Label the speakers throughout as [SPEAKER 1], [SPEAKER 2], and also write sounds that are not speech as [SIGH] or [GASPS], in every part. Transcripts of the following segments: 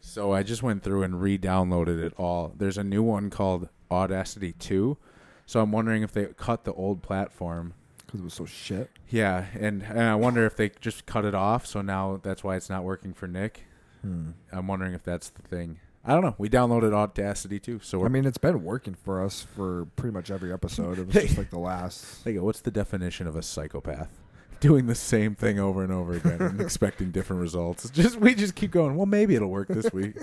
[SPEAKER 1] So I just went through and re-downloaded it all. There's a new one called Audacity 2. So I'm wondering if they cut the old platform.
[SPEAKER 2] because it was so shit.
[SPEAKER 1] Yeah, and, and I wonder if they just cut it off. So now that's why it's not working for Nick. I'm wondering if that's the thing. I don't know. We downloaded Audacity 2, so we're
[SPEAKER 2] I mean, it's been working for us for pretty much every episode. It was
[SPEAKER 1] [LAUGHS]
[SPEAKER 2] just like the last.
[SPEAKER 1] There you go. What's the definition of a psychopath? [LAUGHS] Doing the same thing over and over again [LAUGHS] and expecting different results. It's Just we just keep going. Well, maybe it'll work this [LAUGHS] week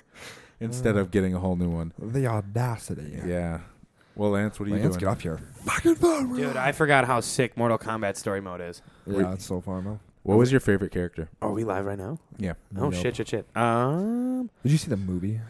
[SPEAKER 1] instead of getting a whole new one.
[SPEAKER 2] The audacity.
[SPEAKER 1] Yeah. Well, Lance, what are you
[SPEAKER 2] Lance, get
[SPEAKER 1] doing?
[SPEAKER 2] off your fucking phone. bro.
[SPEAKER 3] Dude, I forgot how sick Mortal Kombat story mode is.
[SPEAKER 2] Yeah, it's so far, man.
[SPEAKER 1] What was your favorite character?
[SPEAKER 3] Are we live right now?
[SPEAKER 1] Yeah.
[SPEAKER 3] Oh
[SPEAKER 2] Nope.
[SPEAKER 3] shit, shit, shit. Um,
[SPEAKER 2] Did you see the movie?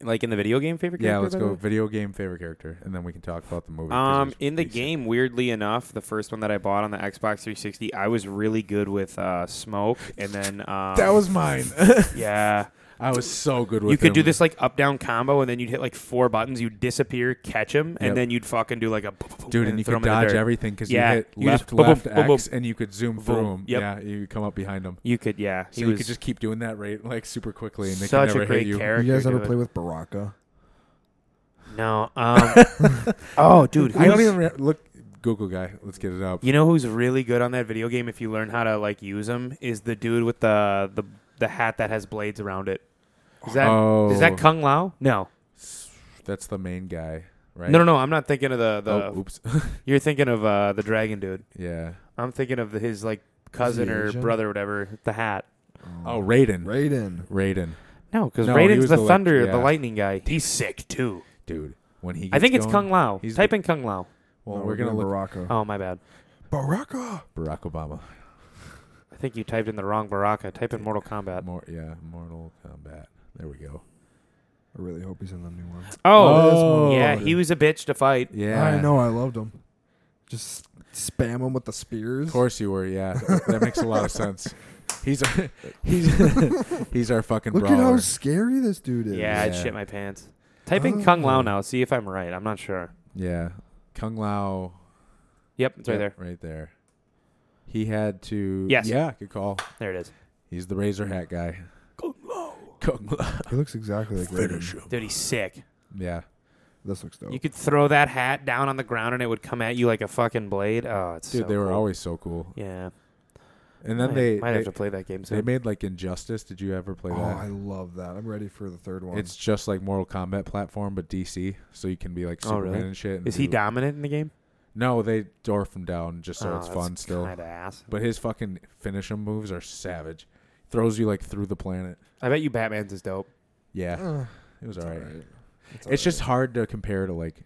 [SPEAKER 3] like in the video game favorite
[SPEAKER 1] Yeah.
[SPEAKER 3] character.
[SPEAKER 1] Let's
[SPEAKER 3] by the
[SPEAKER 1] go.
[SPEAKER 3] way?
[SPEAKER 1] Video game favorite character, and then we can talk about the movie. 'cause
[SPEAKER 3] Um,
[SPEAKER 1] it's
[SPEAKER 3] in the
[SPEAKER 1] decent.
[SPEAKER 3] game, weirdly enough, the first one that I bought on the Xbox 360, I was really good with uh, smoke, and
[SPEAKER 1] [LAUGHS]
[SPEAKER 3] then um,
[SPEAKER 1] that was mine.
[SPEAKER 3] [LAUGHS]
[SPEAKER 1] [LAUGHS]
[SPEAKER 3] yeah.
[SPEAKER 1] I was so good with.
[SPEAKER 3] You could do
[SPEAKER 1] him.
[SPEAKER 3] this like up down combo, and then you'd hit like four buttons, you'd disappear, catch him,
[SPEAKER 1] Yep.
[SPEAKER 3] and then you'd fucking do like a boop, boop,
[SPEAKER 1] Dude,
[SPEAKER 3] boop,
[SPEAKER 1] and you
[SPEAKER 3] throw
[SPEAKER 1] could
[SPEAKER 3] 'em in the
[SPEAKER 1] dodge
[SPEAKER 3] dirt.
[SPEAKER 1] everything because
[SPEAKER 3] Yeah.
[SPEAKER 1] you hit
[SPEAKER 3] You
[SPEAKER 1] left,
[SPEAKER 3] just boom,
[SPEAKER 1] left,
[SPEAKER 3] boom, boom,
[SPEAKER 1] X,
[SPEAKER 3] boom.
[SPEAKER 1] and you could zoom
[SPEAKER 3] Boom.
[SPEAKER 1] through them.
[SPEAKER 3] Yep.
[SPEAKER 1] Yeah, you come up behind them.
[SPEAKER 3] You could, yeah.
[SPEAKER 1] So
[SPEAKER 3] he
[SPEAKER 1] you
[SPEAKER 3] was
[SPEAKER 1] could just keep doing that rate like super quickly, and they
[SPEAKER 3] such
[SPEAKER 1] could never
[SPEAKER 3] a great
[SPEAKER 1] hit you.
[SPEAKER 3] character.
[SPEAKER 2] you guys ever
[SPEAKER 3] dude.
[SPEAKER 2] play with Baraka?
[SPEAKER 3] No.
[SPEAKER 1] [LAUGHS]
[SPEAKER 3] Um, oh, dude.
[SPEAKER 1] I don't
[SPEAKER 3] who's-
[SPEAKER 1] even re- look. Google guy, let's get it up.
[SPEAKER 3] You know who's really good on that video game if you learn how to like use him is the dude with the the, the hat that has blades around it. Is that
[SPEAKER 1] oh,
[SPEAKER 3] is that Kung Lao? No.
[SPEAKER 1] that's the main guy, right?
[SPEAKER 3] No, no, no. I'm not thinking of the the.
[SPEAKER 1] oh, oops. [LAUGHS]
[SPEAKER 3] You're thinking of uh, the dragon dude.
[SPEAKER 1] yeah.
[SPEAKER 3] I'm thinking of the, his like cousin
[SPEAKER 2] he
[SPEAKER 3] or
[SPEAKER 2] Asian?
[SPEAKER 3] brother or whatever. with The hat.
[SPEAKER 1] Oh, Raiden.
[SPEAKER 2] Um, Raiden.
[SPEAKER 1] Raiden,
[SPEAKER 3] No, because
[SPEAKER 1] No, he
[SPEAKER 3] Raiden's
[SPEAKER 1] was
[SPEAKER 3] the,
[SPEAKER 1] the elect-
[SPEAKER 3] thunder, the
[SPEAKER 1] yeah.
[SPEAKER 3] lightning guy. He's sick too.
[SPEAKER 1] dude. When he,
[SPEAKER 3] I
[SPEAKER 1] gets
[SPEAKER 3] think it's
[SPEAKER 1] going-
[SPEAKER 3] Kung Lao.
[SPEAKER 1] he's
[SPEAKER 3] Type
[SPEAKER 1] the-
[SPEAKER 3] in Kung Lao.
[SPEAKER 1] Well,
[SPEAKER 2] No,
[SPEAKER 1] we're gonna
[SPEAKER 2] doing
[SPEAKER 1] look
[SPEAKER 2] Baraka.
[SPEAKER 3] Oh my bad.
[SPEAKER 2] Baraka.
[SPEAKER 1] Barack Obama.
[SPEAKER 3] I think you typed in the wrong Baraka. Type in Mortal Kombat.
[SPEAKER 1] More, yeah, Mortal Kombat. There we go.
[SPEAKER 2] I really hope he's in the new one.
[SPEAKER 3] Oh,
[SPEAKER 1] Oh.
[SPEAKER 3] yeah, he was a bitch to fight.
[SPEAKER 1] Yeah,
[SPEAKER 2] I know. I loved him. Just spam him with the spears.
[SPEAKER 1] Of course you were. Yeah, that makes a lot of sense. He's
[SPEAKER 2] [LAUGHS]
[SPEAKER 1] he's [LAUGHS] he's our fucking
[SPEAKER 2] Look at
[SPEAKER 1] brawler.
[SPEAKER 2] how scary this dude is.
[SPEAKER 3] Yeah, I'd
[SPEAKER 1] Yeah. Um,
[SPEAKER 3] shit my pants. Type in Kung
[SPEAKER 2] Oh.
[SPEAKER 3] Lao now. See if I'm right. I'm not sure.
[SPEAKER 1] yeah, Kung Lao.
[SPEAKER 3] Yep, it's right
[SPEAKER 1] Yep, Right there. He had to.
[SPEAKER 3] Yes.
[SPEAKER 1] Yeah, good call.
[SPEAKER 3] there. There it is.
[SPEAKER 1] He's the razor hat guy.
[SPEAKER 3] Kung Lao.
[SPEAKER 1] Kung Lao.
[SPEAKER 2] He looks
[SPEAKER 1] [LAUGHS]
[SPEAKER 2] exactly like Raiden.
[SPEAKER 1] him.
[SPEAKER 3] Dude, he's sick.
[SPEAKER 1] Yeah.
[SPEAKER 2] This looks dope.
[SPEAKER 3] You could throw that hat down on the ground and it would come at you like a fucking blade. Oh, it's
[SPEAKER 1] Dude,
[SPEAKER 3] so
[SPEAKER 1] they were
[SPEAKER 3] cool.
[SPEAKER 1] always so cool.
[SPEAKER 3] Yeah.
[SPEAKER 1] And then
[SPEAKER 3] might,
[SPEAKER 1] they
[SPEAKER 3] might
[SPEAKER 1] they,
[SPEAKER 3] have to play that game
[SPEAKER 1] they
[SPEAKER 3] soon.
[SPEAKER 1] made like Injustice. Did you ever play
[SPEAKER 2] oh, I
[SPEAKER 1] that?
[SPEAKER 2] love that. I'm ready for the third one.
[SPEAKER 1] It's just like Mortal Kombat platform, but DC. So you can be like
[SPEAKER 3] Oh,
[SPEAKER 1] Superman
[SPEAKER 3] really?
[SPEAKER 1] and shit. And
[SPEAKER 3] Is he
[SPEAKER 1] do-
[SPEAKER 3] dominant in the game?
[SPEAKER 1] No, they dwarf him down just so
[SPEAKER 3] oh,
[SPEAKER 1] it's fun still.
[SPEAKER 3] Kind of ass.
[SPEAKER 1] But his fucking finisher moves are savage. Throws you like through the planet.
[SPEAKER 3] I bet you Batman's is dope. Mm.
[SPEAKER 1] Yeah,
[SPEAKER 2] Uh,
[SPEAKER 1] it was
[SPEAKER 2] it's
[SPEAKER 1] alright.
[SPEAKER 2] alright. It's
[SPEAKER 1] It's just
[SPEAKER 2] alright.
[SPEAKER 1] hard to compare to like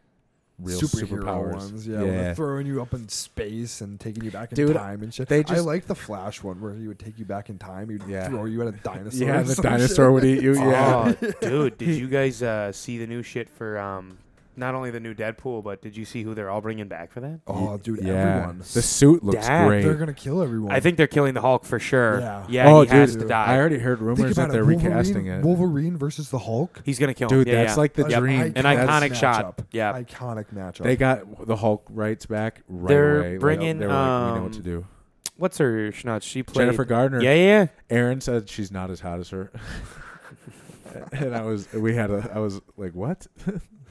[SPEAKER 1] real
[SPEAKER 2] superhero
[SPEAKER 1] superpowers.
[SPEAKER 2] ones. Yeah, when
[SPEAKER 1] Yeah.
[SPEAKER 2] they're throwing you up in space and taking you back in
[SPEAKER 1] Dude,
[SPEAKER 2] time and shit.
[SPEAKER 1] they
[SPEAKER 2] I
[SPEAKER 1] just-
[SPEAKER 2] like the Flash one where he would take you back in time. He'd
[SPEAKER 1] [LAUGHS] Yeah.
[SPEAKER 2] throw you at a dinosaur.
[SPEAKER 1] Yeah,
[SPEAKER 2] or
[SPEAKER 1] the
[SPEAKER 2] some
[SPEAKER 1] dinosaur
[SPEAKER 2] shit.
[SPEAKER 1] would
[SPEAKER 2] [LAUGHS]
[SPEAKER 1] eat you. [LAUGHS] Yeah. [LAUGHS]
[SPEAKER 3] Oh, dude, did you guys uh, see the new shit for um, not only the new Deadpool, but did you see who they're all bringing back for that?
[SPEAKER 2] Oh, dude, everyone.
[SPEAKER 1] The suit looks
[SPEAKER 3] Dad,
[SPEAKER 1] great.
[SPEAKER 2] They're gonna kill everyone.
[SPEAKER 3] I think they're killing the Hulk for sure.
[SPEAKER 2] Yeah.
[SPEAKER 3] oh,
[SPEAKER 1] oh,
[SPEAKER 3] he
[SPEAKER 1] dude,
[SPEAKER 3] has to die.
[SPEAKER 1] I already heard
[SPEAKER 2] Think
[SPEAKER 1] rumors
[SPEAKER 2] about
[SPEAKER 1] that they're
[SPEAKER 2] it, Wolverine-
[SPEAKER 1] recasting it.
[SPEAKER 2] Wolverine versus the Hulk.
[SPEAKER 3] He's gonna kill him.
[SPEAKER 1] Dude,
[SPEAKER 3] Yeah,
[SPEAKER 1] that's
[SPEAKER 3] yeah.
[SPEAKER 1] like the
[SPEAKER 2] Yep.
[SPEAKER 1] dream.
[SPEAKER 2] An
[SPEAKER 1] That's-
[SPEAKER 3] iconic shot.
[SPEAKER 2] Matchup.
[SPEAKER 3] Yeah.
[SPEAKER 2] Iconic matchup.
[SPEAKER 1] They got the Hulk rights back right
[SPEAKER 3] They're
[SPEAKER 1] away. Like,
[SPEAKER 3] bringing,
[SPEAKER 1] they were like, we know what to
[SPEAKER 3] um,
[SPEAKER 1] do.
[SPEAKER 3] what's her schnutz? She played
[SPEAKER 1] Jennifer Gardner.
[SPEAKER 3] Yeah, yeah, yeah.
[SPEAKER 1] Aaron said she's not as hot as her. [LAUGHS] and I was, we had a, I was like, what?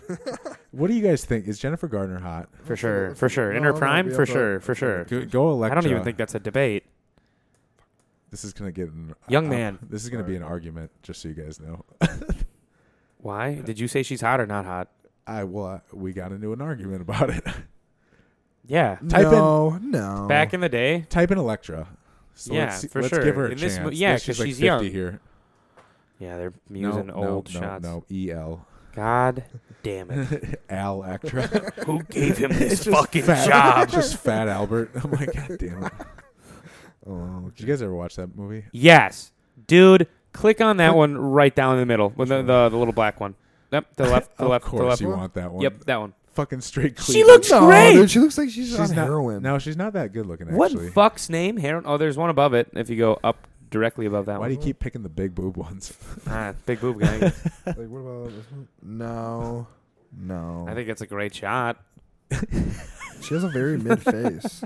[SPEAKER 1] [LAUGHS] what do you guys think? Is Jennifer Gardner hot?
[SPEAKER 3] for sure, for sure. In
[SPEAKER 2] No,
[SPEAKER 3] her
[SPEAKER 2] no,
[SPEAKER 3] prime,
[SPEAKER 2] we
[SPEAKER 3] for
[SPEAKER 2] have to-
[SPEAKER 3] sure, for sure.
[SPEAKER 1] Go, go Electra.
[SPEAKER 3] I don't even think that's a debate.
[SPEAKER 1] this is gonna get an,
[SPEAKER 3] Young
[SPEAKER 1] uh,
[SPEAKER 3] man.
[SPEAKER 1] This is gonna be an argument, just so you guys know.
[SPEAKER 3] Why did you say she's hot or not hot?
[SPEAKER 1] I well, I, we got into an argument about it. [LAUGHS]
[SPEAKER 3] Yeah,
[SPEAKER 1] Type in-
[SPEAKER 2] no, no.
[SPEAKER 3] back in the day.
[SPEAKER 1] Type in Electra. So
[SPEAKER 3] Yeah,
[SPEAKER 1] let's see,
[SPEAKER 3] for
[SPEAKER 1] let's
[SPEAKER 3] sure.
[SPEAKER 1] give her a
[SPEAKER 3] In this
[SPEAKER 1] chance.
[SPEAKER 3] mo- yeah, 'cause
[SPEAKER 1] she's like
[SPEAKER 3] she's
[SPEAKER 1] 50
[SPEAKER 3] young.
[SPEAKER 1] here.
[SPEAKER 3] Yeah, they're using
[SPEAKER 1] no,
[SPEAKER 3] old
[SPEAKER 1] no, [LAUGHS]
[SPEAKER 3] shots.
[SPEAKER 1] No, no, EL.
[SPEAKER 3] God damn it!
[SPEAKER 1] Al
[SPEAKER 3] [LAUGHS]
[SPEAKER 1] Electra. [LAUGHS]
[SPEAKER 3] Who gave him
[SPEAKER 1] It's
[SPEAKER 3] this
[SPEAKER 1] just
[SPEAKER 3] fucking
[SPEAKER 1] fat, [LAUGHS]
[SPEAKER 3] job?
[SPEAKER 1] Just Fat Albert. I'm like, God damn it.
[SPEAKER 2] Oh,
[SPEAKER 1] Did you guys ever watch that movie?
[SPEAKER 3] Yes, dude. Click on that one right down in the middle, with the, the the little black one.
[SPEAKER 1] [LAUGHS]
[SPEAKER 3] Yep, the left, the
[SPEAKER 1] of
[SPEAKER 3] left, the
[SPEAKER 1] course
[SPEAKER 3] left.
[SPEAKER 1] you
[SPEAKER 3] one.
[SPEAKER 1] want that one.
[SPEAKER 3] Yep, that one.
[SPEAKER 1] Fucking straight
[SPEAKER 3] She
[SPEAKER 1] Cleveland.
[SPEAKER 3] looks
[SPEAKER 2] No,
[SPEAKER 3] great.
[SPEAKER 2] dude, she looks like she's, on
[SPEAKER 1] not,
[SPEAKER 2] heroin.
[SPEAKER 1] No, she's not that good looking,
[SPEAKER 3] What
[SPEAKER 1] actually.
[SPEAKER 3] fuck's name? Heron? Oh, there's one above it. If you go up directly above that
[SPEAKER 1] Why
[SPEAKER 3] one.
[SPEAKER 1] do you keep picking the big boob
[SPEAKER 3] [LAUGHS]
[SPEAKER 1] ones? [LAUGHS]
[SPEAKER 3] Ah, big boob guy.
[SPEAKER 2] like, what about this one? No, no.
[SPEAKER 3] I think it's a great shot.
[SPEAKER 1] [LAUGHS]
[SPEAKER 2] she has a very mid face.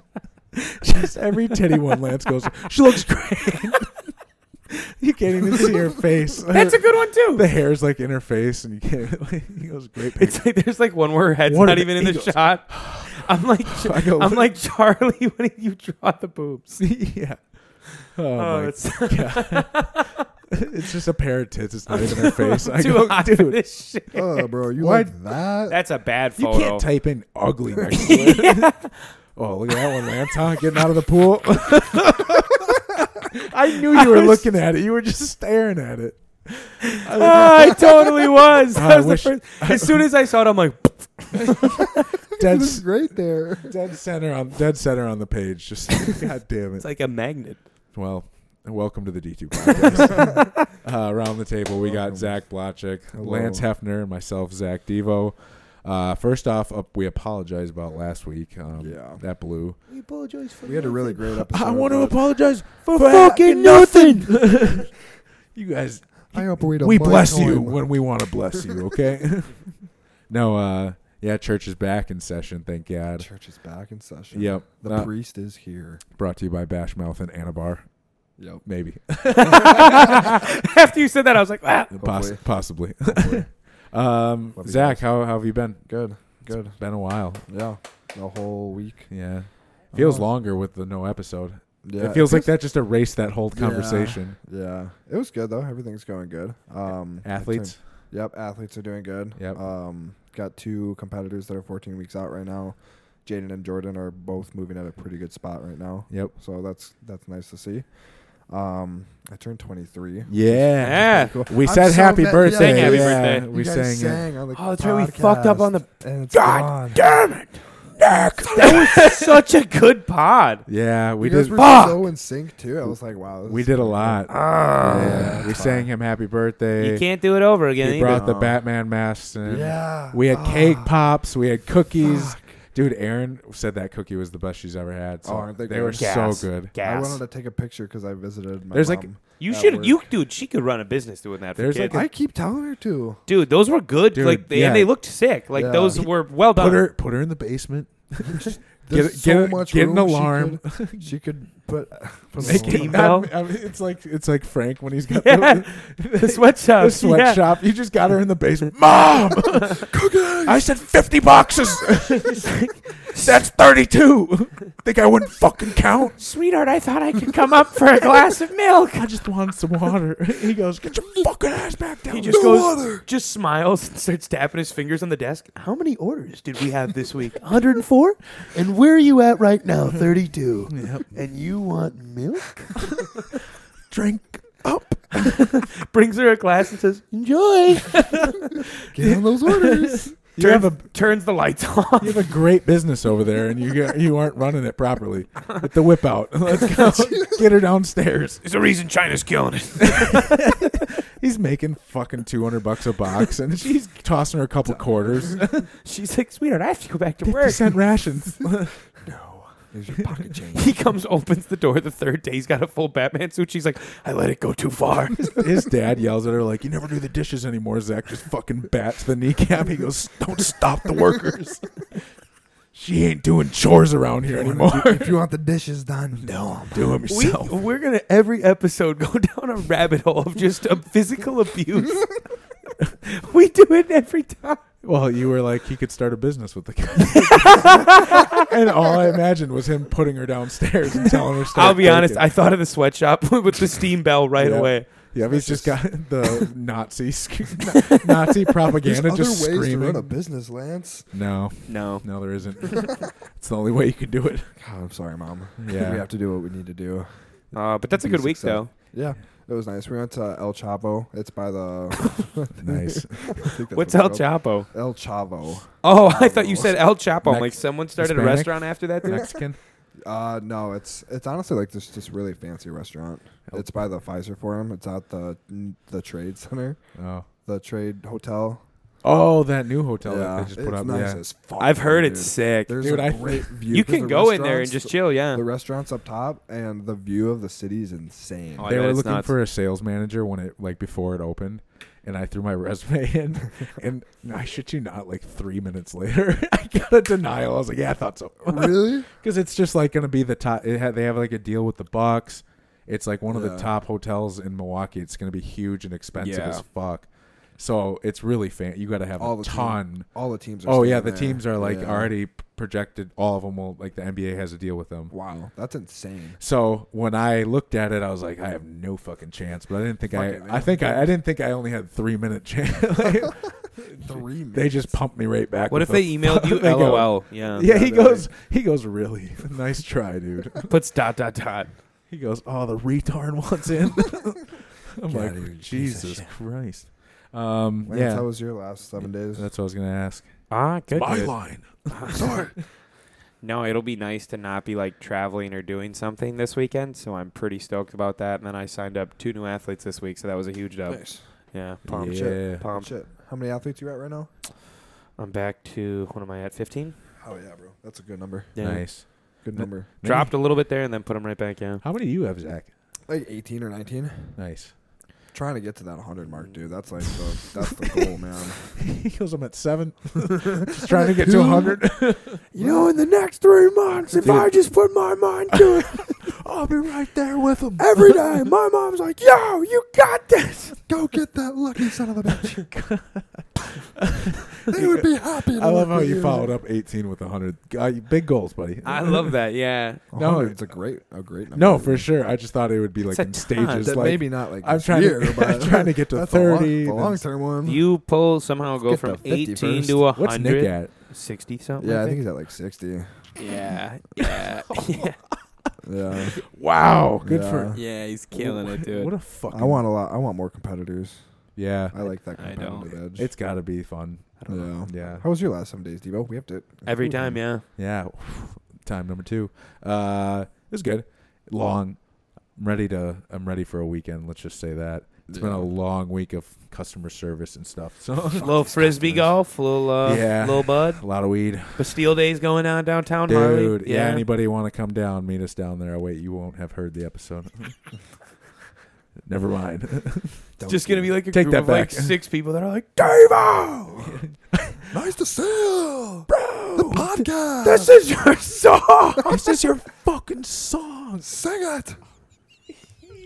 [SPEAKER 1] Just every titty one Lance goes, she looks great. [LAUGHS] you can't even see her face.
[SPEAKER 3] [LAUGHS]
[SPEAKER 1] [LAUGHS]
[SPEAKER 3] That's a good one too.
[SPEAKER 1] the hair's like in her face, and you can't. [LAUGHS] Like, he goes, "Great picture."
[SPEAKER 3] It's like there's like one where her head's
[SPEAKER 1] One
[SPEAKER 3] not
[SPEAKER 1] of the
[SPEAKER 3] even in the
[SPEAKER 1] eagles.
[SPEAKER 3] shot. I'm like
[SPEAKER 1] [LAUGHS] I go,
[SPEAKER 3] I'm
[SPEAKER 1] "What?"
[SPEAKER 3] like Charlie [LAUGHS] when you draw the
[SPEAKER 1] [LAUGHS]
[SPEAKER 3] boobs.
[SPEAKER 1] yeah. Oh,
[SPEAKER 3] Oh,
[SPEAKER 1] my
[SPEAKER 3] [LAUGHS] it's
[SPEAKER 1] God. [LAUGHS] it's just a pair of tits. It's not even
[SPEAKER 3] [LAUGHS]
[SPEAKER 1] her face. I
[SPEAKER 3] too
[SPEAKER 1] go,
[SPEAKER 3] hot for
[SPEAKER 1] dude,
[SPEAKER 3] this shit.
[SPEAKER 2] [LAUGHS] Oh, bro, you
[SPEAKER 1] Why-
[SPEAKER 2] like that?
[SPEAKER 3] That's a bad
[SPEAKER 1] you
[SPEAKER 3] photo.
[SPEAKER 1] can't type in ugly
[SPEAKER 3] [LAUGHS]
[SPEAKER 1] next to it. [LAUGHS] Oh, look at that one, Lanton getting out of the
[SPEAKER 3] [LAUGHS]
[SPEAKER 1] pool. I knew you were
[SPEAKER 3] was-
[SPEAKER 1] looking at it. You were just staring at it. I was
[SPEAKER 3] Ah,
[SPEAKER 1] [LAUGHS]
[SPEAKER 3] I totally was. That
[SPEAKER 1] I
[SPEAKER 3] was the
[SPEAKER 1] wish-
[SPEAKER 3] first- As soon as I saw it, I'm like,
[SPEAKER 1] dead,
[SPEAKER 2] This is great there.
[SPEAKER 1] dead center on dead center on the page.
[SPEAKER 3] [LAUGHS]
[SPEAKER 1] Just god damn it.
[SPEAKER 3] it's like
[SPEAKER 1] [LAUGHS]
[SPEAKER 3] a magnet. [LAUGHS]
[SPEAKER 1] Well, welcome to the D2 podcast.
[SPEAKER 2] [LAUGHS]
[SPEAKER 1] uh, around the table, we got
[SPEAKER 2] Welcome.
[SPEAKER 1] Zach Blachik,
[SPEAKER 2] Hello.
[SPEAKER 1] Lance Hefner, and myself, Zach Devo. Uh, first off, up, we apologize about last week. Um,
[SPEAKER 2] Yeah.
[SPEAKER 1] That blew.
[SPEAKER 3] We apologize for
[SPEAKER 2] We had a really great episode. but
[SPEAKER 1] apologize
[SPEAKER 3] for fucking nothing.
[SPEAKER 1] [LAUGHS] you guys,
[SPEAKER 2] I hope we don't
[SPEAKER 1] we
[SPEAKER 2] mind
[SPEAKER 1] bless you
[SPEAKER 2] going-
[SPEAKER 1] when we want to bless you,
[SPEAKER 2] [LAUGHS]
[SPEAKER 1] okay? no, uh, yeah, church is back in session, thank God.
[SPEAKER 2] Church is back in session.
[SPEAKER 1] Yep.
[SPEAKER 2] The
[SPEAKER 1] Uh,
[SPEAKER 2] priest is here.
[SPEAKER 1] brought to you by Bashmouth and Anabar,
[SPEAKER 2] Yep.
[SPEAKER 1] maybe.
[SPEAKER 3] After you said that, I was like, ah.
[SPEAKER 1] Poss-
[SPEAKER 2] Hopefully.
[SPEAKER 1] possibly. [LAUGHS] um,
[SPEAKER 2] Love you
[SPEAKER 1] Zach,
[SPEAKER 2] guys.
[SPEAKER 1] how, how have you been?
[SPEAKER 2] Good.
[SPEAKER 1] It's
[SPEAKER 2] Good.
[SPEAKER 1] been a while.
[SPEAKER 2] Yeah. The whole week.
[SPEAKER 1] Yeah. Feels
[SPEAKER 2] Uh,
[SPEAKER 1] longer with the no episode.
[SPEAKER 2] Yeah.
[SPEAKER 1] it feels like that just erased that whole
[SPEAKER 2] Yeah.
[SPEAKER 1] conversation.
[SPEAKER 2] Yeah. It was good though. Everything's going good. Um I
[SPEAKER 1] Athletes.
[SPEAKER 2] think- Yep. Athletes are doing good.
[SPEAKER 1] Yep.
[SPEAKER 2] Um, got two competitors that are 14 weeks out right now. Jaden and Jordan are both moving at a pretty good spot right now.
[SPEAKER 1] Yep.
[SPEAKER 2] So that's that's nice to see. Um, I turned 23.
[SPEAKER 1] Yeah.
[SPEAKER 3] Yeah.
[SPEAKER 2] Cool.
[SPEAKER 1] We
[SPEAKER 2] I'm
[SPEAKER 1] said
[SPEAKER 2] so
[SPEAKER 1] happy
[SPEAKER 2] mad-
[SPEAKER 1] birthday.
[SPEAKER 3] Sang happy
[SPEAKER 1] yeah,
[SPEAKER 3] birthday.
[SPEAKER 1] We
[SPEAKER 2] you guys
[SPEAKER 1] sang, it.
[SPEAKER 2] sang on the
[SPEAKER 3] Oh, that's right. We fucked up on the.
[SPEAKER 2] podcast, and it's gone.
[SPEAKER 3] God Damn it, That was such a good pod.
[SPEAKER 1] Yeah, we
[SPEAKER 2] You guys
[SPEAKER 1] did.
[SPEAKER 2] were
[SPEAKER 3] Fuck!
[SPEAKER 2] so in sync too. I was like, wow. this
[SPEAKER 1] We
[SPEAKER 2] is
[SPEAKER 1] did a
[SPEAKER 2] pretty
[SPEAKER 1] lot.
[SPEAKER 3] Ah.
[SPEAKER 2] yeah,
[SPEAKER 1] yeah.
[SPEAKER 2] it's
[SPEAKER 1] We
[SPEAKER 2] fine.
[SPEAKER 1] sang him happy birthday.
[SPEAKER 3] You can't do it over again.
[SPEAKER 1] he
[SPEAKER 3] either.
[SPEAKER 1] brought the
[SPEAKER 2] No.
[SPEAKER 1] Batman masks
[SPEAKER 2] cool.
[SPEAKER 1] in.
[SPEAKER 2] Yeah.
[SPEAKER 1] We had cake
[SPEAKER 2] Ah,
[SPEAKER 1] pops. We had cookies.
[SPEAKER 2] fuck.
[SPEAKER 1] Dude, Aaron said that cookie was the best she's ever had. So
[SPEAKER 2] Oh, aren't they
[SPEAKER 1] they
[SPEAKER 2] good?
[SPEAKER 1] were
[SPEAKER 3] Gas.
[SPEAKER 1] so good.
[SPEAKER 2] I
[SPEAKER 3] Gas.
[SPEAKER 2] wanted to take a picture because I visited my
[SPEAKER 1] There's
[SPEAKER 2] mom.
[SPEAKER 1] like-
[SPEAKER 3] you
[SPEAKER 2] at
[SPEAKER 3] should.
[SPEAKER 2] work.
[SPEAKER 3] You, dude. She could run a business doing that. For
[SPEAKER 1] There's
[SPEAKER 3] kids.
[SPEAKER 1] like
[SPEAKER 2] I keep telling her to.
[SPEAKER 3] dude. Those were good.
[SPEAKER 1] Dude,
[SPEAKER 3] like they,
[SPEAKER 1] yeah.
[SPEAKER 3] and they looked sick. Like
[SPEAKER 2] Yeah.
[SPEAKER 3] those were well done.
[SPEAKER 1] Put her, put her in the basement.
[SPEAKER 2] There's
[SPEAKER 1] get
[SPEAKER 2] so
[SPEAKER 1] get,
[SPEAKER 2] much
[SPEAKER 1] get an
[SPEAKER 2] room
[SPEAKER 1] alarm.
[SPEAKER 2] She could, she could
[SPEAKER 3] [LAUGHS]
[SPEAKER 2] put, put
[SPEAKER 3] Make
[SPEAKER 2] some-
[SPEAKER 3] it- Steamboat.
[SPEAKER 1] I mean, it's like it's like Frank when he's got
[SPEAKER 3] Yeah.
[SPEAKER 1] the,
[SPEAKER 3] [LAUGHS] [LAUGHS] the
[SPEAKER 1] [LAUGHS]
[SPEAKER 3] sweatshop.
[SPEAKER 1] the sweatshop. You just got her in the basement.
[SPEAKER 3] [LAUGHS]
[SPEAKER 1] Mom, I said fifty boxes. That's thirty-two. Think I wouldn't fucking count?
[SPEAKER 3] Sweetheart, I thought I could come up for a glass of milk.
[SPEAKER 1] I just want some water. He goes, get your fucking ass back down.
[SPEAKER 3] He
[SPEAKER 1] there."
[SPEAKER 3] just goes, just smiles and starts tapping his fingers on the desk. How many orders did we have this week? [LAUGHS] 104?
[SPEAKER 4] And where are you at right now? 32.
[SPEAKER 1] Yep.
[SPEAKER 4] And you want milk?
[SPEAKER 1] [LAUGHS] drink up.
[SPEAKER 3] Brings her a glass and says,
[SPEAKER 4] Enjoy.
[SPEAKER 2] Get on those
[SPEAKER 3] [LAUGHS]
[SPEAKER 2] orders.
[SPEAKER 1] You have a
[SPEAKER 3] turns the lights [LAUGHS] on.
[SPEAKER 1] you have a great business over there, and you get, you aren't running it properly. Get the whip out. [LAUGHS] Let's go. Get her downstairs.
[SPEAKER 3] There's a reason China's killing it.
[SPEAKER 1] He's making fucking two hundred bucks a box, and she's tossing her a couple quarters,
[SPEAKER 3] She's like, sweetheart, I have to go back to
[SPEAKER 1] fifty
[SPEAKER 3] work.
[SPEAKER 1] cent rations. [LAUGHS]
[SPEAKER 2] There's your pocket change.
[SPEAKER 3] [LAUGHS] He comes, opens the door the third day. He's got a full Batman suit. She's like, I let it go too far.
[SPEAKER 1] His dad yells at her like, "You never do the dishes anymore, Zach. Just fucking bats the kneecap." He goes, "Don't stop the workers. [LAUGHS] She ain't doing chores around here anymore.
[SPEAKER 2] if you want the dishes done, no.
[SPEAKER 1] Do them
[SPEAKER 3] [LAUGHS] We,
[SPEAKER 1] yourself."
[SPEAKER 3] we're going to every episode go [LAUGHS] down a rabbit hole of just a physical abuse. [LAUGHS] we do it every time.
[SPEAKER 1] Well, you were like, he could start a business with the guy. and all I imagined was him putting her downstairs and telling her stuff.
[SPEAKER 3] I'll be honest. I thought of the sweatshop [LAUGHS] with the steam bell right
[SPEAKER 1] Yeah.
[SPEAKER 3] away.
[SPEAKER 1] yeah, he's just
[SPEAKER 2] [LAUGHS]
[SPEAKER 1] got the Nazi sc- Nazi
[SPEAKER 2] There's
[SPEAKER 1] propaganda
[SPEAKER 2] other
[SPEAKER 1] just
[SPEAKER 2] ways
[SPEAKER 1] screaming.
[SPEAKER 2] to run a business, Lance.
[SPEAKER 1] No,
[SPEAKER 3] No.
[SPEAKER 1] no, there isn't. it's the only way you could do
[SPEAKER 2] [LAUGHS]
[SPEAKER 1] it.
[SPEAKER 2] God, I'm sorry, Mom. [LAUGHS]
[SPEAKER 1] Yeah.
[SPEAKER 2] We have to do what we need to do.
[SPEAKER 3] Uh, but that's a good week, though.
[SPEAKER 2] Yeah. It was nice. We went to El Chavo. It's by the.
[SPEAKER 1] Nice.
[SPEAKER 2] [LAUGHS] I think that's
[SPEAKER 3] What's
[SPEAKER 2] what
[SPEAKER 3] El
[SPEAKER 2] it's
[SPEAKER 3] Chapo?
[SPEAKER 2] called. El Chavo.
[SPEAKER 3] Oh, I thought you said El Chapo. I'm
[SPEAKER 1] Mex-
[SPEAKER 3] like, someone started a
[SPEAKER 1] Hispanic?
[SPEAKER 3] restaurant after that, dude?
[SPEAKER 1] Mexican.
[SPEAKER 2] Uh, no, it's it's honestly like this just really fancy restaurant.
[SPEAKER 1] El-
[SPEAKER 2] It's by the Pfizer Forum. It's at the the Trade Center,
[SPEAKER 1] Oh.
[SPEAKER 2] the Trade Hotel.
[SPEAKER 1] Oh, that new hotel that
[SPEAKER 2] Yeah,
[SPEAKER 1] they just put
[SPEAKER 2] it's
[SPEAKER 1] up.
[SPEAKER 2] nice
[SPEAKER 1] yeah.
[SPEAKER 2] as fuck,
[SPEAKER 3] I've heard it's
[SPEAKER 2] dude.
[SPEAKER 3] sick.
[SPEAKER 2] There's
[SPEAKER 1] Dude,
[SPEAKER 2] a
[SPEAKER 1] I-
[SPEAKER 2] great view.
[SPEAKER 3] You
[SPEAKER 2] 'cause
[SPEAKER 3] can
[SPEAKER 2] the
[SPEAKER 3] go in there and
[SPEAKER 2] restaurants-
[SPEAKER 3] just chill, yeah.
[SPEAKER 2] The restaurant's up top, and the view of the city is insane.
[SPEAKER 3] Oh, I
[SPEAKER 1] they
[SPEAKER 3] bet
[SPEAKER 1] were
[SPEAKER 3] it's
[SPEAKER 1] looking
[SPEAKER 3] nuts.
[SPEAKER 1] for a sales manager when it like before it opened, and I threw my [LAUGHS] resume in, and I shit you not, like three minutes later, [LAUGHS] I got a denial. I was like, yeah, I thought so, [LAUGHS]
[SPEAKER 2] really?
[SPEAKER 1] because it's just like gonna be the top. It had, they have like a deal with the Bucks, It's like one of the
[SPEAKER 2] Yeah.
[SPEAKER 1] top hotels in Milwaukee. It's going to be huge and expensive
[SPEAKER 5] Yeah.
[SPEAKER 1] as fuck. So it's really fan. You got to have
[SPEAKER 2] All
[SPEAKER 1] a
[SPEAKER 2] the team-
[SPEAKER 1] ton.
[SPEAKER 2] All the teams. are
[SPEAKER 1] Oh yeah, the
[SPEAKER 2] staying there.
[SPEAKER 1] teams are like
[SPEAKER 2] Yeah.
[SPEAKER 1] already p- projected. All of them will like the NBA has a deal with them.
[SPEAKER 2] Wow, that's insane.
[SPEAKER 1] So when I looked at it, I was like, I have no fucking chance. But I didn't think
[SPEAKER 2] Fuck
[SPEAKER 1] I.
[SPEAKER 2] it, man.
[SPEAKER 1] I think I, I didn't think I only had three minute chance. [LAUGHS] Like,
[SPEAKER 2] Three.
[SPEAKER 1] they just pumped me right back.
[SPEAKER 3] What if
[SPEAKER 1] with
[SPEAKER 3] [LAUGHS] they
[SPEAKER 1] a-
[SPEAKER 3] emailed you
[SPEAKER 1] They go-
[SPEAKER 3] LOL? Yeah.
[SPEAKER 1] Yeah, he
[SPEAKER 2] Yeah, they're
[SPEAKER 1] goes. He goes really [LAUGHS] nice try, dude. [LAUGHS]
[SPEAKER 3] Puts dot dot dot.
[SPEAKER 1] He goes, "Oh, the retard wants in." [LAUGHS] I'm
[SPEAKER 5] Get
[SPEAKER 1] like,
[SPEAKER 5] outta here, you piece of
[SPEAKER 1] Jesus
[SPEAKER 5] shit."
[SPEAKER 1] Christ. Um,
[SPEAKER 2] Lance,
[SPEAKER 1] yeah,
[SPEAKER 2] how was your last seven days?
[SPEAKER 1] that's what I was gonna ask.
[SPEAKER 3] Ah, good.
[SPEAKER 1] line.
[SPEAKER 3] [LAUGHS] No, it'll be nice to not be like traveling or doing something this weekend, so I'm pretty stoked about that. And then I signed up two new athletes this week, so that was a huge dub.
[SPEAKER 2] Nice.
[SPEAKER 3] Yeah,
[SPEAKER 1] Yeah.
[SPEAKER 3] pumped.
[SPEAKER 1] Um,
[SPEAKER 3] Pumped.
[SPEAKER 2] Shit. How many athletes you at right now?
[SPEAKER 3] I'm back to what am I at? 15.
[SPEAKER 2] Oh yeah, bro. That's a good number.
[SPEAKER 3] Yeah.
[SPEAKER 1] Nice.
[SPEAKER 2] Good
[SPEAKER 1] N-
[SPEAKER 2] number.
[SPEAKER 3] Dropped a little bit there and then put them right back.
[SPEAKER 1] [LAUGHS]
[SPEAKER 3] Yeah.
[SPEAKER 1] How many do you have, Zach?
[SPEAKER 2] Like 18 or 19.
[SPEAKER 1] Nice.
[SPEAKER 2] Trying to get to that 100 mark, dude. That's like the that's the goal, man.
[SPEAKER 1] [LAUGHS] he goes, "I'm at seven. [LAUGHS] Just trying to get to 100.
[SPEAKER 4] [LAUGHS] You know, in the next three months, if I just put my mind to it [LAUGHS]
[SPEAKER 1] I'll be right there with him." [LAUGHS]
[SPEAKER 4] every day, my mom's like, yo, you got this.
[SPEAKER 2] Go get that lucky son of a bitch.
[SPEAKER 4] [LAUGHS]
[SPEAKER 2] they would be happy.
[SPEAKER 1] I love how you followed up 18 with 100. Uh, big goals, buddy.
[SPEAKER 3] I love that. Yeah.
[SPEAKER 1] No,
[SPEAKER 2] No, it's a great a great
[SPEAKER 1] [LAUGHS]
[SPEAKER 2] number.
[SPEAKER 1] no,
[SPEAKER 2] dude.
[SPEAKER 1] for sure. I just thought it would be like
[SPEAKER 3] a
[SPEAKER 1] in
[SPEAKER 3] ton.
[SPEAKER 1] stages.
[SPEAKER 2] That
[SPEAKER 1] like
[SPEAKER 2] maybe not like
[SPEAKER 1] I'm
[SPEAKER 2] this
[SPEAKER 1] trying
[SPEAKER 2] year,
[SPEAKER 1] to. [LAUGHS]
[SPEAKER 2] but
[SPEAKER 1] I'm trying to get to
[SPEAKER 2] that's a long-
[SPEAKER 1] 30.
[SPEAKER 2] the
[SPEAKER 1] then-
[SPEAKER 2] long term one.
[SPEAKER 3] You pull somehow go
[SPEAKER 2] Get
[SPEAKER 3] from
[SPEAKER 2] the 50
[SPEAKER 3] 18
[SPEAKER 2] first.
[SPEAKER 3] to 100.
[SPEAKER 1] What's Nick at?
[SPEAKER 3] 60 something.
[SPEAKER 2] yeah, I think he's at like 60.
[SPEAKER 1] [LAUGHS]
[SPEAKER 3] Yeah. Yeah. yeah.
[SPEAKER 2] Yeah,
[SPEAKER 1] Wow, good
[SPEAKER 2] Yeah.
[SPEAKER 1] for.
[SPEAKER 3] Yeah. He's killing it, dude.
[SPEAKER 1] What a fucking.
[SPEAKER 2] I want a lot. I want more competitors.
[SPEAKER 1] Yeah,
[SPEAKER 2] I like that
[SPEAKER 3] I
[SPEAKER 2] competitive edge.
[SPEAKER 1] it's got to be fun.
[SPEAKER 3] I don't know.
[SPEAKER 4] Oh,
[SPEAKER 2] yeah.
[SPEAKER 1] Yeah,
[SPEAKER 2] How was your last seven days, Devo? We have to
[SPEAKER 3] Every time, yeah.
[SPEAKER 1] yeah. [SIGHS] Time number two. Uh, it was good. Long. I'm ready to. I'm ready for a weekend. Let's just say that it's been a long week of customer service and stuff. [LAUGHS] So
[SPEAKER 3] little frisbee golf, little uh,
[SPEAKER 1] Yeah.
[SPEAKER 3] little bud.
[SPEAKER 1] a lot of weed,
[SPEAKER 3] Bastille days going on downtown. Harley.
[SPEAKER 1] dude. Yeah. Anybody want to come down? Meet us down there. Oh, wait, you won't have heard the episode. [LAUGHS] Never mind.
[SPEAKER 3] It's just gonna be like a
[SPEAKER 1] Take
[SPEAKER 3] group
[SPEAKER 1] that
[SPEAKER 3] of like
[SPEAKER 1] back.
[SPEAKER 3] six people that are like,
[SPEAKER 2] Devo. nice to see you, bro. The podcast. This is
[SPEAKER 3] [LAUGHS]
[SPEAKER 2] your song.
[SPEAKER 1] [LAUGHS]
[SPEAKER 3] Oh,
[SPEAKER 1] this is your fucking song.
[SPEAKER 2] Sing it.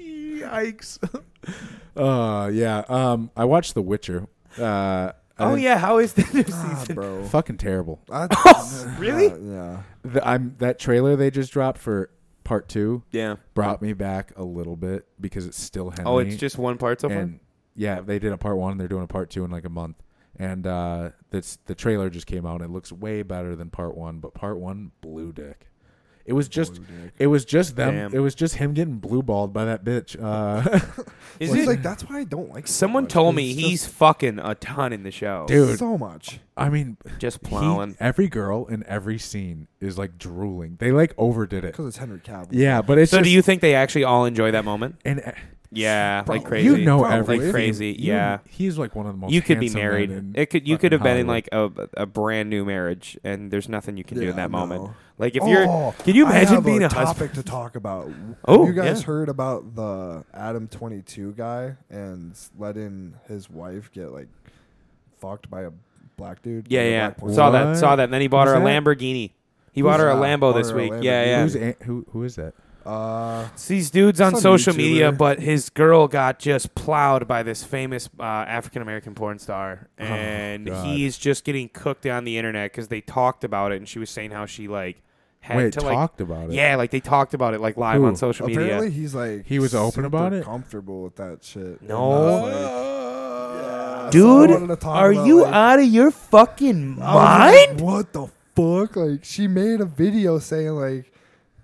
[SPEAKER 1] Yikes. [LAUGHS] uh, yeah. Um, I watched The Witcher. Uh, I
[SPEAKER 3] "Oh
[SPEAKER 1] didn't-
[SPEAKER 3] yeah, how is the new
[SPEAKER 1] [LAUGHS]
[SPEAKER 2] Ah,
[SPEAKER 3] season?"
[SPEAKER 2] bro.
[SPEAKER 1] Fucking terrible.
[SPEAKER 2] That's-
[SPEAKER 3] [LAUGHS] Really?
[SPEAKER 2] Uh, yeah.
[SPEAKER 1] The, I'm that trailer they just dropped for part two
[SPEAKER 3] [LAUGHS] Yeah.
[SPEAKER 1] brought me back a little bit because it's still Henry.
[SPEAKER 3] Oh, it's just one part so far.
[SPEAKER 1] and yeah, they did a part one. They're doing a part two in like a month, and uh, that's the trailer just came out. and It looks way better than part one, but part one blew dick. It was just. It was just them.
[SPEAKER 3] Damn. Oh,
[SPEAKER 1] It was just him getting blue balled by that bitch. Uh, [LAUGHS]
[SPEAKER 3] is
[SPEAKER 2] Well, it's
[SPEAKER 3] it?
[SPEAKER 2] like that's why I don't like. it so
[SPEAKER 3] someone
[SPEAKER 2] much.
[SPEAKER 3] told
[SPEAKER 2] It's
[SPEAKER 3] me
[SPEAKER 2] just
[SPEAKER 3] he's fucking a ton in the show.
[SPEAKER 1] Dude.
[SPEAKER 2] so much.
[SPEAKER 1] I mean,
[SPEAKER 3] just
[SPEAKER 1] He-
[SPEAKER 3] plowing.
[SPEAKER 1] every girl in every scene is like drooling. They like overdid it.
[SPEAKER 3] [LAUGHS]
[SPEAKER 2] Because it's Henry Cavill.
[SPEAKER 1] Yeah, but it's
[SPEAKER 3] so,
[SPEAKER 1] just,
[SPEAKER 3] do you think they actually all enjoy that moment?
[SPEAKER 1] and uh,
[SPEAKER 3] Yeah, like
[SPEAKER 2] Probably.
[SPEAKER 3] crazy.
[SPEAKER 1] you know
[SPEAKER 2] Probably.
[SPEAKER 1] everything.
[SPEAKER 3] Like crazy,
[SPEAKER 1] You-
[SPEAKER 3] yeah.
[SPEAKER 1] he's like one of the most.
[SPEAKER 3] you could be
[SPEAKER 1] handsome men
[SPEAKER 3] married.
[SPEAKER 1] in
[SPEAKER 3] It could you
[SPEAKER 1] fucking
[SPEAKER 3] could have been in
[SPEAKER 1] Hollywood.
[SPEAKER 3] like a a brand new marriage, and there's nothing you can do
[SPEAKER 2] Yeah,
[SPEAKER 3] in that
[SPEAKER 2] no.
[SPEAKER 3] moment. Like if
[SPEAKER 2] Oh,
[SPEAKER 3] you're, can you
[SPEAKER 2] I
[SPEAKER 3] imagine
[SPEAKER 2] have
[SPEAKER 3] being
[SPEAKER 2] a,
[SPEAKER 3] a, husband?
[SPEAKER 2] topic to talk about?
[SPEAKER 3] Oh,
[SPEAKER 2] you guys
[SPEAKER 3] yeah.
[SPEAKER 2] heard about the Adam Twenty Two guy and letting his wife get like fucked by a black dude?
[SPEAKER 3] Yeah,
[SPEAKER 2] Like a
[SPEAKER 3] yeah.
[SPEAKER 2] black porn
[SPEAKER 3] Saw
[SPEAKER 2] star?
[SPEAKER 1] What?
[SPEAKER 3] that. Saw that. Then he bought
[SPEAKER 1] Who's
[SPEAKER 3] her a
[SPEAKER 1] that?
[SPEAKER 3] Lamborghini. He
[SPEAKER 2] Who's
[SPEAKER 3] bought her a
[SPEAKER 2] that?
[SPEAKER 3] Lambo
[SPEAKER 2] Bought
[SPEAKER 3] this
[SPEAKER 2] her a
[SPEAKER 3] week. Yeah, yeah.
[SPEAKER 1] Who's a- who? Who is that?
[SPEAKER 2] Uh,
[SPEAKER 3] It's these dudes on
[SPEAKER 2] Some
[SPEAKER 3] social
[SPEAKER 2] YouTuber.
[SPEAKER 3] media, but his girl got just plowed by this famous uh, African American porn star, and
[SPEAKER 1] Oh, God.
[SPEAKER 3] he's just getting cooked on the internet because they talked about it, and she was saying how she like had
[SPEAKER 1] Wait,
[SPEAKER 3] to
[SPEAKER 1] talked about
[SPEAKER 3] like
[SPEAKER 1] it.
[SPEAKER 3] yeah, like they talked about it like live
[SPEAKER 1] Who?
[SPEAKER 3] on social
[SPEAKER 2] apparently
[SPEAKER 3] media.
[SPEAKER 2] he's like
[SPEAKER 1] He was open
[SPEAKER 2] super
[SPEAKER 1] about it?
[SPEAKER 2] comfortable with that shit. And
[SPEAKER 3] No.
[SPEAKER 2] I was like, yeah, so I wanted to
[SPEAKER 4] Dude,
[SPEAKER 2] talk
[SPEAKER 4] are
[SPEAKER 2] about,
[SPEAKER 4] you
[SPEAKER 2] like-
[SPEAKER 4] out of your fucking
[SPEAKER 2] I was like,
[SPEAKER 4] mind?
[SPEAKER 2] what the fuck? Like she made a video saying like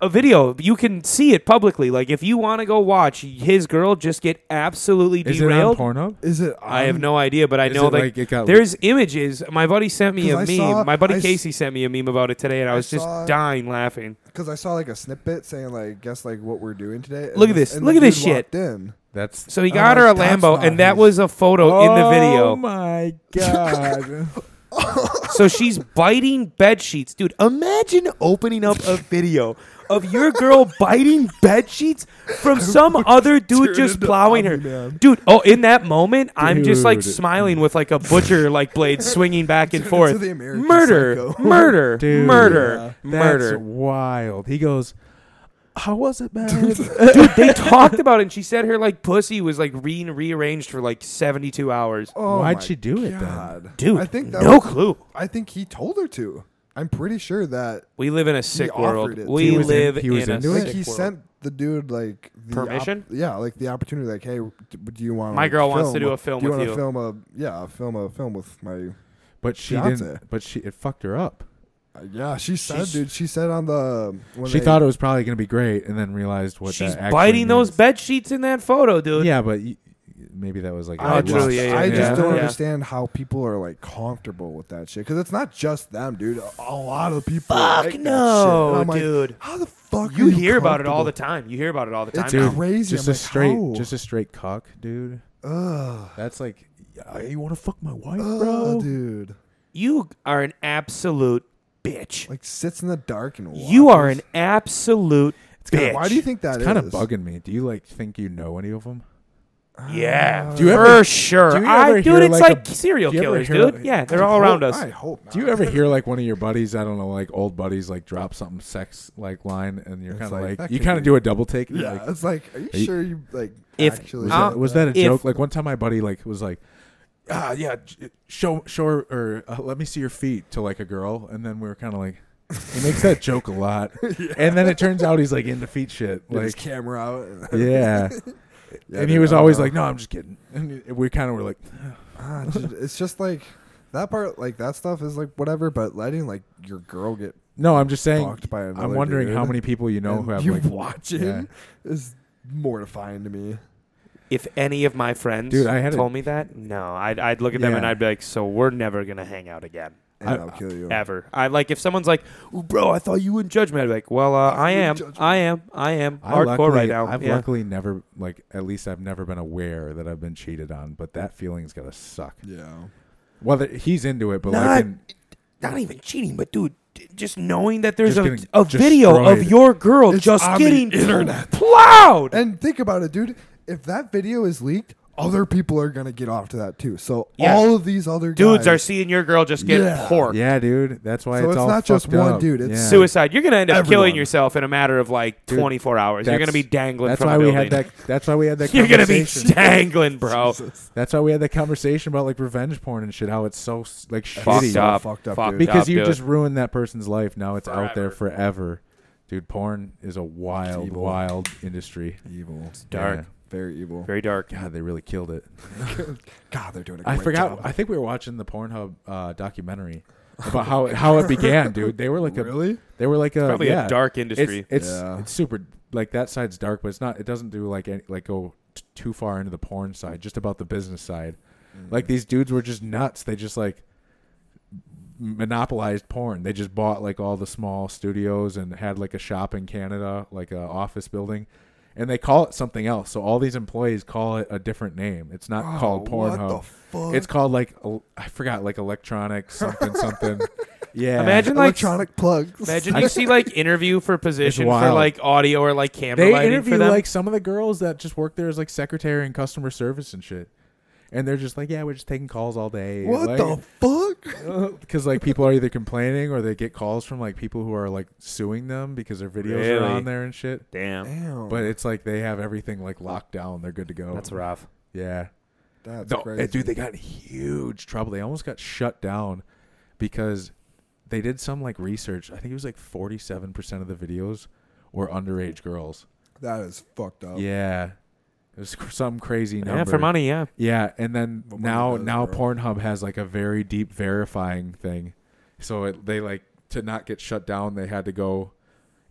[SPEAKER 3] A video you can see it publicly. Like if you want to go watch his girl just get absolutely
[SPEAKER 1] Is it on
[SPEAKER 3] derailed.
[SPEAKER 1] Pornhub?
[SPEAKER 2] Is it?
[SPEAKER 3] I have
[SPEAKER 2] on-
[SPEAKER 3] no idea, but I
[SPEAKER 1] Is
[SPEAKER 3] know
[SPEAKER 1] it
[SPEAKER 3] like,
[SPEAKER 1] like it got-
[SPEAKER 3] there's images. My buddy sent me a
[SPEAKER 2] Oh. 'Cause I
[SPEAKER 3] meme.
[SPEAKER 2] saw-
[SPEAKER 3] My buddy
[SPEAKER 2] I s-
[SPEAKER 3] Casey sent me a meme about it today, and I
[SPEAKER 2] I
[SPEAKER 3] was just
[SPEAKER 2] saw-
[SPEAKER 3] dying laughing.
[SPEAKER 2] Because I saw like a snippet saying like, guess like what we're doing today. and
[SPEAKER 3] Look at
[SPEAKER 2] the-
[SPEAKER 3] this.
[SPEAKER 2] and
[SPEAKER 3] Look
[SPEAKER 2] the
[SPEAKER 3] at this
[SPEAKER 2] dude
[SPEAKER 3] shit.
[SPEAKER 2] walked In.
[SPEAKER 1] That's
[SPEAKER 3] So he
[SPEAKER 2] I'm
[SPEAKER 3] got
[SPEAKER 2] like,
[SPEAKER 3] her a
[SPEAKER 2] Oh, "That's
[SPEAKER 3] Lambo,
[SPEAKER 2] not Um.
[SPEAKER 3] and that
[SPEAKER 2] his."
[SPEAKER 3] was a photo in the
[SPEAKER 1] Oh
[SPEAKER 2] [LAUGHS]
[SPEAKER 3] video. [LAUGHS]
[SPEAKER 1] my god!
[SPEAKER 3] So she's biting bed sheets, dude. Imagine opening up a video of
[SPEAKER 2] [LAUGHS]
[SPEAKER 3] your girl biting bed sheets from some other dude just
[SPEAKER 2] um,
[SPEAKER 3] plowing her.
[SPEAKER 2] Man.
[SPEAKER 3] Dude, oh, in that moment, I'm just like
[SPEAKER 1] Dude.
[SPEAKER 3] smiling with like a butcher like blade swinging back and
[SPEAKER 2] To
[SPEAKER 3] forth.
[SPEAKER 2] the American [LAUGHS]
[SPEAKER 3] Murder,
[SPEAKER 2] Psycho.
[SPEAKER 3] murder,
[SPEAKER 1] Dude,
[SPEAKER 3] murder,
[SPEAKER 1] That's
[SPEAKER 3] murder.
[SPEAKER 1] wild. He goes, How was it,
[SPEAKER 3] [LAUGHS]
[SPEAKER 1] man?
[SPEAKER 3] Dude, they talked about it. And she said her like pussy was like re- rearranged for like 72 hours.
[SPEAKER 2] Oh
[SPEAKER 1] Why'd
[SPEAKER 2] my
[SPEAKER 1] she do it, then?
[SPEAKER 2] God.
[SPEAKER 3] Dude,
[SPEAKER 2] I think that
[SPEAKER 3] no
[SPEAKER 2] was-
[SPEAKER 3] clue.
[SPEAKER 2] I think he told her to. I'm pretty sure that
[SPEAKER 3] We live in a sick
[SPEAKER 2] offered
[SPEAKER 3] world.
[SPEAKER 2] it to
[SPEAKER 3] We
[SPEAKER 2] him. He
[SPEAKER 1] was in-
[SPEAKER 3] live
[SPEAKER 1] he was
[SPEAKER 3] in a
[SPEAKER 1] into it?
[SPEAKER 2] like
[SPEAKER 3] sick
[SPEAKER 2] he
[SPEAKER 3] world.
[SPEAKER 2] sent the dude like the op-
[SPEAKER 3] Permission?
[SPEAKER 2] yeah, like the opportunity. Like, hey, d- do you want
[SPEAKER 3] My girl wants to do a film
[SPEAKER 2] Do you
[SPEAKER 3] with
[SPEAKER 2] wanna
[SPEAKER 3] you.
[SPEAKER 2] Film a yeah, film a film with my
[SPEAKER 1] But she
[SPEAKER 2] Beyonce.
[SPEAKER 1] didn't. But she it fucked her up.
[SPEAKER 2] uh, yeah. She said,
[SPEAKER 3] She's-
[SPEAKER 2] dude. She said on the when
[SPEAKER 1] she
[SPEAKER 2] they-
[SPEAKER 1] thought it was probably going to be great, and then realized what
[SPEAKER 3] She's
[SPEAKER 1] that actually
[SPEAKER 3] biting those
[SPEAKER 1] means.
[SPEAKER 3] bed sheets in that photo, dude.
[SPEAKER 1] Yeah, but y- maybe that was like.
[SPEAKER 2] I
[SPEAKER 1] a
[SPEAKER 2] just,
[SPEAKER 1] lust.
[SPEAKER 3] true, yeah, yeah,
[SPEAKER 2] I just
[SPEAKER 3] yeah.
[SPEAKER 2] don't
[SPEAKER 3] Yeah.
[SPEAKER 2] understand how people are like comfortable with that shit because it's not just them, dude. A a lot of people.
[SPEAKER 3] Fuck
[SPEAKER 2] like that shit.
[SPEAKER 3] no,
[SPEAKER 2] And I'm like,
[SPEAKER 3] dude.
[SPEAKER 2] How the fuck?
[SPEAKER 3] You
[SPEAKER 2] are
[SPEAKER 3] hear about it all the
[SPEAKER 2] comfortable?
[SPEAKER 3] time. You hear about it all the time.
[SPEAKER 2] It's
[SPEAKER 3] now.
[SPEAKER 2] crazy.
[SPEAKER 1] Just
[SPEAKER 2] I'm
[SPEAKER 1] a
[SPEAKER 2] like,
[SPEAKER 1] straight,
[SPEAKER 2] how?
[SPEAKER 1] just a straight cock, dude.
[SPEAKER 2] Ugh.
[SPEAKER 1] That's like, yeah, you want to fuck my wife,
[SPEAKER 2] Ugh,
[SPEAKER 1] bro?
[SPEAKER 2] dude.
[SPEAKER 3] You are an absolute bitch.
[SPEAKER 2] Like sits in the dark and watches.
[SPEAKER 3] you are an absolute bitch.
[SPEAKER 1] kinda-
[SPEAKER 2] Why do you think that
[SPEAKER 1] It's
[SPEAKER 2] is?
[SPEAKER 1] kind of bugging me. Do you like think you know any of them?
[SPEAKER 3] Yeah,
[SPEAKER 1] Do you
[SPEAKER 3] for
[SPEAKER 1] ever-
[SPEAKER 3] sure.
[SPEAKER 1] do you
[SPEAKER 3] I,
[SPEAKER 1] ever
[SPEAKER 3] dude,
[SPEAKER 1] hear,
[SPEAKER 3] it's
[SPEAKER 1] like, a-
[SPEAKER 3] like serial
[SPEAKER 1] do you ever
[SPEAKER 3] killers,
[SPEAKER 1] hear,
[SPEAKER 3] dude.
[SPEAKER 1] like-
[SPEAKER 3] Yeah, they're all around us.
[SPEAKER 2] I hope not.
[SPEAKER 1] Do [LAUGHS] you ever hear like one of your buddies, I don't know, like old buddies, like drop something sex like line, and you're
[SPEAKER 2] It's
[SPEAKER 1] kind of
[SPEAKER 2] like,
[SPEAKER 1] like,
[SPEAKER 2] that
[SPEAKER 1] you
[SPEAKER 2] could
[SPEAKER 1] kind of
[SPEAKER 2] be-
[SPEAKER 1] do a double take. and you're
[SPEAKER 2] Yeah,
[SPEAKER 1] like,
[SPEAKER 2] it's like, are you
[SPEAKER 1] Are you-
[SPEAKER 2] sure you like
[SPEAKER 3] If-
[SPEAKER 2] actually?
[SPEAKER 1] was,
[SPEAKER 3] Uh,
[SPEAKER 1] that, was that a
[SPEAKER 3] if-
[SPEAKER 1] joke? Like one time, my buddy like was like, ah, yeah, j- show, show, her, or uh, let me see your feet to like a girl, and then we were kind of like, he makes that joke a lot,
[SPEAKER 2] [LAUGHS]
[SPEAKER 1] and then it turns out he's like into feet shit,
[SPEAKER 2] Get his
[SPEAKER 1] like
[SPEAKER 2] camera
[SPEAKER 1] [LAUGHS]
[SPEAKER 2] out. [LAUGHS]
[SPEAKER 1] yeah.
[SPEAKER 2] Yeah,
[SPEAKER 1] and
[SPEAKER 2] dude,
[SPEAKER 1] he was
[SPEAKER 2] I don't
[SPEAKER 1] always
[SPEAKER 2] know.
[SPEAKER 1] like, no, I'm just kidding, and we kind of were like,
[SPEAKER 2] [LAUGHS] Ah, it's just- it's just like that part, like that stuff is like whatever. But letting like your girl get
[SPEAKER 1] no, I'm just saying.
[SPEAKER 2] fucked by another.
[SPEAKER 1] I'm wondering how
[SPEAKER 2] dude
[SPEAKER 1] many people you know
[SPEAKER 2] and
[SPEAKER 1] who have
[SPEAKER 2] you
[SPEAKER 1] [LAUGHS] like
[SPEAKER 2] watching
[SPEAKER 1] Yeah.
[SPEAKER 2] is mortifying to me.
[SPEAKER 3] If any of my friends
[SPEAKER 1] Dude, I had a-
[SPEAKER 3] told me that, no, I'd, I'd look at them
[SPEAKER 1] Yeah.
[SPEAKER 3] and I'd be like, so we're never gonna hang out again,
[SPEAKER 2] And
[SPEAKER 1] I-
[SPEAKER 2] I, will kill you.
[SPEAKER 3] ever. I like if someone's like, "Ooh, bro, I thought you wouldn't judge me. I'd be like, well, uh, I
[SPEAKER 2] You
[SPEAKER 3] am,
[SPEAKER 2] judge me.
[SPEAKER 3] I am, I am
[SPEAKER 1] I
[SPEAKER 3] hardcore
[SPEAKER 1] luckily,
[SPEAKER 3] right now.
[SPEAKER 1] I've
[SPEAKER 3] yeah.
[SPEAKER 1] luckily never like at least I've never been aware that I've been cheated on, but that feeling's gotta suck.
[SPEAKER 2] yeah.
[SPEAKER 1] Whether he's into it, but
[SPEAKER 3] Not-
[SPEAKER 1] like in,
[SPEAKER 3] Not even cheating, but dude, d- just knowing that there's
[SPEAKER 1] Just
[SPEAKER 3] a,
[SPEAKER 1] getting
[SPEAKER 3] a video of
[SPEAKER 1] destroyed.
[SPEAKER 3] your girl
[SPEAKER 2] It's
[SPEAKER 3] just
[SPEAKER 2] on the
[SPEAKER 3] getting
[SPEAKER 2] internet.
[SPEAKER 3] plowed.
[SPEAKER 2] And think about it, dude. If that video is leaked, other people are gonna get off to that too. So
[SPEAKER 3] Yeah.
[SPEAKER 2] all of these other
[SPEAKER 3] Dudes
[SPEAKER 2] guys,
[SPEAKER 3] are seeing your girl just get
[SPEAKER 2] Yeah.
[SPEAKER 3] porked.
[SPEAKER 1] yeah, dude, that's why
[SPEAKER 2] So
[SPEAKER 1] it's,
[SPEAKER 2] it's
[SPEAKER 1] all
[SPEAKER 2] not just
[SPEAKER 1] fucked
[SPEAKER 2] one
[SPEAKER 1] up.
[SPEAKER 2] dude, it's
[SPEAKER 1] Yeah.
[SPEAKER 3] Suicide. You're gonna end up killing
[SPEAKER 2] Everyone.
[SPEAKER 3] yourself in a matter of like
[SPEAKER 1] Dude,
[SPEAKER 3] 24 hours. You're
[SPEAKER 1] that's-
[SPEAKER 3] gonna be dangling.
[SPEAKER 1] That's
[SPEAKER 3] from
[SPEAKER 1] why
[SPEAKER 3] a
[SPEAKER 1] we
[SPEAKER 3] building.
[SPEAKER 1] had that. That's why we had that.
[SPEAKER 3] [LAUGHS] You're gonna be
[SPEAKER 1] conversation. [LAUGHS]
[SPEAKER 3] dangling, bro.
[SPEAKER 1] That's why we had that conversation about like revenge porn and shit. How it's so s- like
[SPEAKER 3] Fucked
[SPEAKER 1] shitty
[SPEAKER 3] up.
[SPEAKER 2] fucked up,
[SPEAKER 3] fucked
[SPEAKER 2] dude.
[SPEAKER 1] because
[SPEAKER 3] up,
[SPEAKER 1] you
[SPEAKER 3] dude.
[SPEAKER 1] just ruined that person's life. Now it's out there forever, dude. Porn is a wild,
[SPEAKER 2] evil.
[SPEAKER 1] wild industry.
[SPEAKER 2] evil,
[SPEAKER 3] dark.
[SPEAKER 2] very evil.
[SPEAKER 3] Very dark.
[SPEAKER 1] Yeah. God, they really killed it.
[SPEAKER 2] [LAUGHS] God, they're doing. A
[SPEAKER 1] I
[SPEAKER 2] great
[SPEAKER 1] forgot.
[SPEAKER 2] Job.
[SPEAKER 1] I think we were watching the Pornhub uh,
[SPEAKER 3] [LAUGHS]
[SPEAKER 1] documentary about how it, how it began, dude. They were like a
[SPEAKER 2] really?
[SPEAKER 1] they were like a
[SPEAKER 3] Probably
[SPEAKER 1] yeah.
[SPEAKER 3] a dark
[SPEAKER 1] It's
[SPEAKER 3] industry.
[SPEAKER 1] it's,
[SPEAKER 2] Yeah.
[SPEAKER 1] it's super like that side's dark, but it's not. It doesn't do like any, like go t- too far into the porn side. Just about the business side.
[SPEAKER 2] Mm.
[SPEAKER 1] Like these dudes were just nuts. They just like monopolized porn. They just bought like all the small studios and had like a shop in Canada, like a office building. And they call it something else. So all these employees call it a different name. It's not called Pornhub.
[SPEAKER 2] Oh, What the fuck?
[SPEAKER 1] It's called like el- I forgot like electronic something
[SPEAKER 2] [LAUGHS]
[SPEAKER 1] something. Yeah.
[SPEAKER 3] Imagine like
[SPEAKER 2] electronic plugs.
[SPEAKER 3] imagine you see like interview for position for
[SPEAKER 1] wild.
[SPEAKER 3] like audio or like camera
[SPEAKER 1] they
[SPEAKER 3] lighting
[SPEAKER 1] interview
[SPEAKER 3] for them.
[SPEAKER 1] like some of the girls that just work there as like secretary and customer service and shit. And they're just like, yeah, we're just taking calls all day.
[SPEAKER 2] what
[SPEAKER 1] [LAUGHS]
[SPEAKER 2] the fuck?
[SPEAKER 1] the? Because like people are either complaining or they get calls from like people who are like suing them because their videos are
[SPEAKER 3] Really?
[SPEAKER 1] on there and shit.
[SPEAKER 3] Damn,
[SPEAKER 2] Damn,
[SPEAKER 1] But it's like they have everything like locked down. They're good to go.
[SPEAKER 3] that's rough.
[SPEAKER 1] Yeah.
[SPEAKER 2] that's
[SPEAKER 1] No,
[SPEAKER 2] crazy.
[SPEAKER 1] dude, they got in huge trouble. They almost got shut down because they did some like research. I think it was like forty-seven percent of the videos were underage girls.
[SPEAKER 2] that is fucked
[SPEAKER 1] Oh.
[SPEAKER 2] up.
[SPEAKER 1] Yeah, it was [LAUGHS] cr- some crazy number.
[SPEAKER 3] Yeah, for money. Yeah,
[SPEAKER 1] Yeah, and then
[SPEAKER 2] For money
[SPEAKER 1] now
[SPEAKER 2] does,
[SPEAKER 1] now
[SPEAKER 2] bro.
[SPEAKER 1] Pornhub has like a very deep verifying thing, so it, they like to not get shut down. They had to go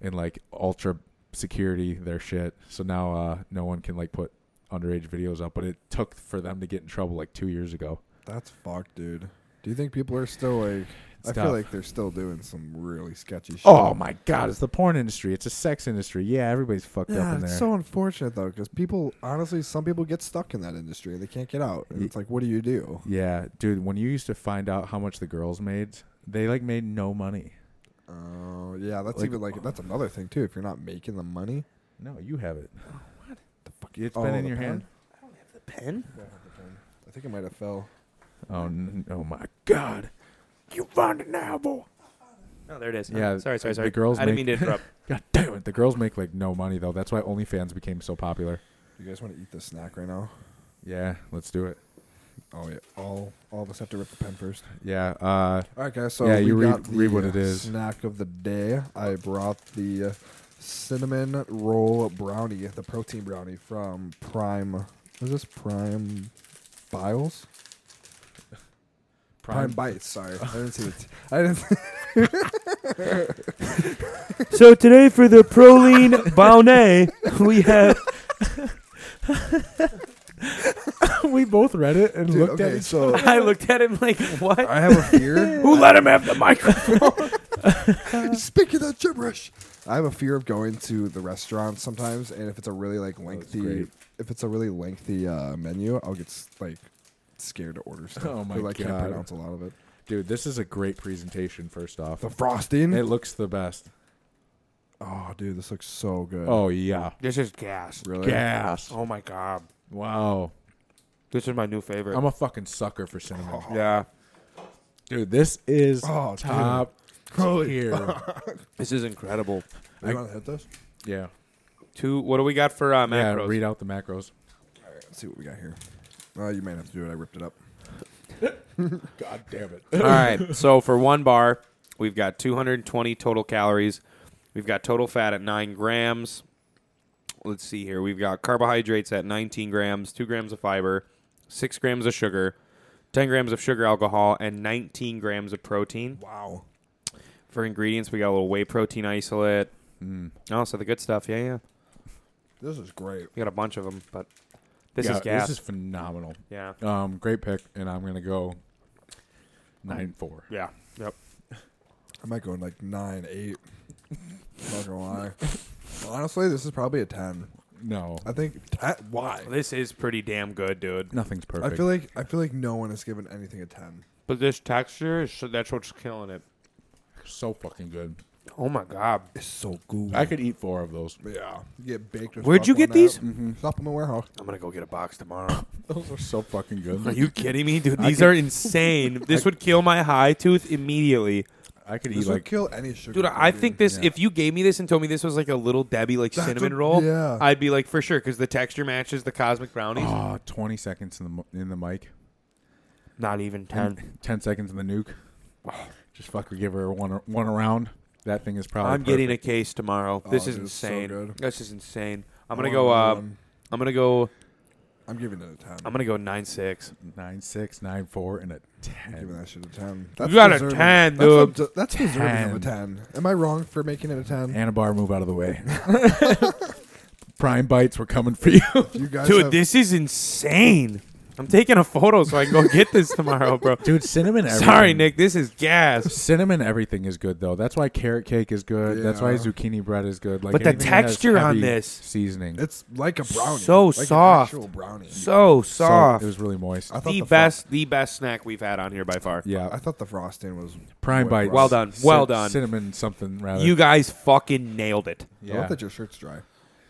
[SPEAKER 1] and like ultra security their shit. So now uh, no one can like put underage videos up. But it took for them to get in trouble like two years ago.
[SPEAKER 2] That's fucked, dude. Do you think people are still like?
[SPEAKER 1] It's
[SPEAKER 2] I
[SPEAKER 1] tough.
[SPEAKER 2] feel like they're still doing some really sketchy shit.
[SPEAKER 1] Oh my god, it's the porn industry. It's a sex industry. Yeah, everybody's fucked up
[SPEAKER 2] Yeah,
[SPEAKER 1] in there.
[SPEAKER 2] it's so unfortunate though, because people honestly, some people get stuck in that industry. They can't get out, and
[SPEAKER 1] Ye-
[SPEAKER 2] it's like, what do you do?
[SPEAKER 1] yeah, dude, when you used to find out how much the girls made, they like made no money.
[SPEAKER 2] Oh yeah, that's
[SPEAKER 1] Like-
[SPEAKER 2] even like that's another thing too. If you're not making the money,
[SPEAKER 1] No, you have it. Oh, What the fuck? It's
[SPEAKER 2] Oh,
[SPEAKER 1] been in
[SPEAKER 2] the
[SPEAKER 1] your
[SPEAKER 2] pen?
[SPEAKER 1] hand.
[SPEAKER 3] the pen.
[SPEAKER 2] I think it might have fell.
[SPEAKER 1] Oh, n- oh my god.
[SPEAKER 4] You find it now, boy.
[SPEAKER 3] Oh, there it is.
[SPEAKER 1] Yeah,
[SPEAKER 3] Oh, sorry, sorry,
[SPEAKER 1] the
[SPEAKER 3] sorry.
[SPEAKER 1] girls
[SPEAKER 3] I didn't
[SPEAKER 1] make-
[SPEAKER 3] mean to interrupt.
[SPEAKER 1] God damn it. The girls make like no money though. That's why OnlyFans became so popular.
[SPEAKER 2] You guys want to eat this snack right now?
[SPEAKER 1] Yeah, let's do it.
[SPEAKER 2] Oh yeah. All all of us have to rip the pen first.
[SPEAKER 1] Yeah. Uh,
[SPEAKER 2] All right, guys. So
[SPEAKER 1] Yeah,
[SPEAKER 2] we
[SPEAKER 1] you read-
[SPEAKER 2] got the,
[SPEAKER 1] read what
[SPEAKER 2] uh,
[SPEAKER 1] it is.
[SPEAKER 2] Snack of the day. I brought the uh, cinnamon roll brownie, the protein brownie from Prime. What is this Prime Biles? Prime, Bites. Sorry, I didn't see the. T- I didn't.
[SPEAKER 3] So today for the [LAUGHS] Proline Bonnet, we have
[SPEAKER 1] [LAUGHS] we both read it and [LAUGHS]
[SPEAKER 2] Dude,
[SPEAKER 1] looked at
[SPEAKER 2] okay,
[SPEAKER 1] it.
[SPEAKER 2] so
[SPEAKER 3] I looked at him like, what?
[SPEAKER 2] I have a
[SPEAKER 1] [LAUGHS]
[SPEAKER 2] fear. [LAUGHS]
[SPEAKER 3] Who let him have the microphone?
[SPEAKER 2] Speaking of gibberish, I have a fear of going to the restaurant sometimes, and if it's a really like lengthy,
[SPEAKER 1] great.
[SPEAKER 2] if it's a really lengthy uh, menu, I'll get s- like scared to order stuff.
[SPEAKER 1] Oh my
[SPEAKER 2] 'cause I can't
[SPEAKER 1] God.
[SPEAKER 2] pronounce a lot of it.
[SPEAKER 1] Dude, this is a great presentation. First off,
[SPEAKER 2] The frosting.
[SPEAKER 1] it looks the best.
[SPEAKER 2] oh, dude, this looks so good.
[SPEAKER 1] Oh yeah,
[SPEAKER 3] This is gas.
[SPEAKER 2] really?
[SPEAKER 1] gas.
[SPEAKER 3] Oh my god,
[SPEAKER 1] Wow,
[SPEAKER 3] this is my new favorite.
[SPEAKER 1] I'm a fucking sucker for cinnamon,
[SPEAKER 3] yeah,
[SPEAKER 1] dude. This is
[SPEAKER 2] Oh, dude.
[SPEAKER 1] top [LAUGHS] tier.
[SPEAKER 3] this is incredible.
[SPEAKER 2] You want to hit this?
[SPEAKER 1] yeah,
[SPEAKER 3] Two. What do we got for uh,
[SPEAKER 1] yeah.
[SPEAKER 3] macros?
[SPEAKER 1] Read out the macros.
[SPEAKER 2] All right, let's see what we got here. Uh, you might have to do it. I ripped it up.
[SPEAKER 1] God damn it.
[SPEAKER 3] All right. So for one bar, we've got 220 total calories. We've got total fat at nine grams. Let's see here. We've got carbohydrates at 19 grams, two grams of fiber, six grams of sugar, 10 grams of sugar alcohol, and 19 grams of protein.
[SPEAKER 2] Wow.
[SPEAKER 3] For ingredients, we got a little whey protein isolate.
[SPEAKER 1] Mm.
[SPEAKER 3] Oh, so the good stuff. Yeah, yeah.
[SPEAKER 2] This is great.
[SPEAKER 3] We got a bunch of them, but this
[SPEAKER 1] Yeah,
[SPEAKER 3] is gas.
[SPEAKER 1] This is phenomenal.
[SPEAKER 3] yeah.
[SPEAKER 1] Um, great pick, and I'm gonna go nine four.
[SPEAKER 3] Yeah. Yep.
[SPEAKER 2] I might go in like nine, eight. [LAUGHS] Not gonna lie. Honestly, this is probably a ten.
[SPEAKER 1] No,
[SPEAKER 2] I think. Ten, why?
[SPEAKER 3] This is pretty damn good, dude.
[SPEAKER 1] nothing's perfect.
[SPEAKER 2] I feel like I feel like no one has given anything a ten.
[SPEAKER 3] But this texture is that's what's killing it.
[SPEAKER 1] so fucking good.
[SPEAKER 3] Oh my god.
[SPEAKER 2] It's so good.
[SPEAKER 1] I could eat four of those.
[SPEAKER 2] yeah, you get baked. With
[SPEAKER 3] Where'd you
[SPEAKER 2] stuff
[SPEAKER 3] get
[SPEAKER 2] on
[SPEAKER 3] these?
[SPEAKER 2] That. Supplement warehouse.
[SPEAKER 3] I'm gonna go get a box [COUGHS] tomorrow.
[SPEAKER 1] [LAUGHS] Those are so fucking
[SPEAKER 3] Are
[SPEAKER 1] good.
[SPEAKER 3] you kidding me, dude?
[SPEAKER 1] I
[SPEAKER 3] These
[SPEAKER 1] could-
[SPEAKER 3] are [LAUGHS] insane. This would kill my high tooth immediately,
[SPEAKER 1] I could
[SPEAKER 2] This
[SPEAKER 1] eat
[SPEAKER 2] would
[SPEAKER 1] like
[SPEAKER 2] kill any sugar.
[SPEAKER 3] dude. I think this. If you gave me this and told me this was like a little Debbie like
[SPEAKER 2] That's
[SPEAKER 3] cinnamon
[SPEAKER 2] a-
[SPEAKER 3] roll,
[SPEAKER 2] yeah.
[SPEAKER 3] I'd be like for sure because the texture matches the cosmic brownies.
[SPEAKER 1] ah, 20 seconds in the m- in the mic,
[SPEAKER 3] [GASPS] Not even ten.
[SPEAKER 1] 10 seconds in the nuke. [SIGHS] Just fucking give her one one around. That thing is probably.
[SPEAKER 3] I'm getting a case tomorrow.
[SPEAKER 2] Oh,
[SPEAKER 3] this is
[SPEAKER 2] dude, it's so
[SPEAKER 3] insane.
[SPEAKER 2] good.
[SPEAKER 3] this is insane. I'm gonna go. Uh, I'm gonna go.
[SPEAKER 2] I'm giving it a ten.
[SPEAKER 3] I'm gonna go nine six.
[SPEAKER 1] a nine six nine four and a
[SPEAKER 2] I'm giving
[SPEAKER 1] ten.
[SPEAKER 2] that shit a ten.
[SPEAKER 3] got a
[SPEAKER 2] deserving.
[SPEAKER 3] 10,
[SPEAKER 2] That's a
[SPEAKER 3] dude.
[SPEAKER 2] de- That's, deserving of a ten. Am I wrong for making it a ten?
[SPEAKER 1] Anabar, move out of the way. [LAUGHS] Prime bites, we're coming for you.
[SPEAKER 2] You guys,
[SPEAKER 3] Dude,
[SPEAKER 2] have-
[SPEAKER 3] this is insane. I'm taking a photo so I can go get this
[SPEAKER 2] [LAUGHS]
[SPEAKER 3] tomorrow, bro.
[SPEAKER 1] Dude, [LAUGHS] cinnamon.
[SPEAKER 3] Sorry,
[SPEAKER 1] everything-
[SPEAKER 3] Nick. This is gas.
[SPEAKER 1] Cinnamon everything is good though. That's why carrot cake is good. That's why
[SPEAKER 2] Yeah.
[SPEAKER 1] zucchini bread is good. Like
[SPEAKER 3] But the
[SPEAKER 1] anything that has
[SPEAKER 3] texture on
[SPEAKER 1] heavy
[SPEAKER 3] this-
[SPEAKER 1] seasoning.
[SPEAKER 2] It's like a brownie.
[SPEAKER 3] So
[SPEAKER 2] like an
[SPEAKER 3] soft.
[SPEAKER 2] actual brownie.
[SPEAKER 1] So,
[SPEAKER 3] So soft.
[SPEAKER 1] it was really moist.
[SPEAKER 2] I thought
[SPEAKER 3] the,
[SPEAKER 2] the fro-
[SPEAKER 3] best, the best snack we've had on here by far.
[SPEAKER 1] yeah,
[SPEAKER 2] I thought the frosting was.
[SPEAKER 1] prime
[SPEAKER 2] Well
[SPEAKER 1] bites.
[SPEAKER 3] Well done. Well
[SPEAKER 1] Cin-
[SPEAKER 3] done.
[SPEAKER 1] Cinnamon something rather.
[SPEAKER 3] You guys fucking nailed it.
[SPEAKER 2] I
[SPEAKER 1] yeah.
[SPEAKER 2] love that your shirt's dry.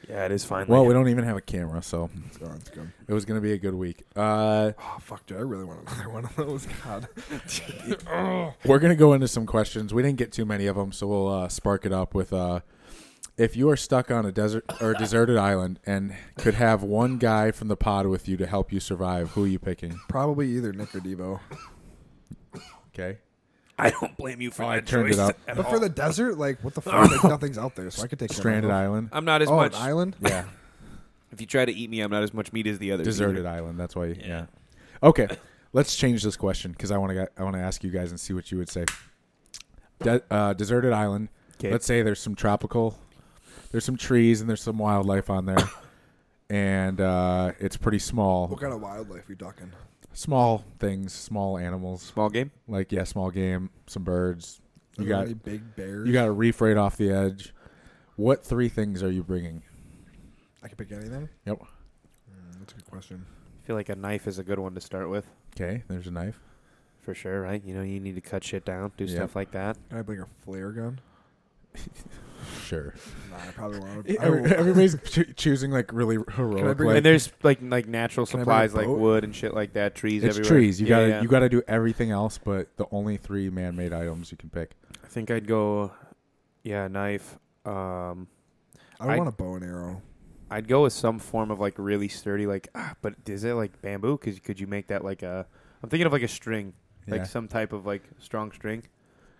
[SPEAKER 3] Yeah, it is finally.
[SPEAKER 1] Well, we don't even have a camera, so
[SPEAKER 2] It's gone. It's gone.
[SPEAKER 1] it was gonna be a good week.
[SPEAKER 2] [LAUGHS]
[SPEAKER 1] Uh,
[SPEAKER 2] Oh fuck, dude! I really want another [LAUGHS] one of those. God.
[SPEAKER 1] we're gonna go into some questions. We didn't get too many of them, so we'll uh, spark it up with. Uh, if you are stuck on a desert or deserted island and could have one guy from the pod with you to help you survive, who are you picking?
[SPEAKER 2] Probably either Nick or Devo.
[SPEAKER 1] Okay.
[SPEAKER 3] I don't blame you for
[SPEAKER 1] Oh, I
[SPEAKER 3] that
[SPEAKER 1] turned it
[SPEAKER 3] choice
[SPEAKER 1] up.
[SPEAKER 3] at
[SPEAKER 2] But
[SPEAKER 3] all.
[SPEAKER 2] for the desert, like what the fuck? like nothing's out there, so I could take
[SPEAKER 1] Stranded
[SPEAKER 2] Island.
[SPEAKER 1] island.
[SPEAKER 3] I'm not as
[SPEAKER 2] Oh,
[SPEAKER 3] much.
[SPEAKER 2] an island.
[SPEAKER 1] Yeah.
[SPEAKER 3] If you try to eat me, I'm not as much meat as the others.
[SPEAKER 1] deserted
[SPEAKER 3] either.
[SPEAKER 1] island. That's why. Yeah. Okay, let's change this question because I want to. I want to ask you guys and see what you would say. De- uh, deserted island.
[SPEAKER 3] 'Kay.
[SPEAKER 1] Let's say there's some tropical. There's some trees and there's some wildlife on there, and uh, it's pretty small.
[SPEAKER 2] What kind of wildlife you talking?
[SPEAKER 1] Small things, small animals.
[SPEAKER 3] Small game.
[SPEAKER 1] Like yeah, small game, some birds.
[SPEAKER 2] Are
[SPEAKER 1] You
[SPEAKER 2] there
[SPEAKER 1] got
[SPEAKER 2] any big bears?
[SPEAKER 1] you got a reef right off the edge. What three things are you bringing?
[SPEAKER 2] I can pick anything.
[SPEAKER 1] Yep.
[SPEAKER 2] Mm, that's a good question.
[SPEAKER 3] I feel like a knife is a good one to start with,
[SPEAKER 1] Okay, there's a knife.
[SPEAKER 3] for sure. Right? You know, you need to cut shit down, do
[SPEAKER 1] Yep.
[SPEAKER 3] stuff like that.
[SPEAKER 2] Can I bring a flare gun?
[SPEAKER 1] Sure.
[SPEAKER 2] Nah, I
[SPEAKER 1] [LAUGHS]
[SPEAKER 2] probably want to. I will- [LAUGHS]
[SPEAKER 1] Everybody's cho- choosing like really heroic.
[SPEAKER 2] bring-
[SPEAKER 1] like-
[SPEAKER 3] and there's like like natural
[SPEAKER 2] Can I bring a
[SPEAKER 3] supplies like
[SPEAKER 2] boat?
[SPEAKER 3] wood and shit like that, trees
[SPEAKER 1] It's
[SPEAKER 3] everywhere.
[SPEAKER 1] trees. You
[SPEAKER 3] Yeah,
[SPEAKER 1] gotta
[SPEAKER 3] yeah.
[SPEAKER 1] you gotta do everything else, but the only three man-made items you can pick.
[SPEAKER 3] I think I'd go, yeah, knife, um,
[SPEAKER 2] I don't
[SPEAKER 3] I-
[SPEAKER 2] want a bow and arrow.
[SPEAKER 3] I'd go with some form of like really sturdy, like ah, but is it like bamboo? Because could you make that like a? I'm thinking of like a string,
[SPEAKER 1] Yeah.
[SPEAKER 3] like some type of like strong string.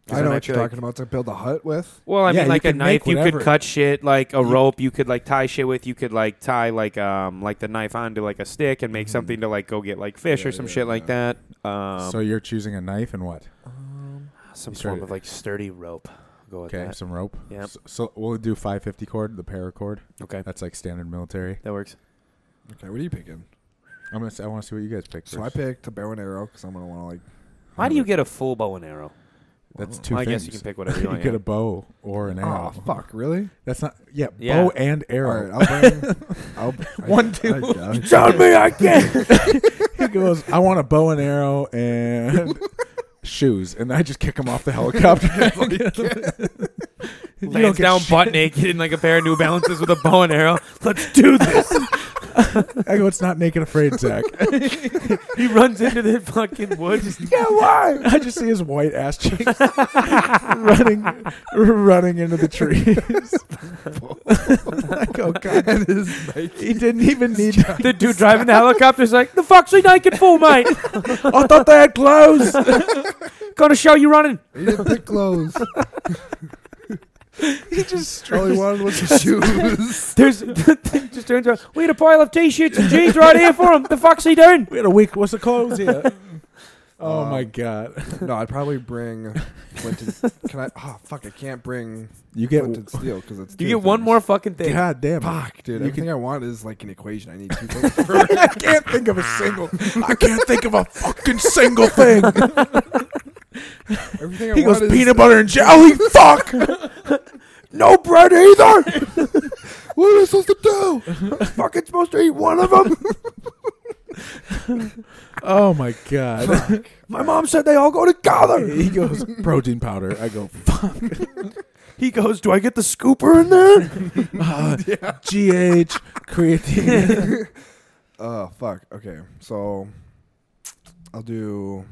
[SPEAKER 3] 'Cause
[SPEAKER 2] I know
[SPEAKER 3] then
[SPEAKER 2] what
[SPEAKER 3] feel
[SPEAKER 2] you're
[SPEAKER 3] like-
[SPEAKER 2] talking about to build a hut with.
[SPEAKER 3] Well, I
[SPEAKER 1] Yeah,
[SPEAKER 3] mean,
[SPEAKER 1] you
[SPEAKER 3] like a
[SPEAKER 1] could make
[SPEAKER 3] knife, you could
[SPEAKER 1] whatever.
[SPEAKER 3] cut shit. Like a rope, you could like tie shit with. You could like tie like um like the knife onto like a stick and make
[SPEAKER 1] Mhm.
[SPEAKER 3] something to like go get like fish
[SPEAKER 2] Yeah,
[SPEAKER 3] or some
[SPEAKER 2] yeah,
[SPEAKER 3] shit like that. Um,
[SPEAKER 1] so you're choosing a knife and what?
[SPEAKER 2] Um,
[SPEAKER 3] some
[SPEAKER 1] you
[SPEAKER 3] form
[SPEAKER 1] started-
[SPEAKER 3] of like sturdy rope. I'll go with
[SPEAKER 1] Okay,
[SPEAKER 3] that.
[SPEAKER 1] some rope.
[SPEAKER 3] Yep.
[SPEAKER 1] So, so we'll do 550 cord, the paracord.
[SPEAKER 3] Okay,
[SPEAKER 1] That's like standard military.
[SPEAKER 3] that works.
[SPEAKER 2] okay, what are you picking?
[SPEAKER 1] I'm gonna. s- I want to see what you guys pick.
[SPEAKER 2] So I
[SPEAKER 1] first.
[SPEAKER 2] picked a bow and arrow because I'm gonna want to like.
[SPEAKER 3] Why do you get a full bow and arrow?
[SPEAKER 1] That's
[SPEAKER 2] Well,
[SPEAKER 1] two
[SPEAKER 3] I
[SPEAKER 1] things.
[SPEAKER 3] guess you can pick whatever
[SPEAKER 1] [LAUGHS]
[SPEAKER 3] you, [LAUGHS]
[SPEAKER 1] You
[SPEAKER 3] want.
[SPEAKER 1] get
[SPEAKER 3] yeah.
[SPEAKER 1] a bow or an
[SPEAKER 2] Oh
[SPEAKER 1] arrow.
[SPEAKER 2] fuck! Really?
[SPEAKER 1] That's not. Yeah,
[SPEAKER 3] Yeah.
[SPEAKER 1] bow and arrow.
[SPEAKER 2] All right,
[SPEAKER 1] [LAUGHS]
[SPEAKER 2] I'll bring. I'll, One, two. I,
[SPEAKER 3] [LAUGHS]
[SPEAKER 2] guess.
[SPEAKER 4] Tell me I can't.
[SPEAKER 1] he goes, I want a bow and arrow and shoes, and I just kick him off the helicopter. [LAUGHS] You don't
[SPEAKER 3] Lands
[SPEAKER 1] get
[SPEAKER 3] down
[SPEAKER 1] shit.
[SPEAKER 3] butt naked in like a pair of New Balances with a bow and arrow. Let's do this.
[SPEAKER 1] I go, it's not naked afraid, Zach. [LAUGHS]
[SPEAKER 3] He runs into the fucking woods.
[SPEAKER 1] yeah, why? I just see his white ass cheeks running, running into the trees. [LAUGHS] I go, God,
[SPEAKER 2] And his Nike-
[SPEAKER 1] he didn't even need.
[SPEAKER 3] [LAUGHS] The dude driving the helicopter's like, the fuck's he naked for, mate?
[SPEAKER 1] I thought they had clothes.
[SPEAKER 3] Gonna show you running.
[SPEAKER 2] he didn't pick clothes.
[SPEAKER 1] [LAUGHS] he [LAUGHS] just
[SPEAKER 2] [LAUGHS] All he wanted was his shoes.
[SPEAKER 3] There's [LAUGHS] just turns around. We had a pile of t-shirts and jeans right here for him. The fuck's he doing?
[SPEAKER 1] We had a week. What's the clothes
[SPEAKER 2] [LAUGHS]
[SPEAKER 1] here? oh
[SPEAKER 2] Um,
[SPEAKER 1] my God! [LAUGHS]
[SPEAKER 2] no, I'd probably bring. Flinted, can I? Oh fuck! I can't bring
[SPEAKER 1] You get
[SPEAKER 2] flinted steel because it's. two
[SPEAKER 3] You get one
[SPEAKER 2] things.
[SPEAKER 3] more fucking thing.
[SPEAKER 1] God damn it.
[SPEAKER 2] Fuck, dude!
[SPEAKER 1] You
[SPEAKER 2] Everything
[SPEAKER 1] can-
[SPEAKER 2] I want is like an equation. I need two things. [LAUGHS]
[SPEAKER 1] I can't think of a single. I can't think of a fucking single thing.
[SPEAKER 2] Everything
[SPEAKER 1] [LAUGHS]
[SPEAKER 2] I
[SPEAKER 1] He
[SPEAKER 2] want
[SPEAKER 1] goes
[SPEAKER 2] is
[SPEAKER 1] peanut butter and jelly. Fuck.
[SPEAKER 4] No bread either.
[SPEAKER 2] What am I supposed to do?
[SPEAKER 4] Fucking supposed to eat one of them.
[SPEAKER 1] Oh my god. [LAUGHS]
[SPEAKER 4] My mom said they all go together.
[SPEAKER 1] he goes
[SPEAKER 2] [LAUGHS]
[SPEAKER 1] protein powder. I go fuck.
[SPEAKER 4] He goes, "Do I get the scooper in there?"
[SPEAKER 1] Uh, GH
[SPEAKER 2] [LAUGHS]
[SPEAKER 1] creatine.
[SPEAKER 2] Uh, fuck. Okay, so I'll do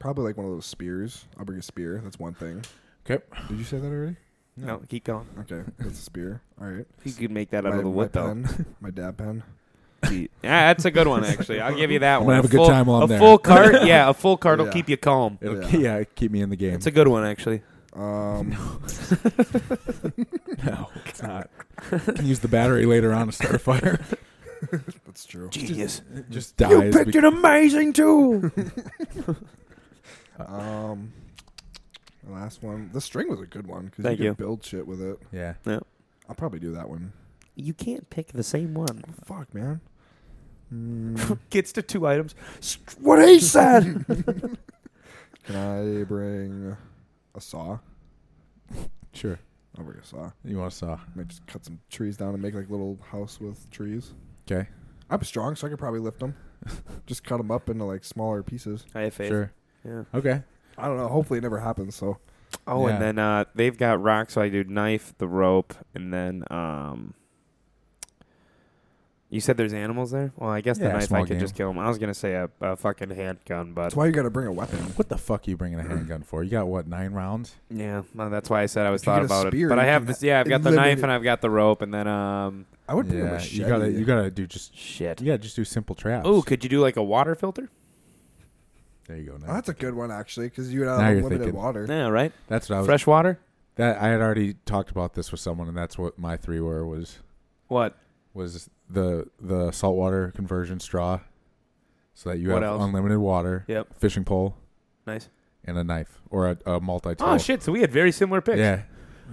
[SPEAKER 2] probably like one of those spears. I'll bring a spear. That's one thing.
[SPEAKER 1] Okay.
[SPEAKER 2] Did you say that already?
[SPEAKER 3] No, keep going.
[SPEAKER 2] Okay, that's a spear. All right.
[SPEAKER 3] You could make that out
[SPEAKER 2] My-
[SPEAKER 3] of
[SPEAKER 2] my
[SPEAKER 3] the wood, though. [LAUGHS]
[SPEAKER 2] pen, my dab pen.
[SPEAKER 3] yeah, that's a good one, actually. I'll give you that
[SPEAKER 1] I'm
[SPEAKER 3] one.
[SPEAKER 1] gonna have a good
[SPEAKER 3] full,
[SPEAKER 1] time while I'm
[SPEAKER 3] A
[SPEAKER 1] there.
[SPEAKER 3] full
[SPEAKER 4] [LAUGHS]
[SPEAKER 3] cart, yeah, a full cart will
[SPEAKER 2] Yeah.
[SPEAKER 3] keep you calm.
[SPEAKER 1] It'll,
[SPEAKER 2] Yeah.
[SPEAKER 1] yeah. keep me in the game.
[SPEAKER 3] It's a good one, actually.
[SPEAKER 2] Um,
[SPEAKER 1] [LAUGHS] no, it's
[SPEAKER 3] [LAUGHS]
[SPEAKER 1] not. Can use the battery later on to start a
[SPEAKER 2] [LAUGHS]
[SPEAKER 1] fire. [LAUGHS]
[SPEAKER 2] that's true.
[SPEAKER 4] Genius.
[SPEAKER 1] It just
[SPEAKER 4] You
[SPEAKER 1] dies.
[SPEAKER 4] picked
[SPEAKER 1] be-
[SPEAKER 4] an amazing tool.
[SPEAKER 2] Um, the last one. The string was a good one because you
[SPEAKER 3] Thank
[SPEAKER 2] could
[SPEAKER 3] you.
[SPEAKER 2] build shit with it.
[SPEAKER 1] yeah.
[SPEAKER 2] I'll probably do that one.
[SPEAKER 3] You can't pick the same one.
[SPEAKER 2] Fuck, man.
[SPEAKER 1] [LAUGHS]
[SPEAKER 2] Mm,
[SPEAKER 3] Gets to two items.
[SPEAKER 4] what he said.
[SPEAKER 2] can I bring a saw?
[SPEAKER 1] Sure.
[SPEAKER 2] I'll bring a saw.
[SPEAKER 1] You want a saw?
[SPEAKER 2] Might just cut some trees down and make like little house with trees.
[SPEAKER 1] Okay.
[SPEAKER 2] I'm strong, so I could
[SPEAKER 1] [LAUGHS]
[SPEAKER 2] probably lift them. Just cut them up into like smaller pieces.
[SPEAKER 3] [LAUGHS] I have faith.
[SPEAKER 1] Sure.
[SPEAKER 3] Yeah.
[SPEAKER 1] Okay.
[SPEAKER 2] I don't know. Hopefully, it never happens. So
[SPEAKER 3] Oh,
[SPEAKER 1] Yeah.
[SPEAKER 3] and then uh, they've got rocks. So I do knife, the rope, and then um. You said there's animals there. Well, I guess
[SPEAKER 1] Yeah,
[SPEAKER 3] the knife I
[SPEAKER 1] small
[SPEAKER 3] could just kill them. I was gonna say a, a fucking handgun, but
[SPEAKER 2] that's why you got to bring a weapon.
[SPEAKER 1] What the fuck are you bringing a handgun for? You got what? Nine rounds?
[SPEAKER 3] yeah, well, that's why I said I was
[SPEAKER 2] If you
[SPEAKER 3] thought
[SPEAKER 2] get a
[SPEAKER 3] about
[SPEAKER 2] spear,
[SPEAKER 3] it. But
[SPEAKER 2] you
[SPEAKER 3] I have
[SPEAKER 2] can
[SPEAKER 3] this. Yeah, I've got the
[SPEAKER 2] eliminate
[SPEAKER 3] knife and I've got the rope, and then um,
[SPEAKER 2] I would bring a
[SPEAKER 1] yeah.
[SPEAKER 2] machete.
[SPEAKER 1] You gotta. You gotta do just.
[SPEAKER 3] shit.
[SPEAKER 1] You gotta just do simple traps.
[SPEAKER 3] Oh, could you do like a water filter?
[SPEAKER 1] There you go.
[SPEAKER 2] Oh,
[SPEAKER 1] Now.
[SPEAKER 2] that's a good one actually, because you would have
[SPEAKER 1] Now you're
[SPEAKER 2] unlimited
[SPEAKER 1] thinking.
[SPEAKER 2] water.
[SPEAKER 3] Yeah, right.
[SPEAKER 1] That's what I was.
[SPEAKER 3] Fresh water.
[SPEAKER 1] That I had already talked about this with someone, and that's what my three were was
[SPEAKER 3] What?
[SPEAKER 1] was the the saltwater conversion straw, so that you
[SPEAKER 3] What
[SPEAKER 1] have
[SPEAKER 3] else?
[SPEAKER 1] unlimited water,
[SPEAKER 3] Yep.
[SPEAKER 1] fishing pole,
[SPEAKER 3] Nice.
[SPEAKER 1] and a knife or a, a multi tool.
[SPEAKER 3] Oh shit! So we had very similar picks.
[SPEAKER 1] Yeah,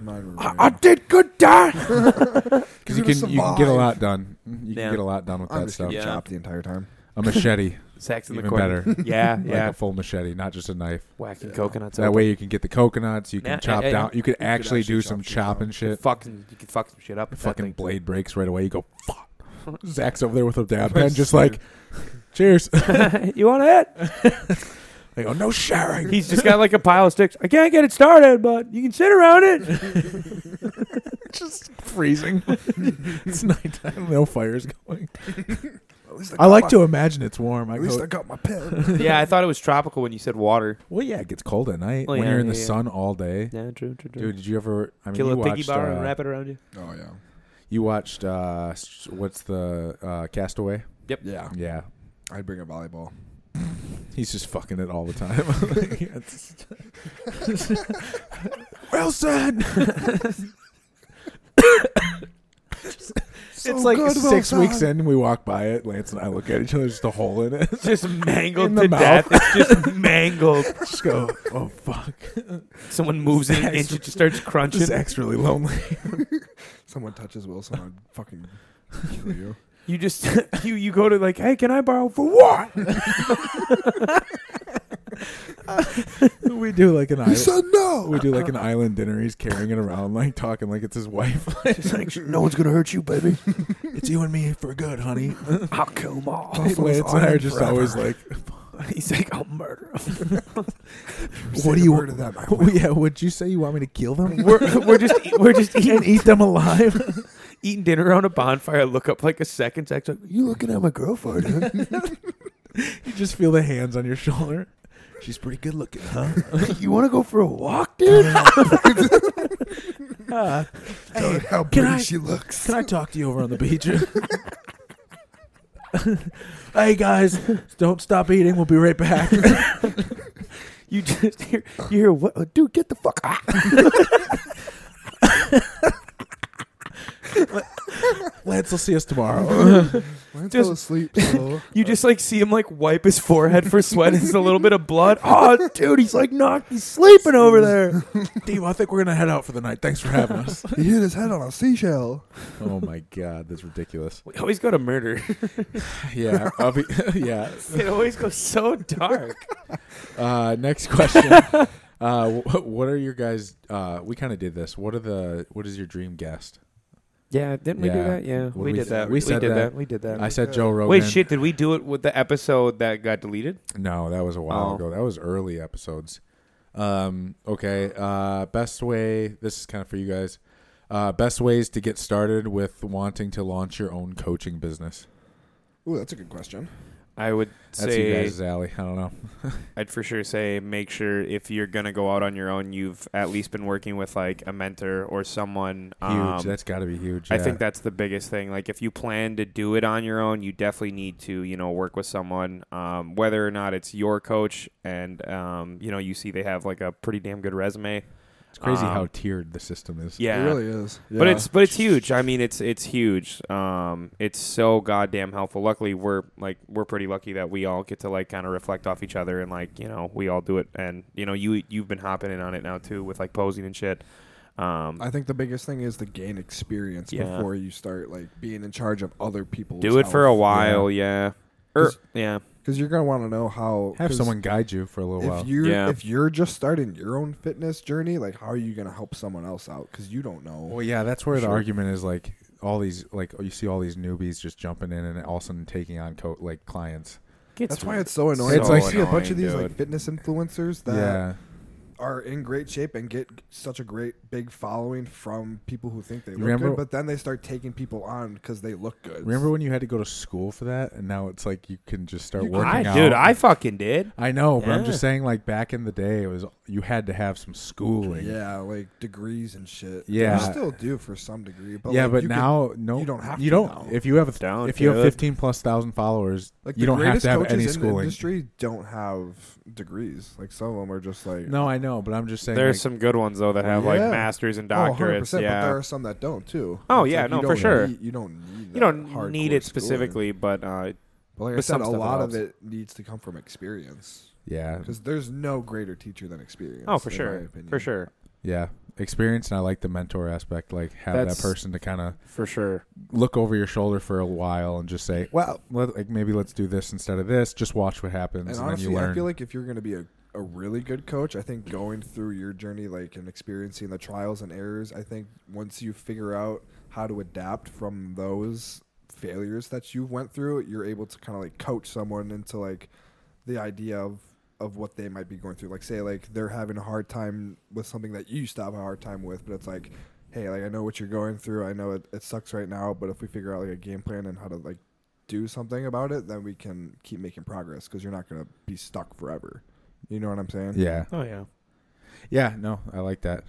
[SPEAKER 2] Mine would
[SPEAKER 4] I,
[SPEAKER 2] be-
[SPEAKER 4] I did good, Dad.
[SPEAKER 2] [LAUGHS]
[SPEAKER 3] [LAUGHS]
[SPEAKER 1] because
[SPEAKER 2] You
[SPEAKER 1] Ah, you
[SPEAKER 2] would've
[SPEAKER 1] can you can get a
[SPEAKER 2] survived.
[SPEAKER 1] lot done. You
[SPEAKER 3] Yeah.
[SPEAKER 1] can get a lot done with
[SPEAKER 2] I'm
[SPEAKER 1] that
[SPEAKER 2] just
[SPEAKER 1] stuff.
[SPEAKER 2] gonna
[SPEAKER 3] Yeah.
[SPEAKER 2] chop the entire time.
[SPEAKER 1] A
[SPEAKER 3] [LAUGHS]
[SPEAKER 1] machete,
[SPEAKER 3] Sacks in the
[SPEAKER 1] even
[SPEAKER 3] corner.
[SPEAKER 1] better.
[SPEAKER 3] [LAUGHS] Yeah,
[SPEAKER 1] Like
[SPEAKER 3] yeah.
[SPEAKER 1] a full machete, not just a knife.
[SPEAKER 3] Whacking
[SPEAKER 2] Yeah.
[SPEAKER 3] coconuts.
[SPEAKER 1] that
[SPEAKER 3] open.
[SPEAKER 1] way you can get the coconuts. You can
[SPEAKER 3] Yeah,
[SPEAKER 1] chop
[SPEAKER 3] yeah, yeah.
[SPEAKER 1] down. You can actually,
[SPEAKER 2] actually
[SPEAKER 1] do
[SPEAKER 2] chop
[SPEAKER 1] some
[SPEAKER 2] shit
[SPEAKER 1] chopping
[SPEAKER 2] down.
[SPEAKER 1] shit.
[SPEAKER 3] fucking you could fuck some shit up. with that
[SPEAKER 1] Fucking
[SPEAKER 3] thing.
[SPEAKER 1] blade breaks right away. You go
[SPEAKER 3] [LAUGHS]
[SPEAKER 1] fuck. Zach's over there with a dab pen, just like, cheers. [LAUGHS]
[SPEAKER 3] [LAUGHS]
[SPEAKER 4] you want it?
[SPEAKER 1] They go, no sharing.
[SPEAKER 3] He's just got like a pile of sticks. I can't get it started, but you can sit around [LAUGHS] it.
[SPEAKER 1] just [LAUGHS] freezing. it's nighttime. No fire's going.
[SPEAKER 2] At least
[SPEAKER 1] I like
[SPEAKER 2] got
[SPEAKER 1] to imagine it's warm. [LAUGHS]
[SPEAKER 2] My,
[SPEAKER 1] I
[SPEAKER 2] at least
[SPEAKER 1] go,
[SPEAKER 2] I got my pen.
[SPEAKER 3] yeah, I thought it was tropical when you said water.
[SPEAKER 1] well, yeah, it gets cold at night
[SPEAKER 3] Well,
[SPEAKER 1] when
[SPEAKER 3] yeah,
[SPEAKER 1] you're in the
[SPEAKER 3] yeah, yeah.
[SPEAKER 1] sun all day.
[SPEAKER 3] Yeah, true, true, true.
[SPEAKER 1] Dude, did you ever? I mean,
[SPEAKER 3] Kill
[SPEAKER 1] you
[SPEAKER 3] a piggy
[SPEAKER 1] watched.
[SPEAKER 3] bar and [LAUGHS]
[SPEAKER 1] uh,
[SPEAKER 3] wrap it around you.
[SPEAKER 2] [LAUGHS] oh yeah.
[SPEAKER 1] You watched uh, s- what's the uh, Castaway?
[SPEAKER 2] Yeah,
[SPEAKER 1] Yeah,
[SPEAKER 2] I'd bring a volleyball.
[SPEAKER 1] he's just fucking it all the time. [LAUGHS] It's- Wilson. it's like
[SPEAKER 2] good,
[SPEAKER 1] six
[SPEAKER 2] Wilson.
[SPEAKER 1] weeks in, we walk by it. Lance and I look at each other, just a hole in it.
[SPEAKER 3] just mangled
[SPEAKER 1] In the
[SPEAKER 3] to
[SPEAKER 1] mouth.
[SPEAKER 3] death. It's just mangled.
[SPEAKER 1] just go, oh [LAUGHS] fuck,
[SPEAKER 3] Someone moves it an
[SPEAKER 1] Zach's-
[SPEAKER 3] inch, it just starts crunching.
[SPEAKER 1] this act's really lonely.
[SPEAKER 2] Someone touches Wilson, I'd fucking kill you.
[SPEAKER 3] You just [LAUGHS] you you go to like, hey, can I borrow for what?
[SPEAKER 1] [LAUGHS] we do like an island.
[SPEAKER 2] no.
[SPEAKER 1] we do like [LAUGHS] an island dinner. He's carrying it around, like talking like it's his wife. [LAUGHS]
[SPEAKER 4] Just like, no one's gonna hurt you, baby.
[SPEAKER 1] it's you and me for good, honey. [LAUGHS]
[SPEAKER 4] I'll kill them all.
[SPEAKER 1] Lance and I are just always [LAUGHS] like,
[SPEAKER 3] He's like, I'll murder him.
[SPEAKER 1] what do you
[SPEAKER 2] word of that?
[SPEAKER 1] [LAUGHS]
[SPEAKER 2] I will.
[SPEAKER 1] yeah, would you say you want me to kill [LAUGHS] them?
[SPEAKER 3] We're, we're just eat- we're [LAUGHS] just eating,
[SPEAKER 1] and eat them alive? [LAUGHS]
[SPEAKER 3] eating dinner around a bonfire. I look up like a second text. Like,
[SPEAKER 4] You looking at my girlfriend? Huh?
[SPEAKER 2] [LAUGHS]
[SPEAKER 1] You just feel the hands on your shoulder. She's pretty good looking, huh?
[SPEAKER 4] You want to go for a walk, dude?
[SPEAKER 2] Tell her how
[SPEAKER 1] can
[SPEAKER 2] pretty
[SPEAKER 1] I-
[SPEAKER 2] she
[SPEAKER 1] [LAUGHS]
[SPEAKER 2] looks.
[SPEAKER 1] Can I talk to you over on the [LAUGHS] beach? hey guys, don't stop eating. We'll be right [LAUGHS] back.
[SPEAKER 3] you just hear you hear what?
[SPEAKER 4] dude, get the fuck out.
[SPEAKER 1] Lance will see us tomorrow.
[SPEAKER 2] Lance
[SPEAKER 3] Just-
[SPEAKER 2] fell asleep. So
[SPEAKER 3] You just like see him like wipe his forehead for sweat. It's a little bit of blood. [LAUGHS] Oh,
[SPEAKER 4] Dude, he's like knocked. He's sleeping over there.
[SPEAKER 1] Dave, I think we're gonna head out for the night. Thanks for having us.
[SPEAKER 2] he hit his head on a seashell.
[SPEAKER 1] [LAUGHS] oh my god, that's ridiculous.
[SPEAKER 3] [LAUGHS] we always go to [LAUGHS] murder.
[SPEAKER 1] [LAUGHS] Yeah, I'll be, yeah.
[SPEAKER 3] It always goes so dark.
[SPEAKER 1] Uh, next [LAUGHS] question. Uh, wh- what are your guys? Uh, we kind of did this. What are the? What is your dream guest?
[SPEAKER 3] Yeah, didn't
[SPEAKER 1] we do Yeah. that?
[SPEAKER 3] Yeah,
[SPEAKER 1] What we we did did- that. we We said did that. that.
[SPEAKER 3] We did
[SPEAKER 1] I said Joe Rogan.
[SPEAKER 3] Wait, shit! Did we do it with the episode that got deleted?
[SPEAKER 1] No, that was a while
[SPEAKER 3] Oh.
[SPEAKER 1] ago. That was early episodes. Um, okay. Uh, best way. This is kind of for you guys. Uh, best ways to get started with wanting to launch your own coaching business.
[SPEAKER 2] Ooh, that's a good question.
[SPEAKER 3] I would
[SPEAKER 1] That's
[SPEAKER 3] say
[SPEAKER 1] you guys' alley. I don't know.
[SPEAKER 3] I'd for sure say make sure if you're gonna go out on your own, you've at least been working with like a mentor or someone.
[SPEAKER 1] Huge.
[SPEAKER 3] um,
[SPEAKER 1] That's got to be huge.
[SPEAKER 3] I think
[SPEAKER 1] yeah.
[SPEAKER 3] that's the biggest thing. Like if you plan to do it on your own, you definitely need to you know work with someone, um, whether or not it's your coach. And um, you know you see they have like a pretty damn good resume.
[SPEAKER 1] it's crazy
[SPEAKER 3] um,
[SPEAKER 1] how tiered the system is.
[SPEAKER 3] Yeah,
[SPEAKER 2] It really is.
[SPEAKER 3] But
[SPEAKER 2] Yeah.
[SPEAKER 3] it's but it's huge. I mean, it's it's huge. Um, it's so goddamn helpful. Luckily, we're like we're pretty lucky that we all get to like kind of reflect off each other and like you know we all do it. And you know you you've been hopping in on it now too with like posing and shit. Um,
[SPEAKER 2] I think the biggest thing is to gain experience
[SPEAKER 3] Yeah.
[SPEAKER 2] before you start like being in charge of other people's.
[SPEAKER 3] do it for a
[SPEAKER 2] health.
[SPEAKER 3] while, yeah. Er,
[SPEAKER 2] 'Cause-
[SPEAKER 3] yeah,
[SPEAKER 2] because you're gonna want to know how.
[SPEAKER 1] Have
[SPEAKER 2] 'cause
[SPEAKER 1] someone guide you for a little while.
[SPEAKER 2] If you
[SPEAKER 3] Yeah.
[SPEAKER 2] are if you're just starting your own fitness journey, like how are you gonna help someone else out? Because you don't know.
[SPEAKER 1] Well, yeah, that's where the
[SPEAKER 2] Sure.
[SPEAKER 1] argument is like all these like you see all these newbies just jumping in and all of a sudden taking on co- like clients.
[SPEAKER 2] That's why it's so annoying.
[SPEAKER 1] It's
[SPEAKER 2] It's like
[SPEAKER 1] like-
[SPEAKER 2] see a bunch
[SPEAKER 3] annoying,
[SPEAKER 2] of these like
[SPEAKER 3] dude.
[SPEAKER 2] fitness influencers that
[SPEAKER 1] yeah,
[SPEAKER 2] are in great shape and get such a great big following from people who think they look
[SPEAKER 1] Remember-
[SPEAKER 2] good, but then they start taking people on because they look good.
[SPEAKER 1] remember when you had to go to school for that, and now it's like you can just start
[SPEAKER 2] You can-
[SPEAKER 1] working
[SPEAKER 3] I,
[SPEAKER 1] out.
[SPEAKER 3] dude, I fucking did.
[SPEAKER 1] I know, but I'm just
[SPEAKER 3] Yeah.
[SPEAKER 1] saying, like back in the day, it was you had to have some schooling.
[SPEAKER 2] Yeah, like degrees and shit.
[SPEAKER 1] Yeah.
[SPEAKER 2] you still do for some degree, but
[SPEAKER 1] Yeah,
[SPEAKER 2] like,
[SPEAKER 1] but
[SPEAKER 2] you could-
[SPEAKER 1] now no,
[SPEAKER 2] you don't have
[SPEAKER 1] You
[SPEAKER 2] to
[SPEAKER 1] don't.
[SPEAKER 2] now.
[SPEAKER 1] If you have a,
[SPEAKER 3] Don't,
[SPEAKER 1] if you have
[SPEAKER 3] dude.
[SPEAKER 1] 15 plus thousand followers,
[SPEAKER 2] like
[SPEAKER 1] you
[SPEAKER 2] the
[SPEAKER 1] don't have
[SPEAKER 2] greatest
[SPEAKER 1] to have
[SPEAKER 2] coaches
[SPEAKER 1] any
[SPEAKER 2] in the
[SPEAKER 1] schooling.
[SPEAKER 2] industry don't have degrees. Like some of them are just like
[SPEAKER 1] No, I know, but I'm just saying.
[SPEAKER 3] There's
[SPEAKER 1] like,
[SPEAKER 3] some good ones though that have like
[SPEAKER 2] Yeah.
[SPEAKER 3] masters and
[SPEAKER 2] Oh, 100%,
[SPEAKER 3] doctorates. yeah,
[SPEAKER 2] but there are some that don't too.
[SPEAKER 3] Oh,
[SPEAKER 2] It's
[SPEAKER 3] yeah,
[SPEAKER 2] like,
[SPEAKER 3] no,
[SPEAKER 2] you
[SPEAKER 3] for
[SPEAKER 2] don't
[SPEAKER 3] sure.
[SPEAKER 2] need- you don't need.
[SPEAKER 3] you
[SPEAKER 2] that
[SPEAKER 3] don't need
[SPEAKER 2] hardcore
[SPEAKER 3] it
[SPEAKER 2] schooling.
[SPEAKER 3] specifically, but uh,
[SPEAKER 2] But like I
[SPEAKER 3] but
[SPEAKER 2] said,
[SPEAKER 3] some
[SPEAKER 2] a
[SPEAKER 3] stuff it
[SPEAKER 2] lot of
[SPEAKER 3] helps.
[SPEAKER 2] it needs to come from experience
[SPEAKER 1] yeah,
[SPEAKER 2] because there's no greater teacher than experience.
[SPEAKER 3] oh for
[SPEAKER 2] in my
[SPEAKER 3] sure,
[SPEAKER 2] opinion.
[SPEAKER 3] for sure,
[SPEAKER 1] yeah, experience, and I like the mentor aspect. Like have
[SPEAKER 3] That's-
[SPEAKER 1] that person to kind of
[SPEAKER 3] for sure.
[SPEAKER 1] look over your shoulder for a while and just say, well, let, like maybe let's do this instead of this. Just watch what happens,
[SPEAKER 2] And
[SPEAKER 1] and,
[SPEAKER 2] honestly,
[SPEAKER 1] then you learn.
[SPEAKER 2] I feel like if you're going to be a, a really good coach, I think going through your journey, like and experiencing the trials and errors, I think once you figure out how to adapt from those failures that you went through, you're able to kind of like coach someone into like the idea of of what they might be going through. Like say like they're having a hard time with something that you used to have a hard time with, but it's like, hey, like I know what you're going through. I know it, it sucks right now, but if we figure out like a game plan and how to like do something about it, then we can keep making progress because you're not gonna be stuck forever. You know what I'm saying?
[SPEAKER 1] yeah,
[SPEAKER 3] Oh yeah.
[SPEAKER 1] yeah, no, I like that.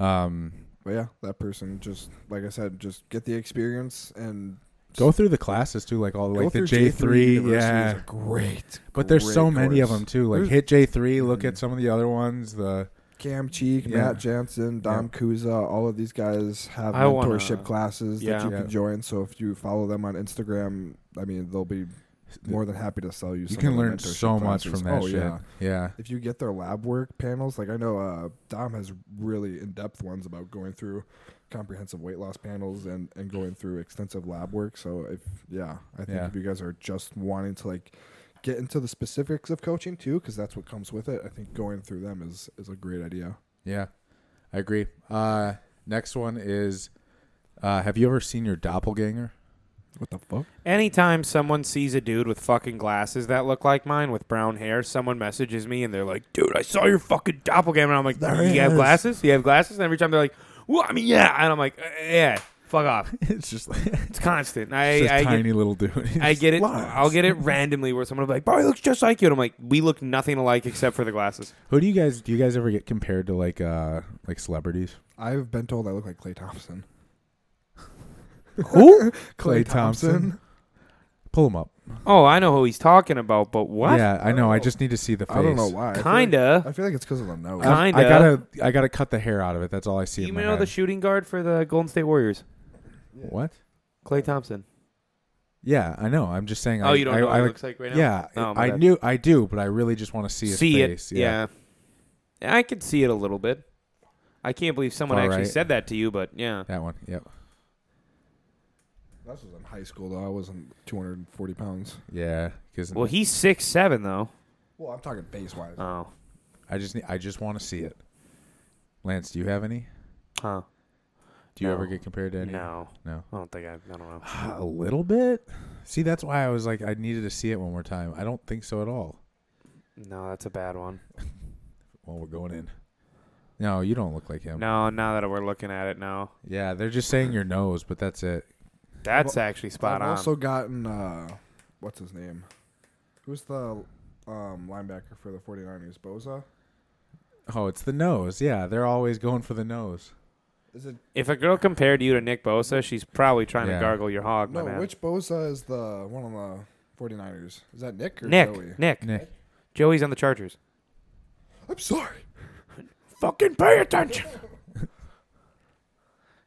[SPEAKER 1] Um,
[SPEAKER 2] But yeah, that person just like I said, just get the experience and
[SPEAKER 1] Go through the classes too, like all
[SPEAKER 2] go
[SPEAKER 1] like the
[SPEAKER 2] through
[SPEAKER 1] J three,
[SPEAKER 2] University is
[SPEAKER 1] yeah.
[SPEAKER 2] a Great,
[SPEAKER 1] But there's so
[SPEAKER 2] great
[SPEAKER 1] many of
[SPEAKER 2] course.
[SPEAKER 1] them too. Like
[SPEAKER 2] There's
[SPEAKER 1] hit J three, look
[SPEAKER 2] Mhm.
[SPEAKER 1] at some of the other ones. The
[SPEAKER 2] Cam Cheek,
[SPEAKER 1] Yeah.
[SPEAKER 2] Matt Jansen, Dom Kuza, all of these guys have
[SPEAKER 3] I wanna-
[SPEAKER 2] mentorship classes
[SPEAKER 3] Yeah.
[SPEAKER 2] that you
[SPEAKER 1] Yeah.
[SPEAKER 2] can join. So if you follow them on Instagram, I mean, they'll be more than happy to sell you.
[SPEAKER 1] you
[SPEAKER 2] some
[SPEAKER 1] can
[SPEAKER 2] of the
[SPEAKER 1] learn
[SPEAKER 2] mentorship
[SPEAKER 1] so much
[SPEAKER 2] classes.
[SPEAKER 1] from that
[SPEAKER 2] oh,
[SPEAKER 1] shit.
[SPEAKER 2] Yeah.
[SPEAKER 1] yeah.
[SPEAKER 2] If you get their lab work panels, like I know uh, Dom has really in depth ones about going through comprehensive weight loss panels and, and going through extensive lab work. So if yeah, I think
[SPEAKER 1] Yeah.
[SPEAKER 2] if you guys are just wanting to like get into the specifics of coaching too, because that's what comes with it. I think going through them is is a great idea.
[SPEAKER 1] Yeah, I agree. Uh, next one is uh, Have you ever seen your doppelganger?
[SPEAKER 2] What the fuck?
[SPEAKER 3] Anytime someone sees a dude with fucking glasses that look like mine with brown hair, someone messages me and they're like, "Dude, I saw your fucking doppelganger." And I'm like,
[SPEAKER 4] There
[SPEAKER 3] "You
[SPEAKER 4] he
[SPEAKER 3] have
[SPEAKER 4] is."
[SPEAKER 3] glasses? You have glasses?" And every time they're like, "Well, I mean, yeah," and I'm like, "Uh, "Yeah, fuck off."
[SPEAKER 1] [LAUGHS] it's just like
[SPEAKER 2] [LAUGHS]
[SPEAKER 3] It's constant.
[SPEAKER 1] it's
[SPEAKER 3] I,
[SPEAKER 1] a
[SPEAKER 3] I
[SPEAKER 1] tiny
[SPEAKER 3] get,
[SPEAKER 1] little dude.
[SPEAKER 3] I get it.
[SPEAKER 4] lies.
[SPEAKER 3] I'll get it randomly where someone will be like, "Bro, he looks just like you," and I'm like, "We look nothing alike except for the glasses."
[SPEAKER 1] Who do you guys do? You guys ever get compared to like uh like celebrities?
[SPEAKER 2] I've been told I look like Clay [LAUGHS] Thompson. [LAUGHS]
[SPEAKER 1] Who?
[SPEAKER 2] Clay Thompson.
[SPEAKER 1] Pull him up.
[SPEAKER 3] Oh, I know who he's talking about, but what?
[SPEAKER 1] Yeah, I know. I
[SPEAKER 2] Oh.
[SPEAKER 1] just need to see the face.
[SPEAKER 2] I don't know why. I feel like-
[SPEAKER 3] Kinda.
[SPEAKER 2] I feel like it's because of the nose.
[SPEAKER 1] I- I
[SPEAKER 3] Kinda.
[SPEAKER 1] gotta, I gotta cut the hair out of it. That's all I see.
[SPEAKER 3] You
[SPEAKER 1] in my
[SPEAKER 3] know the
[SPEAKER 1] head.
[SPEAKER 3] shooting guard for the Golden State Warriors,
[SPEAKER 1] what?
[SPEAKER 3] Clay Thompson.
[SPEAKER 1] Yeah, I know. I'm just saying.
[SPEAKER 3] oh,
[SPEAKER 1] I,
[SPEAKER 3] you don't
[SPEAKER 1] I,
[SPEAKER 3] know
[SPEAKER 1] I,
[SPEAKER 3] what he
[SPEAKER 1] like-
[SPEAKER 3] looks like right now.
[SPEAKER 1] Yeah,
[SPEAKER 3] Oh,
[SPEAKER 1] it-
[SPEAKER 3] my
[SPEAKER 1] I
[SPEAKER 3] bad.
[SPEAKER 1] knew. I do, but I really just want to see his
[SPEAKER 3] see
[SPEAKER 1] face.
[SPEAKER 3] it. Yeah. I could see it a little bit. I can't believe someone
[SPEAKER 1] All
[SPEAKER 3] actually
[SPEAKER 1] right.
[SPEAKER 3] said that to you, but yeah.
[SPEAKER 1] that one. Yep.
[SPEAKER 2] That was in high school though. I wasn't 240 pounds.
[SPEAKER 1] Yeah, because
[SPEAKER 3] Well, he's six seven though.
[SPEAKER 2] Well, I'm talking face wise.
[SPEAKER 3] Oh,
[SPEAKER 1] I just, need, I just want to see it. Lance, do you have any?
[SPEAKER 3] huh?
[SPEAKER 1] Do you
[SPEAKER 3] No.
[SPEAKER 1] ever get compared to any?
[SPEAKER 3] No,
[SPEAKER 1] No.
[SPEAKER 3] I don't think I. I don't know.
[SPEAKER 1] [SIGHS] A little bit. See, that's why I was like, I needed to see it one more time. I don't think so at all.
[SPEAKER 3] No, that's a bad one.
[SPEAKER 1] Well, we're going in. No, you don't look like him.
[SPEAKER 3] No, now that we're looking at it, no,
[SPEAKER 1] Yeah, they're just saying your nose, but that's it.
[SPEAKER 3] that's actually spot
[SPEAKER 2] I've
[SPEAKER 3] on.
[SPEAKER 2] also gotten uh, what's his name? Who's the um, linebacker for the 49ers? Boza.
[SPEAKER 1] Oh, it's the nose. Yeah, they're always going for the nose.
[SPEAKER 2] Is it
[SPEAKER 3] if a girl compared you to Nick Bosa, she's probably trying
[SPEAKER 1] Yeah.
[SPEAKER 3] to gargle your hog, my
[SPEAKER 2] no?
[SPEAKER 3] man.
[SPEAKER 2] Which Boza is the one on the 49ers? Is that Nick or
[SPEAKER 3] Nick,
[SPEAKER 2] Joey?
[SPEAKER 3] Nick,
[SPEAKER 1] Nick.
[SPEAKER 3] Joey's on the Chargers.
[SPEAKER 2] I'm sorry.
[SPEAKER 3] Fucking pay
[SPEAKER 1] [LAUGHS]
[SPEAKER 3] attention.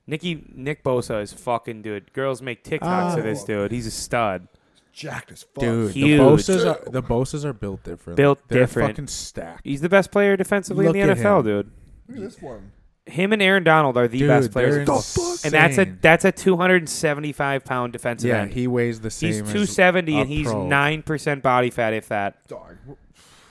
[SPEAKER 3] Nicky Nick Bosa is fucking dude. Girls make TikToks of this
[SPEAKER 2] Oh.
[SPEAKER 3] dude. He's a stud.
[SPEAKER 2] Jacked as fuck.
[SPEAKER 1] Dude,
[SPEAKER 3] Huge.
[SPEAKER 1] the Bosa's are the Bosa's are built different.
[SPEAKER 3] Built
[SPEAKER 1] they're
[SPEAKER 3] different.
[SPEAKER 1] Fucking stacked.
[SPEAKER 3] He's the best player defensively in the
[SPEAKER 1] Look at
[SPEAKER 3] NFL,
[SPEAKER 1] him.
[SPEAKER 3] dude.
[SPEAKER 2] Look at this one.
[SPEAKER 3] Him and Aaron Donald are the
[SPEAKER 1] Dude,
[SPEAKER 3] best players,
[SPEAKER 1] they're
[SPEAKER 3] in the and that's a
[SPEAKER 1] insane.
[SPEAKER 3] that's a 275 pound defensive
[SPEAKER 1] yeah.
[SPEAKER 3] end.
[SPEAKER 1] He weighs the same.
[SPEAKER 3] he's
[SPEAKER 1] as
[SPEAKER 3] 270
[SPEAKER 1] a
[SPEAKER 3] and he's
[SPEAKER 1] pro.
[SPEAKER 3] nine percent body fat, if that.
[SPEAKER 2] Dog. w-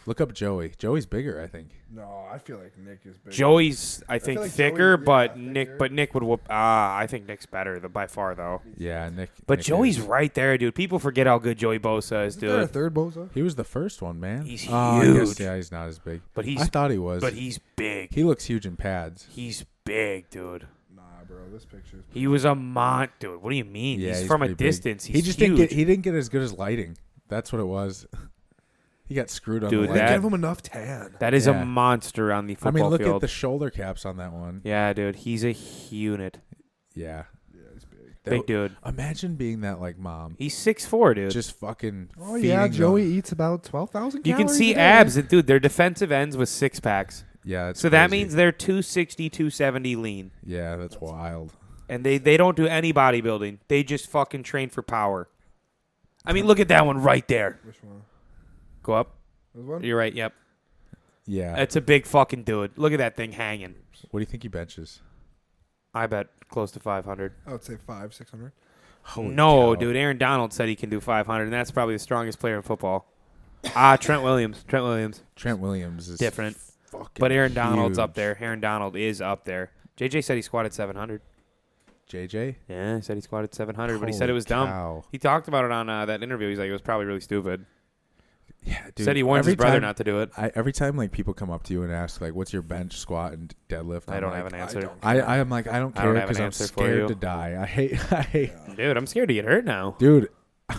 [SPEAKER 1] Look up Joey. Joey's bigger, I think.
[SPEAKER 2] No, I feel like Nick is big.
[SPEAKER 3] Joey's I think
[SPEAKER 2] feel like Joey-
[SPEAKER 3] thicker,
[SPEAKER 2] yeah,
[SPEAKER 3] but
[SPEAKER 2] thicker.
[SPEAKER 3] Nick but Nick would whoop. Ah, I think Nick's better the, by far though.
[SPEAKER 1] Yeah, Nick.
[SPEAKER 3] But
[SPEAKER 1] Nick
[SPEAKER 3] Joey's
[SPEAKER 1] is.
[SPEAKER 3] right there, dude. People forget how good Joey Bosa is,
[SPEAKER 2] Isn't there a
[SPEAKER 3] dude.
[SPEAKER 2] third Boza?
[SPEAKER 1] He was the first one, man.
[SPEAKER 3] He's
[SPEAKER 1] Oh, I guess,
[SPEAKER 3] huge.
[SPEAKER 1] yeah, he's not as big.
[SPEAKER 3] But
[SPEAKER 1] I
[SPEAKER 3] he's
[SPEAKER 1] thought he was.
[SPEAKER 3] but he's big.
[SPEAKER 1] he looks huge in pads.
[SPEAKER 3] he's big, dude.
[SPEAKER 2] Nah, bro. This picture's.
[SPEAKER 3] He was a mont, dude. What do you mean?
[SPEAKER 1] Yeah,
[SPEAKER 3] he's, from a
[SPEAKER 1] pretty big.
[SPEAKER 3] distance. He's
[SPEAKER 1] he just
[SPEAKER 3] huge.
[SPEAKER 1] didn't get. He didn't get as good as lighting. That's what it was. [LAUGHS] He got screwed on the
[SPEAKER 3] Dude,
[SPEAKER 2] They
[SPEAKER 1] lighting.
[SPEAKER 3] that-
[SPEAKER 2] gave him enough tan.
[SPEAKER 3] that is
[SPEAKER 1] Yeah.
[SPEAKER 3] a monster on the
[SPEAKER 1] I
[SPEAKER 3] football
[SPEAKER 1] mean, look
[SPEAKER 3] field.
[SPEAKER 1] at the shoulder caps on that one.
[SPEAKER 3] yeah, dude. He's a unit.
[SPEAKER 1] Yeah.
[SPEAKER 2] Yeah, he's big.
[SPEAKER 1] That
[SPEAKER 3] Big
[SPEAKER 1] w-
[SPEAKER 3] dude.
[SPEAKER 1] Imagine being that like mom,
[SPEAKER 3] He's six four, dude.
[SPEAKER 1] just fucking.
[SPEAKER 2] Oh yeah,
[SPEAKER 1] feeding them.
[SPEAKER 2] Joey eats about twelve thousand.
[SPEAKER 3] you can see abs, and dude, they're defensive ends with six packs.
[SPEAKER 1] Yeah. That's
[SPEAKER 3] So that
[SPEAKER 1] crazy.
[SPEAKER 3] means they're 260, 270 lean,
[SPEAKER 1] Yeah, that's wild.
[SPEAKER 3] and they they don't do any bodybuilding. They just fucking train for power. I mean, look at that one right there.
[SPEAKER 2] Which one?
[SPEAKER 3] Go up.
[SPEAKER 2] This one?
[SPEAKER 3] You're right. Yep.
[SPEAKER 1] Yeah.
[SPEAKER 3] That's a big fucking dude. Look at that thing hanging.
[SPEAKER 1] what do you think he benches?
[SPEAKER 3] Oh, I bet close to 500.
[SPEAKER 2] I would say five, six hundred.
[SPEAKER 1] Holy
[SPEAKER 3] no,
[SPEAKER 1] cow.
[SPEAKER 3] dude. Aaron Donald said he can do 500, and that's probably the strongest player in football. Ah, Trent Williams. Trent Williams.
[SPEAKER 1] Trent Williams is
[SPEAKER 3] Different.
[SPEAKER 1] Fucking
[SPEAKER 3] But Aaron Donald's up
[SPEAKER 1] huge.
[SPEAKER 3] there. Aaron Donald is up there. JJ said he squatted 700.
[SPEAKER 1] JJ.
[SPEAKER 3] Yeah, he said he squatted 700, but he said
[SPEAKER 1] Holy
[SPEAKER 3] it was dumb.
[SPEAKER 1] cow.
[SPEAKER 3] He talked about it on uh, that interview. He's like, it was probably really stupid.
[SPEAKER 1] Yeah, dude.
[SPEAKER 3] said he warned his
[SPEAKER 1] every
[SPEAKER 3] brother
[SPEAKER 1] time-
[SPEAKER 3] not to do it.
[SPEAKER 1] I, every time like people come up to you and ask like, "What's your bench squat and deadlift?"
[SPEAKER 3] I
[SPEAKER 1] I'm
[SPEAKER 3] don't
[SPEAKER 1] like,
[SPEAKER 3] have an answer.
[SPEAKER 1] I I am like I don't
[SPEAKER 3] I don't
[SPEAKER 1] care
[SPEAKER 3] have an
[SPEAKER 1] because I'm
[SPEAKER 3] answer for you.
[SPEAKER 1] scared to die. I hate [LAUGHS] I hate
[SPEAKER 3] Dude, I'm scared to get hurt now.
[SPEAKER 1] [LAUGHS] dude.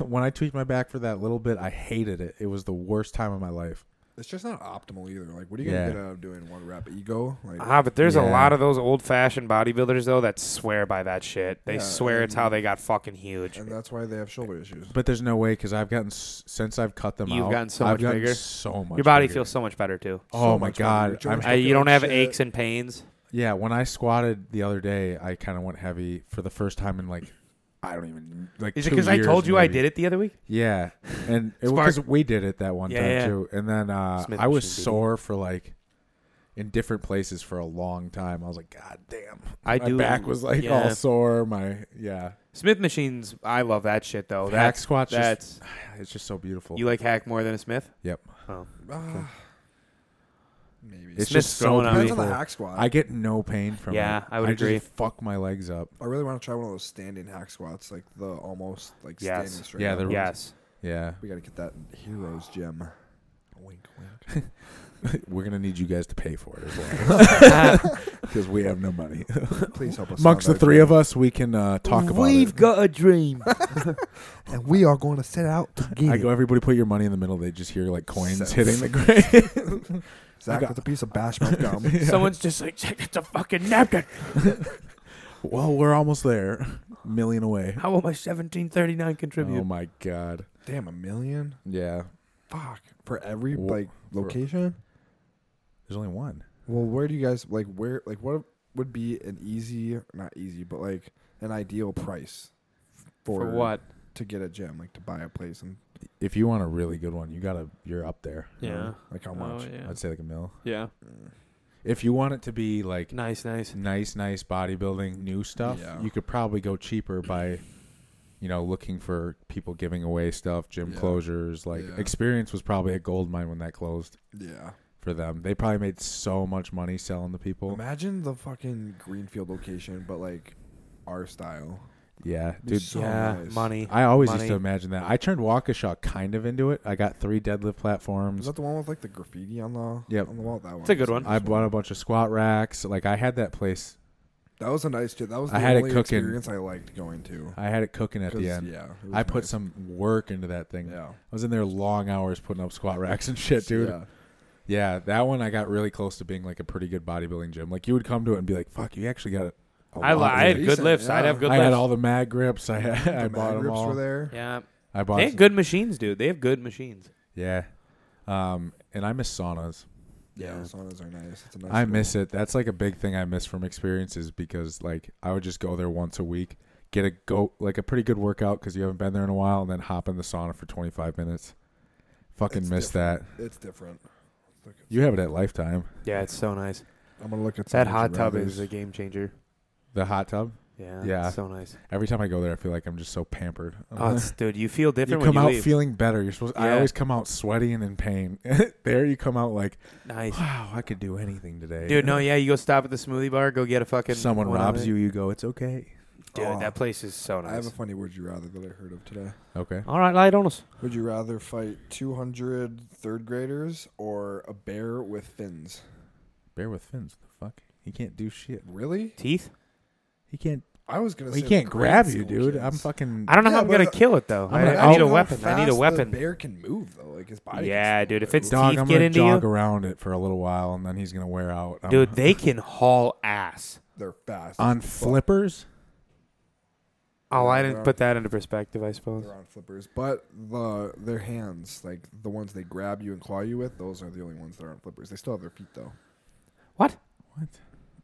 [SPEAKER 1] When I tweaked my back for that little bit, I hated it. It was the worst time of my life.
[SPEAKER 2] It's just not optimal either. Like, what are you gonna
[SPEAKER 1] Yeah.
[SPEAKER 2] get out of doing one rep? Ego? Like,
[SPEAKER 3] Ah, but there's a
[SPEAKER 1] Yeah.
[SPEAKER 3] lot of those old fashioned bodybuilders though that swear by that shit. They
[SPEAKER 2] Yeah,
[SPEAKER 3] swear it's
[SPEAKER 2] and-
[SPEAKER 3] how they got fucking huge.
[SPEAKER 2] and that's why they have shoulder issues.
[SPEAKER 1] But there's no way because I've gotten s- since I've cut them
[SPEAKER 3] You've
[SPEAKER 1] out.
[SPEAKER 3] gotten so
[SPEAKER 1] I've
[SPEAKER 3] much
[SPEAKER 1] gotten
[SPEAKER 3] bigger.
[SPEAKER 1] So much.
[SPEAKER 3] Your body
[SPEAKER 1] bigger.
[SPEAKER 3] feels so much better too.
[SPEAKER 1] Oh
[SPEAKER 2] so
[SPEAKER 1] my
[SPEAKER 2] much harder.
[SPEAKER 1] god!
[SPEAKER 2] Your
[SPEAKER 1] I'm-
[SPEAKER 2] joints
[SPEAKER 3] Uh,
[SPEAKER 2] don't
[SPEAKER 3] you
[SPEAKER 2] feel
[SPEAKER 3] don't
[SPEAKER 2] like
[SPEAKER 3] have
[SPEAKER 2] shit.
[SPEAKER 3] aches and pains.
[SPEAKER 1] yeah, when I squatted the other day, I kind of went heavy for the first time in like I don't even like.
[SPEAKER 3] Is it
[SPEAKER 1] two
[SPEAKER 3] because I
[SPEAKER 1] years,
[SPEAKER 3] told you I
[SPEAKER 1] maybe.
[SPEAKER 3] did it the other week?
[SPEAKER 1] Yeah, and it
[SPEAKER 3] Spark.
[SPEAKER 1] because we did it that one
[SPEAKER 3] Yeah,
[SPEAKER 1] time
[SPEAKER 3] yeah.
[SPEAKER 1] too, and then uh,
[SPEAKER 3] Smith
[SPEAKER 1] I was
[SPEAKER 3] machine, baby.
[SPEAKER 1] sore for like in different places for a long time. I was like, God damn!
[SPEAKER 3] I
[SPEAKER 1] my
[SPEAKER 3] do-
[SPEAKER 1] back was like
[SPEAKER 3] yeah.
[SPEAKER 1] all sore. My yeah,
[SPEAKER 3] Smith machines. I love that shit though.
[SPEAKER 1] hack
[SPEAKER 3] Oh, That's
[SPEAKER 1] squats. Just,
[SPEAKER 3] that's
[SPEAKER 1] [SIGHS] it's just so beautiful.
[SPEAKER 3] you like hack more than a Smith.
[SPEAKER 1] yep,
[SPEAKER 2] Ah, maybe.
[SPEAKER 1] it's
[SPEAKER 3] Smith's
[SPEAKER 1] just
[SPEAKER 3] growing
[SPEAKER 1] so
[SPEAKER 3] on me.
[SPEAKER 2] Depends
[SPEAKER 1] beautiful.
[SPEAKER 2] on the hack squat.
[SPEAKER 1] I get no pain from
[SPEAKER 3] Yeah,
[SPEAKER 1] it.
[SPEAKER 3] I would
[SPEAKER 1] just
[SPEAKER 3] agree.
[SPEAKER 1] fuck my legs up.
[SPEAKER 2] I really want to try one of those standing hack squats, like the almost like
[SPEAKER 3] Yes.
[SPEAKER 2] standing straight.
[SPEAKER 1] Yeah,
[SPEAKER 2] up
[SPEAKER 1] they're-
[SPEAKER 2] ones.
[SPEAKER 3] Yes. [LAUGHS]
[SPEAKER 1] Yeah, [LAUGHS]
[SPEAKER 2] We gotta get that in heroes gym. Wink, wink.
[SPEAKER 1] we're gonna need you guys to pay for it as well
[SPEAKER 3] [LAUGHS] Talk
[SPEAKER 1] because we have no money. [LAUGHS]
[SPEAKER 2] Please help us.
[SPEAKER 1] Amongst the three of us, we can uh, talk about it.
[SPEAKER 4] got a dream.
[SPEAKER 2] [LAUGHS] and we are going to set out. To
[SPEAKER 4] Get
[SPEAKER 1] I
[SPEAKER 4] it.
[SPEAKER 1] go, everybody put your money in the middle. They just hear like coins
[SPEAKER 2] Seven.
[SPEAKER 1] hitting the ground.
[SPEAKER 2] [LAUGHS] Zach
[SPEAKER 1] got-
[SPEAKER 2] with a piece of bash
[SPEAKER 1] [LAUGHS]
[SPEAKER 2] mouth gum.
[SPEAKER 3] Someone's just like, check it's a fucking napkin.
[SPEAKER 1] well, we're almost there. [LAUGHS] Million away.
[SPEAKER 3] How will my 1739 contribute?
[SPEAKER 1] Oh my god.
[SPEAKER 2] Damn, a million.
[SPEAKER 1] Yeah.
[SPEAKER 2] Fuck for every
[SPEAKER 1] Wha-
[SPEAKER 2] like
[SPEAKER 1] for-
[SPEAKER 2] location.
[SPEAKER 1] There's only one.
[SPEAKER 2] Well, where do you guys like where like what would be an easy not easy but like an ideal price for,
[SPEAKER 3] For what?
[SPEAKER 2] to get a gym like to buy a place and
[SPEAKER 1] If you want a really good one, you gotta you're up there.
[SPEAKER 3] Yeah.
[SPEAKER 2] like how much? Mm.
[SPEAKER 3] Oh, yeah.
[SPEAKER 1] I'd say like a mill.
[SPEAKER 3] yeah.
[SPEAKER 1] If you want it to be like
[SPEAKER 3] Nice, nice.
[SPEAKER 1] nice, nice bodybuilding new stuff,
[SPEAKER 2] Yeah.
[SPEAKER 1] you could probably go cheaper by you know, looking for people giving away stuff, gym
[SPEAKER 2] Yeah.
[SPEAKER 1] closures. Like
[SPEAKER 2] Yeah.
[SPEAKER 1] experience was probably a gold mine when that closed
[SPEAKER 2] Yeah.
[SPEAKER 1] for them. They probably made so much money selling to people.
[SPEAKER 2] Imagine the fucking Greenfield location, but like our style.
[SPEAKER 1] Yeah,
[SPEAKER 2] Be
[SPEAKER 1] dude.
[SPEAKER 2] so
[SPEAKER 3] yeah.
[SPEAKER 2] nice.
[SPEAKER 3] Money.
[SPEAKER 1] I always
[SPEAKER 3] money.
[SPEAKER 1] used to imagine that. I turned Waukesha kind of into it. I got three deadlift
[SPEAKER 2] Is
[SPEAKER 1] platforms.
[SPEAKER 2] that the one with like the graffiti on the
[SPEAKER 1] Yep.
[SPEAKER 2] on the wall? That one.
[SPEAKER 3] It's a good one.
[SPEAKER 1] I bought a bunch of squat racks. Like I had that place.
[SPEAKER 2] That was a nice gym. That was the
[SPEAKER 1] I had it
[SPEAKER 2] only
[SPEAKER 1] cooking.
[SPEAKER 2] experience I liked going to.
[SPEAKER 1] I had it cooking at
[SPEAKER 2] 'Cause,
[SPEAKER 1] the end.
[SPEAKER 2] Yeah. it was
[SPEAKER 1] I put
[SPEAKER 2] nice.
[SPEAKER 1] some work into that thing. I
[SPEAKER 2] Yeah.
[SPEAKER 1] was in there long hours putting up squat racks and shit, dude. [LAUGHS] Yeah.
[SPEAKER 2] Yeah.
[SPEAKER 1] that one I got really close to being like a pretty good bodybuilding gym. Like you would come to it and be like, "Fuck, you actually got it." a
[SPEAKER 3] I, li-
[SPEAKER 1] lot
[SPEAKER 3] I had
[SPEAKER 1] of-
[SPEAKER 3] good
[SPEAKER 2] Decent,
[SPEAKER 3] lifts. I'd
[SPEAKER 2] yeah.
[SPEAKER 3] have good
[SPEAKER 1] I
[SPEAKER 3] lifts.
[SPEAKER 1] had all the mag grips. I had. [LAUGHS] I
[SPEAKER 2] The
[SPEAKER 1] bought
[SPEAKER 2] mag
[SPEAKER 1] them
[SPEAKER 2] grips
[SPEAKER 1] all.
[SPEAKER 2] were there.
[SPEAKER 3] yeah.
[SPEAKER 1] I bought.
[SPEAKER 3] They had good machines, dude. They have good machines.
[SPEAKER 1] Yeah, um, and I miss saunas.
[SPEAKER 2] Yeah.
[SPEAKER 3] Yeah.
[SPEAKER 2] Those saunas are nice. It's a nice
[SPEAKER 1] I
[SPEAKER 2] little-
[SPEAKER 1] miss it. That's like a big thing I miss from experiences because like I would just go there once a week, get a go like a pretty good workout because you haven't been there in a while, and then hop in the sauna for 25 minutes. Fucking
[SPEAKER 2] It's
[SPEAKER 1] miss
[SPEAKER 2] different.
[SPEAKER 1] that.
[SPEAKER 2] It's different. Look at-
[SPEAKER 1] You have it at Lifetime.
[SPEAKER 3] Yeah, it's so nice.
[SPEAKER 2] I'm gonna look at some
[SPEAKER 3] That
[SPEAKER 2] would
[SPEAKER 3] hot
[SPEAKER 2] you
[SPEAKER 3] tub
[SPEAKER 2] rathers.
[SPEAKER 3] is a game changer.
[SPEAKER 1] The hot tub.
[SPEAKER 3] Yeah.
[SPEAKER 1] Yeah.
[SPEAKER 3] It's so nice.
[SPEAKER 1] Every time I go there, I feel like I'm just so pampered. [LAUGHS]
[SPEAKER 3] Oh, it's, dude, you feel
[SPEAKER 1] you
[SPEAKER 3] different
[SPEAKER 1] come
[SPEAKER 3] when you
[SPEAKER 1] out
[SPEAKER 3] leave.
[SPEAKER 1] feeling better. You're supposed. I
[SPEAKER 3] Yeah.
[SPEAKER 1] always come out sweaty and in pain. [LAUGHS] there, you come out like,
[SPEAKER 3] nice.
[SPEAKER 1] wow, I could do anything today.
[SPEAKER 3] Dude, no, [LAUGHS] yeah, you go stop at the smoothie bar, go get a fucking.
[SPEAKER 1] Someone
[SPEAKER 3] one of
[SPEAKER 1] robs
[SPEAKER 3] it.
[SPEAKER 1] you, you go, it's okay.
[SPEAKER 3] Dude,
[SPEAKER 2] Oh.
[SPEAKER 3] that place is so nice.
[SPEAKER 2] I have a funny would you rather that I heard of today.
[SPEAKER 1] Okay.
[SPEAKER 3] All right, light on us.
[SPEAKER 2] Would you rather fight 200 third graders or a bear with fins?
[SPEAKER 1] Bear with fins. The fuck. He can't do shit.
[SPEAKER 2] Really?
[SPEAKER 3] Teeth?
[SPEAKER 1] He can't.
[SPEAKER 2] I was gonna.
[SPEAKER 1] He
[SPEAKER 2] say the
[SPEAKER 1] can't
[SPEAKER 2] grade
[SPEAKER 1] grab you,
[SPEAKER 2] school
[SPEAKER 1] dude.
[SPEAKER 2] kids.
[SPEAKER 1] I'm fucking.
[SPEAKER 3] I don't know
[SPEAKER 2] Yeah,
[SPEAKER 3] how I'm
[SPEAKER 2] but
[SPEAKER 3] gonna
[SPEAKER 2] uh,
[SPEAKER 3] kill it though.
[SPEAKER 1] I'm
[SPEAKER 3] I,
[SPEAKER 1] gonna
[SPEAKER 3] I need
[SPEAKER 1] out-
[SPEAKER 3] a
[SPEAKER 2] how
[SPEAKER 3] weapon. I need
[SPEAKER 2] fast
[SPEAKER 3] a
[SPEAKER 2] the
[SPEAKER 3] weapon.
[SPEAKER 2] bear can move though, like his body. can
[SPEAKER 3] Yeah,
[SPEAKER 2] still
[SPEAKER 3] dude. If
[SPEAKER 2] move.
[SPEAKER 3] it's
[SPEAKER 1] Dog,
[SPEAKER 3] teeth
[SPEAKER 1] I'm
[SPEAKER 3] get
[SPEAKER 1] gonna
[SPEAKER 3] into
[SPEAKER 1] jog
[SPEAKER 3] you,
[SPEAKER 1] around it for a little while, and then he's gonna wear out. I'm-
[SPEAKER 3] dude, [LAUGHS] they can haul ass.
[SPEAKER 2] they're fast
[SPEAKER 1] on
[SPEAKER 2] as fuck.
[SPEAKER 1] flippers.
[SPEAKER 3] Oh, I didn't
[SPEAKER 2] Yeah.
[SPEAKER 3] put that into perspective. I suppose.
[SPEAKER 2] They're on flippers, but the their hands, like the ones they grab you and claw you with, those are the only ones that are on flippers. They still have their feet though.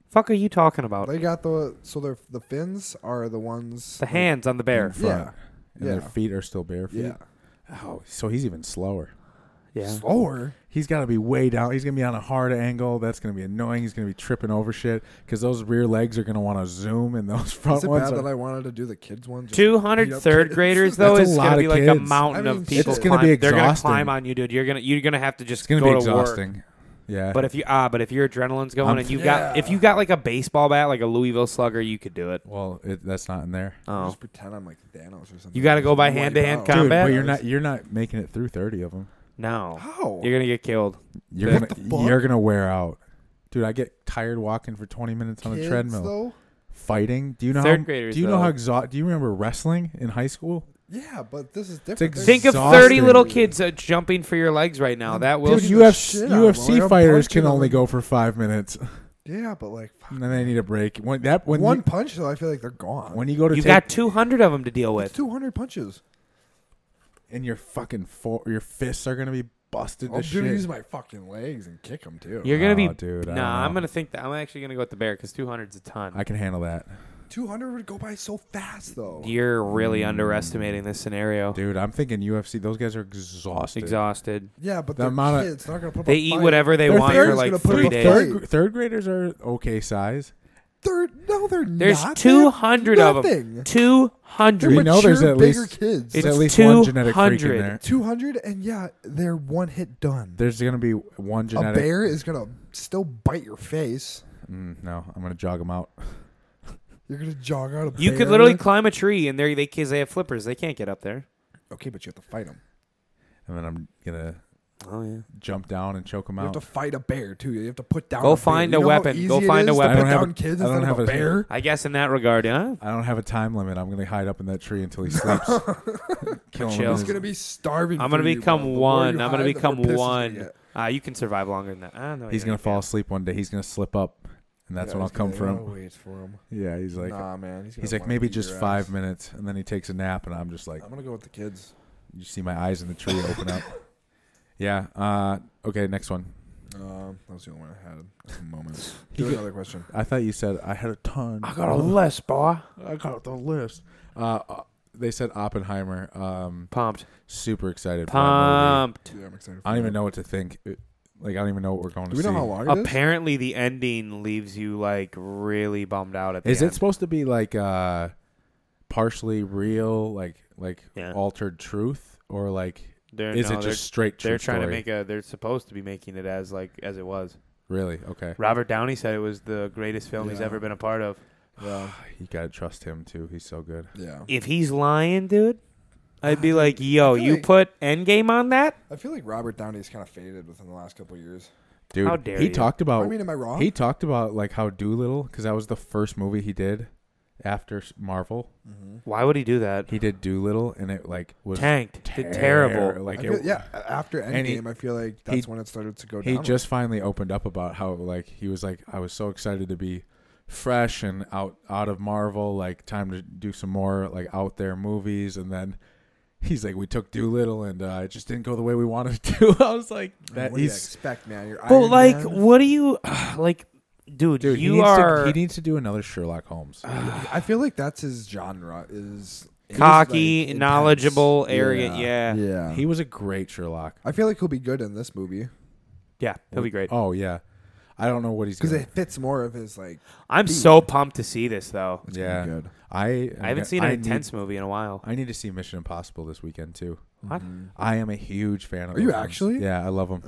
[SPEAKER 3] Fuck are you talking about?
[SPEAKER 2] They got the so their the fins are the ones.
[SPEAKER 3] Oh. the hands on the
[SPEAKER 1] in
[SPEAKER 3] bear.
[SPEAKER 1] front, and their
[SPEAKER 2] Yeah.
[SPEAKER 1] feet are still bare feet.
[SPEAKER 2] Yeah.
[SPEAKER 1] Oh, so he's even slower.
[SPEAKER 3] Yeah.
[SPEAKER 2] Slower.
[SPEAKER 1] He's got to be way down. He's gonna be on a hard angle. That's gonna be annoying. He's gonna be tripping over shit because those rear legs are gonna want to zoom, and those [LAUGHS] front
[SPEAKER 2] Is it
[SPEAKER 1] ones.
[SPEAKER 2] bad that
[SPEAKER 1] are-
[SPEAKER 2] I wanted to do the kids one? just
[SPEAKER 3] Two hundred
[SPEAKER 2] beat up
[SPEAKER 3] third
[SPEAKER 2] kids? [LAUGHS]
[SPEAKER 3] graders though
[SPEAKER 1] That's a
[SPEAKER 3] is
[SPEAKER 1] lot
[SPEAKER 3] gonna
[SPEAKER 1] of
[SPEAKER 3] be like a
[SPEAKER 1] kids.
[SPEAKER 3] mountain
[SPEAKER 2] I mean,
[SPEAKER 3] of people.
[SPEAKER 1] it's gonna be
[SPEAKER 3] climb- They're gonna
[SPEAKER 1] exhausting.
[SPEAKER 3] climb on you, dude. You're gonna you're gonna have to just
[SPEAKER 1] it's gonna
[SPEAKER 3] go
[SPEAKER 1] be
[SPEAKER 3] to work.
[SPEAKER 1] exhausting. Yeah,
[SPEAKER 3] But if you ah, but if your adrenaline's going
[SPEAKER 1] I'm-
[SPEAKER 3] and you got
[SPEAKER 2] Yeah.
[SPEAKER 3] if you got like a baseball bat, like a Louisville Slugger, you could do it.
[SPEAKER 1] well, it, that's not in there.
[SPEAKER 2] Or
[SPEAKER 3] Oh,
[SPEAKER 2] Just pretend I'm like Thanos or something.
[SPEAKER 3] You gotta
[SPEAKER 2] Just
[SPEAKER 3] go by
[SPEAKER 2] wipe
[SPEAKER 3] hand-to-hand
[SPEAKER 2] out.
[SPEAKER 3] Dude, combat?
[SPEAKER 1] Dude, but you're not. You're not making it through thirty of them.
[SPEAKER 3] no,
[SPEAKER 2] How?
[SPEAKER 3] you're gonna get killed.
[SPEAKER 1] You're
[SPEAKER 3] What
[SPEAKER 1] gonna.
[SPEAKER 2] the fuck?
[SPEAKER 1] You're gonna wear out. Dude, I get tired walking for 20 minutes on a
[SPEAKER 2] Kids,
[SPEAKER 1] treadmill.
[SPEAKER 2] Though?
[SPEAKER 1] fighting. Do you know
[SPEAKER 3] Third
[SPEAKER 1] how,
[SPEAKER 3] graders,
[SPEAKER 1] Do you know how
[SPEAKER 3] though.
[SPEAKER 1] exhaust? Do you remember wrestling in high school?
[SPEAKER 2] Yeah, but this is different. There's-
[SPEAKER 3] Think of
[SPEAKER 1] Exhausting.
[SPEAKER 3] thirty little kids uh, jumping for your legs right now. That will
[SPEAKER 1] Dude,
[SPEAKER 2] Dude, you the
[SPEAKER 1] UFC,
[SPEAKER 2] shit out of them. Like,
[SPEAKER 1] UFC
[SPEAKER 2] I'm
[SPEAKER 1] fighters
[SPEAKER 2] punching
[SPEAKER 1] can only
[SPEAKER 2] them.
[SPEAKER 1] go for five minutes, [LAUGHS]
[SPEAKER 2] yeah, but like fuck.
[SPEAKER 1] and then they need a break. When that when
[SPEAKER 2] one
[SPEAKER 1] you,
[SPEAKER 2] punch though, I feel like they're gone.
[SPEAKER 1] when you go to
[SPEAKER 3] you
[SPEAKER 1] take
[SPEAKER 3] got two hundred of them to deal with.
[SPEAKER 2] two hundred punches.
[SPEAKER 1] and your fucking for, your fists are gonna be busted
[SPEAKER 2] I'm
[SPEAKER 1] to shit.
[SPEAKER 2] gonna use Oh, my fucking legs and kick them too.
[SPEAKER 3] You're gonna be
[SPEAKER 1] Oh, dude, I don't
[SPEAKER 3] Nah, I'm
[SPEAKER 1] know.
[SPEAKER 3] gonna think that I'm actually gonna go with the bear because 200's a ton.
[SPEAKER 1] I can handle that,
[SPEAKER 2] Two hundred would go by so fast though.
[SPEAKER 3] You're really underestimating this scenario.
[SPEAKER 1] dude. I'm thinking UFC. Those guys are exhausted.
[SPEAKER 3] Exhausted.
[SPEAKER 2] Yeah, but
[SPEAKER 1] The
[SPEAKER 2] the
[SPEAKER 1] amount of-
[SPEAKER 2] kids. They're not gonna put up
[SPEAKER 3] They
[SPEAKER 2] a
[SPEAKER 3] eat
[SPEAKER 2] fight.
[SPEAKER 3] whatever they
[SPEAKER 1] Their
[SPEAKER 3] want
[SPEAKER 1] third
[SPEAKER 3] for
[SPEAKER 1] is
[SPEAKER 3] like
[SPEAKER 2] gonna put
[SPEAKER 3] three
[SPEAKER 2] up
[SPEAKER 3] days.
[SPEAKER 2] thirty.
[SPEAKER 1] Third, third graders are okay size.
[SPEAKER 2] They're no, they're
[SPEAKER 3] There's
[SPEAKER 2] not. They have
[SPEAKER 3] 200 of
[SPEAKER 2] nothing.
[SPEAKER 3] them. 200.
[SPEAKER 1] We
[SPEAKER 2] They're
[SPEAKER 1] know there's
[SPEAKER 2] mature,
[SPEAKER 1] at
[SPEAKER 2] bigger
[SPEAKER 1] least-
[SPEAKER 2] kids.
[SPEAKER 1] There's
[SPEAKER 3] It's
[SPEAKER 1] at least one genetic freak
[SPEAKER 3] 200.
[SPEAKER 1] in there.
[SPEAKER 2] two hundred, and yeah, they're one hit done.
[SPEAKER 1] There's gonna be one
[SPEAKER 2] a
[SPEAKER 1] genetic.
[SPEAKER 2] bear is gonna still bite your face.
[SPEAKER 1] Mm, no, I'm gonna jog them out.
[SPEAKER 2] You're gonna jog out a.
[SPEAKER 3] You
[SPEAKER 2] bear.
[SPEAKER 3] could literally climb a tree and they they cause they have flippers. They can't get up there.
[SPEAKER 2] Okay, but you have to fight them.
[SPEAKER 1] and then I'm gonna
[SPEAKER 3] Oh yeah.
[SPEAKER 1] jump down and choke them
[SPEAKER 2] You have
[SPEAKER 1] out.
[SPEAKER 2] to fight a bear too. You have to put down.
[SPEAKER 3] Go
[SPEAKER 2] a bear.
[SPEAKER 3] find
[SPEAKER 2] You
[SPEAKER 3] a
[SPEAKER 2] know how
[SPEAKER 3] weapon. Go
[SPEAKER 2] easy it
[SPEAKER 3] find a
[SPEAKER 2] is to
[SPEAKER 3] weapon.
[SPEAKER 1] I
[SPEAKER 2] Put
[SPEAKER 1] don't
[SPEAKER 2] down
[SPEAKER 1] have-
[SPEAKER 2] kids
[SPEAKER 1] I don't
[SPEAKER 2] instead of
[SPEAKER 1] have
[SPEAKER 2] a
[SPEAKER 1] a-
[SPEAKER 2] bear.
[SPEAKER 3] I guess in that regard, yeah.
[SPEAKER 1] I don't have a time limit. I'm gonna hide up in that tree until he
[SPEAKER 2] [LAUGHS]
[SPEAKER 1] sleeps. [LAUGHS] Kill him.
[SPEAKER 3] Chill.
[SPEAKER 1] with
[SPEAKER 2] He's gonna
[SPEAKER 1] his-
[SPEAKER 2] be starving.
[SPEAKER 3] I'm gonna
[SPEAKER 2] for you, bro.
[SPEAKER 3] become
[SPEAKER 2] The more
[SPEAKER 3] one.
[SPEAKER 2] you
[SPEAKER 3] I'm gonna
[SPEAKER 2] hide, the more
[SPEAKER 3] become
[SPEAKER 2] pissed he's gonna
[SPEAKER 3] one.
[SPEAKER 2] get.
[SPEAKER 3] Uh, you can survive longer than that. I don't know.
[SPEAKER 1] He's
[SPEAKER 3] Oh, yeah,
[SPEAKER 1] gonna
[SPEAKER 3] yeah.
[SPEAKER 1] fall asleep one day. He's gonna slip up, and that's
[SPEAKER 2] Yeah,
[SPEAKER 1] when I'll
[SPEAKER 2] he's
[SPEAKER 1] come
[SPEAKER 2] gonna-
[SPEAKER 1] for
[SPEAKER 2] I'll
[SPEAKER 1] him.
[SPEAKER 2] wait for him.
[SPEAKER 1] Yeah, he's like,
[SPEAKER 2] nah, man. He's, gonna
[SPEAKER 1] he's like
[SPEAKER 2] wanna
[SPEAKER 1] maybe
[SPEAKER 2] beat
[SPEAKER 1] just
[SPEAKER 2] your
[SPEAKER 1] five
[SPEAKER 2] ass. Oh.
[SPEAKER 1] minutes, and then he takes a nap, and I'm just like,
[SPEAKER 2] I'm gonna go with the kids.
[SPEAKER 1] you see my eyes in the
[SPEAKER 2] [LAUGHS]
[SPEAKER 1] tree open up. Yeah. Uh, okay. Next one.
[SPEAKER 2] Um, that was the only one I had at
[SPEAKER 1] [LAUGHS]
[SPEAKER 2] the moment.
[SPEAKER 1] You
[SPEAKER 2] Do
[SPEAKER 1] could-
[SPEAKER 2] another question.
[SPEAKER 1] I thought you said I had a ton.
[SPEAKER 4] list, boy.
[SPEAKER 1] I got the list. Uh, uh, they said Oppenheimer. Um,
[SPEAKER 3] pumped.
[SPEAKER 1] super excited. for that movie.
[SPEAKER 3] Pumped.
[SPEAKER 2] Yeah, I'm excited.
[SPEAKER 1] I don't even know what to think. It- like I don't even know what we're going
[SPEAKER 2] Do
[SPEAKER 1] to
[SPEAKER 2] we
[SPEAKER 1] see.
[SPEAKER 2] know how long it is?
[SPEAKER 3] Apparently, the ending leaves you like really bummed out at the
[SPEAKER 1] Is
[SPEAKER 3] end.
[SPEAKER 1] it supposed to be like uh partially real, like like
[SPEAKER 3] Yeah.
[SPEAKER 1] altered truth, or like
[SPEAKER 3] They're,
[SPEAKER 1] is
[SPEAKER 3] no,
[SPEAKER 1] it
[SPEAKER 3] they're-
[SPEAKER 1] just straight true
[SPEAKER 3] They're trying to
[SPEAKER 1] story?
[SPEAKER 3] make a. They're supposed to be making it as like as it was.
[SPEAKER 1] really okay?
[SPEAKER 3] Robert Downey said it was the greatest film he's
[SPEAKER 2] Yeah.
[SPEAKER 3] ever been a part of.
[SPEAKER 2] Yeah.
[SPEAKER 1] You gotta trust him too. He's so good.
[SPEAKER 2] yeah.
[SPEAKER 3] If he's lying, dude,
[SPEAKER 1] [SIGHS]
[SPEAKER 3] I'd be like, "Yo,
[SPEAKER 2] feel
[SPEAKER 3] you
[SPEAKER 2] like-
[SPEAKER 3] put Endgame on that?
[SPEAKER 2] I feel like Robert Downey's kind of faded within the last couple of years.
[SPEAKER 1] Dude,
[SPEAKER 3] How dare
[SPEAKER 1] he
[SPEAKER 3] you.
[SPEAKER 1] talked about
[SPEAKER 2] I mean, am I wrong?
[SPEAKER 1] Oh, he talked about like how Doolittle because that was the first movie he did after s- Marvel.
[SPEAKER 2] Mhm.
[SPEAKER 3] Why would he do that?
[SPEAKER 1] He did Doolittle, and it like was
[SPEAKER 3] Tanked.
[SPEAKER 1] ter-
[SPEAKER 3] Did terrible.
[SPEAKER 1] Like
[SPEAKER 2] I
[SPEAKER 1] it,
[SPEAKER 2] feel, yeah, a- after
[SPEAKER 1] and he-
[SPEAKER 2] Endgame, I feel like that's when it started to go
[SPEAKER 1] he
[SPEAKER 2] down.
[SPEAKER 1] just finally opened up about how like he was like I was so excited to be fresh and out out of Marvel, like time to do some more like out there movies, and then he's like we took Doolittle and uh, it just didn't go the way we wanted it to. [LAUGHS] I was like that
[SPEAKER 2] what do you
[SPEAKER 1] he's
[SPEAKER 2] expect, man? You're
[SPEAKER 3] But
[SPEAKER 2] Iron
[SPEAKER 3] like,
[SPEAKER 2] Man.
[SPEAKER 3] what do you [SIGHS] like, dude?
[SPEAKER 1] dude. he
[SPEAKER 3] you
[SPEAKER 1] needs
[SPEAKER 3] are
[SPEAKER 1] to, he needs to do another Sherlock Holmes.
[SPEAKER 2] I feel like that's his genre is is,
[SPEAKER 3] cocky,
[SPEAKER 2] like, intense.
[SPEAKER 3] knowledgeable, arrogant. Yeah,
[SPEAKER 2] yeah.
[SPEAKER 3] yeah,
[SPEAKER 1] he was a great Sherlock.
[SPEAKER 2] I feel like he'll be good in this movie
[SPEAKER 3] he'll be great.
[SPEAKER 1] Oh yeah, I don't know what he's
[SPEAKER 2] because
[SPEAKER 1] gonna.
[SPEAKER 2] it fits more of his like.
[SPEAKER 3] I'm so pumped to see this though.
[SPEAKER 2] It's gonna
[SPEAKER 1] yeah,
[SPEAKER 2] be good.
[SPEAKER 1] I
[SPEAKER 3] I haven't seen an
[SPEAKER 1] I
[SPEAKER 3] intense movie in a while.
[SPEAKER 1] Need, I need to see Mission Impossible this weekend too.
[SPEAKER 3] What?
[SPEAKER 1] I am a huge fan of.
[SPEAKER 2] Mm-hmm. Are you
[SPEAKER 1] those ones.
[SPEAKER 2] actually?
[SPEAKER 1] Yeah, I love them.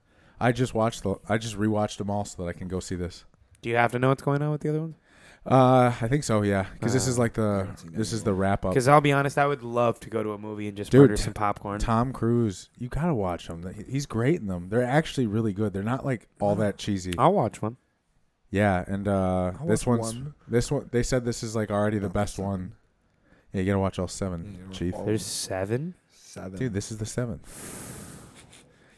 [SPEAKER 2] Uh,
[SPEAKER 1] I just watched the. I just rewatched them all so that I can go see this.
[SPEAKER 3] Do you have to know what's going on with the other ones?
[SPEAKER 1] Uh, I think so. Yeah, because this is like
[SPEAKER 2] Uh, I
[SPEAKER 1] the
[SPEAKER 2] haven't seen
[SPEAKER 1] this
[SPEAKER 2] any
[SPEAKER 1] is the wrap up.
[SPEAKER 3] Because I'll be honest, I would love to go to a movie and just
[SPEAKER 1] Oh. Dude,
[SPEAKER 3] order
[SPEAKER 1] t-
[SPEAKER 3] some popcorn.
[SPEAKER 1] Tom Cruise, you gotta watch him. He- He's great in them. They're actually really good. They're not like all that cheesy.
[SPEAKER 3] I'll watch one.
[SPEAKER 1] Yeah, and uh,
[SPEAKER 2] Uh-huh. I'll
[SPEAKER 1] this
[SPEAKER 2] watch
[SPEAKER 1] one's
[SPEAKER 2] one.
[SPEAKER 1] this one. They said this is like already the
[SPEAKER 2] Not the
[SPEAKER 1] best
[SPEAKER 2] seven.
[SPEAKER 1] one. Yeah, you gotta watch all seven,
[SPEAKER 2] Yeah,
[SPEAKER 1] Chief.
[SPEAKER 2] all-
[SPEAKER 3] There's seven.
[SPEAKER 2] seven.
[SPEAKER 1] Dude, this is the seventh.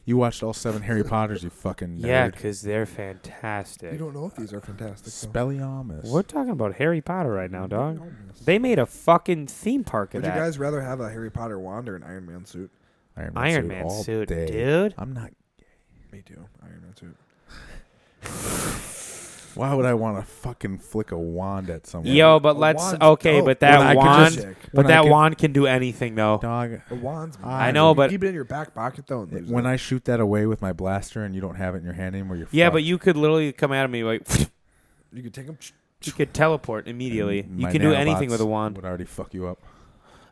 [SPEAKER 1] You watched all seven Harry Potters, you fucking nerd.
[SPEAKER 3] Yeah, because they're
[SPEAKER 2] you
[SPEAKER 3] fantastic.
[SPEAKER 2] don't know if these are fantastic. though.
[SPEAKER 1] Spelliarmus.
[SPEAKER 3] We're talking about Harry Potter right now, dog. They made a fucking theme park of
[SPEAKER 2] Would you
[SPEAKER 3] that
[SPEAKER 2] guys rather have a Harry Potter wand or an Iron Man suit?
[SPEAKER 1] Iron Man
[SPEAKER 3] Iron
[SPEAKER 1] suit
[SPEAKER 3] Man
[SPEAKER 1] all
[SPEAKER 3] suit,
[SPEAKER 1] day.
[SPEAKER 3] dude.
[SPEAKER 1] I'm not.
[SPEAKER 2] Me too. Iron Man suit.
[SPEAKER 1] Why would I want to fucking flick a wand at someone?
[SPEAKER 3] Yo, but
[SPEAKER 2] A
[SPEAKER 3] let's
[SPEAKER 2] wand's
[SPEAKER 3] okay,
[SPEAKER 2] dope.
[SPEAKER 3] but
[SPEAKER 1] When I
[SPEAKER 3] that
[SPEAKER 1] could
[SPEAKER 3] wand,
[SPEAKER 1] just-
[SPEAKER 3] but
[SPEAKER 1] when I
[SPEAKER 3] that
[SPEAKER 1] could-
[SPEAKER 3] wand can do anything though.
[SPEAKER 1] dog.
[SPEAKER 2] The wands. man.
[SPEAKER 1] I
[SPEAKER 3] know,
[SPEAKER 2] You
[SPEAKER 3] but-
[SPEAKER 2] keep it in your back pocket though. and lose
[SPEAKER 1] When
[SPEAKER 2] it.
[SPEAKER 1] I shoot that away with my blaster and you don't have it in your hand anymore, you're
[SPEAKER 3] Yeah,
[SPEAKER 1] fucked.
[SPEAKER 3] but you could literally come at me like [LAUGHS]
[SPEAKER 2] you could take them.
[SPEAKER 3] you could teleport immediately.
[SPEAKER 1] And
[SPEAKER 3] You
[SPEAKER 1] my
[SPEAKER 3] can do anything
[SPEAKER 1] nanobots
[SPEAKER 3] with a wand.
[SPEAKER 1] Would already fuck you up.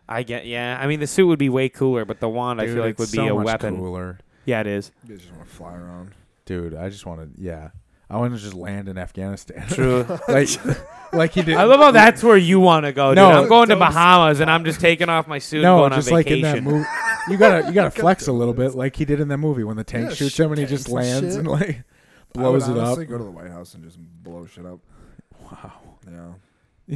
[SPEAKER 3] I get yeah. I mean, the suit would be way cooler, but the wand I
[SPEAKER 1] Dude,
[SPEAKER 3] feel like
[SPEAKER 1] it's
[SPEAKER 3] would be
[SPEAKER 1] so
[SPEAKER 3] a
[SPEAKER 1] much
[SPEAKER 3] weapon.
[SPEAKER 1] Cooler,
[SPEAKER 3] Yeah,
[SPEAKER 1] [LAUGHS]
[SPEAKER 3] it is.
[SPEAKER 2] You just want to fly around.
[SPEAKER 1] dude. I just want to. Yeah, I want to just land in Afghanistan. [LAUGHS]
[SPEAKER 3] [LAUGHS] True.
[SPEAKER 1] like, like he did.
[SPEAKER 3] I love how that's where you want to go. Dude.
[SPEAKER 1] No.
[SPEAKER 3] I'm going to
[SPEAKER 2] Don't-
[SPEAKER 3] Bahamas and I'm just taking off my suit
[SPEAKER 1] no,
[SPEAKER 3] and going
[SPEAKER 1] just
[SPEAKER 3] on
[SPEAKER 1] like
[SPEAKER 3] vacation.
[SPEAKER 1] in that movie. You gotta, you
[SPEAKER 2] [LAUGHS]
[SPEAKER 1] gotta flex a little bit, like he did in that movie when the tank
[SPEAKER 2] Yeah,
[SPEAKER 1] shoots
[SPEAKER 2] shoot
[SPEAKER 1] him and he just
[SPEAKER 2] tanks
[SPEAKER 1] lands
[SPEAKER 2] and shit.
[SPEAKER 1] and like [LAUGHS]
[SPEAKER 2] I would
[SPEAKER 1] blows it up.
[SPEAKER 2] honestly Go to the White House and just blow shit up.
[SPEAKER 1] Wow. [LAUGHS]
[SPEAKER 2] Yeah.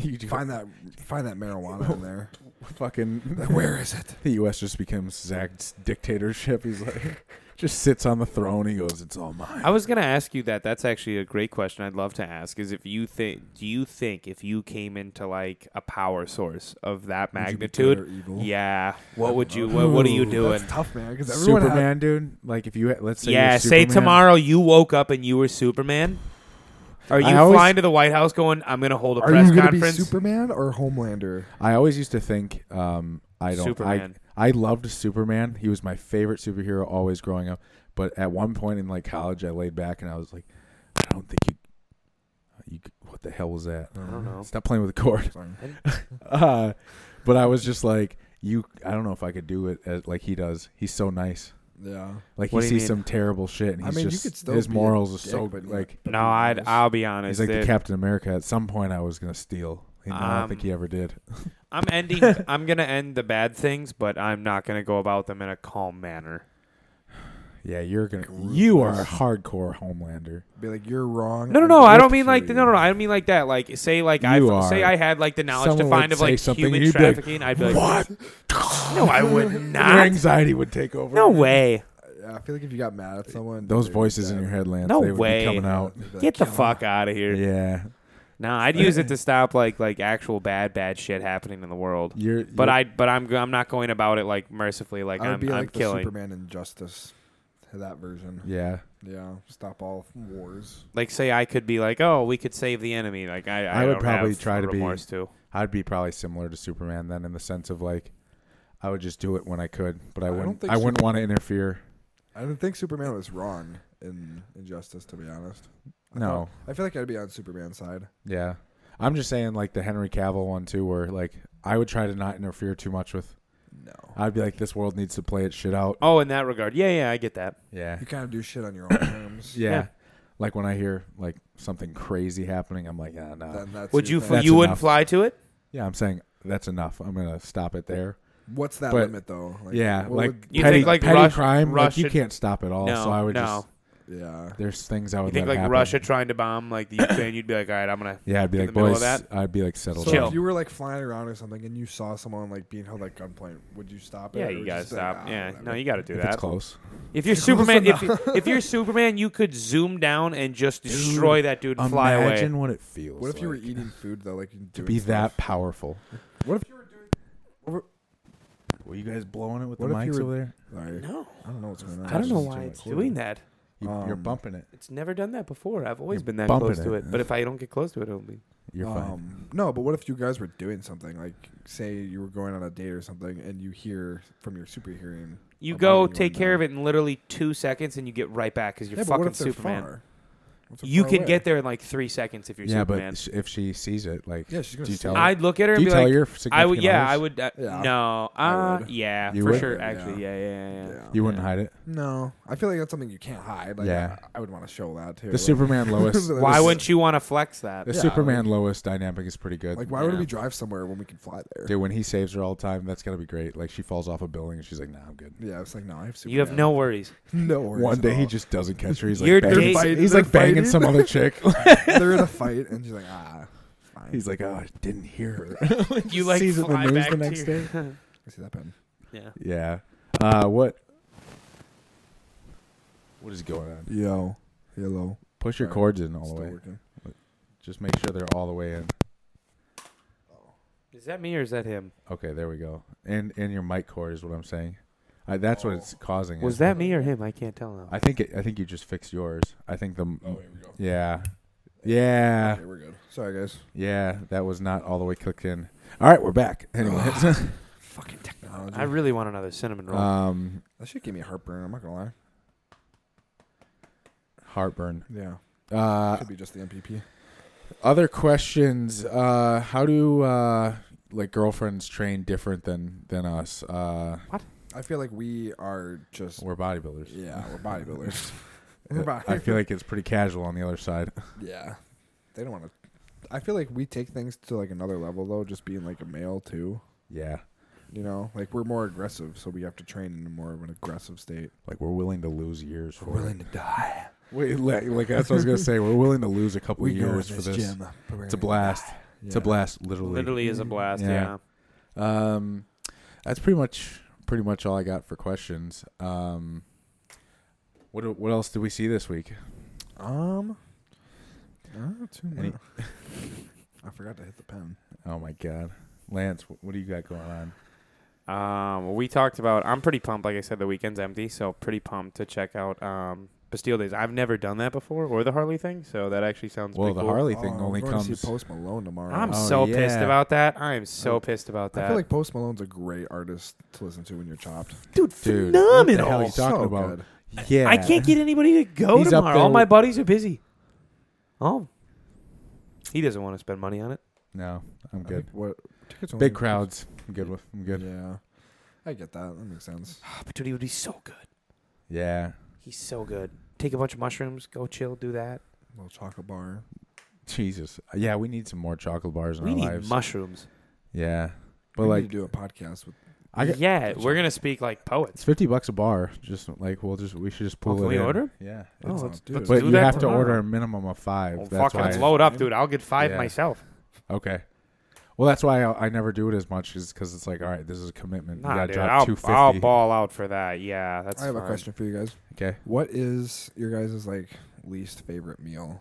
[SPEAKER 1] You just
[SPEAKER 2] Find that find that marijuana in there.
[SPEAKER 1] fucking
[SPEAKER 2] [LAUGHS] Where is it?
[SPEAKER 1] the U.S. just becomes Zach's dictatorship. He's like, [LAUGHS] just sits on the throne. He goes, "It's all mine."
[SPEAKER 3] I was going to ask you that. That's actually a great question. I'd love to ask is if you think, do you think if you came into like a power source of that
[SPEAKER 2] Would you be
[SPEAKER 3] magnitude,
[SPEAKER 2] good or evil?
[SPEAKER 3] yeah, what would you, what, what are you
[SPEAKER 1] Ooh,
[SPEAKER 3] doing?
[SPEAKER 2] That's tough, man. Because everyone
[SPEAKER 1] Superman,
[SPEAKER 2] had,
[SPEAKER 1] dude. Like if you let's say,
[SPEAKER 3] yeah,
[SPEAKER 1] you're
[SPEAKER 3] say
[SPEAKER 1] Superman.
[SPEAKER 3] tomorrow you woke up and you were Superman. Are you
[SPEAKER 1] I always-
[SPEAKER 3] flying to the White House going, I'm going to hold a
[SPEAKER 2] are
[SPEAKER 3] press
[SPEAKER 2] you going to be
[SPEAKER 3] conference?
[SPEAKER 2] Superman or Homelander?
[SPEAKER 1] I always used to think um, I don't.
[SPEAKER 3] Superman.
[SPEAKER 1] I I loved Superman. He was my favorite superhero always growing up. But at one point in like college, I laid back and I was like, I don't think you. You what the hell was that?
[SPEAKER 3] I don't know.
[SPEAKER 1] Stop playing with the cord. [LAUGHS]
[SPEAKER 2] Sorry.
[SPEAKER 1] Uh, but I was just like, you. I don't know if I could do it as, like he does. He's so nice.
[SPEAKER 2] Yeah.
[SPEAKER 1] Like
[SPEAKER 3] What
[SPEAKER 1] he
[SPEAKER 3] do you
[SPEAKER 1] sees
[SPEAKER 3] mean?
[SPEAKER 1] some terrible shit, and
[SPEAKER 2] I
[SPEAKER 1] he's
[SPEAKER 2] mean, you
[SPEAKER 1] just
[SPEAKER 2] could still
[SPEAKER 1] his
[SPEAKER 2] be a
[SPEAKER 1] morals are
[SPEAKER 2] dick,
[SPEAKER 1] so
[SPEAKER 2] but,
[SPEAKER 1] like
[SPEAKER 2] like,
[SPEAKER 3] No, I'd, I'll be
[SPEAKER 1] he's
[SPEAKER 3] honest.
[SPEAKER 1] like the
[SPEAKER 3] dude.
[SPEAKER 1] Captain America. At some point, I was gonna steal. And I don't
[SPEAKER 3] Um,
[SPEAKER 1] think he ever did.
[SPEAKER 3] I'm
[SPEAKER 2] [LAUGHS]
[SPEAKER 3] ending. I'm gonna end the bad things, but I'm not gonna go about them in a calm manner.
[SPEAKER 1] Yeah, you're gonna.
[SPEAKER 2] Groot
[SPEAKER 1] You are a
[SPEAKER 2] was-
[SPEAKER 1] hardcore Homelander.
[SPEAKER 2] Be like, you're wrong.
[SPEAKER 3] No, no,
[SPEAKER 2] I'm
[SPEAKER 3] no. I
[SPEAKER 2] with
[SPEAKER 3] don't mean like
[SPEAKER 2] you."
[SPEAKER 3] no, no, no. I don't mean like that. Like say like I
[SPEAKER 1] You
[SPEAKER 3] say
[SPEAKER 1] are.
[SPEAKER 3] I had like the knowledge
[SPEAKER 1] Someone
[SPEAKER 3] to find
[SPEAKER 1] would
[SPEAKER 3] of
[SPEAKER 1] say
[SPEAKER 3] like
[SPEAKER 1] something,
[SPEAKER 3] human
[SPEAKER 1] you'd be like,
[SPEAKER 3] trafficking. I'd be like,
[SPEAKER 1] What?
[SPEAKER 3] No, I
[SPEAKER 1] [LAUGHS]
[SPEAKER 3] would
[SPEAKER 1] Your
[SPEAKER 3] not.
[SPEAKER 1] anxiety would take over.
[SPEAKER 3] No way.
[SPEAKER 2] Yeah, I feel like if you got mad at someone,
[SPEAKER 1] Those
[SPEAKER 2] they'd
[SPEAKER 1] voices in
[SPEAKER 2] stab
[SPEAKER 1] your head, Lance.
[SPEAKER 3] No
[SPEAKER 1] they would
[SPEAKER 3] way.
[SPEAKER 1] Be coming out.
[SPEAKER 2] you. They'd be like,
[SPEAKER 3] Get the
[SPEAKER 2] "Kill him."
[SPEAKER 3] fuck out of here.
[SPEAKER 1] Yeah.
[SPEAKER 3] No, I'd use it to stop like like actual bad bad shit happening in the world.
[SPEAKER 1] You're.
[SPEAKER 3] But
[SPEAKER 1] you're-
[SPEAKER 3] I but I'm go- I'm not going about it like mercifully like
[SPEAKER 2] I would
[SPEAKER 3] I'm
[SPEAKER 2] be
[SPEAKER 3] I'm
[SPEAKER 2] like the
[SPEAKER 3] killing.
[SPEAKER 2] Superman Injustice, to that version.
[SPEAKER 1] Yeah.
[SPEAKER 2] Yeah, stop all wars.
[SPEAKER 3] Like say I could be like, "Oh, we could save the enemy." Like I I,
[SPEAKER 1] I would
[SPEAKER 3] don't
[SPEAKER 1] probably
[SPEAKER 3] have
[SPEAKER 1] try to be-
[SPEAKER 3] remorse too.
[SPEAKER 1] I'd be probably similar to Superman then, in the sense of like, I would just do it when I could, but I
[SPEAKER 2] don't
[SPEAKER 1] wouldn't.
[SPEAKER 2] think
[SPEAKER 1] I wouldn't want to interfere.
[SPEAKER 2] I didn't think Superman was wrong in Injustice, to be honest. I
[SPEAKER 1] No.
[SPEAKER 2] thought- I feel like I'd be on Superman's side.
[SPEAKER 1] Yeah. I'm just saying like the Henry Cavill one too where like I would try to not interfere too much with
[SPEAKER 2] No,
[SPEAKER 1] I'd be like this world needs to play its shit out.
[SPEAKER 3] Oh, in that regard. Yeah, yeah, I get that.
[SPEAKER 1] Yeah.
[SPEAKER 2] you kind of do shit
[SPEAKER 1] [COUGHS]
[SPEAKER 2] on your own terms.
[SPEAKER 1] Yeah.
[SPEAKER 3] Yeah.
[SPEAKER 1] Like when I hear like something crazy happening, I'm like, yeah, no.
[SPEAKER 2] Then that's
[SPEAKER 3] Would
[SPEAKER 2] your
[SPEAKER 3] you fl-
[SPEAKER 2] thing.
[SPEAKER 1] That's
[SPEAKER 3] you wouldn't
[SPEAKER 1] enough.
[SPEAKER 3] fly to it?
[SPEAKER 1] yeah, I'm saying that's enough. I'm gonna stop it there.
[SPEAKER 2] What's that
[SPEAKER 1] but-
[SPEAKER 2] limit though? Like,
[SPEAKER 1] yeah,
[SPEAKER 2] what
[SPEAKER 1] like
[SPEAKER 3] You
[SPEAKER 1] petty,
[SPEAKER 3] think, like,
[SPEAKER 1] petty
[SPEAKER 3] Rush-
[SPEAKER 1] crime, like you
[SPEAKER 3] Russian-
[SPEAKER 1] can't stop it all.
[SPEAKER 3] no,
[SPEAKER 1] so I would
[SPEAKER 3] no.
[SPEAKER 1] just
[SPEAKER 2] would, yeah.
[SPEAKER 1] there's things I
[SPEAKER 3] you
[SPEAKER 1] would
[SPEAKER 3] think
[SPEAKER 1] let
[SPEAKER 3] like
[SPEAKER 1] happen.
[SPEAKER 3] Russia trying to bomb like the Ukraine? You'd be like, all right, I'm gonna.
[SPEAKER 1] Yeah, I'd be
[SPEAKER 3] in
[SPEAKER 1] like
[SPEAKER 3] the middle
[SPEAKER 1] boys.
[SPEAKER 3] of that?
[SPEAKER 1] I'd be like settle
[SPEAKER 2] So
[SPEAKER 3] Chill.
[SPEAKER 1] down.
[SPEAKER 2] if you were like flying around or something and you saw someone like being held at gunpoint, would you stop it?
[SPEAKER 3] Yeah,
[SPEAKER 2] or
[SPEAKER 3] you
[SPEAKER 2] would
[SPEAKER 3] gotta
[SPEAKER 2] just be like,
[SPEAKER 3] stop.
[SPEAKER 2] "Ah,
[SPEAKER 3] yeah,
[SPEAKER 2] whatever."
[SPEAKER 3] no, you gotta do
[SPEAKER 1] If
[SPEAKER 3] that.
[SPEAKER 1] it's close.
[SPEAKER 3] If you're Superman, if, you, if you're Superman, you could zoom down and just destroy that dude and fly
[SPEAKER 1] Imagine
[SPEAKER 3] away.
[SPEAKER 1] what it feels.
[SPEAKER 2] What if you were
[SPEAKER 1] like
[SPEAKER 2] eating food though? Like
[SPEAKER 1] to be that powerful?
[SPEAKER 2] What if you were doing?
[SPEAKER 1] Were you guys blowing it with
[SPEAKER 2] What
[SPEAKER 1] the
[SPEAKER 2] if you
[SPEAKER 1] mics
[SPEAKER 2] were-
[SPEAKER 1] over there?
[SPEAKER 2] Sorry,
[SPEAKER 3] No,
[SPEAKER 2] I don't know what's going on.
[SPEAKER 3] I don't know
[SPEAKER 2] It's
[SPEAKER 3] why
[SPEAKER 2] too
[SPEAKER 3] it's
[SPEAKER 2] much.
[SPEAKER 3] doing that.
[SPEAKER 1] You, you're
[SPEAKER 2] Um,
[SPEAKER 1] bumping it.
[SPEAKER 3] It's never done that before. I've always
[SPEAKER 1] You're
[SPEAKER 3] been that
[SPEAKER 1] bumping
[SPEAKER 3] close to
[SPEAKER 1] it.
[SPEAKER 3] it. But if I don't get close to it, it'll be.
[SPEAKER 1] You're fine.
[SPEAKER 2] Um, no, but what if you guys were doing something like, say, you were going on a date or something, and you hear from your super hearing?
[SPEAKER 3] You
[SPEAKER 2] about
[SPEAKER 3] go
[SPEAKER 2] anyone
[SPEAKER 3] take care
[SPEAKER 2] now.
[SPEAKER 3] of it in literally two seconds, and you get right back because you're
[SPEAKER 2] yeah, but what
[SPEAKER 3] fucking
[SPEAKER 2] if they're
[SPEAKER 3] Superman.
[SPEAKER 2] far? What if they're
[SPEAKER 3] You
[SPEAKER 2] far
[SPEAKER 3] can
[SPEAKER 2] away?
[SPEAKER 3] get there in like three seconds if you're
[SPEAKER 1] yeah,
[SPEAKER 3] Superman.
[SPEAKER 1] but sh- if she sees it, like,
[SPEAKER 2] Yeah, she's gonna
[SPEAKER 1] do you
[SPEAKER 2] see
[SPEAKER 1] tell?
[SPEAKER 2] it.
[SPEAKER 1] her?
[SPEAKER 3] I'd look at her
[SPEAKER 1] do
[SPEAKER 3] and
[SPEAKER 1] you
[SPEAKER 3] be
[SPEAKER 1] tell
[SPEAKER 3] like,
[SPEAKER 1] your
[SPEAKER 3] I
[SPEAKER 1] significant
[SPEAKER 3] would. Yeah,
[SPEAKER 1] others?
[SPEAKER 3] I would. Uh,
[SPEAKER 2] Yeah.
[SPEAKER 3] No.
[SPEAKER 2] I
[SPEAKER 3] Uh,
[SPEAKER 2] would.
[SPEAKER 3] yeah,
[SPEAKER 1] You
[SPEAKER 3] for
[SPEAKER 1] would?
[SPEAKER 3] sure.
[SPEAKER 2] Yeah.
[SPEAKER 3] Actually, yeah, yeah, yeah. yeah.
[SPEAKER 2] Yeah.
[SPEAKER 1] You wouldn't hide it.
[SPEAKER 2] No, I feel like that's something you can't hide. Like,
[SPEAKER 1] Yeah.
[SPEAKER 2] I, I would want to show that too.
[SPEAKER 1] The
[SPEAKER 2] like, [LAUGHS]
[SPEAKER 1] Superman Lois,
[SPEAKER 2] Why
[SPEAKER 1] the
[SPEAKER 3] Why
[SPEAKER 2] This-
[SPEAKER 3] wouldn't you want to flex that?
[SPEAKER 2] Yeah,
[SPEAKER 1] Superman Lois dynamic is pretty good.
[SPEAKER 2] Like, why
[SPEAKER 3] Yeah.
[SPEAKER 2] would we drive somewhere when we can fly there?
[SPEAKER 1] Dude, when he saves her all the time, that's gotta be great. Like she falls off a building and she's like, "Nah, I'm good."
[SPEAKER 2] Yeah, it's like no, I have Superman.
[SPEAKER 3] You
[SPEAKER 2] [LAUGHS]
[SPEAKER 3] have
[SPEAKER 1] [LAUGHS]
[SPEAKER 3] no worries.
[SPEAKER 2] no. Worries
[SPEAKER 1] One
[SPEAKER 2] at
[SPEAKER 1] day he
[SPEAKER 2] all.
[SPEAKER 1] just doesn't catch her. He's
[SPEAKER 3] You're
[SPEAKER 1] like, banging,
[SPEAKER 3] dating-
[SPEAKER 1] he's like
[SPEAKER 2] they're
[SPEAKER 1] banging some
[SPEAKER 2] fighting.
[SPEAKER 1] other
[SPEAKER 2] [LAUGHS]
[SPEAKER 1] chick.
[SPEAKER 2] they're in a fight, and she's like, ah, it's fine.
[SPEAKER 1] he's like, "Oh, I didn't hear her."
[SPEAKER 3] You like
[SPEAKER 1] Sees it in the
[SPEAKER 3] fly
[SPEAKER 1] news
[SPEAKER 3] back
[SPEAKER 1] the next
[SPEAKER 3] to your,
[SPEAKER 2] I see that pen.
[SPEAKER 3] [LAUGHS] Yeah.
[SPEAKER 1] yeah. Uh, what? What is going on?
[SPEAKER 2] Yo, hello.
[SPEAKER 1] Push your
[SPEAKER 2] Sorry.
[SPEAKER 1] cords in all the
[SPEAKER 2] Still
[SPEAKER 1] way.
[SPEAKER 2] working.
[SPEAKER 1] Just make sure they're all the way in.
[SPEAKER 3] Is that me or is that him?
[SPEAKER 1] Okay, there we go. And and your mic cord is what I'm saying. I, that's what it's causing.
[SPEAKER 3] Was
[SPEAKER 1] it.
[SPEAKER 3] that me or him? I can't tell now.
[SPEAKER 1] I think it, I think you just fixed yours. I think the
[SPEAKER 2] Oh, here we go.
[SPEAKER 1] yeah, yeah,
[SPEAKER 2] Okay, we're good. Sorry, guys.
[SPEAKER 1] yeah. That was not all the way clicked in. All right, we're [SIGHS] back. Anyways,
[SPEAKER 2] Fucking technology.
[SPEAKER 3] I really want another cinnamon roll.
[SPEAKER 1] [LAUGHS] um,
[SPEAKER 2] that shit gave me heartburn. I'm not gonna lie.
[SPEAKER 1] heartburn.
[SPEAKER 2] Yeah,
[SPEAKER 1] Uh,
[SPEAKER 2] could be just the MPP.
[SPEAKER 1] other questions. Uh, how do uh like girlfriends train different than than us? Uh,
[SPEAKER 2] I feel like we are just
[SPEAKER 1] we're bodybuilders. [LAUGHS]
[SPEAKER 2] yeah, we're bodybuilders. [LAUGHS] we're
[SPEAKER 1] Uh, I feel like it's pretty casual on the other side. [LAUGHS]
[SPEAKER 2] yeah, they don't want to. I feel like we take things to like another level though, just being like a male too.
[SPEAKER 1] Yeah,
[SPEAKER 2] You know, like we're more aggressive, so we have to train in more of an aggressive state.
[SPEAKER 1] like we're willing to lose years for it.
[SPEAKER 2] to die. [LAUGHS]
[SPEAKER 1] Wait, like, like that's what I was gonna say. We're willing to lose a couple years for this.
[SPEAKER 2] It's
[SPEAKER 1] It's a blast. It's a blast, literally.
[SPEAKER 3] Literally is a blast.
[SPEAKER 1] Yeah.
[SPEAKER 3] Yeah.
[SPEAKER 1] Um, that's pretty much pretty much all I got for questions. Um, what do- what else did we see this week?
[SPEAKER 2] Um, uh, too
[SPEAKER 1] Any-
[SPEAKER 2] much. [LAUGHS] I forgot to hit the pen.
[SPEAKER 1] Oh my God, Lance, wh- what do you got going on?
[SPEAKER 3] Um, well, we talked about. I'm pretty pumped. Like I said, the weekend's empty, so pretty pumped to check out um, Bastille Days. I've never done that before, or the Harley thing, so that actually sounds.
[SPEAKER 1] well,
[SPEAKER 3] pretty
[SPEAKER 1] the
[SPEAKER 3] cool.
[SPEAKER 1] Harley thing
[SPEAKER 2] Oh,
[SPEAKER 1] only
[SPEAKER 2] I'm going to
[SPEAKER 1] comes.
[SPEAKER 2] see Post Malone tomorrow. Uh,
[SPEAKER 3] I'm
[SPEAKER 1] Oh,
[SPEAKER 3] so pissed
[SPEAKER 1] yeah.
[SPEAKER 3] about that. I am so pissed about that.
[SPEAKER 2] I feel like Post Malone's a great artist to listen to when you're chopped. Oh,
[SPEAKER 4] Dude,
[SPEAKER 1] Dude, what the
[SPEAKER 4] phenomenal.
[SPEAKER 1] hell are you talking
[SPEAKER 2] So
[SPEAKER 1] about?
[SPEAKER 2] good.
[SPEAKER 1] Yeah,
[SPEAKER 3] I can't get anybody to go
[SPEAKER 1] He's up
[SPEAKER 3] tomorrow. All
[SPEAKER 1] there-
[SPEAKER 3] my buddies are busy. Oh, he doesn't want to spend money on it.
[SPEAKER 1] No, I'm
[SPEAKER 2] I
[SPEAKER 1] good.
[SPEAKER 2] think What tickets only-
[SPEAKER 1] Big crowds. I'm good with. I'm good.
[SPEAKER 2] Yeah, I get that. That makes sense.
[SPEAKER 3] Oh, but dude, he would be so good.
[SPEAKER 1] Yeah.
[SPEAKER 3] He's so good. Take a bunch of mushrooms, go chill, do that.
[SPEAKER 2] little chocolate bar.
[SPEAKER 1] Jesus. Yeah, we need some more chocolate bars in
[SPEAKER 3] we
[SPEAKER 1] our
[SPEAKER 3] need
[SPEAKER 1] lives.
[SPEAKER 3] mushrooms.
[SPEAKER 1] yeah, but
[SPEAKER 2] we
[SPEAKER 1] like
[SPEAKER 2] need to do a podcast with.
[SPEAKER 1] I got,
[SPEAKER 3] yeah, we're gonna speak like
[SPEAKER 1] it's
[SPEAKER 3] poets.
[SPEAKER 1] fifty bucks a bar. Just like we'll just we should just pull
[SPEAKER 3] can
[SPEAKER 1] it.
[SPEAKER 3] we
[SPEAKER 1] in.
[SPEAKER 3] order?
[SPEAKER 1] Yeah.
[SPEAKER 3] Oh,
[SPEAKER 2] It's-
[SPEAKER 3] let's,
[SPEAKER 2] dude.
[SPEAKER 3] let's
[SPEAKER 1] but
[SPEAKER 3] do
[SPEAKER 1] you
[SPEAKER 3] that
[SPEAKER 1] have to
[SPEAKER 3] tomorrow.
[SPEAKER 1] order a minimum of five.
[SPEAKER 3] Well,
[SPEAKER 1] That's
[SPEAKER 3] fuck, let's
[SPEAKER 1] why.
[SPEAKER 2] low.
[SPEAKER 3] load up, dude. I'll get five
[SPEAKER 1] Yeah.
[SPEAKER 3] myself.
[SPEAKER 1] Okay. Well, that's why I, I never do it as much, is because it's like, all right, this is a commitment.
[SPEAKER 3] Nah,
[SPEAKER 1] you gotta
[SPEAKER 3] dude,
[SPEAKER 1] drop
[SPEAKER 3] I'll,
[SPEAKER 1] two fifty.
[SPEAKER 3] I'll ball out for that. Yeah, that's.
[SPEAKER 2] I have a
[SPEAKER 3] fine.
[SPEAKER 2] question for you guys.
[SPEAKER 1] Okay.
[SPEAKER 2] What is your guys' like least favorite meal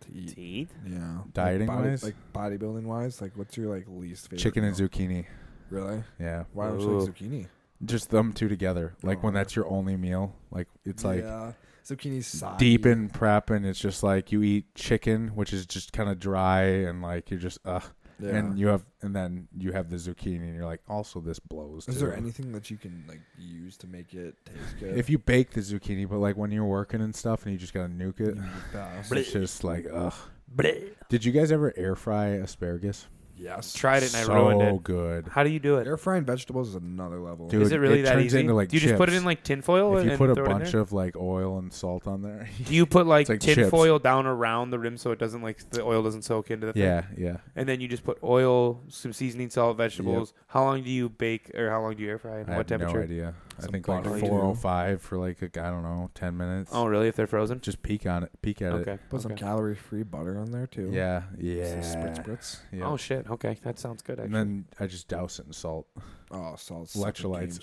[SPEAKER 2] to eat?
[SPEAKER 3] To eat?
[SPEAKER 2] Yeah,
[SPEAKER 1] Dieting
[SPEAKER 2] like body,
[SPEAKER 1] wise?
[SPEAKER 2] like bodybuilding wise, like what's your like least favorite?
[SPEAKER 1] Chicken and
[SPEAKER 2] meal?
[SPEAKER 1] zucchini.
[SPEAKER 2] Really?
[SPEAKER 1] Yeah.
[SPEAKER 2] Why don't you
[SPEAKER 3] Ooh.
[SPEAKER 2] like zucchini?
[SPEAKER 1] Just them two together. Like
[SPEAKER 2] Oh,
[SPEAKER 1] when
[SPEAKER 2] yeah.
[SPEAKER 1] that's your only meal. Like it's like
[SPEAKER 2] yeah, zucchini's soggy.
[SPEAKER 1] deep in prep, and it's just like you eat chicken, which is just kind of dry, and like you're just ugh.
[SPEAKER 2] Yeah.
[SPEAKER 1] And you have, and then you have the zucchini, and you're like, also this blows.
[SPEAKER 2] is
[SPEAKER 1] too.
[SPEAKER 2] there anything that you can like use to make it taste good?
[SPEAKER 1] If you bake the zucchini, but like when you're working and stuff, and you just gotta nuke it, it's just like ugh. Did you guys ever air fry asparagus?
[SPEAKER 2] yes,
[SPEAKER 3] Tried it and I
[SPEAKER 1] so
[SPEAKER 3] ruined it.
[SPEAKER 1] good.
[SPEAKER 3] How do you really
[SPEAKER 2] air frying vegetables is another level.
[SPEAKER 1] Dude,
[SPEAKER 3] Is it really
[SPEAKER 1] it
[SPEAKER 3] that
[SPEAKER 1] turns
[SPEAKER 3] easy?
[SPEAKER 1] into, like,
[SPEAKER 3] do you just put it
[SPEAKER 1] chips.
[SPEAKER 3] in like tinfoil?
[SPEAKER 1] if you
[SPEAKER 3] and
[SPEAKER 1] put a
[SPEAKER 3] throw it in
[SPEAKER 1] bunch
[SPEAKER 3] there?
[SPEAKER 1] of like oil and salt on there,
[SPEAKER 3] Do [LAUGHS] you put like,
[SPEAKER 1] It's like chips.
[SPEAKER 3] tinfoil down around the rim so it doesn't like the oil doesn't soak into the
[SPEAKER 1] [LAUGHS]
[SPEAKER 3] thing?
[SPEAKER 1] yeah, yeah.
[SPEAKER 3] And then you just put oil, some seasoning, salt, vegetables. How long do you bake or how long do you air fry? And
[SPEAKER 1] I
[SPEAKER 3] what
[SPEAKER 1] have no
[SPEAKER 3] temperature?
[SPEAKER 1] idea. I
[SPEAKER 2] Some
[SPEAKER 1] think like
[SPEAKER 2] broccoli, too.
[SPEAKER 1] 405 for like a, I don't know, 10 minutes.
[SPEAKER 3] Oh, really? If they're frozen?
[SPEAKER 1] Just peek on it, peek at
[SPEAKER 3] Okay.
[SPEAKER 1] it.
[SPEAKER 2] Put some
[SPEAKER 3] okay.
[SPEAKER 2] calorie free butter on there too.
[SPEAKER 1] Yeah, yeah.
[SPEAKER 2] Some spritz spritz.
[SPEAKER 1] yeah.
[SPEAKER 3] Oh shit. Okay, that sounds good. Actually.
[SPEAKER 1] and then I just douse it in salt.
[SPEAKER 2] Oh, salt's
[SPEAKER 1] Electrolytes.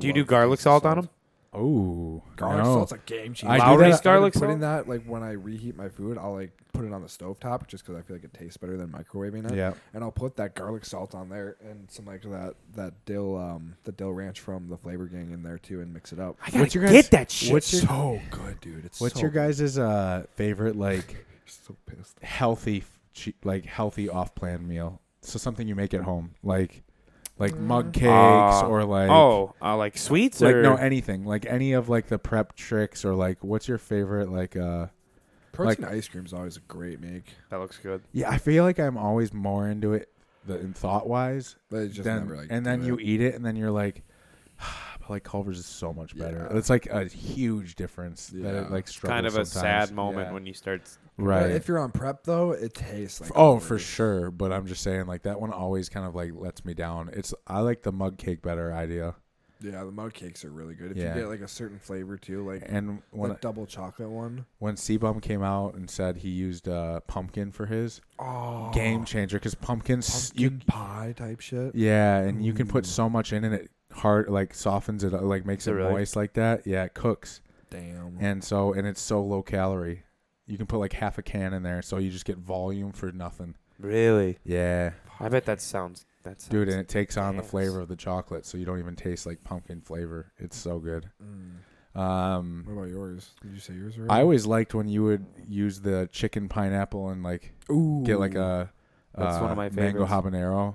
[SPEAKER 3] do you do garlic salt on them?
[SPEAKER 1] Oh,
[SPEAKER 2] Garlic
[SPEAKER 1] no.
[SPEAKER 2] salt's a game changer.
[SPEAKER 1] I do
[SPEAKER 3] Lowry's
[SPEAKER 1] that-
[SPEAKER 3] garlic
[SPEAKER 2] Putting
[SPEAKER 3] salt.
[SPEAKER 2] that like when I reheat my food, I'll like put it on the stove top just because I feel like it tastes better than microwaving it.
[SPEAKER 1] Yeah.
[SPEAKER 2] And I'll put that garlic salt on there and some like that that dill um the dill ranch from the flavor gang in there too and mix it up.
[SPEAKER 3] I
[SPEAKER 1] What's
[SPEAKER 3] gotta
[SPEAKER 1] your guys-
[SPEAKER 3] get that shit.
[SPEAKER 1] what's your-
[SPEAKER 2] so good, dude. It's
[SPEAKER 1] What's
[SPEAKER 2] so
[SPEAKER 1] your
[SPEAKER 2] good.
[SPEAKER 1] guys' uh, favorite like
[SPEAKER 2] So pissed.
[SPEAKER 1] healthy, f- che- like healthy off-plan meal? So something you make at home, like like mug cakes
[SPEAKER 3] Ah.
[SPEAKER 1] or like
[SPEAKER 3] oh, uh, like sweets
[SPEAKER 1] like
[SPEAKER 3] or
[SPEAKER 1] no anything like any of like the prep tricks or like what's your favorite like uh
[SPEAKER 2] Protein ice cream is always a great make.
[SPEAKER 3] that looks good.
[SPEAKER 1] yeah i feel like i'm always more into it the, in thought wise
[SPEAKER 2] But it's just
[SPEAKER 1] than-
[SPEAKER 2] never like
[SPEAKER 1] and then
[SPEAKER 2] do
[SPEAKER 1] you
[SPEAKER 2] it.
[SPEAKER 1] eat it and then you're like [SIGHS] but like culver's is so much better
[SPEAKER 2] Yeah.
[SPEAKER 1] it's like a huge difference that
[SPEAKER 2] Yeah.
[SPEAKER 1] it like struggles
[SPEAKER 3] kind of a
[SPEAKER 1] sometimes.
[SPEAKER 3] sad moment
[SPEAKER 1] Yeah.
[SPEAKER 3] when you start. s-
[SPEAKER 2] But
[SPEAKER 1] right
[SPEAKER 2] if you're on prep though, it tastes like
[SPEAKER 1] oh for
[SPEAKER 2] Culver's.
[SPEAKER 1] sure but i'm just saying like that one always kind of like lets me down it's i like the mug cake better idea
[SPEAKER 2] Yeah, the mug cakes are really good. If
[SPEAKER 1] Yeah.
[SPEAKER 2] you get like a certain flavor too, like
[SPEAKER 1] and when
[SPEAKER 2] the double chocolate one.
[SPEAKER 1] when sebum came out and said he used uh pumpkin for his
[SPEAKER 2] Oh,
[SPEAKER 1] game changer because pumpkins
[SPEAKER 2] pumpkin
[SPEAKER 1] you
[SPEAKER 2] pie type shit.
[SPEAKER 1] Yeah, and you can put
[SPEAKER 2] Ooh.
[SPEAKER 1] so much in and it hard like softens it, like makes
[SPEAKER 3] Is it
[SPEAKER 1] it
[SPEAKER 3] really?
[SPEAKER 1] moist like that. Yeah, it cooks,
[SPEAKER 2] Damn.
[SPEAKER 1] and so and it's so low calorie. You can put like half a can in there, so you just get volume for nothing.
[SPEAKER 3] Really?
[SPEAKER 1] Yeah,
[SPEAKER 3] I bet that sounds. That sounds.
[SPEAKER 1] dude, and it takes on the
[SPEAKER 3] Yes.
[SPEAKER 1] flavor of the chocolate, so you don't even taste like pumpkin flavor. It's so good.
[SPEAKER 2] Mm.
[SPEAKER 1] Um,
[SPEAKER 2] What about yours? Did you say yours? Already?
[SPEAKER 1] I always liked when you would use the chicken pineapple and like
[SPEAKER 2] Ooh.
[SPEAKER 1] get like a
[SPEAKER 3] That's one of
[SPEAKER 1] uh,
[SPEAKER 3] my
[SPEAKER 1] mango
[SPEAKER 3] favorites.
[SPEAKER 1] habanero.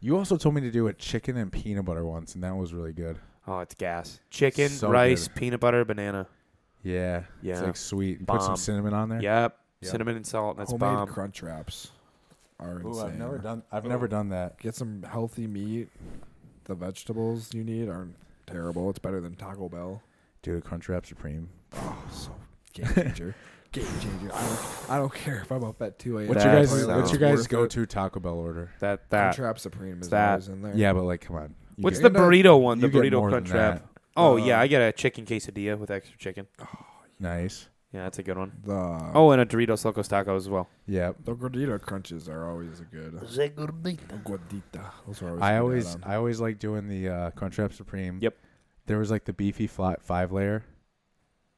[SPEAKER 1] You also told me to do a chicken and peanut butter once, and that was really good.
[SPEAKER 3] oh, it's gas. Chicken,
[SPEAKER 1] So
[SPEAKER 3] rice, peanut butter, banana.
[SPEAKER 1] Yeah.
[SPEAKER 3] Yeah.
[SPEAKER 1] It's like sweet. And put
[SPEAKER 3] Bomb.
[SPEAKER 1] some cinnamon on there.
[SPEAKER 3] Yep.
[SPEAKER 1] Yep.
[SPEAKER 3] Cinnamon and salt. That's
[SPEAKER 2] homemade
[SPEAKER 3] bomb.
[SPEAKER 2] crunch wraps are
[SPEAKER 1] Ooh,
[SPEAKER 2] insane.
[SPEAKER 1] I've never done I've never done that.
[SPEAKER 2] Get some healthy meat. The vegetables you need aren't terrible. It's better than Taco Bell.
[SPEAKER 1] Dude, Crunchwrap Supreme.
[SPEAKER 2] Oh, so
[SPEAKER 1] [LAUGHS]
[SPEAKER 2] game changer. game changer. I don't, I don't care if I'm up at 2 a.m.
[SPEAKER 1] What's your
[SPEAKER 3] That
[SPEAKER 1] guys
[SPEAKER 3] sounds
[SPEAKER 1] what's your
[SPEAKER 2] worth
[SPEAKER 1] guys
[SPEAKER 2] it.
[SPEAKER 1] go to Taco Bell order?
[SPEAKER 3] that that.
[SPEAKER 2] Crunch Wrap Supreme is
[SPEAKER 3] That.
[SPEAKER 2] always in there.
[SPEAKER 1] Yeah, but like come on. You
[SPEAKER 3] What's
[SPEAKER 1] get-
[SPEAKER 3] the
[SPEAKER 2] You get-
[SPEAKER 3] burrito one? The
[SPEAKER 1] you get
[SPEAKER 3] burrito
[SPEAKER 1] more than
[SPEAKER 3] crunch wrap.
[SPEAKER 1] that.
[SPEAKER 3] Oh yeah,
[SPEAKER 2] Uh,
[SPEAKER 3] I get a chicken quesadilla with extra chicken.
[SPEAKER 1] Nice.
[SPEAKER 3] Yeah, that's a good one.
[SPEAKER 2] The
[SPEAKER 3] Oh, and a Doritos Locos Taco as well.
[SPEAKER 1] Yeah.
[SPEAKER 2] the gordita crunches are always a good.
[SPEAKER 5] Segundita.
[SPEAKER 2] Gordita. Those are always.
[SPEAKER 1] I
[SPEAKER 2] good
[SPEAKER 1] always
[SPEAKER 2] add-on.
[SPEAKER 1] I always like doing the uh, Crunchwrap Supreme.
[SPEAKER 3] Yep.
[SPEAKER 1] There was like the beefy flat five layer,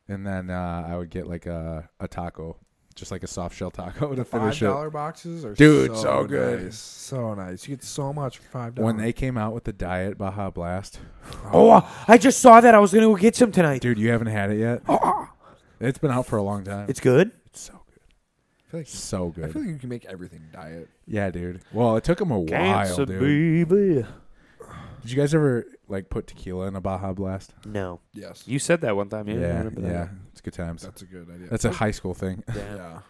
[SPEAKER 1] and then uh, I would get like a a taco, just like a soft shell taco [LAUGHS] to
[SPEAKER 2] Five
[SPEAKER 1] finish it.
[SPEAKER 2] dollar boxes are
[SPEAKER 1] Dude,
[SPEAKER 2] so,
[SPEAKER 1] so good.
[SPEAKER 2] nice. so nice. You get so much for five dollars.
[SPEAKER 1] When they came out with the Diet Baja Blast,
[SPEAKER 4] Oh, I just saw that. I was gonna go get some tonight.
[SPEAKER 1] dude, you haven't had it yet.
[SPEAKER 4] Oh,
[SPEAKER 1] It's been out for a long time.
[SPEAKER 4] it's good.
[SPEAKER 1] It's so good.
[SPEAKER 2] I feel like,
[SPEAKER 1] So
[SPEAKER 2] I feel
[SPEAKER 1] good.
[SPEAKER 2] like you can make everything diet.
[SPEAKER 1] Yeah, dude. Well, it took them a while, dude.
[SPEAKER 4] baby.
[SPEAKER 1] Did you guys ever like put tequila in a Baja Blast?
[SPEAKER 4] No.
[SPEAKER 2] Yes,
[SPEAKER 3] You said that one time. Yeah, I
[SPEAKER 1] yeah,
[SPEAKER 3] remember that.
[SPEAKER 1] yeah. It's good times.
[SPEAKER 2] that's a good idea.
[SPEAKER 1] That's a high school thing. [LAUGHS]
[SPEAKER 2] yeah,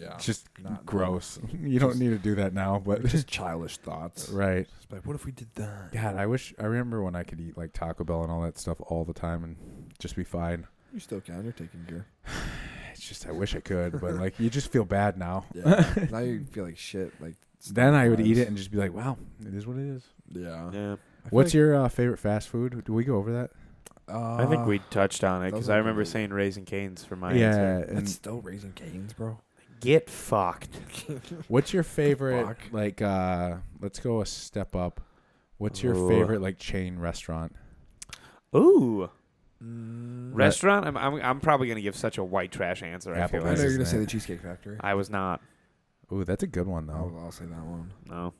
[SPEAKER 2] yeah.
[SPEAKER 1] It's just
[SPEAKER 2] Not-
[SPEAKER 1] gross. [LAUGHS] You don't
[SPEAKER 2] Just-
[SPEAKER 1] need to do that now, but
[SPEAKER 2] just childish thoughts.
[SPEAKER 1] right.
[SPEAKER 2] Just like, what if we did that?
[SPEAKER 1] God, I wish I remember when I could eat like Taco Bell and all that stuff all the time and just be fine.
[SPEAKER 2] You still can. You're taking
[SPEAKER 1] [LAUGHS]
[SPEAKER 2] care.
[SPEAKER 1] It's just I wish I could, [LAUGHS] but like you just feel bad now. [LAUGHS]
[SPEAKER 2] Yeah. now you feel like shit. Like
[SPEAKER 1] Then I would eat it
[SPEAKER 2] sometimes.
[SPEAKER 1] and just be like, "Wow, it is what it is."
[SPEAKER 2] Yeah.
[SPEAKER 3] Yeah.
[SPEAKER 1] What's your uh, favorite fast food? Do we go over that?
[SPEAKER 2] your? Uh,
[SPEAKER 3] I think we touched on it because
[SPEAKER 2] those
[SPEAKER 3] I
[SPEAKER 2] are
[SPEAKER 3] remember
[SPEAKER 2] good.
[SPEAKER 3] saying Raising Canes for my
[SPEAKER 1] yeah.
[SPEAKER 3] answer. [LAUGHS]
[SPEAKER 1] and
[SPEAKER 2] It's still raising
[SPEAKER 1] [LAUGHS]
[SPEAKER 2] canes, bro. [LAUGHS] Mm,
[SPEAKER 4] Get fucked.
[SPEAKER 1] what's your favorite?
[SPEAKER 2] Fuck.
[SPEAKER 1] Like, uh, let's go a step up. What's your
[SPEAKER 3] Ooh.
[SPEAKER 1] favorite like chain restaurant?
[SPEAKER 3] Ooh.
[SPEAKER 2] Right.
[SPEAKER 3] Restaurant? I'm, I'm, I'm probably going to give such a white trash answer. I, feel
[SPEAKER 1] Applebee's.
[SPEAKER 2] I
[SPEAKER 3] like.
[SPEAKER 2] know
[SPEAKER 1] Nice,
[SPEAKER 2] you're
[SPEAKER 1] isn't
[SPEAKER 2] gonna say
[SPEAKER 1] it?
[SPEAKER 2] the Cheesecake Factory.
[SPEAKER 3] I was not.
[SPEAKER 1] Ooh, that's a good one
[SPEAKER 2] I'll,
[SPEAKER 3] Oh.
[SPEAKER 1] though.
[SPEAKER 2] I'll say that one.
[SPEAKER 3] No.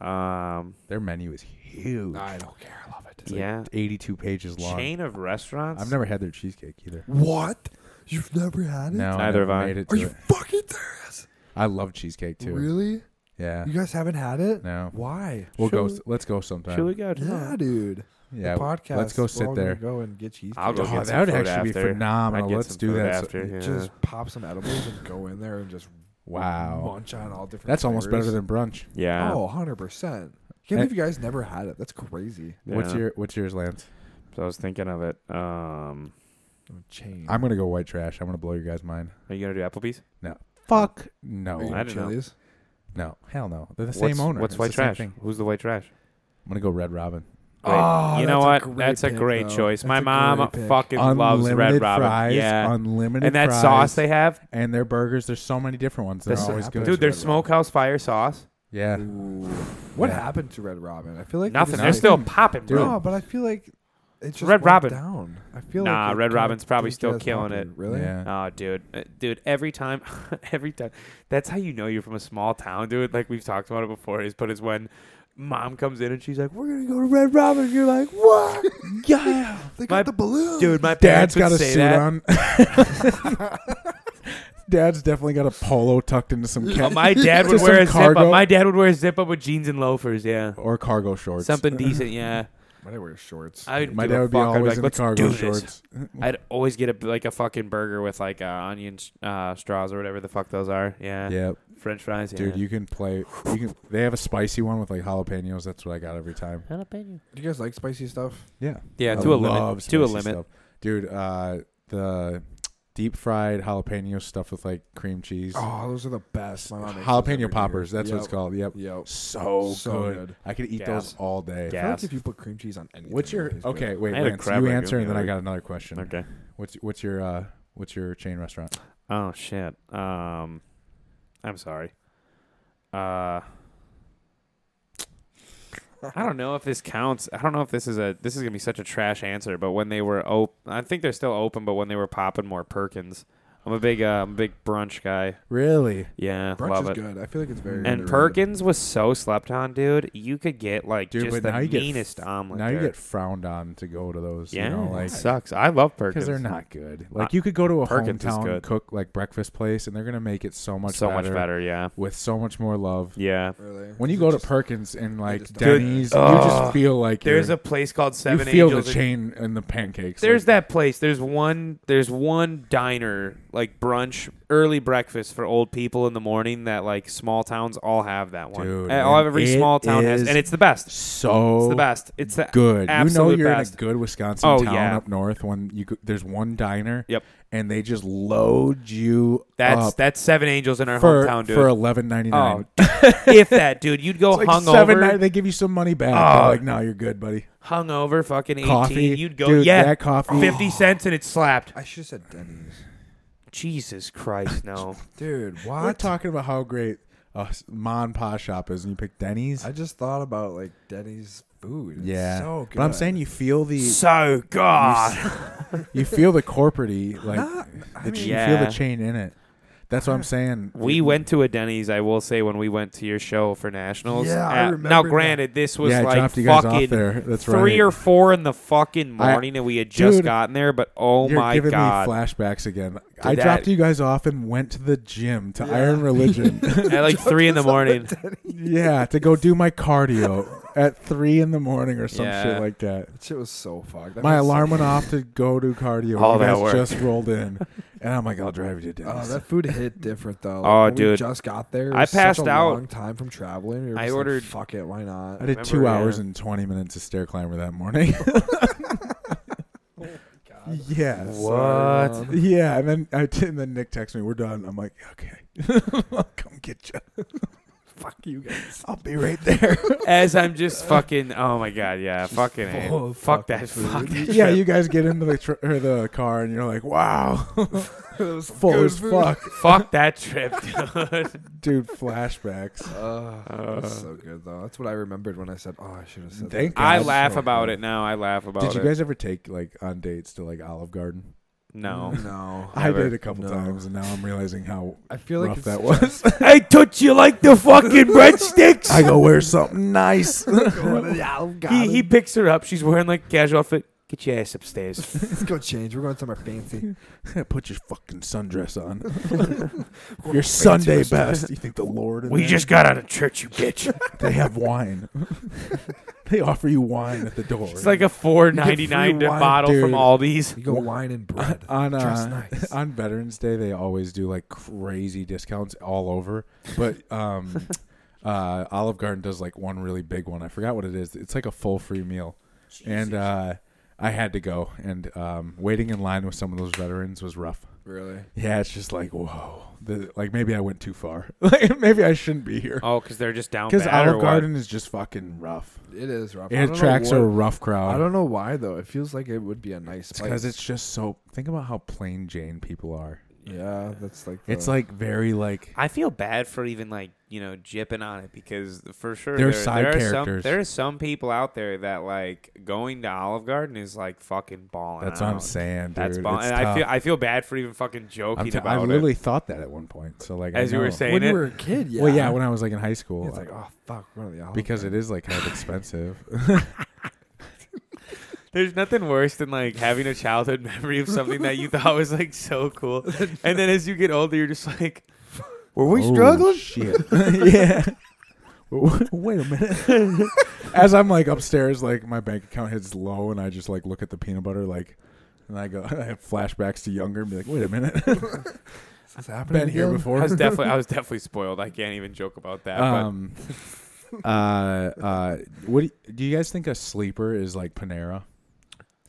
[SPEAKER 3] Um,
[SPEAKER 1] Their menu is huge.
[SPEAKER 2] I don't care. I love it.
[SPEAKER 1] like
[SPEAKER 3] yeah.
[SPEAKER 1] 82 pages long.
[SPEAKER 3] Chain of restaurants?
[SPEAKER 1] I've never had their cheesecake either.
[SPEAKER 2] What? You've never had it?
[SPEAKER 1] No, I
[SPEAKER 3] Neither have
[SPEAKER 1] never
[SPEAKER 3] I.
[SPEAKER 1] Made it
[SPEAKER 2] Are
[SPEAKER 1] to
[SPEAKER 2] you
[SPEAKER 1] it.
[SPEAKER 2] fucking serious?
[SPEAKER 1] I love cheesecake too.
[SPEAKER 2] Really?
[SPEAKER 1] Yeah.
[SPEAKER 2] You guys haven't had it?
[SPEAKER 1] No.
[SPEAKER 2] Why?
[SPEAKER 1] We'll go.
[SPEAKER 3] Should
[SPEAKER 1] Let's go sometime.
[SPEAKER 3] Should we go to
[SPEAKER 2] Yeah, dude.
[SPEAKER 1] Yeah.
[SPEAKER 2] the podcast.
[SPEAKER 1] let's go
[SPEAKER 2] we're
[SPEAKER 1] sit
[SPEAKER 2] all gonna
[SPEAKER 1] there.
[SPEAKER 2] Go and get cheesecake.
[SPEAKER 3] I'll go
[SPEAKER 1] Oh,
[SPEAKER 3] get some
[SPEAKER 1] that would
[SPEAKER 3] food
[SPEAKER 1] actually
[SPEAKER 3] after.
[SPEAKER 1] be phenomenal.
[SPEAKER 3] I'd get
[SPEAKER 1] let's
[SPEAKER 3] some
[SPEAKER 1] do
[SPEAKER 3] food
[SPEAKER 1] that. So-
[SPEAKER 3] after. yeah.
[SPEAKER 2] Just pop some edibles and go in there and just
[SPEAKER 1] wow.
[SPEAKER 2] munch on all different.
[SPEAKER 1] That's almost better
[SPEAKER 2] flavors.
[SPEAKER 1] than brunch.
[SPEAKER 3] yeah.
[SPEAKER 2] Oh, 100 percent. Can't
[SPEAKER 1] Eh.
[SPEAKER 2] believe you guys never had it. That's crazy.
[SPEAKER 1] What's
[SPEAKER 3] Yeah.
[SPEAKER 1] your What's yours, Lance?
[SPEAKER 3] So I was thinking of it. Um,
[SPEAKER 2] Change.
[SPEAKER 1] I'm gonna go white trash. I'm gonna blow your guys' mind.
[SPEAKER 3] are you gonna do Applebee's?
[SPEAKER 1] Fuck
[SPEAKER 2] Are you
[SPEAKER 1] no,
[SPEAKER 3] I don't know.
[SPEAKER 2] Chili's?
[SPEAKER 1] no, hell no. They're the
[SPEAKER 3] what's,
[SPEAKER 1] same owner.
[SPEAKER 3] What's
[SPEAKER 1] It's
[SPEAKER 3] white
[SPEAKER 1] the same
[SPEAKER 3] trash?
[SPEAKER 1] thing.
[SPEAKER 3] Who's the white trash?
[SPEAKER 1] I'm gonna go Red Robin.
[SPEAKER 3] Great.
[SPEAKER 2] Oh,
[SPEAKER 3] you know what?
[SPEAKER 2] that's a great
[SPEAKER 3] that's a
[SPEAKER 2] pick,
[SPEAKER 3] great
[SPEAKER 2] though.
[SPEAKER 3] choice.
[SPEAKER 2] That's
[SPEAKER 3] My
[SPEAKER 2] a
[SPEAKER 3] mom
[SPEAKER 2] great pick.
[SPEAKER 3] fucking loves Red
[SPEAKER 1] unlimited
[SPEAKER 3] Robin.
[SPEAKER 1] fries.
[SPEAKER 3] yeah,
[SPEAKER 1] Unlimited.
[SPEAKER 3] and that
[SPEAKER 1] fries,
[SPEAKER 3] sauce they have,
[SPEAKER 1] and their burgers. There's so many different ones. They're
[SPEAKER 2] That's-
[SPEAKER 1] always good.
[SPEAKER 3] dude. Their
[SPEAKER 2] Red Robin.
[SPEAKER 3] smokehouse fire sauce.
[SPEAKER 1] Yeah.
[SPEAKER 2] Ooh. What
[SPEAKER 1] Yeah.
[SPEAKER 2] happened to Red Robin? I feel like they
[SPEAKER 3] Nothing.
[SPEAKER 2] just-
[SPEAKER 3] They're still popping,
[SPEAKER 1] Dude.
[SPEAKER 2] No,
[SPEAKER 3] bro.
[SPEAKER 2] but I feel like it's just
[SPEAKER 3] Red
[SPEAKER 2] went
[SPEAKER 3] Robin.
[SPEAKER 2] down. I feel
[SPEAKER 3] Nah,
[SPEAKER 2] like it
[SPEAKER 3] Red
[SPEAKER 2] kinda
[SPEAKER 3] Robin's probably
[SPEAKER 2] didn't
[SPEAKER 3] still
[SPEAKER 2] get as
[SPEAKER 3] killing
[SPEAKER 2] popular.
[SPEAKER 3] it.
[SPEAKER 2] Really?
[SPEAKER 1] Yeah.
[SPEAKER 3] Oh, dude, Uh, dude! Every time, [LAUGHS] every time. That's how you know you're from a small town, dude. Like we've talked about it before. Is but it's when mom comes in and she's like, "We're gonna go to Red Robin." You're
[SPEAKER 2] [LAUGHS]
[SPEAKER 3] like, "What?"
[SPEAKER 1] yeah.
[SPEAKER 2] They got
[SPEAKER 3] My-
[SPEAKER 2] the balloon.
[SPEAKER 3] Dude, my
[SPEAKER 1] Dad's
[SPEAKER 3] parents would
[SPEAKER 1] got a
[SPEAKER 3] say
[SPEAKER 1] suit
[SPEAKER 3] that.
[SPEAKER 1] on. [LAUGHS] Dad's definitely got a polo tucked into some
[SPEAKER 3] Oh,
[SPEAKER 1] khaki
[SPEAKER 3] my
[SPEAKER 1] [LAUGHS]
[SPEAKER 3] dad would
[SPEAKER 1] Just
[SPEAKER 3] wear
[SPEAKER 1] some
[SPEAKER 3] a zip
[SPEAKER 1] cargo.
[SPEAKER 3] up. My dad would wear a zip up with jeans and loafers. Yeah,
[SPEAKER 1] or cargo shorts. [LAUGHS]
[SPEAKER 3] something decent. Yeah,
[SPEAKER 2] My dad wears shorts.
[SPEAKER 3] I would
[SPEAKER 1] My
[SPEAKER 3] give
[SPEAKER 1] dad
[SPEAKER 3] a
[SPEAKER 1] would be
[SPEAKER 3] fuck. I'd
[SPEAKER 1] always
[SPEAKER 3] like,
[SPEAKER 1] in
[SPEAKER 3] "Let's
[SPEAKER 1] cargo
[SPEAKER 3] do this."
[SPEAKER 1] shorts.
[SPEAKER 3] I'd always get a like a fucking burger with like uh, onion s- uh, straws or whatever the fuck those are. Yeah,
[SPEAKER 1] yeah,
[SPEAKER 3] French fries. Yeah.
[SPEAKER 1] dude, you can play. You can. They have a spicy one with like jalapenos. That's what I got every time.
[SPEAKER 2] Do you guys like spicy stuff?
[SPEAKER 1] Yeah,
[SPEAKER 3] yeah,
[SPEAKER 1] I
[SPEAKER 3] to a
[SPEAKER 1] love
[SPEAKER 3] limit. To a
[SPEAKER 1] spicy stuff.
[SPEAKER 3] limit.
[SPEAKER 1] dude. Uh, the deep fried jalapeno stuff with like cream cheese,
[SPEAKER 2] Oh, those are the best. My mom makes those every year.
[SPEAKER 1] jalapeno poppers. That's what it's
[SPEAKER 2] Yep.
[SPEAKER 1] called. Yep,
[SPEAKER 2] Yep.
[SPEAKER 1] so,
[SPEAKER 2] So
[SPEAKER 1] good.
[SPEAKER 2] good.
[SPEAKER 1] I could eat
[SPEAKER 3] Gas.
[SPEAKER 1] those all day.
[SPEAKER 2] I
[SPEAKER 3] Gas.
[SPEAKER 2] feel like if you put cream cheese on anything,
[SPEAKER 1] What's your
[SPEAKER 2] it tastes good.
[SPEAKER 1] okay? Wait,
[SPEAKER 3] I had a
[SPEAKER 1] Lance,
[SPEAKER 3] crab
[SPEAKER 1] you
[SPEAKER 3] ragu
[SPEAKER 1] answer, and
[SPEAKER 3] the
[SPEAKER 1] then I
[SPEAKER 3] other-
[SPEAKER 1] got another question.
[SPEAKER 3] Okay.
[SPEAKER 1] What's what's your uh what's your chain restaurant?
[SPEAKER 3] Oh shit. Um, I'm sorry. Uh, I don't know if this counts. I don't know if this is a this is gonna be such a trash answer. But when they were open, I think they're still open. But when they were popping more Perkins, I'm a big uh, I'm a big brunch guy.
[SPEAKER 1] Really?
[SPEAKER 3] Yeah,
[SPEAKER 2] Brunch
[SPEAKER 3] love
[SPEAKER 2] is
[SPEAKER 3] it.
[SPEAKER 2] good. I feel like it's very
[SPEAKER 3] And
[SPEAKER 2] underrated.
[SPEAKER 3] Perkins was so slept on, dude. You could get like
[SPEAKER 1] Dude,
[SPEAKER 3] just
[SPEAKER 1] but
[SPEAKER 3] the
[SPEAKER 1] now you get
[SPEAKER 3] meanest omelet.
[SPEAKER 1] now
[SPEAKER 3] there.
[SPEAKER 1] you get frowned on to go to those.
[SPEAKER 3] yeah,
[SPEAKER 1] you know, like
[SPEAKER 3] it sucks. I love
[SPEAKER 1] because
[SPEAKER 3] Perkins.
[SPEAKER 1] they're not good. Like you could go to a
[SPEAKER 3] Perkins is
[SPEAKER 1] hometown
[SPEAKER 3] good.
[SPEAKER 1] cook like breakfast place, and they're gonna make it so much
[SPEAKER 3] so
[SPEAKER 1] better,
[SPEAKER 3] much better. Yeah,
[SPEAKER 1] with so much more love.
[SPEAKER 3] yeah.
[SPEAKER 2] Really?
[SPEAKER 1] When you go to
[SPEAKER 2] Just-
[SPEAKER 1] Perkins and like
[SPEAKER 2] just don't-
[SPEAKER 1] Denny's,
[SPEAKER 3] Dude,
[SPEAKER 1] you
[SPEAKER 3] ugh.
[SPEAKER 1] just feel like
[SPEAKER 3] There's
[SPEAKER 1] you're-
[SPEAKER 3] a place called
[SPEAKER 1] you
[SPEAKER 3] Seven
[SPEAKER 1] feel the
[SPEAKER 3] Angels. in-
[SPEAKER 1] chain and the pancakes.
[SPEAKER 3] There's
[SPEAKER 1] like,
[SPEAKER 3] that place. There's one. There's one diner like brunch, early breakfast for old people in the morning. That like small towns all have that one.
[SPEAKER 1] Dude,
[SPEAKER 3] Uh, all
[SPEAKER 1] and
[SPEAKER 3] every
[SPEAKER 1] it
[SPEAKER 3] small town has,
[SPEAKER 1] is
[SPEAKER 3] and it's the best.
[SPEAKER 1] so
[SPEAKER 3] It's the best. It's the
[SPEAKER 1] good. You know
[SPEAKER 3] Absolute
[SPEAKER 1] you're
[SPEAKER 3] best.
[SPEAKER 1] in a good Wisconsin
[SPEAKER 3] Oh,
[SPEAKER 1] town
[SPEAKER 3] yeah.
[SPEAKER 1] up north when you go, there's one diner.
[SPEAKER 3] Yep.
[SPEAKER 1] And they just load you
[SPEAKER 3] That's
[SPEAKER 1] up
[SPEAKER 3] that's Seven Angels in our
[SPEAKER 1] for
[SPEAKER 3] hometown, dude.
[SPEAKER 1] for eleven ninety
[SPEAKER 3] oh,
[SPEAKER 1] nine.
[SPEAKER 3] if that, dude,
[SPEAKER 1] [LAUGHS]
[SPEAKER 3] you'd go
[SPEAKER 1] Like
[SPEAKER 3] hungover.
[SPEAKER 1] seven ninety, they give you some money back.
[SPEAKER 3] Oh.
[SPEAKER 1] They're like, no, you're good, buddy.
[SPEAKER 3] hungover, fucking eighteen.
[SPEAKER 1] Coffee,
[SPEAKER 3] You'd go,
[SPEAKER 1] dude,
[SPEAKER 3] yeah,
[SPEAKER 1] that coffee-
[SPEAKER 3] fifty cents, and it slapped.
[SPEAKER 2] I should have said Denny's.
[SPEAKER 3] Jesus
[SPEAKER 1] [LAUGHS]
[SPEAKER 3] Christ, no.
[SPEAKER 2] Dude,
[SPEAKER 1] We're
[SPEAKER 2] what?
[SPEAKER 1] talking about how great a s- ma and pa shop is, and you pick Denny's.
[SPEAKER 2] I just thought about like Denny's food. It's
[SPEAKER 1] yeah,
[SPEAKER 2] so good.
[SPEAKER 1] but I'm
[SPEAKER 2] [LAUGHS]
[SPEAKER 1] saying you feel the
[SPEAKER 3] [LAUGHS] so God.
[SPEAKER 1] you feel the corporate like the, ch- you feel
[SPEAKER 3] Yeah.
[SPEAKER 1] the chain in it. That's what I'm saying.
[SPEAKER 3] We went to a Denny's, I will say, when we went to your show for nationals.
[SPEAKER 2] Yeah, I remember
[SPEAKER 3] Now,
[SPEAKER 2] that.
[SPEAKER 3] granted, this was
[SPEAKER 1] Yeah, I
[SPEAKER 3] like
[SPEAKER 1] dropped you guys off
[SPEAKER 3] fucking
[SPEAKER 1] there. That's
[SPEAKER 3] three
[SPEAKER 1] right.
[SPEAKER 3] or four in the fucking
[SPEAKER 1] I-
[SPEAKER 3] morning, and we had just
[SPEAKER 1] Dude,
[SPEAKER 3] gotten there. But oh
[SPEAKER 1] You're
[SPEAKER 3] my
[SPEAKER 1] giving
[SPEAKER 3] god,
[SPEAKER 1] me flashbacks again. I
[SPEAKER 3] that-
[SPEAKER 1] dropped you guys off and went to the gym to
[SPEAKER 2] Yeah.
[SPEAKER 1] Iron
[SPEAKER 3] [LAUGHS]
[SPEAKER 1] Religion.
[SPEAKER 3] at
[SPEAKER 1] [LAUGHS]
[SPEAKER 3] like three in the morning.
[SPEAKER 1] yeah, to go do my cardio at three in the morning or some
[SPEAKER 3] Yeah.
[SPEAKER 1] shit like that.
[SPEAKER 2] That shit was so fucked. That
[SPEAKER 1] My
[SPEAKER 2] was so-
[SPEAKER 1] alarm went
[SPEAKER 3] [LAUGHS]
[SPEAKER 1] off to go do cardio.
[SPEAKER 3] All
[SPEAKER 1] you
[SPEAKER 3] that
[SPEAKER 1] guys
[SPEAKER 3] work.
[SPEAKER 1] just rolled in, and I'm like, I'll drive you to
[SPEAKER 2] Oh,
[SPEAKER 1] Denny's.
[SPEAKER 2] that food hit different though.
[SPEAKER 1] [LAUGHS]
[SPEAKER 3] Oh,
[SPEAKER 2] When We
[SPEAKER 3] dude.
[SPEAKER 2] just got there. It
[SPEAKER 3] I
[SPEAKER 2] was such
[SPEAKER 3] passed
[SPEAKER 2] a
[SPEAKER 3] out.
[SPEAKER 2] Long time from traveling. We were
[SPEAKER 3] I
[SPEAKER 2] just like,
[SPEAKER 3] ordered-
[SPEAKER 2] Fuck it. Why not?
[SPEAKER 1] I did
[SPEAKER 3] Remember,
[SPEAKER 1] two hours
[SPEAKER 3] yeah.
[SPEAKER 1] and 20 minutes of stair climber that morning. [LAUGHS] yeah. [LAUGHS]
[SPEAKER 3] What?
[SPEAKER 1] Yeah, and then I did, and then Nick texted me, "We're done." I'm like, "Okay, [LAUGHS] I'll come get you.
[SPEAKER 2] Fuck you guys.
[SPEAKER 1] I'll be right there."
[SPEAKER 3] As I'm just fucking, oh my god, yeah, fucking, A.
[SPEAKER 1] Oh,
[SPEAKER 2] full of
[SPEAKER 3] fuck
[SPEAKER 2] fucking
[SPEAKER 3] that,
[SPEAKER 2] food.
[SPEAKER 3] fuck that.
[SPEAKER 1] yeah, you guys get into the tr- or the car, and you're like, [LAUGHS] "Wow, full
[SPEAKER 2] good
[SPEAKER 1] as
[SPEAKER 2] food.
[SPEAKER 1] fuck,
[SPEAKER 3] Fuck that trip,
[SPEAKER 1] [LAUGHS]
[SPEAKER 3] dude.
[SPEAKER 1] dude." Flashbacks.
[SPEAKER 2] Uh, that's so good though. That's what I remembered when I said, "Oh, I should have said."
[SPEAKER 1] Thank
[SPEAKER 2] that.
[SPEAKER 3] [LAUGHS] I
[SPEAKER 1] God.
[SPEAKER 3] laugh about it now. I laugh about
[SPEAKER 1] Did you
[SPEAKER 3] it.
[SPEAKER 1] guys ever take like on dates to like Olive Garden? [LAUGHS]
[SPEAKER 3] no.
[SPEAKER 2] [LAUGHS] No.
[SPEAKER 1] I
[SPEAKER 3] Never.
[SPEAKER 1] did a couple
[SPEAKER 2] No.
[SPEAKER 1] times, and now I'm realizing how
[SPEAKER 2] I feel like
[SPEAKER 1] rough
[SPEAKER 2] it's
[SPEAKER 1] that
[SPEAKER 2] [LAUGHS]
[SPEAKER 1] was.
[SPEAKER 3] I touch you like
[SPEAKER 1] [LAUGHS]
[SPEAKER 3] the fucking breadsticks.
[SPEAKER 1] I go wear something [LAUGHS] nice.
[SPEAKER 3] he, he picks her up. She's wearing like a casual outfit. Get your ass upstairs.
[SPEAKER 2] Let's go change. We're going somewhere fancy.
[SPEAKER 1] Put your fucking sundress [LAUGHS] on. your Sunday best. You think the Lord? in
[SPEAKER 3] we
[SPEAKER 1] there?
[SPEAKER 3] just got out of church, you [LAUGHS] bitch.
[SPEAKER 1] They [LAUGHS] have wine. they offer you wine at the door.
[SPEAKER 3] It's like a four ninety nine
[SPEAKER 1] wine,
[SPEAKER 3] bottle from
[SPEAKER 1] dude.
[SPEAKER 3] Aldi's.
[SPEAKER 2] You go wine and bread.
[SPEAKER 1] [COUGHS] on [LAUGHS]
[SPEAKER 2] Dress
[SPEAKER 1] uh,
[SPEAKER 2] nice.
[SPEAKER 1] on Veterans Day they always do like crazy discounts all over.
[SPEAKER 2] [LAUGHS]
[SPEAKER 1] But um uh Olive Garden does like one really big one. I forgot what it is. It's like a full free meal. And uh I had to go and um waiting in line with some of those veterans was rough.
[SPEAKER 2] really?
[SPEAKER 1] Yeah, it's just like whoa. The, like maybe I went too far. [LAUGHS] like maybe I shouldn't be here.
[SPEAKER 3] Oh, because they're just down
[SPEAKER 1] Because
[SPEAKER 3] bad or
[SPEAKER 1] Olive
[SPEAKER 3] what?
[SPEAKER 1] Garden is just fucking rough.
[SPEAKER 2] It is rough. I
[SPEAKER 1] It
[SPEAKER 2] don't know
[SPEAKER 1] attracts
[SPEAKER 2] what-
[SPEAKER 1] a rough
[SPEAKER 2] I
[SPEAKER 1] crowd.
[SPEAKER 2] don't know why though. It feels like it would be a nice
[SPEAKER 1] It's
[SPEAKER 2] place.
[SPEAKER 1] because it's just so. Think about how plain Jane people are.
[SPEAKER 2] yeah, that's like
[SPEAKER 1] It's
[SPEAKER 2] the-
[SPEAKER 1] like very like.
[SPEAKER 3] I feel bad for even like you know jipping on it because for sure
[SPEAKER 1] They're
[SPEAKER 3] there,
[SPEAKER 1] side
[SPEAKER 3] there are some
[SPEAKER 1] characters.
[SPEAKER 3] there are some people out there that like going to Olive Garden is like fucking balling.
[SPEAKER 1] That's what I'm
[SPEAKER 3] out.
[SPEAKER 1] saying, dude.
[SPEAKER 3] That's balling.
[SPEAKER 1] It's
[SPEAKER 3] And I feel
[SPEAKER 1] tough.
[SPEAKER 3] I feel bad for even fucking joking
[SPEAKER 1] I'm t- I
[SPEAKER 3] about
[SPEAKER 1] literally
[SPEAKER 3] it.
[SPEAKER 1] thought that at one point. So like, I
[SPEAKER 3] As you were
[SPEAKER 1] know.
[SPEAKER 3] saying
[SPEAKER 2] when you
[SPEAKER 3] it.
[SPEAKER 2] were a kid. Yeah.
[SPEAKER 1] well, yeah, when I was like in high school, uh,
[SPEAKER 2] it's like oh fuck, one of the olive
[SPEAKER 1] because it is like kind of
[SPEAKER 3] [LAUGHS]
[SPEAKER 1] expensive.
[SPEAKER 3] There's nothing worse than like having a childhood [LAUGHS] memory of something that you thought was like so cool, and then as you get older, you're just like,
[SPEAKER 4] Were we
[SPEAKER 1] Oh,
[SPEAKER 4] struggling?
[SPEAKER 3] [LAUGHS]
[SPEAKER 1] Shit. [LAUGHS] yeah. Wait a minute. [LAUGHS] As I'm like upstairs, like my bank account hits low, and I just like look at the peanut butter, like, and I go, [LAUGHS] I have flashbacks to younger, and be like, wait a minute, [LAUGHS]
[SPEAKER 2] It's happening
[SPEAKER 1] been here
[SPEAKER 2] again?
[SPEAKER 1] before.
[SPEAKER 3] I
[SPEAKER 1] [LAUGHS]
[SPEAKER 3] was definitely I was definitely spoiled. I can't even joke about that.
[SPEAKER 1] Um, [LAUGHS] uh, uh, what do you, do you guys think a sleeper is like Panera?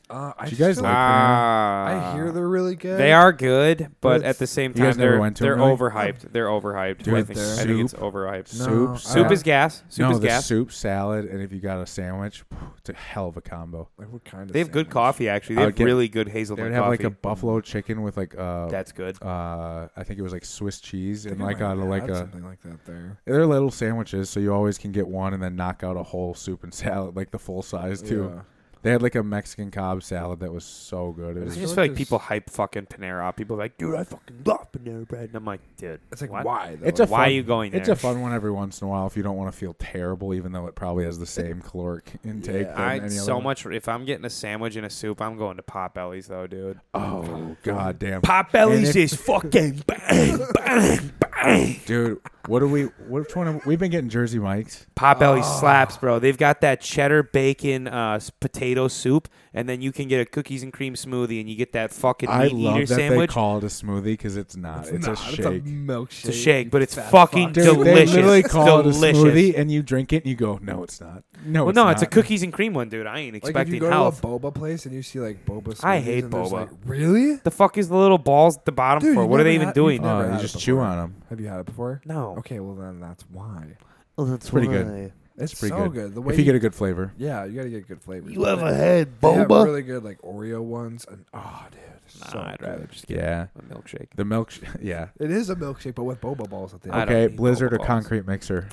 [SPEAKER 2] Uh, I
[SPEAKER 1] Do you
[SPEAKER 2] just
[SPEAKER 1] guys
[SPEAKER 2] feel
[SPEAKER 3] but,
[SPEAKER 1] like
[SPEAKER 2] like
[SPEAKER 3] ah,
[SPEAKER 2] I hear they're really good.
[SPEAKER 3] They are good, but
[SPEAKER 2] it's-
[SPEAKER 3] at the same
[SPEAKER 1] You guys
[SPEAKER 3] time,
[SPEAKER 1] never
[SPEAKER 3] they're
[SPEAKER 1] went to
[SPEAKER 3] they're
[SPEAKER 1] them, really?
[SPEAKER 3] overhyped. They're overhyped.
[SPEAKER 1] Dude,
[SPEAKER 3] I think
[SPEAKER 2] they're-
[SPEAKER 3] I think it's overhyped.
[SPEAKER 2] No,
[SPEAKER 1] soup,
[SPEAKER 2] I-
[SPEAKER 3] Soup
[SPEAKER 1] salad.
[SPEAKER 3] is gas. Soup
[SPEAKER 1] no,
[SPEAKER 3] is
[SPEAKER 1] the
[SPEAKER 3] gas.
[SPEAKER 1] soup, salad, and if you got a sandwich, it's a hell of a combo.
[SPEAKER 2] Like what kind of?
[SPEAKER 3] They have good
[SPEAKER 2] sandwich?
[SPEAKER 3] coffee actually.
[SPEAKER 1] I
[SPEAKER 3] They
[SPEAKER 1] would
[SPEAKER 3] have
[SPEAKER 1] get-
[SPEAKER 3] really good
[SPEAKER 1] They
[SPEAKER 3] hazelnut
[SPEAKER 1] would have
[SPEAKER 3] coffee.
[SPEAKER 1] like a buffalo chicken with like uh,
[SPEAKER 3] That's good.
[SPEAKER 1] uh, I think it was like Swiss cheese
[SPEAKER 2] I think
[SPEAKER 1] and
[SPEAKER 2] I
[SPEAKER 1] like
[SPEAKER 2] might
[SPEAKER 1] on
[SPEAKER 2] have
[SPEAKER 1] like
[SPEAKER 2] had
[SPEAKER 1] a.
[SPEAKER 2] something like that there.
[SPEAKER 1] They're little sandwiches, so you always can get one and then knock out a whole soup and [LAUGHS] salad, like the full size too.
[SPEAKER 2] Yeah.
[SPEAKER 1] They had like a Mexican cob salad that was so good. It
[SPEAKER 3] I
[SPEAKER 1] was
[SPEAKER 3] just
[SPEAKER 2] feel
[SPEAKER 3] feel
[SPEAKER 2] like
[SPEAKER 3] like
[SPEAKER 2] there's-
[SPEAKER 3] people hype fucking Panera. up. People are like, dude, I fucking love Panera bread, and I'm like, dude,
[SPEAKER 2] It's like
[SPEAKER 3] what?
[SPEAKER 2] why though?
[SPEAKER 1] It's a
[SPEAKER 3] Why
[SPEAKER 1] fun-
[SPEAKER 3] are you going there?
[SPEAKER 1] It's a fun one every once in a while if you don't want to feel terrible, even though it probably has the same caloric intake. than
[SPEAKER 2] Yeah.
[SPEAKER 3] I
[SPEAKER 1] any
[SPEAKER 3] so
[SPEAKER 1] other one.
[SPEAKER 3] much. If I'm getting a sandwich and a soup, I'm going to Pop Bellies though, dude.
[SPEAKER 1] Oh god damn,
[SPEAKER 3] Pop
[SPEAKER 1] Bellies
[SPEAKER 3] is fucking bang, bang, bang.
[SPEAKER 1] dude! What are we? Which one? Are, we've been getting Jersey Mike's.
[SPEAKER 3] Pot belly
[SPEAKER 1] Ah.
[SPEAKER 3] slaps, bro. They've got that cheddar bacon uh, s- potato soup, and then you can get a cookies and cream smoothie, and you get that fucking
[SPEAKER 1] I
[SPEAKER 3] meat
[SPEAKER 1] love
[SPEAKER 3] eater
[SPEAKER 1] that they
[SPEAKER 3] sandwich.
[SPEAKER 1] call it a smoothie because it's not. It's, a
[SPEAKER 2] Nah,
[SPEAKER 1] shake.
[SPEAKER 2] It's a milkshake.
[SPEAKER 3] it's a shake, but it's
[SPEAKER 2] Fat
[SPEAKER 3] fucking
[SPEAKER 2] fuck.
[SPEAKER 1] Dude,
[SPEAKER 3] delicious.
[SPEAKER 1] They literally call
[SPEAKER 3] delicious.
[SPEAKER 1] it a smoothie, and you drink it, and you go, "No, it's not. No,
[SPEAKER 3] well,
[SPEAKER 1] it's
[SPEAKER 3] no,
[SPEAKER 1] not.
[SPEAKER 3] it's a cookies and cream one, dude. I ain't
[SPEAKER 2] Like if you
[SPEAKER 3] expecting
[SPEAKER 2] go
[SPEAKER 3] health.
[SPEAKER 2] to a boba place and you see like boba.
[SPEAKER 3] I
[SPEAKER 2] smoothies
[SPEAKER 3] hate
[SPEAKER 2] and there's,
[SPEAKER 3] boba.
[SPEAKER 2] Like, really?
[SPEAKER 3] the fuck is the little balls at the bottom
[SPEAKER 2] Dude,
[SPEAKER 3] for?
[SPEAKER 2] you
[SPEAKER 3] What are they
[SPEAKER 2] never
[SPEAKER 3] even
[SPEAKER 2] had-
[SPEAKER 3] doing?
[SPEAKER 2] you've never
[SPEAKER 1] Uh,
[SPEAKER 2] had
[SPEAKER 1] you
[SPEAKER 2] it
[SPEAKER 1] just
[SPEAKER 2] before.
[SPEAKER 1] chew on them.
[SPEAKER 2] Have you had it before?
[SPEAKER 3] No.
[SPEAKER 2] Okay, well then that's why.
[SPEAKER 4] Oh, that's
[SPEAKER 1] pretty good.
[SPEAKER 4] why.
[SPEAKER 2] It's,
[SPEAKER 1] pretty
[SPEAKER 2] so
[SPEAKER 1] good.
[SPEAKER 2] good. The way
[SPEAKER 1] if you
[SPEAKER 2] you-
[SPEAKER 1] get a good flavor.
[SPEAKER 2] yeah, you gotta get good flavors.
[SPEAKER 4] You have a head,
[SPEAKER 2] They have
[SPEAKER 4] boba.
[SPEAKER 2] really good like Oreo ones, and oh, dude, it's
[SPEAKER 3] Nah,
[SPEAKER 2] so
[SPEAKER 3] I'd
[SPEAKER 2] good.
[SPEAKER 3] rather just get
[SPEAKER 1] Yeah.
[SPEAKER 3] a milkshake.
[SPEAKER 1] The milk. Sh- [LAUGHS] yeah.
[SPEAKER 2] It is a milkshake, but with boba balls at the
[SPEAKER 3] I
[SPEAKER 2] end.
[SPEAKER 3] don't
[SPEAKER 1] Okay.
[SPEAKER 3] need
[SPEAKER 1] Blizzard
[SPEAKER 3] Boba
[SPEAKER 1] or
[SPEAKER 3] Balls.
[SPEAKER 1] concrete mixer.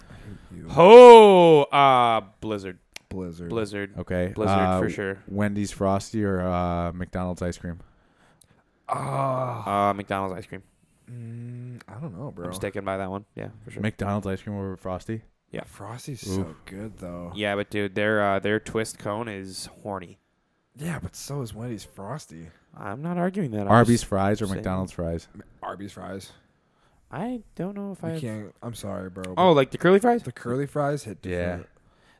[SPEAKER 2] You
[SPEAKER 3] Oh, uh, Blizzard,
[SPEAKER 2] Blizzard.
[SPEAKER 3] Blizzard,
[SPEAKER 1] Okay.
[SPEAKER 3] Blizzard
[SPEAKER 1] uh,
[SPEAKER 3] for sure.
[SPEAKER 1] Wendy's frosty or uh, McDonald's ice cream. oh.
[SPEAKER 2] Ah,
[SPEAKER 3] Uh, McDonald's ice cream.
[SPEAKER 2] mm, I don't know, bro.
[SPEAKER 3] I'm sticking by that one. Yeah, for sure.
[SPEAKER 1] McDonald's ice cream over frosty.
[SPEAKER 2] Frosty's so
[SPEAKER 1] Oof.
[SPEAKER 2] good though.
[SPEAKER 3] yeah, but dude, their uh, their twist cone is horny.
[SPEAKER 2] Yeah, but so is Wendy's Frosty.
[SPEAKER 3] I'm not arguing that. I'm
[SPEAKER 1] Arby's
[SPEAKER 3] just-
[SPEAKER 1] fries or
[SPEAKER 3] saying.
[SPEAKER 1] McDonald's fries.
[SPEAKER 2] Arby's fries.
[SPEAKER 3] I don't know if
[SPEAKER 2] You
[SPEAKER 3] I.
[SPEAKER 2] can't. I'm sorry, bro.
[SPEAKER 3] Oh,
[SPEAKER 2] but
[SPEAKER 3] like the curly fries?
[SPEAKER 2] the curly fries hit.
[SPEAKER 1] Yeah.
[SPEAKER 2] different.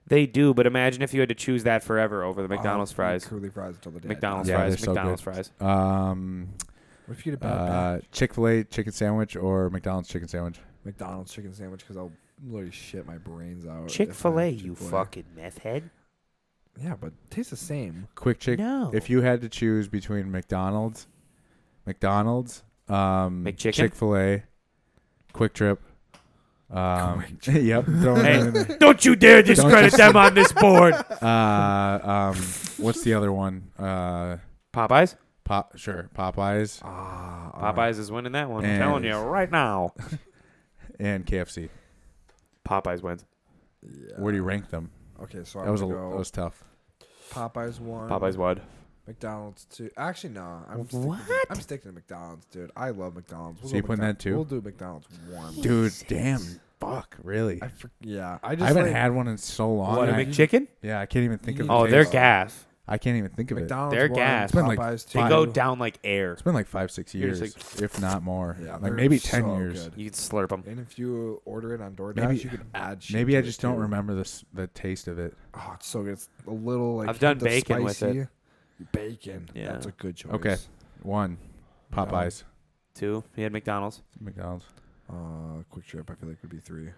[SPEAKER 3] They do, but imagine if you had to choose that forever over the
[SPEAKER 1] Oh,
[SPEAKER 3] McDonald's
[SPEAKER 2] I'll eat
[SPEAKER 3] fries.
[SPEAKER 2] Curly fries until the day. I die.
[SPEAKER 3] McDonald's
[SPEAKER 1] Yeah,
[SPEAKER 3] fries.
[SPEAKER 1] they're so
[SPEAKER 3] McDonald's
[SPEAKER 1] good.
[SPEAKER 3] fries.
[SPEAKER 1] Um,
[SPEAKER 2] What if you get a bad
[SPEAKER 1] uh,
[SPEAKER 2] batch?
[SPEAKER 1] Chick Fil A chicken sandwich or McDonald's chicken sandwich.
[SPEAKER 2] McDonald's chicken sandwich? Because I'll literally shit my brains out. if I have
[SPEAKER 5] Chick fil A, you
[SPEAKER 2] Chick-fil-A.
[SPEAKER 5] fucking meth head.
[SPEAKER 2] Yeah, but it tastes the same.
[SPEAKER 1] Quick Chick.
[SPEAKER 2] Oh.
[SPEAKER 5] No.
[SPEAKER 1] If you had to choose between McDonald's, McDonald's, um,
[SPEAKER 3] McChicken?
[SPEAKER 1] Chick Fil A, Quick Trip. [LAUGHS] Um, yep. throwing
[SPEAKER 3] Hey.
[SPEAKER 1] in-
[SPEAKER 5] Don't you dare
[SPEAKER 1] discredit just- them
[SPEAKER 5] on
[SPEAKER 1] [LAUGHS]
[SPEAKER 5] this board.
[SPEAKER 1] uh, um, what's the other one? Uh,
[SPEAKER 3] Popeyes?
[SPEAKER 1] pop. Sure, Popeyes
[SPEAKER 2] Ah, all right.
[SPEAKER 3] Popeyes is winning that one. I'm
[SPEAKER 1] And-
[SPEAKER 3] telling you right now.
[SPEAKER 1] and KFC.
[SPEAKER 3] Popeyes wins.
[SPEAKER 2] Yeah.
[SPEAKER 1] Where do you rank them?
[SPEAKER 2] Okay, so I
[SPEAKER 1] That was a,
[SPEAKER 2] go
[SPEAKER 1] that was tough.
[SPEAKER 2] Popeyes one.
[SPEAKER 3] Popeyes won.
[SPEAKER 2] McDonald's two. Actually, no. I'm sticking
[SPEAKER 5] What?
[SPEAKER 2] To, I'm sticking to McDonald's, dude. I love McDonald's.
[SPEAKER 1] So you putting that
[SPEAKER 2] McDonald's.
[SPEAKER 1] two?
[SPEAKER 2] We'll do McDonald's one.
[SPEAKER 1] Dude, damn, fuck, really.
[SPEAKER 2] I
[SPEAKER 1] I,
[SPEAKER 2] for, yeah, I just
[SPEAKER 1] haven't
[SPEAKER 2] like,
[SPEAKER 1] had one in so long.
[SPEAKER 3] What, a
[SPEAKER 1] and I-
[SPEAKER 3] McChicken?
[SPEAKER 1] yeah, I can't even think of.
[SPEAKER 2] You
[SPEAKER 1] the
[SPEAKER 3] Oh, they're
[SPEAKER 1] taste.
[SPEAKER 3] gas.
[SPEAKER 1] I can't even think of it.
[SPEAKER 2] McDonald's.
[SPEAKER 3] They're
[SPEAKER 2] one,
[SPEAKER 3] gas.
[SPEAKER 1] It's been like
[SPEAKER 2] Popeyes
[SPEAKER 3] They
[SPEAKER 1] Fine.
[SPEAKER 3] go
[SPEAKER 2] two.
[SPEAKER 3] down like air.
[SPEAKER 1] It's been like five, six
[SPEAKER 3] You're
[SPEAKER 1] years,
[SPEAKER 3] just
[SPEAKER 1] if not more.
[SPEAKER 2] Yeah,
[SPEAKER 1] like
[SPEAKER 2] they're
[SPEAKER 1] maybe ten
[SPEAKER 2] so
[SPEAKER 1] years.
[SPEAKER 2] good.
[SPEAKER 3] You can slurp them.
[SPEAKER 2] And if you order it on DoorDash,
[SPEAKER 1] Maybe-
[SPEAKER 2] you can add. Shit
[SPEAKER 1] Maybe
[SPEAKER 2] to
[SPEAKER 1] I
[SPEAKER 2] it,
[SPEAKER 1] just don't
[SPEAKER 2] too.
[SPEAKER 1] remember the s- the taste of it.
[SPEAKER 2] Oh, it's so good. It's a little like
[SPEAKER 3] I've done
[SPEAKER 2] hint of
[SPEAKER 3] bacon with
[SPEAKER 2] spicy. Bacon.
[SPEAKER 3] Yeah.
[SPEAKER 2] that's a good choice.
[SPEAKER 1] Okay. One, Popeyes,
[SPEAKER 3] Two. You had McDonald's.
[SPEAKER 1] McDonald's.
[SPEAKER 2] Uh, Quick Trip. I feel like would be three.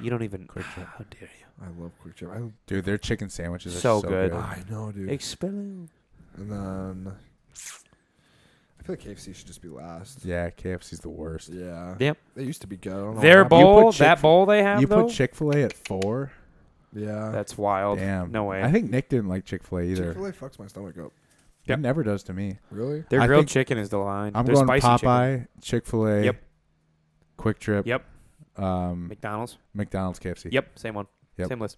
[SPEAKER 3] You don't even.
[SPEAKER 1] Quick Trip.
[SPEAKER 3] How dare you?
[SPEAKER 2] I love Quick Trip. I,
[SPEAKER 1] Dude, their chicken sandwiches are so,
[SPEAKER 3] So good.
[SPEAKER 2] I know, dude.
[SPEAKER 5] Expelling.
[SPEAKER 2] And then I feel like KFC should just be last.
[SPEAKER 1] Yeah, KFC's the worst.
[SPEAKER 2] Yeah.
[SPEAKER 3] Yep.
[SPEAKER 2] They used to be good. I don't know
[SPEAKER 3] Their
[SPEAKER 2] why.
[SPEAKER 3] bowl,
[SPEAKER 1] Chick-
[SPEAKER 3] that bowl they have
[SPEAKER 1] You
[SPEAKER 3] though.
[SPEAKER 1] put Chick Fil A at four.
[SPEAKER 2] Yeah.
[SPEAKER 3] That's wild.
[SPEAKER 1] Damn,
[SPEAKER 3] No way.
[SPEAKER 1] I think Nick didn't like Chick Fil A either.
[SPEAKER 2] Chick Fil A fucks my stomach up.
[SPEAKER 1] It never does to me.
[SPEAKER 2] Really?
[SPEAKER 3] Their
[SPEAKER 1] I
[SPEAKER 3] grilled
[SPEAKER 1] think-
[SPEAKER 3] chicken is the line.
[SPEAKER 1] I'm
[SPEAKER 3] Their
[SPEAKER 1] going
[SPEAKER 3] spicy chicken.
[SPEAKER 1] Popeye, Chick Fil A.
[SPEAKER 3] Yep.
[SPEAKER 1] Quick Trip.
[SPEAKER 3] Yep.
[SPEAKER 1] Um,
[SPEAKER 3] McDonald's.
[SPEAKER 1] McDonald's, KFC.
[SPEAKER 3] Yep. Same one.
[SPEAKER 1] Yep.
[SPEAKER 3] Same list.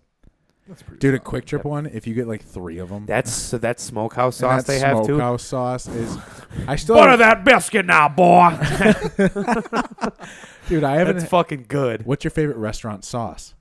[SPEAKER 2] That's pretty.
[SPEAKER 1] Dude, a
[SPEAKER 2] solid.
[SPEAKER 1] Quick Trip
[SPEAKER 3] Yep.
[SPEAKER 1] one. If you get like three of them,
[SPEAKER 3] That's so that smokehouse
[SPEAKER 1] and
[SPEAKER 3] sauce
[SPEAKER 1] that
[SPEAKER 3] they have too.
[SPEAKER 1] Smokehouse sauce is.
[SPEAKER 3] [LAUGHS]
[SPEAKER 1] I still,
[SPEAKER 5] Butter that biscuit
[SPEAKER 1] [LAUGHS]
[SPEAKER 5] now, boy.
[SPEAKER 1] dude. I haven't.
[SPEAKER 3] That's fucking good.
[SPEAKER 1] What's your favorite restaurant sauce?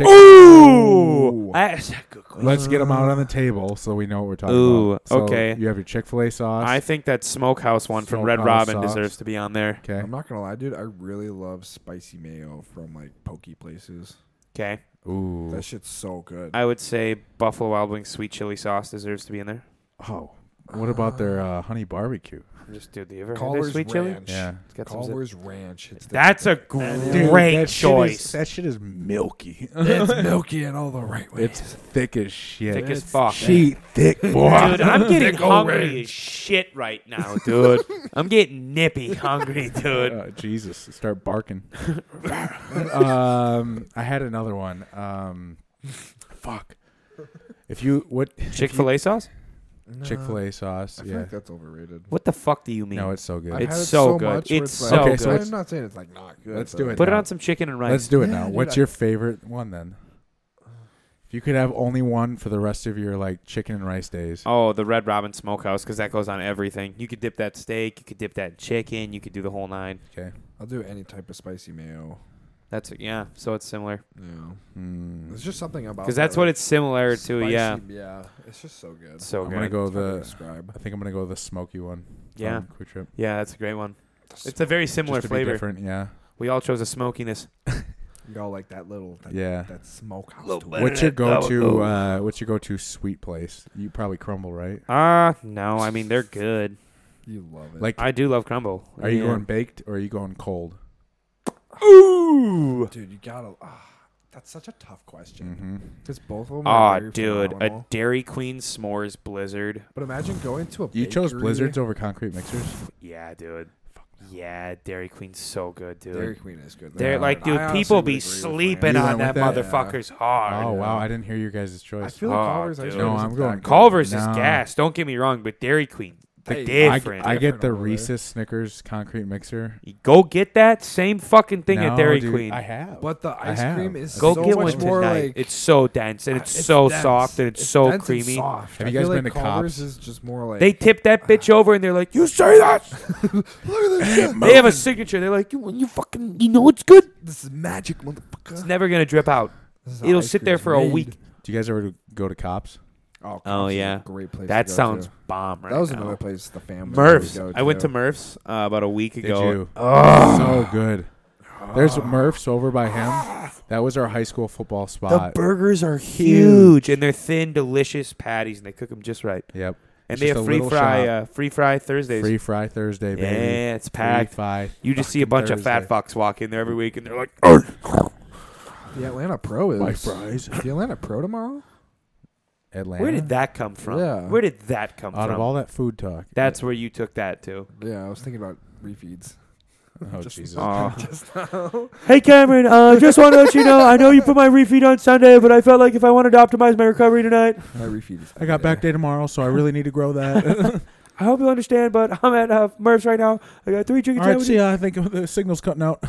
[SPEAKER 3] Ooh, that's a good question.
[SPEAKER 1] Let's get them out on the table so we know what we're talking
[SPEAKER 3] Ooh,
[SPEAKER 1] about. So
[SPEAKER 3] okay.
[SPEAKER 1] You have your Chick Fil A sauce.
[SPEAKER 3] I think that smokehouse one from Red
[SPEAKER 1] Smokehouse
[SPEAKER 3] Robin
[SPEAKER 1] sauce.
[SPEAKER 3] deserves to be on there.
[SPEAKER 1] okay.
[SPEAKER 2] I'm not gonna lie, dude. I really love spicy mayo from like pokey places.
[SPEAKER 3] Okay,
[SPEAKER 1] Ooh.
[SPEAKER 2] That shit's so good.
[SPEAKER 3] I would say Buffalo Wild Wings sweet chili sauce deserves to be in there.
[SPEAKER 1] Oh. What about their uh, honey barbecue?
[SPEAKER 3] I'm just dude, do you ever had their
[SPEAKER 2] Caller's
[SPEAKER 3] sweet chili?
[SPEAKER 2] Ranch.
[SPEAKER 1] Yeah.
[SPEAKER 3] It's got some zip.
[SPEAKER 2] Caller's Ranch. It's the
[SPEAKER 3] That's a great choice.
[SPEAKER 1] that shit is milky.
[SPEAKER 2] it's milky in all the right ways.
[SPEAKER 1] it's [LAUGHS]
[SPEAKER 2] [LAUGHS]
[SPEAKER 1] thick as shit.
[SPEAKER 3] Thick as fuck.
[SPEAKER 1] She thick boy. [LAUGHS]
[SPEAKER 5] Dude, I'm getting
[SPEAKER 3] Thick old
[SPEAKER 5] hungry
[SPEAKER 3] ranch.
[SPEAKER 5] as shit right now, dude.
[SPEAKER 3] [LAUGHS]
[SPEAKER 5] I'm getting nippy hungry, dude.
[SPEAKER 1] Uh, Jesus, start barking. um, [LAUGHS] I had another one. Um, fuck. If you what [LAUGHS]
[SPEAKER 3] Chick Fil A sauce?
[SPEAKER 1] Chick Fil A sauce?
[SPEAKER 2] I feel
[SPEAKER 1] Yeah.
[SPEAKER 2] like that's overrated.
[SPEAKER 3] What the fuck do you mean?
[SPEAKER 1] No, it's so
[SPEAKER 2] I've
[SPEAKER 1] good.
[SPEAKER 3] It's
[SPEAKER 2] had it
[SPEAKER 3] so
[SPEAKER 2] so
[SPEAKER 3] good.
[SPEAKER 2] Much where
[SPEAKER 3] It's
[SPEAKER 2] like-
[SPEAKER 1] so Okay, so good.
[SPEAKER 2] I'm not saying it's like not good.
[SPEAKER 1] Let's
[SPEAKER 2] but-
[SPEAKER 1] do it.
[SPEAKER 3] Put it
[SPEAKER 1] now.
[SPEAKER 3] on some chicken and rice.
[SPEAKER 1] Let's do it
[SPEAKER 2] Yeah,
[SPEAKER 1] now.
[SPEAKER 2] dude,
[SPEAKER 1] What's
[SPEAKER 2] I-
[SPEAKER 1] your favorite one then? If you could have only one for the rest of your like chicken and rice days.
[SPEAKER 3] Oh, the Red Robin Smokehouse because that goes on everything. You could dip that steak, you could dip that chicken, you could do the whole nine.
[SPEAKER 1] Okay.
[SPEAKER 2] I'll do any type of spicy mayo.
[SPEAKER 3] That's yeah, so it's similar
[SPEAKER 2] Yeah.
[SPEAKER 1] Hmm.
[SPEAKER 2] It's just something
[SPEAKER 1] Oh,
[SPEAKER 2] about
[SPEAKER 3] because that's
[SPEAKER 2] that,
[SPEAKER 3] what
[SPEAKER 2] like,
[SPEAKER 3] it's similar to.
[SPEAKER 2] spicy-
[SPEAKER 3] Yeah,
[SPEAKER 2] Yeah. It's just so good.
[SPEAKER 3] so
[SPEAKER 1] I'm
[SPEAKER 3] good.
[SPEAKER 1] gonna go
[SPEAKER 2] It's hard to
[SPEAKER 1] the.
[SPEAKER 2] describe.
[SPEAKER 1] I think I'm gonna go the smoky one.
[SPEAKER 3] Yeah.
[SPEAKER 1] from Quick trip.
[SPEAKER 3] Yeah, that's a great one. It's a very similar
[SPEAKER 1] Just to be
[SPEAKER 3] flavor.
[SPEAKER 1] different. Yeah.
[SPEAKER 3] We all chose a smokiness.
[SPEAKER 2] Y'all like that little that,
[SPEAKER 1] Yeah.
[SPEAKER 2] that smokehouse.
[SPEAKER 5] Little
[SPEAKER 2] to
[SPEAKER 5] bit.
[SPEAKER 2] it.
[SPEAKER 1] What's your
[SPEAKER 5] That
[SPEAKER 1] go
[SPEAKER 5] would
[SPEAKER 1] to?
[SPEAKER 5] go.
[SPEAKER 1] Uh, what's your go to sweet place? You probably crumble, right?
[SPEAKER 3] Ah, no, I mean they're good.
[SPEAKER 2] You love it.
[SPEAKER 1] Like,
[SPEAKER 3] I do love crumble.
[SPEAKER 1] are you
[SPEAKER 3] Yeah.
[SPEAKER 1] going baked or are you going cold?
[SPEAKER 3] Ooh.
[SPEAKER 2] dude, you gotta. Ah, that's such a tough question.
[SPEAKER 1] Mm-hmm.
[SPEAKER 2] Because both of them.
[SPEAKER 3] Ah,
[SPEAKER 2] are very
[SPEAKER 3] dude, a
[SPEAKER 2] phenomenal.
[SPEAKER 3] Dairy Queen s'mores blizzard.
[SPEAKER 2] but imagine going to a.
[SPEAKER 1] You chose
[SPEAKER 2] bakery-
[SPEAKER 1] blizzards over concrete mixers.
[SPEAKER 3] Yeah, dude. Yeah, Dairy Queen's so good, dude.
[SPEAKER 2] Dairy Queen is good.
[SPEAKER 3] They're
[SPEAKER 1] Yeah.
[SPEAKER 3] like,
[SPEAKER 2] I
[SPEAKER 3] dude,
[SPEAKER 2] honestly
[SPEAKER 3] people
[SPEAKER 2] would
[SPEAKER 3] be
[SPEAKER 2] agree with Ryan.
[SPEAKER 3] sleeping
[SPEAKER 1] You
[SPEAKER 3] on
[SPEAKER 1] went
[SPEAKER 3] that
[SPEAKER 1] with that?
[SPEAKER 3] motherfucker's hard.
[SPEAKER 1] Oh wow, I didn't hear your guys'
[SPEAKER 2] I
[SPEAKER 1] choice.
[SPEAKER 2] feel like
[SPEAKER 3] Oh,
[SPEAKER 2] Culver's ice
[SPEAKER 3] dude.
[SPEAKER 2] cream
[SPEAKER 3] No,
[SPEAKER 2] is
[SPEAKER 1] I'm
[SPEAKER 2] that
[SPEAKER 1] going
[SPEAKER 2] good.
[SPEAKER 3] Culver's is
[SPEAKER 1] No.
[SPEAKER 3] gas. Don't get me wrong, but Dairy Queen, the
[SPEAKER 2] Hey,
[SPEAKER 1] I,
[SPEAKER 3] different.
[SPEAKER 1] I get
[SPEAKER 2] Different
[SPEAKER 1] the
[SPEAKER 2] over there.
[SPEAKER 1] Reese's Snickers concrete mixer.
[SPEAKER 3] You go get that same fucking thing
[SPEAKER 1] No,
[SPEAKER 3] at Dairy
[SPEAKER 1] dude,
[SPEAKER 3] Queen.
[SPEAKER 1] I have.
[SPEAKER 2] But the
[SPEAKER 1] I
[SPEAKER 2] ice
[SPEAKER 1] have.
[SPEAKER 2] cream is
[SPEAKER 3] go
[SPEAKER 2] so
[SPEAKER 3] get
[SPEAKER 2] much
[SPEAKER 3] one
[SPEAKER 2] more
[SPEAKER 3] tonight.
[SPEAKER 2] like ah,
[SPEAKER 3] it's so dense and it's, so
[SPEAKER 2] dense.
[SPEAKER 3] soft and it's, so
[SPEAKER 2] dense and
[SPEAKER 3] creamy.
[SPEAKER 2] soft.
[SPEAKER 1] Have
[SPEAKER 2] I
[SPEAKER 1] you guys
[SPEAKER 2] feel
[SPEAKER 1] been
[SPEAKER 2] like
[SPEAKER 1] to
[SPEAKER 2] Culver's
[SPEAKER 1] Cops?
[SPEAKER 2] Is just more like
[SPEAKER 3] They tip that bitch over and they're like, "You say that."
[SPEAKER 2] look at this. shit.
[SPEAKER 3] They have a signature. They're like, "You, you fucking, you know it's good.
[SPEAKER 2] This is magic,
[SPEAKER 3] It's
[SPEAKER 2] motherfucker.
[SPEAKER 3] never gonna drip out."
[SPEAKER 2] This is how
[SPEAKER 3] It'll
[SPEAKER 2] ice
[SPEAKER 3] sit
[SPEAKER 2] cream
[SPEAKER 3] there
[SPEAKER 2] is
[SPEAKER 3] for a
[SPEAKER 2] made.
[SPEAKER 3] week.
[SPEAKER 1] Do you guys ever go to Cops?
[SPEAKER 2] Oh, Culver's
[SPEAKER 6] Oh,
[SPEAKER 2] is a
[SPEAKER 6] yeah.
[SPEAKER 2] great place.
[SPEAKER 3] That
[SPEAKER 2] to go
[SPEAKER 3] sounds
[SPEAKER 2] To.
[SPEAKER 3] bomb right
[SPEAKER 2] that was
[SPEAKER 3] now.
[SPEAKER 2] another place the family.
[SPEAKER 6] Murph's.
[SPEAKER 2] would go
[SPEAKER 6] I went to Murph's uh, about a week
[SPEAKER 1] Did
[SPEAKER 6] ago.
[SPEAKER 1] you? So good. There's Murph's over by him. That was our high school football
[SPEAKER 3] The
[SPEAKER 1] spot.
[SPEAKER 3] burgers are huge and they're thin, delicious patties, and they cook them just right.
[SPEAKER 1] yep.
[SPEAKER 3] And
[SPEAKER 1] It's
[SPEAKER 3] they
[SPEAKER 1] just
[SPEAKER 3] have
[SPEAKER 1] a
[SPEAKER 3] free
[SPEAKER 1] little
[SPEAKER 3] fry,
[SPEAKER 1] shop.
[SPEAKER 3] uh, free fry Thursdays.
[SPEAKER 1] Free Fry Thursday, baby.
[SPEAKER 3] yeah, it's
[SPEAKER 1] Free
[SPEAKER 3] packed.
[SPEAKER 1] Fry.
[SPEAKER 3] You just see a bunch of fat
[SPEAKER 1] Thursday.
[SPEAKER 3] fucks walk in there every week, and they're like,
[SPEAKER 2] The Atlanta Pro is.
[SPEAKER 1] My fries.
[SPEAKER 2] The Atlanta Pro tomorrow?
[SPEAKER 1] Atlanta.
[SPEAKER 3] "Where did that come from?
[SPEAKER 2] Yeah.
[SPEAKER 3] Where did that come
[SPEAKER 1] Out
[SPEAKER 3] from?"
[SPEAKER 1] of all that food talk.
[SPEAKER 3] That's where you took that to.
[SPEAKER 2] Yeah, I was thinking about refeeds.
[SPEAKER 1] Oh Jesus.
[SPEAKER 2] [LAUGHS]
[SPEAKER 3] Hey Cameron, [LAUGHS] uh, just want to let you know I know you put my refeed on Sunday, but I felt like if I wanted to optimize my recovery tonight,
[SPEAKER 2] My refeed is.
[SPEAKER 1] I got back day tomorrow, so I really need to grow
[SPEAKER 3] [LAUGHS]
[SPEAKER 1] that.
[SPEAKER 3] I hope you understand. But I'm at uh, Murph's right now. I got three chicken
[SPEAKER 1] All right, see ya. I think the signal's cutting out.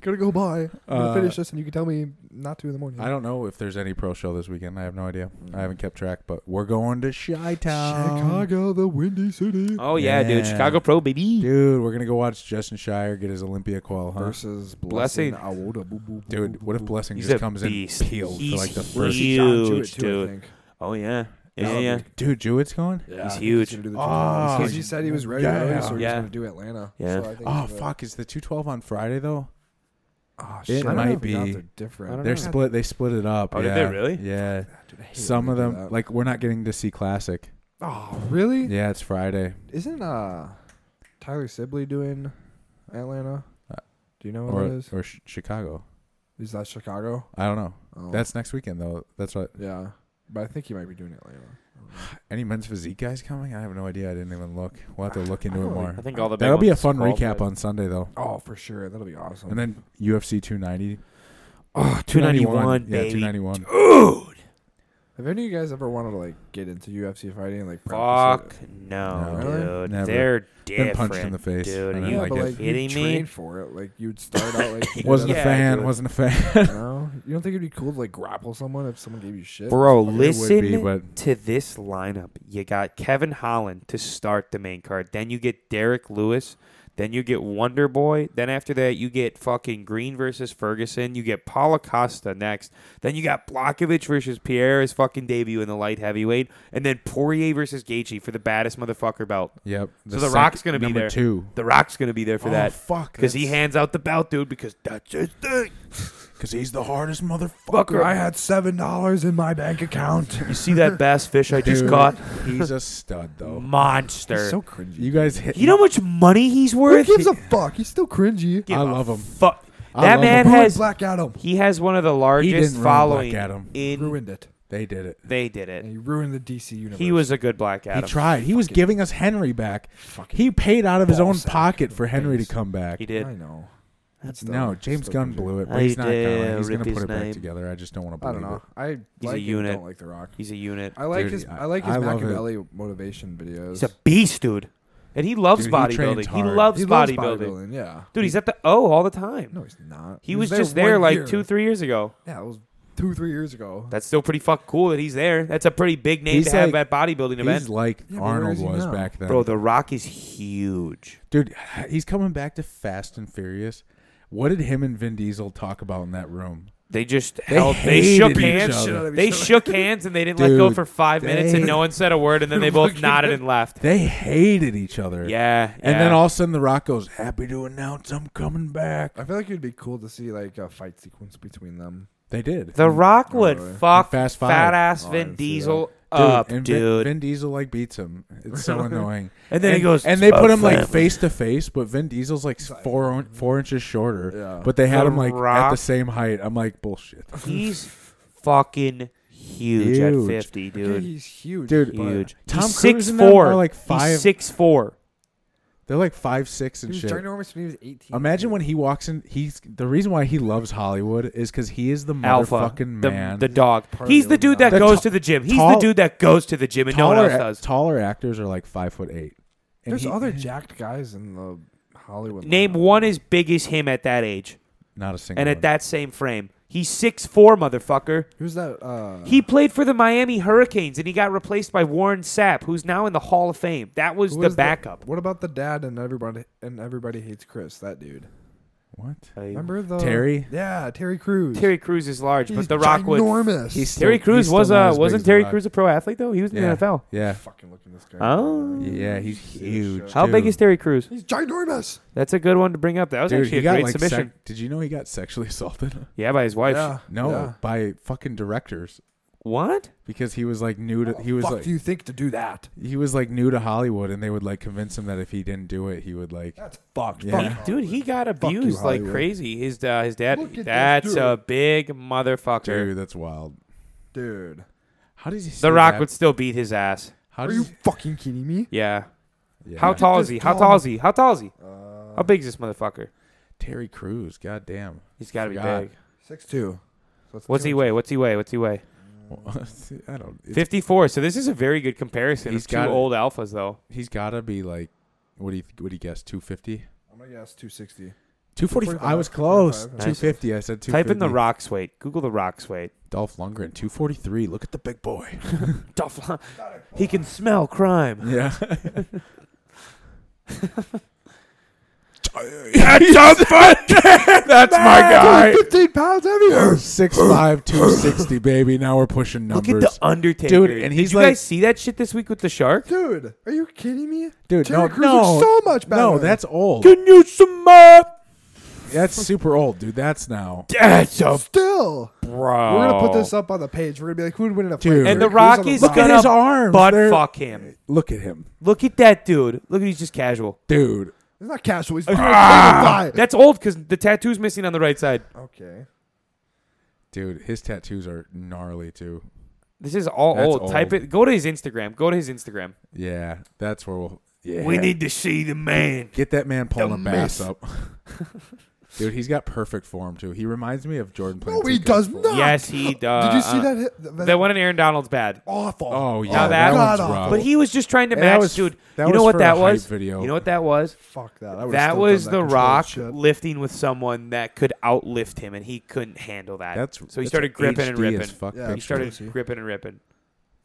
[SPEAKER 2] Gotta go by. I'm gonna
[SPEAKER 1] Uh,
[SPEAKER 2] finish this, and you can tell me not to in the morning.
[SPEAKER 1] I don't know if there's any pro show this weekend. I have no idea. I haven't kept track, but we're going to Chi Town.
[SPEAKER 2] Chicago, the windy city.
[SPEAKER 1] Uh-huh.
[SPEAKER 3] Oh yeah, dude,
[SPEAKER 1] Yeah.
[SPEAKER 3] Chicago Pro baby.
[SPEAKER 1] Dude, we're gonna go watch Justin Shire get his Olympia qual, huh?
[SPEAKER 2] Versus blessing. Awoda.
[SPEAKER 1] Dude, what if Blessing
[SPEAKER 3] He's
[SPEAKER 1] just
[SPEAKER 3] a
[SPEAKER 1] comes
[SPEAKER 3] beast.
[SPEAKER 1] in peeled
[SPEAKER 3] He's
[SPEAKER 1] for like the first?
[SPEAKER 3] huge. dude. Oh yeah, yeah, yeah. yeah.
[SPEAKER 1] Dude, Jewett's going.
[SPEAKER 3] He's huge.
[SPEAKER 1] Oh,
[SPEAKER 2] Because he said he was ready
[SPEAKER 1] yeah.
[SPEAKER 2] early, so he's
[SPEAKER 3] Yeah.
[SPEAKER 2] gonna do Atlanta.
[SPEAKER 3] Yeah.
[SPEAKER 2] So I think
[SPEAKER 1] Oh
[SPEAKER 2] he's
[SPEAKER 1] fuck, is the two twelve on Friday though?
[SPEAKER 2] gonna- Oh, shit. I don't
[SPEAKER 1] might
[SPEAKER 2] know if the
[SPEAKER 1] be.
[SPEAKER 2] odds are
[SPEAKER 3] I
[SPEAKER 2] different.
[SPEAKER 3] don't
[SPEAKER 1] They're
[SPEAKER 3] know.
[SPEAKER 1] split. They split it up.
[SPEAKER 3] Oh, did
[SPEAKER 1] yeah.
[SPEAKER 3] they really?
[SPEAKER 1] Yeah.
[SPEAKER 2] Dude, I hate
[SPEAKER 1] Some of
[SPEAKER 2] when they do
[SPEAKER 1] them,
[SPEAKER 2] that.
[SPEAKER 1] like we're not getting to see classic.
[SPEAKER 2] Oh, really?
[SPEAKER 1] Yeah, it's Friday.
[SPEAKER 2] Isn't uh Tyler Sibley doing Atlanta?
[SPEAKER 1] Uh,
[SPEAKER 2] Do you know what that
[SPEAKER 1] or
[SPEAKER 2] is?
[SPEAKER 1] or sh- Chicago.
[SPEAKER 2] Is that Chicago?
[SPEAKER 1] I don't know.
[SPEAKER 2] Oh,
[SPEAKER 1] That's next weekend though. That's what.
[SPEAKER 2] yeah. But I think he might be doing Atlanta.
[SPEAKER 1] Any men's physique guys coming? I have no idea. I didn't even look. We'll have to look
[SPEAKER 2] I
[SPEAKER 1] into it
[SPEAKER 2] don't
[SPEAKER 1] more.
[SPEAKER 3] I think all the big
[SPEAKER 1] That'll be a
[SPEAKER 3] ones
[SPEAKER 1] fun
[SPEAKER 3] crawled
[SPEAKER 1] recap
[SPEAKER 3] in.
[SPEAKER 1] on Sunday though.
[SPEAKER 2] Oh, for sure. That'll be awesome.
[SPEAKER 1] And then UFC 290.
[SPEAKER 3] Oh, 291,
[SPEAKER 1] Yeah,
[SPEAKER 3] baby.
[SPEAKER 1] 291.
[SPEAKER 2] Have any of you guys ever wanted to like get into UFC fighting and like
[SPEAKER 3] Fuck
[SPEAKER 2] practice it?
[SPEAKER 3] no,
[SPEAKER 1] No.
[SPEAKER 2] Really?
[SPEAKER 3] dude.
[SPEAKER 1] Never.
[SPEAKER 3] They're
[SPEAKER 1] Been
[SPEAKER 3] different.
[SPEAKER 1] punched in the face.
[SPEAKER 3] dude.
[SPEAKER 1] I
[SPEAKER 3] Are
[SPEAKER 1] didn't
[SPEAKER 3] you
[SPEAKER 2] Yeah,
[SPEAKER 1] like
[SPEAKER 2] but
[SPEAKER 1] it.
[SPEAKER 2] like
[SPEAKER 3] kidding
[SPEAKER 2] you
[SPEAKER 3] me?
[SPEAKER 2] trained for it. Like you'd start out
[SPEAKER 3] [LAUGHS]
[SPEAKER 2] like you
[SPEAKER 1] Wasn't
[SPEAKER 3] Yeah,
[SPEAKER 1] a fan.
[SPEAKER 3] dude.
[SPEAKER 1] Wasn't a fan. [LAUGHS]
[SPEAKER 2] know? You don't think it'd be cool to like grapple someone if someone gave you shit?
[SPEAKER 3] Bro,
[SPEAKER 1] It would be,
[SPEAKER 3] listen
[SPEAKER 1] but
[SPEAKER 3] to this lineup. You got Kevin Holland to start the main card. Then you get Derek Lewis. Then you get Wonder Boy. Then after that, you get fucking Green versus Ferguson. You get Paula Costa next. Then you got Blokovich versus Pierre as fucking debut in the light heavyweight. And then Poirier versus Gaethje for the baddest motherfucker belt.
[SPEAKER 1] yep.
[SPEAKER 3] so The
[SPEAKER 1] sec-
[SPEAKER 3] Rock's gonna be
[SPEAKER 1] number
[SPEAKER 3] there.
[SPEAKER 1] Two.
[SPEAKER 3] The Rock's gonna be there for that.
[SPEAKER 1] Oh, fuck.
[SPEAKER 3] Because he hands out the belt, dude, because that's his thing.
[SPEAKER 1] Because he's the hardest motherfucker.
[SPEAKER 3] Fucker.
[SPEAKER 2] I had seven dollars in my bank
[SPEAKER 3] [LAUGHS]
[SPEAKER 2] account.
[SPEAKER 3] You see
[SPEAKER 1] [LAUGHS]
[SPEAKER 3] that bass fish I just
[SPEAKER 1] Dude,
[SPEAKER 3] caught?
[SPEAKER 1] He's a stud,
[SPEAKER 3] [LAUGHS]
[SPEAKER 1] though.
[SPEAKER 3] Monster.
[SPEAKER 2] He's so cringy.
[SPEAKER 1] You guys hit.
[SPEAKER 3] you know how much money he's
[SPEAKER 2] Who
[SPEAKER 3] worth?
[SPEAKER 2] gives
[SPEAKER 3] [LAUGHS]
[SPEAKER 2] a fuck? He's still cringy.
[SPEAKER 3] Give
[SPEAKER 1] I
[SPEAKER 3] a
[SPEAKER 1] love him.
[SPEAKER 3] Fuck.
[SPEAKER 1] I
[SPEAKER 3] That
[SPEAKER 1] love
[SPEAKER 3] man
[SPEAKER 1] him.
[SPEAKER 3] has
[SPEAKER 2] Black Adam
[SPEAKER 3] he has one of the largest
[SPEAKER 1] ruin Black
[SPEAKER 3] following
[SPEAKER 1] Adam.
[SPEAKER 3] in
[SPEAKER 2] ruined it.
[SPEAKER 1] They did it.
[SPEAKER 3] they did it.
[SPEAKER 2] And he ruined the DC universe.
[SPEAKER 3] He was a good Black
[SPEAKER 1] He
[SPEAKER 3] Adam. He,
[SPEAKER 1] tried. He was
[SPEAKER 2] Fucking-
[SPEAKER 1] giving us Henry back.
[SPEAKER 2] fucking.
[SPEAKER 1] He paid out of his own
[SPEAKER 2] Ballsack.
[SPEAKER 1] pocket for Henry to
[SPEAKER 2] Thanks.
[SPEAKER 1] come back.
[SPEAKER 3] did.
[SPEAKER 2] I know. That's
[SPEAKER 1] No,
[SPEAKER 2] dumb.
[SPEAKER 1] James
[SPEAKER 2] Still
[SPEAKER 1] Gunn
[SPEAKER 2] cringy.
[SPEAKER 1] blew it, but
[SPEAKER 3] I
[SPEAKER 1] he's not
[SPEAKER 3] did uh,
[SPEAKER 1] gonna. He's gonna
[SPEAKER 3] rip
[SPEAKER 1] put
[SPEAKER 3] his
[SPEAKER 1] it back
[SPEAKER 3] name.
[SPEAKER 1] together. I just don't want to
[SPEAKER 2] I don't
[SPEAKER 1] believe
[SPEAKER 2] know.
[SPEAKER 1] it.
[SPEAKER 2] I like him,
[SPEAKER 3] unit.
[SPEAKER 2] Don't like The Rock.
[SPEAKER 3] He's a unit.
[SPEAKER 2] I like
[SPEAKER 1] Dude,
[SPEAKER 2] his.
[SPEAKER 1] I-
[SPEAKER 2] I like his
[SPEAKER 1] I love it.
[SPEAKER 2] Machiavelli motivation videos.
[SPEAKER 3] He's a beast, dude. And he loves
[SPEAKER 1] Dude, he
[SPEAKER 3] bodybuilding.
[SPEAKER 1] trains
[SPEAKER 3] He,
[SPEAKER 1] hard.
[SPEAKER 3] loves
[SPEAKER 2] he loves
[SPEAKER 3] bodybuilding.
[SPEAKER 2] bodybuilding. Yeah.
[SPEAKER 3] Dude, he's at the O all the time.
[SPEAKER 2] No, he's not.
[SPEAKER 3] he, was, just there
[SPEAKER 2] one
[SPEAKER 3] like
[SPEAKER 2] year.
[SPEAKER 3] two, three years ago.
[SPEAKER 2] Yeah, it was two, three years ago.
[SPEAKER 3] That's still pretty fuck cool that he's there. That's a pretty big name
[SPEAKER 1] He's
[SPEAKER 3] to have
[SPEAKER 1] like-
[SPEAKER 3] at bodybuilding
[SPEAKER 1] He's
[SPEAKER 3] event.
[SPEAKER 1] like
[SPEAKER 2] Yeah, but where
[SPEAKER 1] Arnold
[SPEAKER 2] is he
[SPEAKER 1] was
[SPEAKER 2] now?
[SPEAKER 1] back then.
[SPEAKER 3] Bro, The Rock is huge.
[SPEAKER 1] Dude, [SIGHS] he's coming back to Fast and Furious. What did him and Vin Diesel talk about in that room?
[SPEAKER 3] They just
[SPEAKER 1] They
[SPEAKER 3] held. They shook
[SPEAKER 1] hated each
[SPEAKER 3] hands.
[SPEAKER 1] other.
[SPEAKER 3] They shook hands and they didn't let go
[SPEAKER 1] Dude,
[SPEAKER 3] for five minutes and
[SPEAKER 1] they-
[SPEAKER 3] no one said a word and then they
[SPEAKER 1] [LAUGHS]
[SPEAKER 3] both
[SPEAKER 2] Fucking-
[SPEAKER 3] nodded and left.
[SPEAKER 1] They hated each other.
[SPEAKER 3] Yeah.
[SPEAKER 1] And
[SPEAKER 3] yeah.
[SPEAKER 1] then all of a sudden, The Rock goes, "Happy to announce I'm coming back."
[SPEAKER 2] I feel like it'd be cool to see like a fight sequence between them.
[SPEAKER 1] They did.
[SPEAKER 3] The Rock
[SPEAKER 2] Oh,
[SPEAKER 3] would
[SPEAKER 2] really?
[SPEAKER 3] fuck
[SPEAKER 1] Fast Five.
[SPEAKER 3] fat ass
[SPEAKER 2] Oh, I
[SPEAKER 3] Vin
[SPEAKER 2] didn't see
[SPEAKER 3] Diesel up, dude.
[SPEAKER 1] and Vin, Vin Diesel like beats him. It's
[SPEAKER 3] [LAUGHS]
[SPEAKER 1] so annoying.
[SPEAKER 3] And then he
[SPEAKER 1] and,
[SPEAKER 3] goes,
[SPEAKER 1] and they
[SPEAKER 3] "It's
[SPEAKER 1] put
[SPEAKER 3] about
[SPEAKER 1] him like
[SPEAKER 3] family."
[SPEAKER 1] face to face, but Vin Diesel's like s- four in- four inches shorter.
[SPEAKER 2] Yeah.
[SPEAKER 1] But they had
[SPEAKER 3] The
[SPEAKER 1] him like at the
[SPEAKER 3] Rock-
[SPEAKER 1] same height. I'm like bullshit,
[SPEAKER 3] He's fucking huge, at
[SPEAKER 1] Huge.
[SPEAKER 3] fifty,
[SPEAKER 2] Okay,
[SPEAKER 3] dude.
[SPEAKER 2] he's huge,
[SPEAKER 1] dude.
[SPEAKER 2] but-
[SPEAKER 3] Huge.
[SPEAKER 1] Tom
[SPEAKER 3] He's
[SPEAKER 1] Cruise
[SPEAKER 3] six
[SPEAKER 1] and them
[SPEAKER 3] four.
[SPEAKER 1] are like five.
[SPEAKER 3] He's six four.
[SPEAKER 1] They're like five six
[SPEAKER 2] He
[SPEAKER 1] and
[SPEAKER 2] was
[SPEAKER 1] shit.
[SPEAKER 2] ginormous when he was 18.
[SPEAKER 1] Imagine when he walks in. He's the reason why he loves Hollywood is because he is the
[SPEAKER 3] Alpha,
[SPEAKER 1] motherfucking
[SPEAKER 3] the,
[SPEAKER 1] man.
[SPEAKER 3] the dog.
[SPEAKER 2] Part
[SPEAKER 3] He's
[SPEAKER 2] of
[SPEAKER 3] the
[SPEAKER 2] the
[SPEAKER 3] dude that
[SPEAKER 1] dog. The
[SPEAKER 3] goes
[SPEAKER 1] ta-
[SPEAKER 3] to the gym. He's
[SPEAKER 1] tall-
[SPEAKER 3] the dude that goes to the gym and no
[SPEAKER 1] taller,
[SPEAKER 3] one else
[SPEAKER 1] ac-
[SPEAKER 3] does.
[SPEAKER 1] taller actors are like five foot eight. And
[SPEAKER 2] There's
[SPEAKER 1] he- [LAUGHS]
[SPEAKER 2] other jacked guys in the Hollywood.
[SPEAKER 3] Name
[SPEAKER 2] lineup.
[SPEAKER 3] one as big as him at that age
[SPEAKER 1] not a single.
[SPEAKER 3] and
[SPEAKER 1] one.
[SPEAKER 3] at that same frame. He's six four, motherfucker.
[SPEAKER 2] Who's that? Uh,
[SPEAKER 3] He
[SPEAKER 1] Uh-huh.
[SPEAKER 3] played for the Miami Hurricanes and he got replaced by Warren Sapp, who's now in the Hall of Fame. That was
[SPEAKER 2] who
[SPEAKER 3] the
[SPEAKER 2] is
[SPEAKER 3] backup.
[SPEAKER 2] what about the dad and everybody and everybody hates Chris? That dude.
[SPEAKER 1] what?
[SPEAKER 2] Remember the
[SPEAKER 1] Terry?
[SPEAKER 2] Yeah, Terry Crews.
[SPEAKER 3] Terry Crews is large,
[SPEAKER 2] He's
[SPEAKER 3] but The Rock was
[SPEAKER 2] ginormous.
[SPEAKER 1] He's still-
[SPEAKER 3] Terry
[SPEAKER 1] he's
[SPEAKER 3] Crews
[SPEAKER 1] still
[SPEAKER 3] was
[SPEAKER 1] not
[SPEAKER 3] uh
[SPEAKER 1] as big as
[SPEAKER 3] wasn't
[SPEAKER 1] The
[SPEAKER 3] Terry
[SPEAKER 1] Rock.
[SPEAKER 3] Crews a pro athlete though? He was in
[SPEAKER 1] Yeah.
[SPEAKER 3] the NFL.
[SPEAKER 1] Yeah,
[SPEAKER 2] fucking looking this guy.
[SPEAKER 3] Oh.
[SPEAKER 1] yeah. He's
[SPEAKER 2] Shit.
[SPEAKER 1] huge.
[SPEAKER 3] How big
[SPEAKER 1] dude.
[SPEAKER 3] is Terry Crews?
[SPEAKER 2] He's ginormous.
[SPEAKER 3] That's a good one to bring up. That was
[SPEAKER 1] Dude,
[SPEAKER 3] actually
[SPEAKER 1] he
[SPEAKER 3] a
[SPEAKER 1] got
[SPEAKER 3] great
[SPEAKER 1] like sec-
[SPEAKER 3] submission.
[SPEAKER 1] Did you know he got sexually [LAUGHS] assaulted?
[SPEAKER 3] yeah, by his wife.
[SPEAKER 2] Yeah.
[SPEAKER 1] No,
[SPEAKER 2] yeah.
[SPEAKER 1] by fucking directors
[SPEAKER 3] What?
[SPEAKER 1] because he was like new to
[SPEAKER 3] Oh,
[SPEAKER 1] he was
[SPEAKER 2] Fuck
[SPEAKER 1] like
[SPEAKER 2] do you think to do that?
[SPEAKER 1] he was like new to Hollywood and they would like convince him that if he didn't do it he would like
[SPEAKER 2] That's fucked.
[SPEAKER 1] Yeah.
[SPEAKER 3] He- dude, he got
[SPEAKER 2] you,
[SPEAKER 3] abused like
[SPEAKER 2] Hollywood.
[SPEAKER 3] crazy. His uh, his
[SPEAKER 2] Look
[SPEAKER 3] dad.
[SPEAKER 2] at
[SPEAKER 3] That's
[SPEAKER 2] this
[SPEAKER 3] a
[SPEAKER 2] dude.
[SPEAKER 3] big motherfucker.
[SPEAKER 1] dude that's wild.
[SPEAKER 2] dude.
[SPEAKER 1] How does he
[SPEAKER 3] The
[SPEAKER 1] stay
[SPEAKER 3] Rock
[SPEAKER 1] that-
[SPEAKER 3] would still beat his ass.
[SPEAKER 1] How
[SPEAKER 2] Are
[SPEAKER 1] does
[SPEAKER 2] you fucking kidding me?
[SPEAKER 3] Yeah.
[SPEAKER 1] yeah.
[SPEAKER 3] How tall is
[SPEAKER 2] this
[SPEAKER 3] he? How
[SPEAKER 2] tall.
[SPEAKER 3] tall is he? How tall is he? How
[SPEAKER 2] Uh,
[SPEAKER 3] big is this motherfucker?
[SPEAKER 1] Terry Crews? God damn.
[SPEAKER 3] He's got to be
[SPEAKER 1] Forgot.
[SPEAKER 3] big.
[SPEAKER 2] six two.
[SPEAKER 3] What's he weigh? What's he weigh? What's he weigh?
[SPEAKER 1] [LAUGHS] I don't. it's-
[SPEAKER 3] Fifty four. So this is a very good comparison.
[SPEAKER 1] He's
[SPEAKER 3] He's two
[SPEAKER 1] got it.
[SPEAKER 3] old alphas though.
[SPEAKER 1] He's gotta be like, what do you what do you guess? Two fifty.
[SPEAKER 2] I'm gonna guess two sixty.
[SPEAKER 1] Two forty. I was
[SPEAKER 2] 245.
[SPEAKER 1] close.
[SPEAKER 2] Nice.
[SPEAKER 1] Two fifty. I said two.
[SPEAKER 3] Type in the Rock's weight. Google the Rock's weight.
[SPEAKER 1] Dolph Lundgren. Two forty three. Look at the big [LAUGHS] boy.
[SPEAKER 3] [LAUGHS] Dolph Lund- He can smell crime.
[SPEAKER 1] [LAUGHS] Yeah. [LAUGHS]
[SPEAKER 7] That's my guy.
[SPEAKER 2] Fifteen pounds heavier.
[SPEAKER 1] Six five two sixty baby. Now we're pushing numbers.
[SPEAKER 3] Look at the Undertaker,
[SPEAKER 1] Dude, and he's
[SPEAKER 3] Did you
[SPEAKER 1] like-
[SPEAKER 3] guys see that shit this week with the shark?
[SPEAKER 2] Dude, are you kidding me?
[SPEAKER 1] Dude,
[SPEAKER 2] Terry
[SPEAKER 1] no,
[SPEAKER 2] Crews
[SPEAKER 1] no,
[SPEAKER 2] looks so much better.
[SPEAKER 1] No, that's old.
[SPEAKER 3] Can you smell?
[SPEAKER 1] That's super old, dude. That's now.
[SPEAKER 3] That's a
[SPEAKER 2] still.
[SPEAKER 3] bro.
[SPEAKER 2] We're gonna put this up on the page. We're gonna be like, who would win in a fight?
[SPEAKER 1] Dude.
[SPEAKER 3] Oh. And
[SPEAKER 1] And
[SPEAKER 3] the
[SPEAKER 2] Terry Crews on
[SPEAKER 3] Rock is
[SPEAKER 1] Look at
[SPEAKER 3] gonna
[SPEAKER 1] his arms.
[SPEAKER 3] Butt
[SPEAKER 1] They're-
[SPEAKER 3] fuck him.
[SPEAKER 1] Look at him,
[SPEAKER 3] Look at that dude. Look at he's just casual.
[SPEAKER 1] dude.
[SPEAKER 2] It's not casual. [LAUGHS] He's fucking ah!
[SPEAKER 3] That's old because the tattoo's missing on the right side.
[SPEAKER 2] Okay.
[SPEAKER 1] Dude, his tattoos are gnarly too.
[SPEAKER 3] This is all
[SPEAKER 1] That's
[SPEAKER 3] old. Type
[SPEAKER 1] old.
[SPEAKER 3] it. Go to his Instagram. Go to his Instagram.
[SPEAKER 1] Yeah, that's where we'll. Yeah.
[SPEAKER 3] to see the man.
[SPEAKER 1] get that man pulling a bass
[SPEAKER 2] myth. [LAUGHS]
[SPEAKER 1] up. Dude, he's got perfect form too. He reminds me of Jordan.
[SPEAKER 2] No,
[SPEAKER 1] Plantinga's
[SPEAKER 2] he does
[SPEAKER 1] form.
[SPEAKER 2] not.
[SPEAKER 3] Yes, [LAUGHS] he does.
[SPEAKER 2] Did you see that? Hit? That,
[SPEAKER 3] That one in Aaron Donald's bad.
[SPEAKER 2] awful.
[SPEAKER 1] Oh yeah,
[SPEAKER 3] Now that
[SPEAKER 1] that, one's
[SPEAKER 2] God,
[SPEAKER 1] rough.
[SPEAKER 3] But he was just trying to
[SPEAKER 1] And that
[SPEAKER 3] match,
[SPEAKER 1] was-
[SPEAKER 3] dude.
[SPEAKER 1] that
[SPEAKER 3] you know
[SPEAKER 1] was
[SPEAKER 3] what
[SPEAKER 1] for
[SPEAKER 3] that
[SPEAKER 1] a hype
[SPEAKER 3] was?
[SPEAKER 1] video.
[SPEAKER 3] You know what that was?
[SPEAKER 2] Fuck that. I would've
[SPEAKER 3] that
[SPEAKER 2] still
[SPEAKER 3] was
[SPEAKER 2] done
[SPEAKER 3] the
[SPEAKER 2] controlled
[SPEAKER 3] Rock
[SPEAKER 2] shit.
[SPEAKER 3] lifting with someone that could outlift him, and he couldn't handle that.
[SPEAKER 1] that's
[SPEAKER 3] so he
[SPEAKER 1] that's
[SPEAKER 3] started gripping and
[SPEAKER 1] HD
[SPEAKER 3] ripping.
[SPEAKER 1] As fuck
[SPEAKER 2] Yeah,
[SPEAKER 1] picture.
[SPEAKER 3] he started
[SPEAKER 2] pussy.
[SPEAKER 3] gripping and ripping.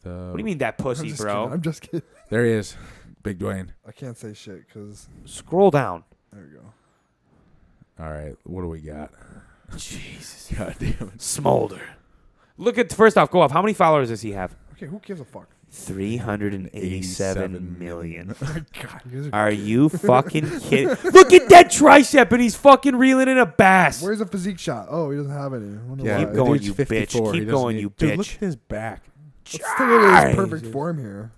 [SPEAKER 1] The-
[SPEAKER 3] What do you mean that
[SPEAKER 2] I'm
[SPEAKER 3] pussy,
[SPEAKER 2] just
[SPEAKER 3] bro?
[SPEAKER 2] kidding. I'm just kidding.
[SPEAKER 1] There he is, Big Dwayne.
[SPEAKER 2] I can't say shit because
[SPEAKER 3] Scroll down.
[SPEAKER 2] there we go.
[SPEAKER 1] All right, what do we
[SPEAKER 3] [LAUGHS]
[SPEAKER 1] got?
[SPEAKER 3] Jesus.
[SPEAKER 1] God damn it.
[SPEAKER 3] Smolder. Look at first off, go off. How many followers does he have?
[SPEAKER 2] Okay, who gives a fuck?
[SPEAKER 3] Three hundred and
[SPEAKER 1] 87
[SPEAKER 3] eighty-seven million.
[SPEAKER 2] God, you
[SPEAKER 3] [LAUGHS]
[SPEAKER 2] guys are- [LAUGHS]
[SPEAKER 3] Are you fucking kidding? Look at that tricep, and he's fucking reeling in a bass.
[SPEAKER 2] Where's a physique shot? Oh, he doesn't have any. I wonder
[SPEAKER 1] Yeah,
[SPEAKER 2] why.
[SPEAKER 3] Keep going,
[SPEAKER 1] dude's
[SPEAKER 3] you bitch.
[SPEAKER 1] 54.
[SPEAKER 3] Keep
[SPEAKER 1] He doesn't
[SPEAKER 3] going,
[SPEAKER 1] need-
[SPEAKER 3] you
[SPEAKER 1] Dude, Look
[SPEAKER 3] bitch.
[SPEAKER 1] at his back.
[SPEAKER 2] Let's take a look at his perfect
[SPEAKER 3] Jesus.
[SPEAKER 2] form here.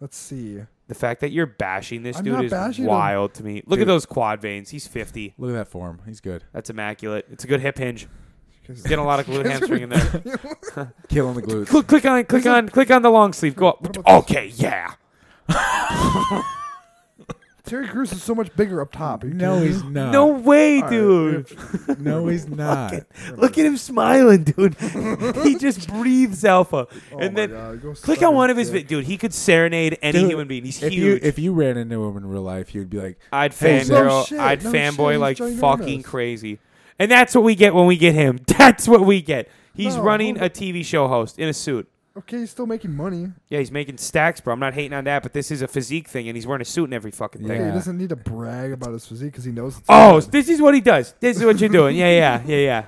[SPEAKER 2] Let's see.
[SPEAKER 3] The fact that you're bashing this
[SPEAKER 2] I'm
[SPEAKER 3] dude
[SPEAKER 2] not
[SPEAKER 3] is
[SPEAKER 2] bashing him.
[SPEAKER 3] wild to me. Look at
[SPEAKER 1] Dude.
[SPEAKER 3] those quad veins. He's fifty.
[SPEAKER 1] Look at that form. He's good.
[SPEAKER 3] That's immaculate. It's a good hip hinge.
[SPEAKER 2] You guys-
[SPEAKER 3] Get a lot
[SPEAKER 2] [LAUGHS]
[SPEAKER 3] of glute hamstring in there.
[SPEAKER 1] Killing the glutes.
[SPEAKER 3] click, click on, click on, click on the long sleeve. Go
[SPEAKER 2] What
[SPEAKER 3] up.
[SPEAKER 2] about this?
[SPEAKER 3] Okay, yeah.
[SPEAKER 2] Terry Crews is so much bigger up top. Are you
[SPEAKER 1] No,
[SPEAKER 2] kidding me?
[SPEAKER 1] he's not.
[SPEAKER 3] No way,
[SPEAKER 2] All right,
[SPEAKER 3] dude.
[SPEAKER 1] no,
[SPEAKER 2] [LAUGHS]
[SPEAKER 1] he's not.
[SPEAKER 3] Look at him smiling, dude. he just breathes alpha.
[SPEAKER 2] Oh
[SPEAKER 3] and
[SPEAKER 2] my
[SPEAKER 3] then
[SPEAKER 2] God, go
[SPEAKER 3] click
[SPEAKER 2] suck
[SPEAKER 3] on one of his
[SPEAKER 2] dick.
[SPEAKER 3] videos. Dude, he could serenade any
[SPEAKER 1] Dude,
[SPEAKER 3] human being. He's
[SPEAKER 1] If you
[SPEAKER 3] huge.
[SPEAKER 1] if you ran into him in real life, you'd be like,
[SPEAKER 3] I'd
[SPEAKER 1] Hey,
[SPEAKER 3] fangirl.
[SPEAKER 2] no shit,
[SPEAKER 3] I'd
[SPEAKER 2] no
[SPEAKER 3] fanboy
[SPEAKER 2] shit,
[SPEAKER 3] like
[SPEAKER 2] he's ginormous.
[SPEAKER 3] fucking crazy. And that's what we get when we get him. [LAUGHS] That's what we get. He's
[SPEAKER 2] No,
[SPEAKER 3] running
[SPEAKER 2] hold
[SPEAKER 3] a TV show host in a suit.
[SPEAKER 2] Okay, he's still making money.
[SPEAKER 3] Yeah, he's making stacks, bro. I'm not hating on that, but this is a physique thing, and he's wearing a suit and every fucking
[SPEAKER 2] Okay,
[SPEAKER 3] thing.
[SPEAKER 1] Yeah.
[SPEAKER 2] he doesn't need to brag about his physique because he knows. It's
[SPEAKER 3] Oh,
[SPEAKER 2] bad.
[SPEAKER 3] so this is what he does. This is what you're doing. Yeah, yeah,
[SPEAKER 2] [LAUGHS]
[SPEAKER 3] yeah, yeah.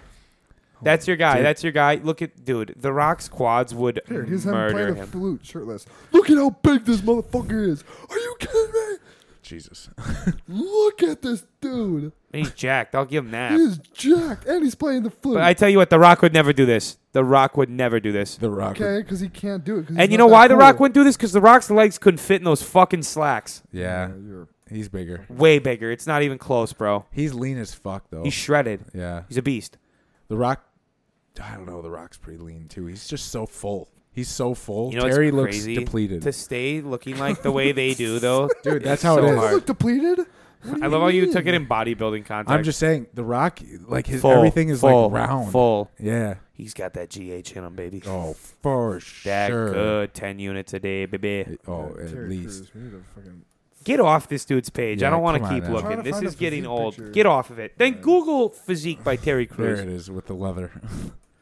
[SPEAKER 3] That's your guy. That's your guy. Look at dude. The Rock's quads would
[SPEAKER 2] Here, here's him
[SPEAKER 3] murder
[SPEAKER 2] playing a
[SPEAKER 3] him.
[SPEAKER 2] flute shirtless. Look at how big this motherfucker is. Are you kidding me?
[SPEAKER 1] Jesus. [LAUGHS]
[SPEAKER 2] Look at this dude.
[SPEAKER 3] And he's jacked. I'll give him that.
[SPEAKER 2] He's jacked and he's playing the flute.
[SPEAKER 3] But I tell you what, The Rock would never do this. The Rock would never do this.
[SPEAKER 1] The Rock.
[SPEAKER 2] okay, because he can't do it. 'cause he's
[SPEAKER 3] And you
[SPEAKER 2] not
[SPEAKER 3] know
[SPEAKER 2] that
[SPEAKER 3] why The Rock
[SPEAKER 2] cool.
[SPEAKER 3] wouldn't do this? Because The Rock's legs couldn't fit in those fucking slacks.
[SPEAKER 1] Yeah,
[SPEAKER 2] you're-
[SPEAKER 1] he's bigger.
[SPEAKER 3] Way bigger. It's not even close, bro.
[SPEAKER 1] He's lean as fuck though.
[SPEAKER 3] He's shredded.
[SPEAKER 1] yeah.
[SPEAKER 3] He's a beast.
[SPEAKER 1] The Rock. I don't know. The Rock's pretty lean too. He's just so full. He's so full.
[SPEAKER 3] You know what's
[SPEAKER 1] Terry looks
[SPEAKER 3] crazy?
[SPEAKER 1] depleted.
[SPEAKER 3] to stay looking like the way they do though.
[SPEAKER 1] [LAUGHS] Dude, that's how
[SPEAKER 3] so
[SPEAKER 1] it is.
[SPEAKER 3] hard.
[SPEAKER 2] look depleted.
[SPEAKER 3] I love how you took it in bodybuilding context.
[SPEAKER 1] I'm just saying, The Rock, like his
[SPEAKER 3] Full,
[SPEAKER 1] everything is
[SPEAKER 3] full,
[SPEAKER 1] like round.
[SPEAKER 3] Full.
[SPEAKER 1] Yeah.
[SPEAKER 3] He's got that GH in him, baby.
[SPEAKER 1] Oh, for
[SPEAKER 3] that
[SPEAKER 1] sure.
[SPEAKER 3] good. Ten units a day, baby.
[SPEAKER 1] Oh,
[SPEAKER 2] Yeah,
[SPEAKER 1] at
[SPEAKER 2] Terry
[SPEAKER 1] least.
[SPEAKER 2] Crews, we need to fucking-
[SPEAKER 3] Get off this dude's page. I
[SPEAKER 1] Yeah,
[SPEAKER 3] don't want
[SPEAKER 1] come on
[SPEAKER 3] to keep
[SPEAKER 1] now.
[SPEAKER 2] Trying
[SPEAKER 3] looking.
[SPEAKER 2] to
[SPEAKER 3] This
[SPEAKER 2] find
[SPEAKER 3] is
[SPEAKER 2] a
[SPEAKER 3] getting
[SPEAKER 2] physique
[SPEAKER 3] old.
[SPEAKER 2] picture.
[SPEAKER 3] Get off of it. Then Google physique by Terry
[SPEAKER 1] There
[SPEAKER 3] Crews.
[SPEAKER 1] it is with the leather.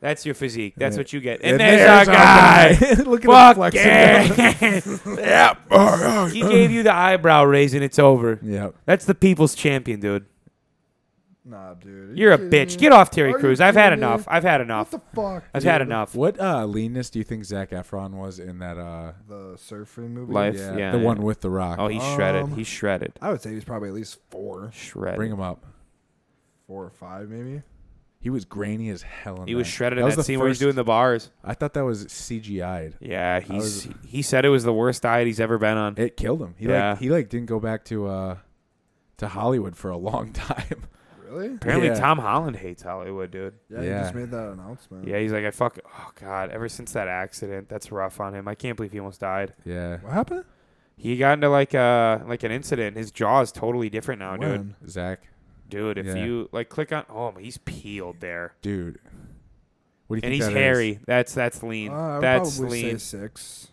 [SPEAKER 3] That's your physique.
[SPEAKER 1] Yeah.
[SPEAKER 3] That's what you
[SPEAKER 1] [LAUGHS]
[SPEAKER 3] get. And, there's, our guy.
[SPEAKER 1] Look at him
[SPEAKER 3] Fuck
[SPEAKER 1] flexing.
[SPEAKER 3] yeah. yeah. [LAUGHS] He gave you the eyebrow raise and it's over.
[SPEAKER 1] Yep.
[SPEAKER 3] That's the people's champion, dude.
[SPEAKER 2] Nah, dude. Are you
[SPEAKER 3] You're a
[SPEAKER 2] kidding
[SPEAKER 3] bitch.
[SPEAKER 2] me?
[SPEAKER 3] Get off Terry
[SPEAKER 2] Are you
[SPEAKER 3] Crews. I've had
[SPEAKER 2] kidding me?
[SPEAKER 3] enough. I've
[SPEAKER 2] What
[SPEAKER 3] had enough.
[SPEAKER 2] the fuck?
[SPEAKER 3] I've
[SPEAKER 2] dude?
[SPEAKER 3] had enough.
[SPEAKER 1] What uh, leanness do you think Zach Efron was in that? Uh,
[SPEAKER 2] The surfing movie.
[SPEAKER 8] Life.
[SPEAKER 1] yeah,
[SPEAKER 8] yeah,
[SPEAKER 1] the
[SPEAKER 8] yeah.
[SPEAKER 1] one with The Rock.
[SPEAKER 3] Oh, he's shredded.
[SPEAKER 2] Um,
[SPEAKER 3] He's shredded.
[SPEAKER 2] I would say he's probably at least four,
[SPEAKER 3] Shredded.
[SPEAKER 1] Bring him up.
[SPEAKER 2] four or five maybe.
[SPEAKER 1] He was grainy as hell. In
[SPEAKER 3] He was
[SPEAKER 1] that.
[SPEAKER 3] shredded
[SPEAKER 1] That
[SPEAKER 3] in
[SPEAKER 1] was
[SPEAKER 3] that
[SPEAKER 1] the
[SPEAKER 3] scene where he's
[SPEAKER 1] first-
[SPEAKER 3] doing the bars.
[SPEAKER 1] I thought that was CGI'd.
[SPEAKER 3] Yeah, he's
[SPEAKER 1] was-
[SPEAKER 3] he said it was the worst diet he's ever been on.
[SPEAKER 1] It killed him. He
[SPEAKER 3] Yeah.
[SPEAKER 1] like he like didn't go back to uh to Hollywood for a long [LAUGHS] time.
[SPEAKER 2] Really?
[SPEAKER 3] Apparently,
[SPEAKER 1] Yeah.
[SPEAKER 3] Tom Holland hates Hollywood, dude.
[SPEAKER 2] Yeah, he just
[SPEAKER 1] Yeah.
[SPEAKER 2] made that announcement.
[SPEAKER 3] Yeah, he's like, I fuck. Oh god, ever since that accident, that's rough on him. I can't believe he almost died.
[SPEAKER 1] Yeah.
[SPEAKER 2] What happened?
[SPEAKER 3] He got into like uh like an incident. His jaw is totally different now, dude.
[SPEAKER 2] When?
[SPEAKER 1] Zach,
[SPEAKER 3] Dude, if
[SPEAKER 1] Yeah.
[SPEAKER 3] you like click on, oh, he's peeled there,
[SPEAKER 1] dude. What do you
[SPEAKER 3] and
[SPEAKER 1] think
[SPEAKER 3] he's
[SPEAKER 1] that is?
[SPEAKER 3] hairy. That's that's lean.
[SPEAKER 2] Uh, I would
[SPEAKER 3] that's
[SPEAKER 2] probably
[SPEAKER 3] lean.
[SPEAKER 2] say six.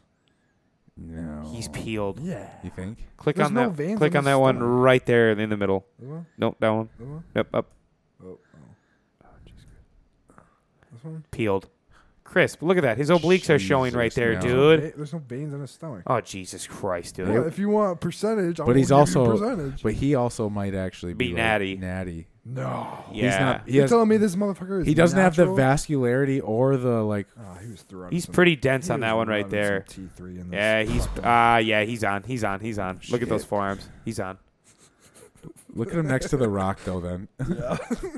[SPEAKER 1] No.
[SPEAKER 3] He's peeled.
[SPEAKER 2] Yeah.
[SPEAKER 1] You think?
[SPEAKER 3] Click
[SPEAKER 2] There's
[SPEAKER 3] on
[SPEAKER 2] no
[SPEAKER 3] that.
[SPEAKER 2] veins
[SPEAKER 3] Click
[SPEAKER 2] on
[SPEAKER 3] on
[SPEAKER 2] his
[SPEAKER 3] that one
[SPEAKER 2] stomach.
[SPEAKER 3] right there in the middle.
[SPEAKER 2] This one?
[SPEAKER 3] Nope, that one.
[SPEAKER 2] This one?
[SPEAKER 3] Nope, up.
[SPEAKER 2] Oh, oh. This one?
[SPEAKER 3] Peeled. Crisp. Look at that. His obliques are showing right
[SPEAKER 1] Jesus,
[SPEAKER 3] there,
[SPEAKER 1] no.
[SPEAKER 3] dude.
[SPEAKER 2] Ve- There's no veins on his stomach.
[SPEAKER 3] Oh Jesus Christ, dude!
[SPEAKER 2] Yeah, if you want percentage, I
[SPEAKER 1] But he's
[SPEAKER 2] won't give you
[SPEAKER 1] also-
[SPEAKER 2] percentage.
[SPEAKER 1] But he also might actually be,
[SPEAKER 3] Be
[SPEAKER 1] like,
[SPEAKER 3] natty.
[SPEAKER 1] Natty.
[SPEAKER 2] no.
[SPEAKER 3] yeah,
[SPEAKER 1] He's not. He
[SPEAKER 2] You're
[SPEAKER 1] has.
[SPEAKER 2] telling me this motherfucker is
[SPEAKER 1] He doesn't have the
[SPEAKER 2] natural?
[SPEAKER 1] vascularity or the like.
[SPEAKER 2] Ah, he was throwing.
[SPEAKER 3] he's
[SPEAKER 2] some-
[SPEAKER 3] pretty dense
[SPEAKER 2] he
[SPEAKER 3] on
[SPEAKER 2] was
[SPEAKER 3] that one right
[SPEAKER 2] rubbing some
[SPEAKER 3] there.
[SPEAKER 2] T3 in this.
[SPEAKER 3] Yeah, he's ah, yeah, he's on, he's on, he's on. Look at those
[SPEAKER 2] Shit.
[SPEAKER 3] forearms. He's on.
[SPEAKER 1] Look at him next to the Rock though. Then.
[SPEAKER 2] Little
[SPEAKER 3] [LAUGHS]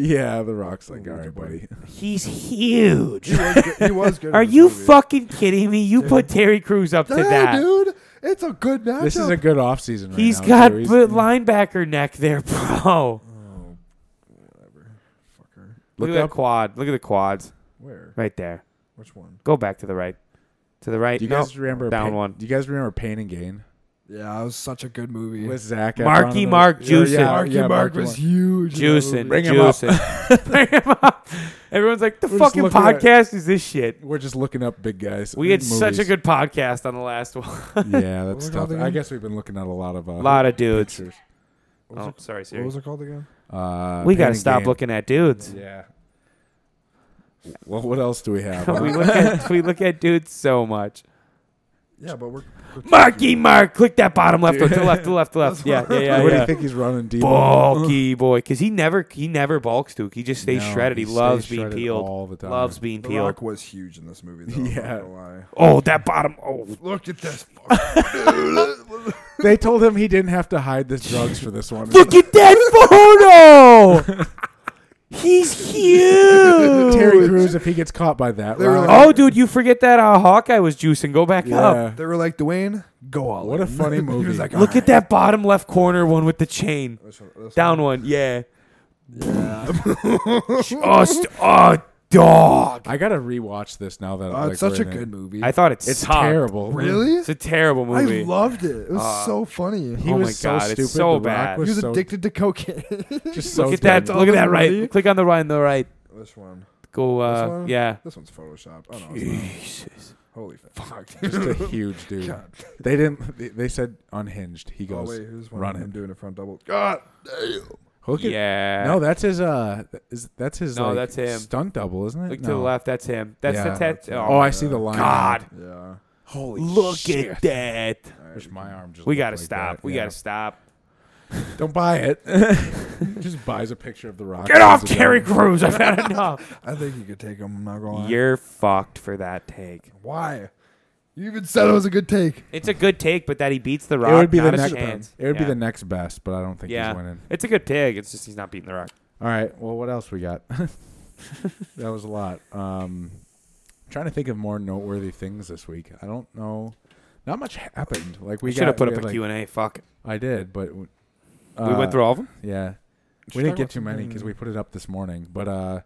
[SPEAKER 1] [LAUGHS] yeah, the Rock's like,
[SPEAKER 2] Oh,
[SPEAKER 1] all right,
[SPEAKER 2] good
[SPEAKER 1] buddy.
[SPEAKER 2] buddy."
[SPEAKER 3] He's
[SPEAKER 2] [LAUGHS]
[SPEAKER 3] huge.
[SPEAKER 2] He was good- he was good. in
[SPEAKER 3] Are
[SPEAKER 2] this
[SPEAKER 3] you
[SPEAKER 2] movie.
[SPEAKER 3] fucking kidding me? You put Terry Crews up to
[SPEAKER 2] Yeah,
[SPEAKER 3] that.
[SPEAKER 2] dude. It's a good matchup.
[SPEAKER 1] This is a good off season. Right
[SPEAKER 3] He's
[SPEAKER 1] now,
[SPEAKER 3] got
[SPEAKER 1] too.
[SPEAKER 3] bl- linebacker neck there, [LAUGHS] bro.
[SPEAKER 2] Oh, whatever, fucker.
[SPEAKER 3] Look,
[SPEAKER 1] Look
[SPEAKER 3] at that
[SPEAKER 1] up.
[SPEAKER 3] quad. Look at the quads
[SPEAKER 2] Where?
[SPEAKER 3] right there.
[SPEAKER 2] Which one?
[SPEAKER 3] Go back to the right, to the right.
[SPEAKER 1] Do you
[SPEAKER 3] No.
[SPEAKER 1] guys remember
[SPEAKER 3] down
[SPEAKER 1] Pain-
[SPEAKER 3] one.
[SPEAKER 1] Do you guys remember Pain and Gain
[SPEAKER 2] Yeah, it was such a good movie.
[SPEAKER 1] with Zach?
[SPEAKER 3] Marky
[SPEAKER 1] Efron and
[SPEAKER 3] Mark
[SPEAKER 1] the,
[SPEAKER 3] juicing.
[SPEAKER 1] Yeah, yeah,
[SPEAKER 2] Marky
[SPEAKER 1] yeah,
[SPEAKER 2] Mark, was
[SPEAKER 1] Mark.
[SPEAKER 2] huge. in that
[SPEAKER 3] Juicing,
[SPEAKER 2] movie.
[SPEAKER 1] Bring him up. [LAUGHS]
[SPEAKER 3] juicing. Bring him up. Everyone's like, the
[SPEAKER 1] We're just
[SPEAKER 3] fucking
[SPEAKER 1] looking at-
[SPEAKER 3] podcast is this shit.
[SPEAKER 1] We're just looking up big guys.
[SPEAKER 3] We had
[SPEAKER 1] in
[SPEAKER 3] such a
[SPEAKER 1] movies. Uh-huh.
[SPEAKER 3] good podcast on the last one.
[SPEAKER 1] [LAUGHS] yeah,
[SPEAKER 2] What
[SPEAKER 1] that's
[SPEAKER 2] was it
[SPEAKER 1] tough.
[SPEAKER 2] called
[SPEAKER 1] I
[SPEAKER 2] again?
[SPEAKER 1] guess we've been looking at a lot of a
[SPEAKER 3] A lot of dudes.
[SPEAKER 1] Pictures.
[SPEAKER 2] What was
[SPEAKER 3] Oh,
[SPEAKER 2] it-
[SPEAKER 3] sorry,
[SPEAKER 2] What
[SPEAKER 3] Siri.
[SPEAKER 2] was it called again?
[SPEAKER 1] Uh,
[SPEAKER 3] We
[SPEAKER 1] Pain
[SPEAKER 3] got to
[SPEAKER 1] and
[SPEAKER 3] stop
[SPEAKER 1] Gain.
[SPEAKER 3] looking at dudes.
[SPEAKER 1] Yeah. Well, what else do we
[SPEAKER 3] [LAUGHS]
[SPEAKER 1] have?
[SPEAKER 3] [LAUGHS] we
[SPEAKER 1] huh?
[SPEAKER 3] look at we look at dudes so much.
[SPEAKER 2] Yeah, but we're. we're
[SPEAKER 3] Marky Mark, click that bottom left one to the left to the left to
[SPEAKER 1] [LAUGHS]
[SPEAKER 3] the left. Yeah, yeah, yeah.
[SPEAKER 1] What do
[SPEAKER 3] yeah.
[SPEAKER 1] you think he's running deep?
[SPEAKER 3] Bulky boy, because he never he never bulks, Duke. He just stays
[SPEAKER 1] No,
[SPEAKER 3] shredded. He,
[SPEAKER 1] stays
[SPEAKER 3] loves being
[SPEAKER 1] shredded
[SPEAKER 3] peeled.
[SPEAKER 1] all the time.
[SPEAKER 3] Loves being
[SPEAKER 2] The
[SPEAKER 3] peeled.
[SPEAKER 2] Rock was huge in this movie, though. I'm not
[SPEAKER 1] Yeah.
[SPEAKER 2] gonna lie.
[SPEAKER 3] Oh, that bottom. Oh,
[SPEAKER 2] Look at [LAUGHS] this.
[SPEAKER 1] They told him he didn't have to hide the drugs for this
[SPEAKER 3] [LAUGHS]
[SPEAKER 1] one.
[SPEAKER 3] look
[SPEAKER 1] [LAUGHS]
[SPEAKER 3] at that photo.
[SPEAKER 1] [LAUGHS]
[SPEAKER 3] He's huge.
[SPEAKER 1] Terry Crews, if he gets caught by that,
[SPEAKER 2] They were
[SPEAKER 1] rock-
[SPEAKER 2] like-
[SPEAKER 3] Oh, dude, you forget that uh, Hawkeye was juicing. Go back up.
[SPEAKER 1] yeah.
[SPEAKER 2] They were like, Dwayne, go all
[SPEAKER 1] Oh, What a
[SPEAKER 2] in."
[SPEAKER 1] funny
[SPEAKER 2] He
[SPEAKER 1] movie.
[SPEAKER 2] was like,
[SPEAKER 3] Look
[SPEAKER 2] "All
[SPEAKER 3] at that bottom left corner one with the chain.
[SPEAKER 2] right." This one- this
[SPEAKER 3] Down
[SPEAKER 2] one.
[SPEAKER 3] one, yeah.
[SPEAKER 2] Yeah.
[SPEAKER 3] [LAUGHS] Just a dog.
[SPEAKER 1] I gotta rewatch this now that
[SPEAKER 2] Oh,
[SPEAKER 1] like,
[SPEAKER 2] it's such
[SPEAKER 1] we're in
[SPEAKER 2] a
[SPEAKER 1] it.
[SPEAKER 2] good movie.
[SPEAKER 3] I thought it's
[SPEAKER 1] It's terrible.
[SPEAKER 2] [LAUGHS] really?
[SPEAKER 3] It's a terrible
[SPEAKER 2] I
[SPEAKER 3] movie.
[SPEAKER 2] loved it. It was
[SPEAKER 3] Uh,
[SPEAKER 2] so funny.
[SPEAKER 1] He
[SPEAKER 3] Oh
[SPEAKER 1] was
[SPEAKER 3] my
[SPEAKER 1] so
[SPEAKER 3] God, it's
[SPEAKER 1] stupid.
[SPEAKER 3] so
[SPEAKER 1] The Rock
[SPEAKER 3] bad.
[SPEAKER 1] Was
[SPEAKER 2] He was
[SPEAKER 1] so,
[SPEAKER 2] addicted to cocaine. [LAUGHS]
[SPEAKER 1] Just so
[SPEAKER 3] look at that.
[SPEAKER 1] dumb.
[SPEAKER 3] Look at that right.
[SPEAKER 2] Really?
[SPEAKER 3] Click on the right and the right.
[SPEAKER 2] Which one?
[SPEAKER 3] Go.
[SPEAKER 2] This
[SPEAKER 3] Uh,
[SPEAKER 2] one?
[SPEAKER 3] yeah.
[SPEAKER 2] This one's photoshopped. Oh no, it's not.
[SPEAKER 3] Jesus.
[SPEAKER 2] Holy fuck!
[SPEAKER 1] Just
[SPEAKER 2] [LAUGHS]
[SPEAKER 1] a huge dude.
[SPEAKER 2] God.
[SPEAKER 1] They didn't. they- They said unhinged. He
[SPEAKER 2] Oh
[SPEAKER 1] goes.
[SPEAKER 2] wait, here's one.
[SPEAKER 1] run
[SPEAKER 2] I'm
[SPEAKER 1] it.
[SPEAKER 2] doing a front double. God damn.
[SPEAKER 1] Look at,
[SPEAKER 3] Yeah.
[SPEAKER 1] No, that's his. Uh, is, that's his.
[SPEAKER 3] No,
[SPEAKER 1] like,
[SPEAKER 3] that's him.
[SPEAKER 1] Stunt double, isn't it?
[SPEAKER 3] Look to
[SPEAKER 1] No.
[SPEAKER 3] the left. That's him. That's
[SPEAKER 1] Yeah.
[SPEAKER 3] the tattoo.
[SPEAKER 1] Oh,
[SPEAKER 3] Oh,
[SPEAKER 1] I see the line.
[SPEAKER 3] God.
[SPEAKER 2] Yeah.
[SPEAKER 1] Holy
[SPEAKER 3] look
[SPEAKER 1] shit.
[SPEAKER 3] at that.
[SPEAKER 2] All
[SPEAKER 1] Wish
[SPEAKER 2] right.
[SPEAKER 1] my arm just
[SPEAKER 3] We
[SPEAKER 1] looked
[SPEAKER 3] gotta
[SPEAKER 1] like
[SPEAKER 3] stop.
[SPEAKER 1] that,
[SPEAKER 3] We
[SPEAKER 1] yeah.
[SPEAKER 3] gotta stop.
[SPEAKER 1] Don't buy
[SPEAKER 3] [LAUGHS]
[SPEAKER 1] it. just buys a picture of the rock.
[SPEAKER 3] Get off
[SPEAKER 1] As a
[SPEAKER 3] Terry
[SPEAKER 1] dog.
[SPEAKER 3] Crews. I've had enough.
[SPEAKER 2] I think you could take him. I'm not gonna lie.
[SPEAKER 3] You're fucked for that take.
[SPEAKER 2] Why? You even said it was a good take.
[SPEAKER 3] It's a good take, but that he beats the rock.
[SPEAKER 1] It would be
[SPEAKER 3] not
[SPEAKER 1] the
[SPEAKER 3] a
[SPEAKER 1] next.
[SPEAKER 3] chance.
[SPEAKER 1] It would
[SPEAKER 3] yeah.
[SPEAKER 1] be the next best, but I don't think
[SPEAKER 3] Yeah.
[SPEAKER 1] he's winning.
[SPEAKER 3] It's a good take. It's just he's not beating the rock.
[SPEAKER 1] All right. Well, what else we got? [LAUGHS]
[SPEAKER 3] [LAUGHS]
[SPEAKER 1] that was a lot. Um, trying to think of more noteworthy things this week. I don't know. Not much happened. Like we
[SPEAKER 3] We should have
[SPEAKER 1] got-
[SPEAKER 3] put
[SPEAKER 1] we
[SPEAKER 3] up
[SPEAKER 1] had,
[SPEAKER 3] a
[SPEAKER 1] like-
[SPEAKER 3] Q and A. Fuck.
[SPEAKER 1] I did, but w-
[SPEAKER 3] we
[SPEAKER 1] uh,
[SPEAKER 3] went through all of them.
[SPEAKER 1] Yeah, we didn't get too many because we put it up this morning. But uh,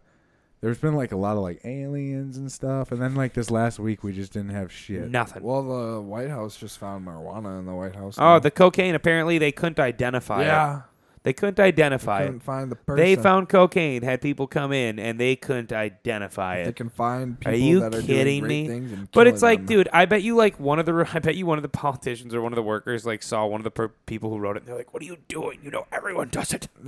[SPEAKER 1] there's been like a lot of like aliens and stuff, and then like this last week we just didn't have shit.
[SPEAKER 3] Nothing.
[SPEAKER 2] Well, the White House just found marijuana in the White House. now.
[SPEAKER 3] Oh, the cocaine. Apparently, they couldn't identify it.
[SPEAKER 2] yeah.
[SPEAKER 3] They couldn't identify
[SPEAKER 2] Couldn't
[SPEAKER 3] it.
[SPEAKER 2] find the person.
[SPEAKER 3] They found cocaine, had people come in, and they couldn't identify
[SPEAKER 2] They
[SPEAKER 3] it.
[SPEAKER 2] can find people
[SPEAKER 3] Are you
[SPEAKER 2] that are doing
[SPEAKER 3] kidding
[SPEAKER 2] great
[SPEAKER 3] me?
[SPEAKER 2] things and
[SPEAKER 3] But it's
[SPEAKER 2] killing
[SPEAKER 3] like,
[SPEAKER 2] them.
[SPEAKER 3] dude, I bet you like one of the [LAUGHS] I bet you one of the politicians or one of the workers like saw one of the per- people who wrote it. and They're like, "What are you doing? You know everyone does it."
[SPEAKER 2] [LAUGHS]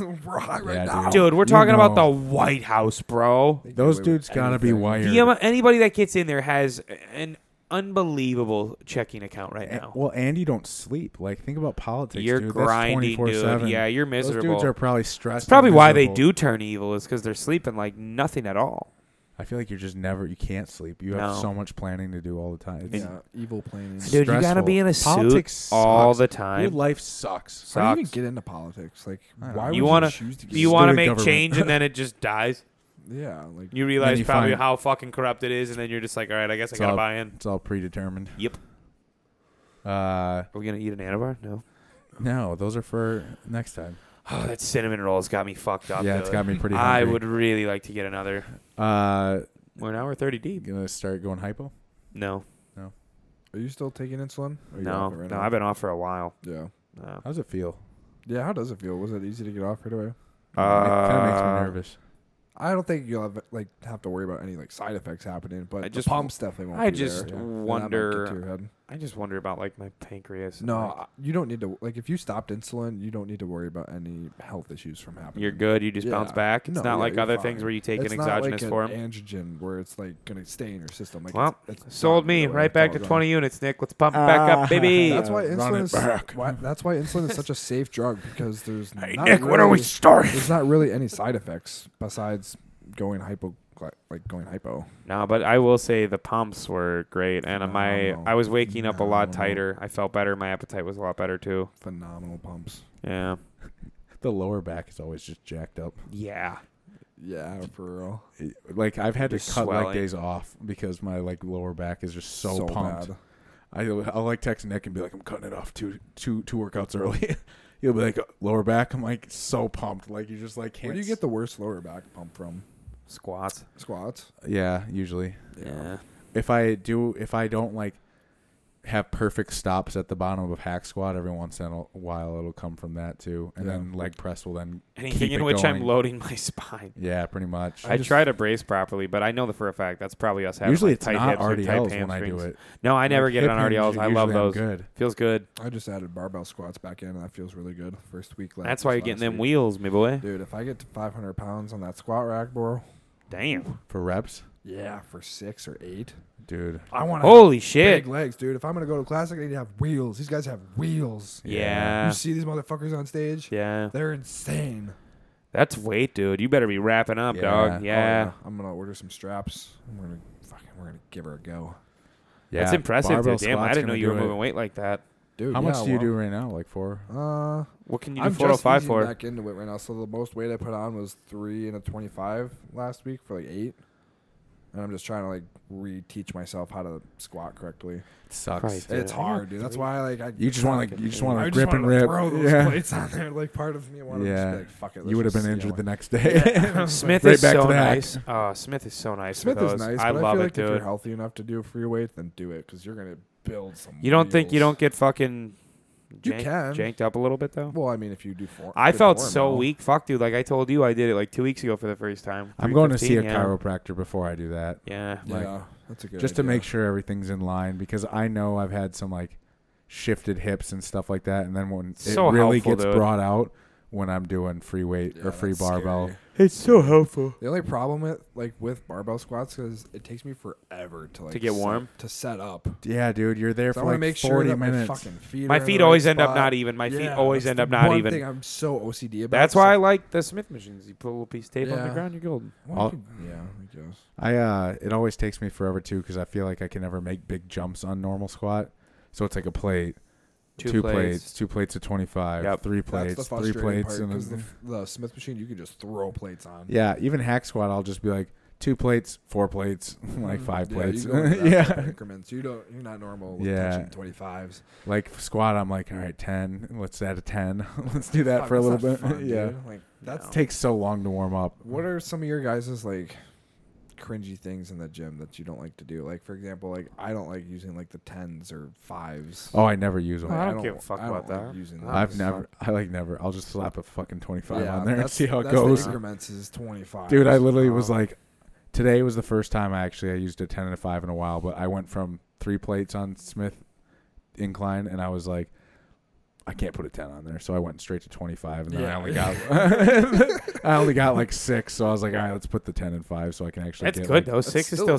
[SPEAKER 2] right, right
[SPEAKER 1] Yeah,
[SPEAKER 2] now.
[SPEAKER 1] dude.
[SPEAKER 3] Dude, we're
[SPEAKER 1] You
[SPEAKER 3] talking about the
[SPEAKER 1] know.
[SPEAKER 3] White House, bro.
[SPEAKER 2] They can
[SPEAKER 1] Those
[SPEAKER 2] get away with
[SPEAKER 1] dudes gotta be
[SPEAKER 2] anything.
[SPEAKER 1] wired.
[SPEAKER 3] The amount, anybody that gets in there has an unbelievable checking account right
[SPEAKER 1] And-
[SPEAKER 3] now.
[SPEAKER 1] well, and you don't sleep. Like think about politics.
[SPEAKER 3] you're
[SPEAKER 1] dude. That's
[SPEAKER 3] grinding, dude.
[SPEAKER 1] 24/7.
[SPEAKER 3] Yeah, you're
[SPEAKER 1] Those
[SPEAKER 3] miserable.
[SPEAKER 1] dudes are probably stressed.
[SPEAKER 3] It's probably
[SPEAKER 1] and
[SPEAKER 3] why they
[SPEAKER 1] miserable.
[SPEAKER 3] do turn evil is because they're sleeping like nothing at all.
[SPEAKER 1] I feel like you're just never. You can't sleep. You have
[SPEAKER 3] No.
[SPEAKER 1] so much planning to do all the time. It's-
[SPEAKER 2] Yeah, evil planning.
[SPEAKER 1] It's
[SPEAKER 3] Dude, you gotta
[SPEAKER 1] stressful.
[SPEAKER 3] be in a suit
[SPEAKER 1] Politics
[SPEAKER 3] all
[SPEAKER 1] sucks.
[SPEAKER 3] the
[SPEAKER 1] Your
[SPEAKER 3] time.
[SPEAKER 1] life sucks.
[SPEAKER 2] How do you even
[SPEAKER 3] Sucks.
[SPEAKER 2] get into politics? Like,
[SPEAKER 1] I don't
[SPEAKER 2] why
[SPEAKER 1] know.
[SPEAKER 2] would
[SPEAKER 3] You wanna-
[SPEAKER 2] choose to get
[SPEAKER 3] Do you
[SPEAKER 1] Just
[SPEAKER 2] into-
[SPEAKER 3] want to
[SPEAKER 1] doing
[SPEAKER 3] make
[SPEAKER 1] government.
[SPEAKER 3] change and then it just dies?
[SPEAKER 2] Yeah, like
[SPEAKER 3] You realize
[SPEAKER 1] you
[SPEAKER 3] probably
[SPEAKER 1] find-
[SPEAKER 3] how fucking corrupt it is, and then you're just like, all right, I guess I
[SPEAKER 1] It's
[SPEAKER 3] gotta
[SPEAKER 1] all-
[SPEAKER 3] buy in.
[SPEAKER 1] It's all predetermined.
[SPEAKER 3] Yep.
[SPEAKER 1] Uh,
[SPEAKER 3] Are we gonna eat an Anabar? No.
[SPEAKER 1] no, those are for next time.
[SPEAKER 3] [SIGHS] Oh, that cinnamon roll's got me fucked up.
[SPEAKER 1] yeah,
[SPEAKER 3] dude.
[SPEAKER 1] it's got me pretty.
[SPEAKER 3] I
[SPEAKER 1] Hungry.
[SPEAKER 3] would really like to get another.
[SPEAKER 1] Uh,
[SPEAKER 3] We're an hour thirty
[SPEAKER 1] you
[SPEAKER 3] deep.
[SPEAKER 1] gonna start going hypo?
[SPEAKER 3] No,
[SPEAKER 2] Are you still taking insulin? Or are you
[SPEAKER 3] no,
[SPEAKER 2] off it right
[SPEAKER 3] no.
[SPEAKER 2] now?
[SPEAKER 3] I've been off for a while.
[SPEAKER 2] yeah.
[SPEAKER 3] No.
[SPEAKER 1] How does it feel?
[SPEAKER 2] Yeah, how does it feel? Was it easy to get off right away?
[SPEAKER 1] it kind of makes me
[SPEAKER 3] Uh,
[SPEAKER 1] nervous.
[SPEAKER 2] I don't think you'll have like have to worry about any like side effects happening, but
[SPEAKER 3] I
[SPEAKER 2] the
[SPEAKER 3] just-
[SPEAKER 2] pumps definitely won't.
[SPEAKER 3] I
[SPEAKER 2] be
[SPEAKER 3] just
[SPEAKER 2] there. And that might
[SPEAKER 3] wonder-
[SPEAKER 2] get to your head.
[SPEAKER 3] I just wonder about like my pancreas. and,
[SPEAKER 2] No,
[SPEAKER 3] like,
[SPEAKER 2] I- you don't need to. Like, if you stopped insulin, you don't need to worry about any health issues from happening.
[SPEAKER 3] you're good. You just bounce
[SPEAKER 2] Yeah.
[SPEAKER 3] back. It's
[SPEAKER 2] No,
[SPEAKER 3] not
[SPEAKER 2] yeah,
[SPEAKER 3] like
[SPEAKER 2] you're
[SPEAKER 3] other things
[SPEAKER 2] fine.
[SPEAKER 3] where you take
[SPEAKER 2] it's
[SPEAKER 3] an
[SPEAKER 2] not
[SPEAKER 3] exogenous
[SPEAKER 2] like
[SPEAKER 3] form.
[SPEAKER 2] an antigen where it's like gonna stay in your system. Like,
[SPEAKER 3] Well,
[SPEAKER 2] it's, it's
[SPEAKER 3] Sold
[SPEAKER 2] not
[SPEAKER 3] me
[SPEAKER 2] really
[SPEAKER 3] right
[SPEAKER 2] it's
[SPEAKER 3] back
[SPEAKER 2] all
[SPEAKER 3] to
[SPEAKER 2] gone.
[SPEAKER 3] 20 units, Nick. Let's pump it back up,
[SPEAKER 2] [LAUGHS]
[SPEAKER 3] baby.
[SPEAKER 2] That's why
[SPEAKER 1] Run
[SPEAKER 2] insulin
[SPEAKER 1] it
[SPEAKER 2] is.
[SPEAKER 1] back.
[SPEAKER 2] Why, that's why insulin is such a safe drug because there's
[SPEAKER 9] Hey,
[SPEAKER 2] not
[SPEAKER 9] Nick,
[SPEAKER 2] really,
[SPEAKER 9] when are we starting?
[SPEAKER 2] There's not really any side effects besides going hypo, like going hypo.
[SPEAKER 3] No, but I will say the pumps were great, and uh, my
[SPEAKER 1] Oh,
[SPEAKER 2] Phenomenal.
[SPEAKER 3] I was waking up a lot
[SPEAKER 2] Phenomenal.
[SPEAKER 3] tighter. I felt better. My appetite was a lot better too.
[SPEAKER 2] Phenomenal pumps.
[SPEAKER 3] Yeah.
[SPEAKER 1] [LAUGHS] The lower back is always just jacked up.
[SPEAKER 3] Yeah.
[SPEAKER 2] Yeah, for real.
[SPEAKER 1] It- like I've had
[SPEAKER 3] You're
[SPEAKER 1] to cut
[SPEAKER 3] swelling.
[SPEAKER 1] like days off because my like lower back is just so, pumped.
[SPEAKER 2] bad.
[SPEAKER 1] I I'll like text Nick and be like, I'm cutting it off two two two workouts early. [LAUGHS] He'll be like, lower back. I'm like so pumped. Like you just like can't.
[SPEAKER 2] Where do you get the worst lower back pump from?
[SPEAKER 3] Squats.
[SPEAKER 2] Squats.
[SPEAKER 3] [LAUGHS]
[SPEAKER 1] Yeah, usually
[SPEAKER 3] Yeah.
[SPEAKER 1] if I do if I don't like have perfect stops at the bottom of hack squat every once in a while, it'll come from that too. And
[SPEAKER 2] Yeah.
[SPEAKER 1] then leg press will then
[SPEAKER 3] Anything
[SPEAKER 1] Keep
[SPEAKER 3] in
[SPEAKER 1] it
[SPEAKER 3] which I'm
[SPEAKER 1] going.
[SPEAKER 3] loading my [LAUGHS] spine.
[SPEAKER 1] yeah, pretty much.
[SPEAKER 3] I, try to brace properly, but I know that for a fact that's probably us having
[SPEAKER 1] usually
[SPEAKER 3] like,
[SPEAKER 1] it's
[SPEAKER 3] tight
[SPEAKER 1] not
[SPEAKER 3] hips or tight
[SPEAKER 1] RDLs when I do
[SPEAKER 3] hamstrings.
[SPEAKER 1] it.
[SPEAKER 3] No, I never
[SPEAKER 1] Like,
[SPEAKER 3] get it
[SPEAKER 1] hip
[SPEAKER 3] on
[SPEAKER 1] hinge,
[SPEAKER 3] RDLs. I love
[SPEAKER 1] usually I'm
[SPEAKER 3] those.
[SPEAKER 1] Good.
[SPEAKER 3] Feels good.
[SPEAKER 2] I just added barbell squats back in, and that feels really good. First week.
[SPEAKER 3] That's why you're
[SPEAKER 2] last
[SPEAKER 3] getting them
[SPEAKER 2] week.
[SPEAKER 3] wheels, my boy.
[SPEAKER 2] Dude, if I get to 500 pounds on that squat rack, bro.
[SPEAKER 3] Damn.
[SPEAKER 1] for reps,
[SPEAKER 2] Yeah, for six or eight.
[SPEAKER 1] dude.
[SPEAKER 2] I want to
[SPEAKER 3] Holy shit.
[SPEAKER 2] big legs, dude. If I'm gonna go to classic, I need to have wheels. These guys have wheels.
[SPEAKER 3] Yeah.
[SPEAKER 2] You see these motherfuckers on stage?
[SPEAKER 3] Yeah.
[SPEAKER 2] They're insane.
[SPEAKER 3] That's weight, dude. You better be wrapping up,
[SPEAKER 1] Yeah.
[SPEAKER 3] dog.
[SPEAKER 1] Oh,
[SPEAKER 2] Oh,
[SPEAKER 3] Yeah.
[SPEAKER 2] I'm gonna order some straps. I'm gonna fucking. We're gonna give her a go,
[SPEAKER 1] Yeah,
[SPEAKER 3] That's impressive,
[SPEAKER 1] barbell
[SPEAKER 3] dude. Damn, I
[SPEAKER 1] squat's
[SPEAKER 3] didn't know
[SPEAKER 1] gonna
[SPEAKER 3] you were
[SPEAKER 1] do it.
[SPEAKER 3] moving weight like that.
[SPEAKER 2] dude.
[SPEAKER 1] How much
[SPEAKER 2] yeah,
[SPEAKER 1] do you
[SPEAKER 2] well,
[SPEAKER 1] do right now? Like four.
[SPEAKER 2] Uh,
[SPEAKER 3] What can you do
[SPEAKER 2] I'm just
[SPEAKER 3] 405
[SPEAKER 2] easing
[SPEAKER 3] for?
[SPEAKER 2] back into it right now. So the most weight I put on was three and a 25 last week for like eight, and I'm just trying to like reteach myself how to squat correctly.
[SPEAKER 1] It sucks.
[SPEAKER 3] Christ. Dude,
[SPEAKER 2] it's
[SPEAKER 3] I got
[SPEAKER 2] hard, dude. That's
[SPEAKER 3] three.
[SPEAKER 2] why like I
[SPEAKER 1] You just want to, you just want
[SPEAKER 2] I
[SPEAKER 1] to
[SPEAKER 2] just
[SPEAKER 1] grip
[SPEAKER 2] wanted
[SPEAKER 1] and
[SPEAKER 2] to
[SPEAKER 1] rip.
[SPEAKER 2] Throw those
[SPEAKER 1] yeah,
[SPEAKER 2] plates on there. Like part of me wanted to
[SPEAKER 1] Yeah.
[SPEAKER 2] just be like, fuck it. let's
[SPEAKER 1] you would have been
[SPEAKER 2] just see how
[SPEAKER 1] injured
[SPEAKER 2] much-
[SPEAKER 1] the next day. [LAUGHS]
[SPEAKER 2] [LAUGHS]
[SPEAKER 3] Smith
[SPEAKER 1] Right
[SPEAKER 3] is
[SPEAKER 1] back to
[SPEAKER 3] so
[SPEAKER 1] the hack.
[SPEAKER 3] nice. Oh, Smith is so nice.
[SPEAKER 2] Smith
[SPEAKER 3] with those.
[SPEAKER 2] is nice.
[SPEAKER 3] I
[SPEAKER 2] but I
[SPEAKER 3] love
[SPEAKER 2] feel
[SPEAKER 3] it,
[SPEAKER 2] like If you're
[SPEAKER 3] dude.
[SPEAKER 2] healthy enough to do free weight, then do it because you're gonna build some.
[SPEAKER 3] You don't think you
[SPEAKER 2] wheels.
[SPEAKER 3] don't get fucking
[SPEAKER 2] You
[SPEAKER 3] jank-
[SPEAKER 2] can.
[SPEAKER 3] janked up a little bit though?
[SPEAKER 2] Well, I mean, if you do four,
[SPEAKER 3] I
[SPEAKER 2] good
[SPEAKER 3] felt
[SPEAKER 2] form,
[SPEAKER 3] so
[SPEAKER 2] though.
[SPEAKER 3] weak. Fuck, dude. Like I told you, I did it like two weeks ago for the first time.
[SPEAKER 1] I'm going to see a
[SPEAKER 3] 315, yeah.
[SPEAKER 1] chiropractor before I do that.
[SPEAKER 3] Yeah.
[SPEAKER 2] Yeah,
[SPEAKER 1] Like,
[SPEAKER 2] that's a good.
[SPEAKER 1] just to
[SPEAKER 2] idea.
[SPEAKER 1] make sure everything's in line because I know I've had some like shifted hips and stuff like that, and then when it
[SPEAKER 3] So
[SPEAKER 1] really
[SPEAKER 3] helpful,
[SPEAKER 1] gets
[SPEAKER 3] dude.
[SPEAKER 1] brought out when I'm doing free weight
[SPEAKER 2] Yeah,
[SPEAKER 1] or free
[SPEAKER 2] that's
[SPEAKER 1] barbell.
[SPEAKER 2] scary.
[SPEAKER 3] It's so helpful.
[SPEAKER 2] The only problem with like with barbell squats because it takes me forever to like
[SPEAKER 3] get
[SPEAKER 2] set-
[SPEAKER 3] warm?
[SPEAKER 2] to set up.
[SPEAKER 1] Yeah, dude, you're there
[SPEAKER 2] So I
[SPEAKER 1] for
[SPEAKER 2] want
[SPEAKER 1] like
[SPEAKER 2] to make sure
[SPEAKER 1] 40
[SPEAKER 2] that
[SPEAKER 1] minutes.
[SPEAKER 2] my fucking feet.
[SPEAKER 3] My
[SPEAKER 2] are in the
[SPEAKER 3] feet
[SPEAKER 2] right
[SPEAKER 3] always end up
[SPEAKER 2] spot.
[SPEAKER 3] not even. My feet
[SPEAKER 2] Yeah,
[SPEAKER 3] always
[SPEAKER 2] that's
[SPEAKER 3] end
[SPEAKER 2] the
[SPEAKER 3] up not
[SPEAKER 2] one
[SPEAKER 3] even.
[SPEAKER 2] thing I'm so OCD about.
[SPEAKER 3] That's
[SPEAKER 2] It's
[SPEAKER 3] why I
[SPEAKER 2] like,
[SPEAKER 3] like the Smith machines. You put a little piece of tape on the
[SPEAKER 2] Yeah.
[SPEAKER 3] ground, you're golden.
[SPEAKER 2] well,
[SPEAKER 1] I'll-
[SPEAKER 2] you- yeah, I guess.
[SPEAKER 1] I uh, it always takes me forever too because I feel like I can never make big jumps on normal squat. So it's like a plate,
[SPEAKER 3] Two
[SPEAKER 1] plates.
[SPEAKER 3] plates.
[SPEAKER 1] two plates of 25,
[SPEAKER 3] Yep.
[SPEAKER 1] three
[SPEAKER 2] That's
[SPEAKER 1] plates,
[SPEAKER 2] the
[SPEAKER 1] three
[SPEAKER 2] frustrating
[SPEAKER 1] plates,
[SPEAKER 2] part
[SPEAKER 1] and
[SPEAKER 2] because
[SPEAKER 1] then-
[SPEAKER 2] the, the Smith machine you can just throw plates on.
[SPEAKER 1] yeah, even hack squat, I'll just be like two plates, four plates, [LAUGHS] like five
[SPEAKER 2] Mm-hmm. Yeah,
[SPEAKER 1] plates.
[SPEAKER 2] You
[SPEAKER 1] [LAUGHS]
[SPEAKER 2] go into that type [LAUGHS] of
[SPEAKER 1] yeah.
[SPEAKER 2] increments. You don't. You're not normal. With
[SPEAKER 1] Yeah.
[SPEAKER 2] yeah, twenty fives.
[SPEAKER 1] Like squat, I'm like, all right, ten. Let's add a ten. [LAUGHS] Let's do that for a little bit. [LAUGHS] yeah.
[SPEAKER 2] like that's.
[SPEAKER 1] It takes so long to warm up.
[SPEAKER 2] What are some of your guys' like cringy things in the gym that you don't like to do? Like for example, like I don't like using like the tens or fives.
[SPEAKER 1] Oh, I never use them.
[SPEAKER 3] I don't give a fuck
[SPEAKER 2] I don't
[SPEAKER 3] about that.
[SPEAKER 2] like using
[SPEAKER 3] I
[SPEAKER 1] I've
[SPEAKER 2] those.
[SPEAKER 1] never. [LAUGHS] I like never. I'll just slap a fucking twenty five
[SPEAKER 2] Yeah,
[SPEAKER 1] on there and
[SPEAKER 2] that's-
[SPEAKER 1] see how it
[SPEAKER 2] that's the
[SPEAKER 1] goes.
[SPEAKER 2] increments is twenty five.
[SPEAKER 1] Dude,
[SPEAKER 2] [LAUGHS]
[SPEAKER 1] I literally was like, today was the first time I actually I used a ten and a five in a while. But I went from three plates on Smith incline, and I was like, I can't put a ten on there, so I went straight to twenty five, and then I
[SPEAKER 2] Yeah.
[SPEAKER 1] only
[SPEAKER 2] [LAUGHS]
[SPEAKER 1] got [LAUGHS] I only got
[SPEAKER 3] [LAUGHS]
[SPEAKER 1] like six. So I was like, all right, let's put the ten and five, so I can actually.
[SPEAKER 3] That's
[SPEAKER 1] get,
[SPEAKER 3] good
[SPEAKER 1] like-
[SPEAKER 3] though. Six is
[SPEAKER 2] still-
[SPEAKER 3] still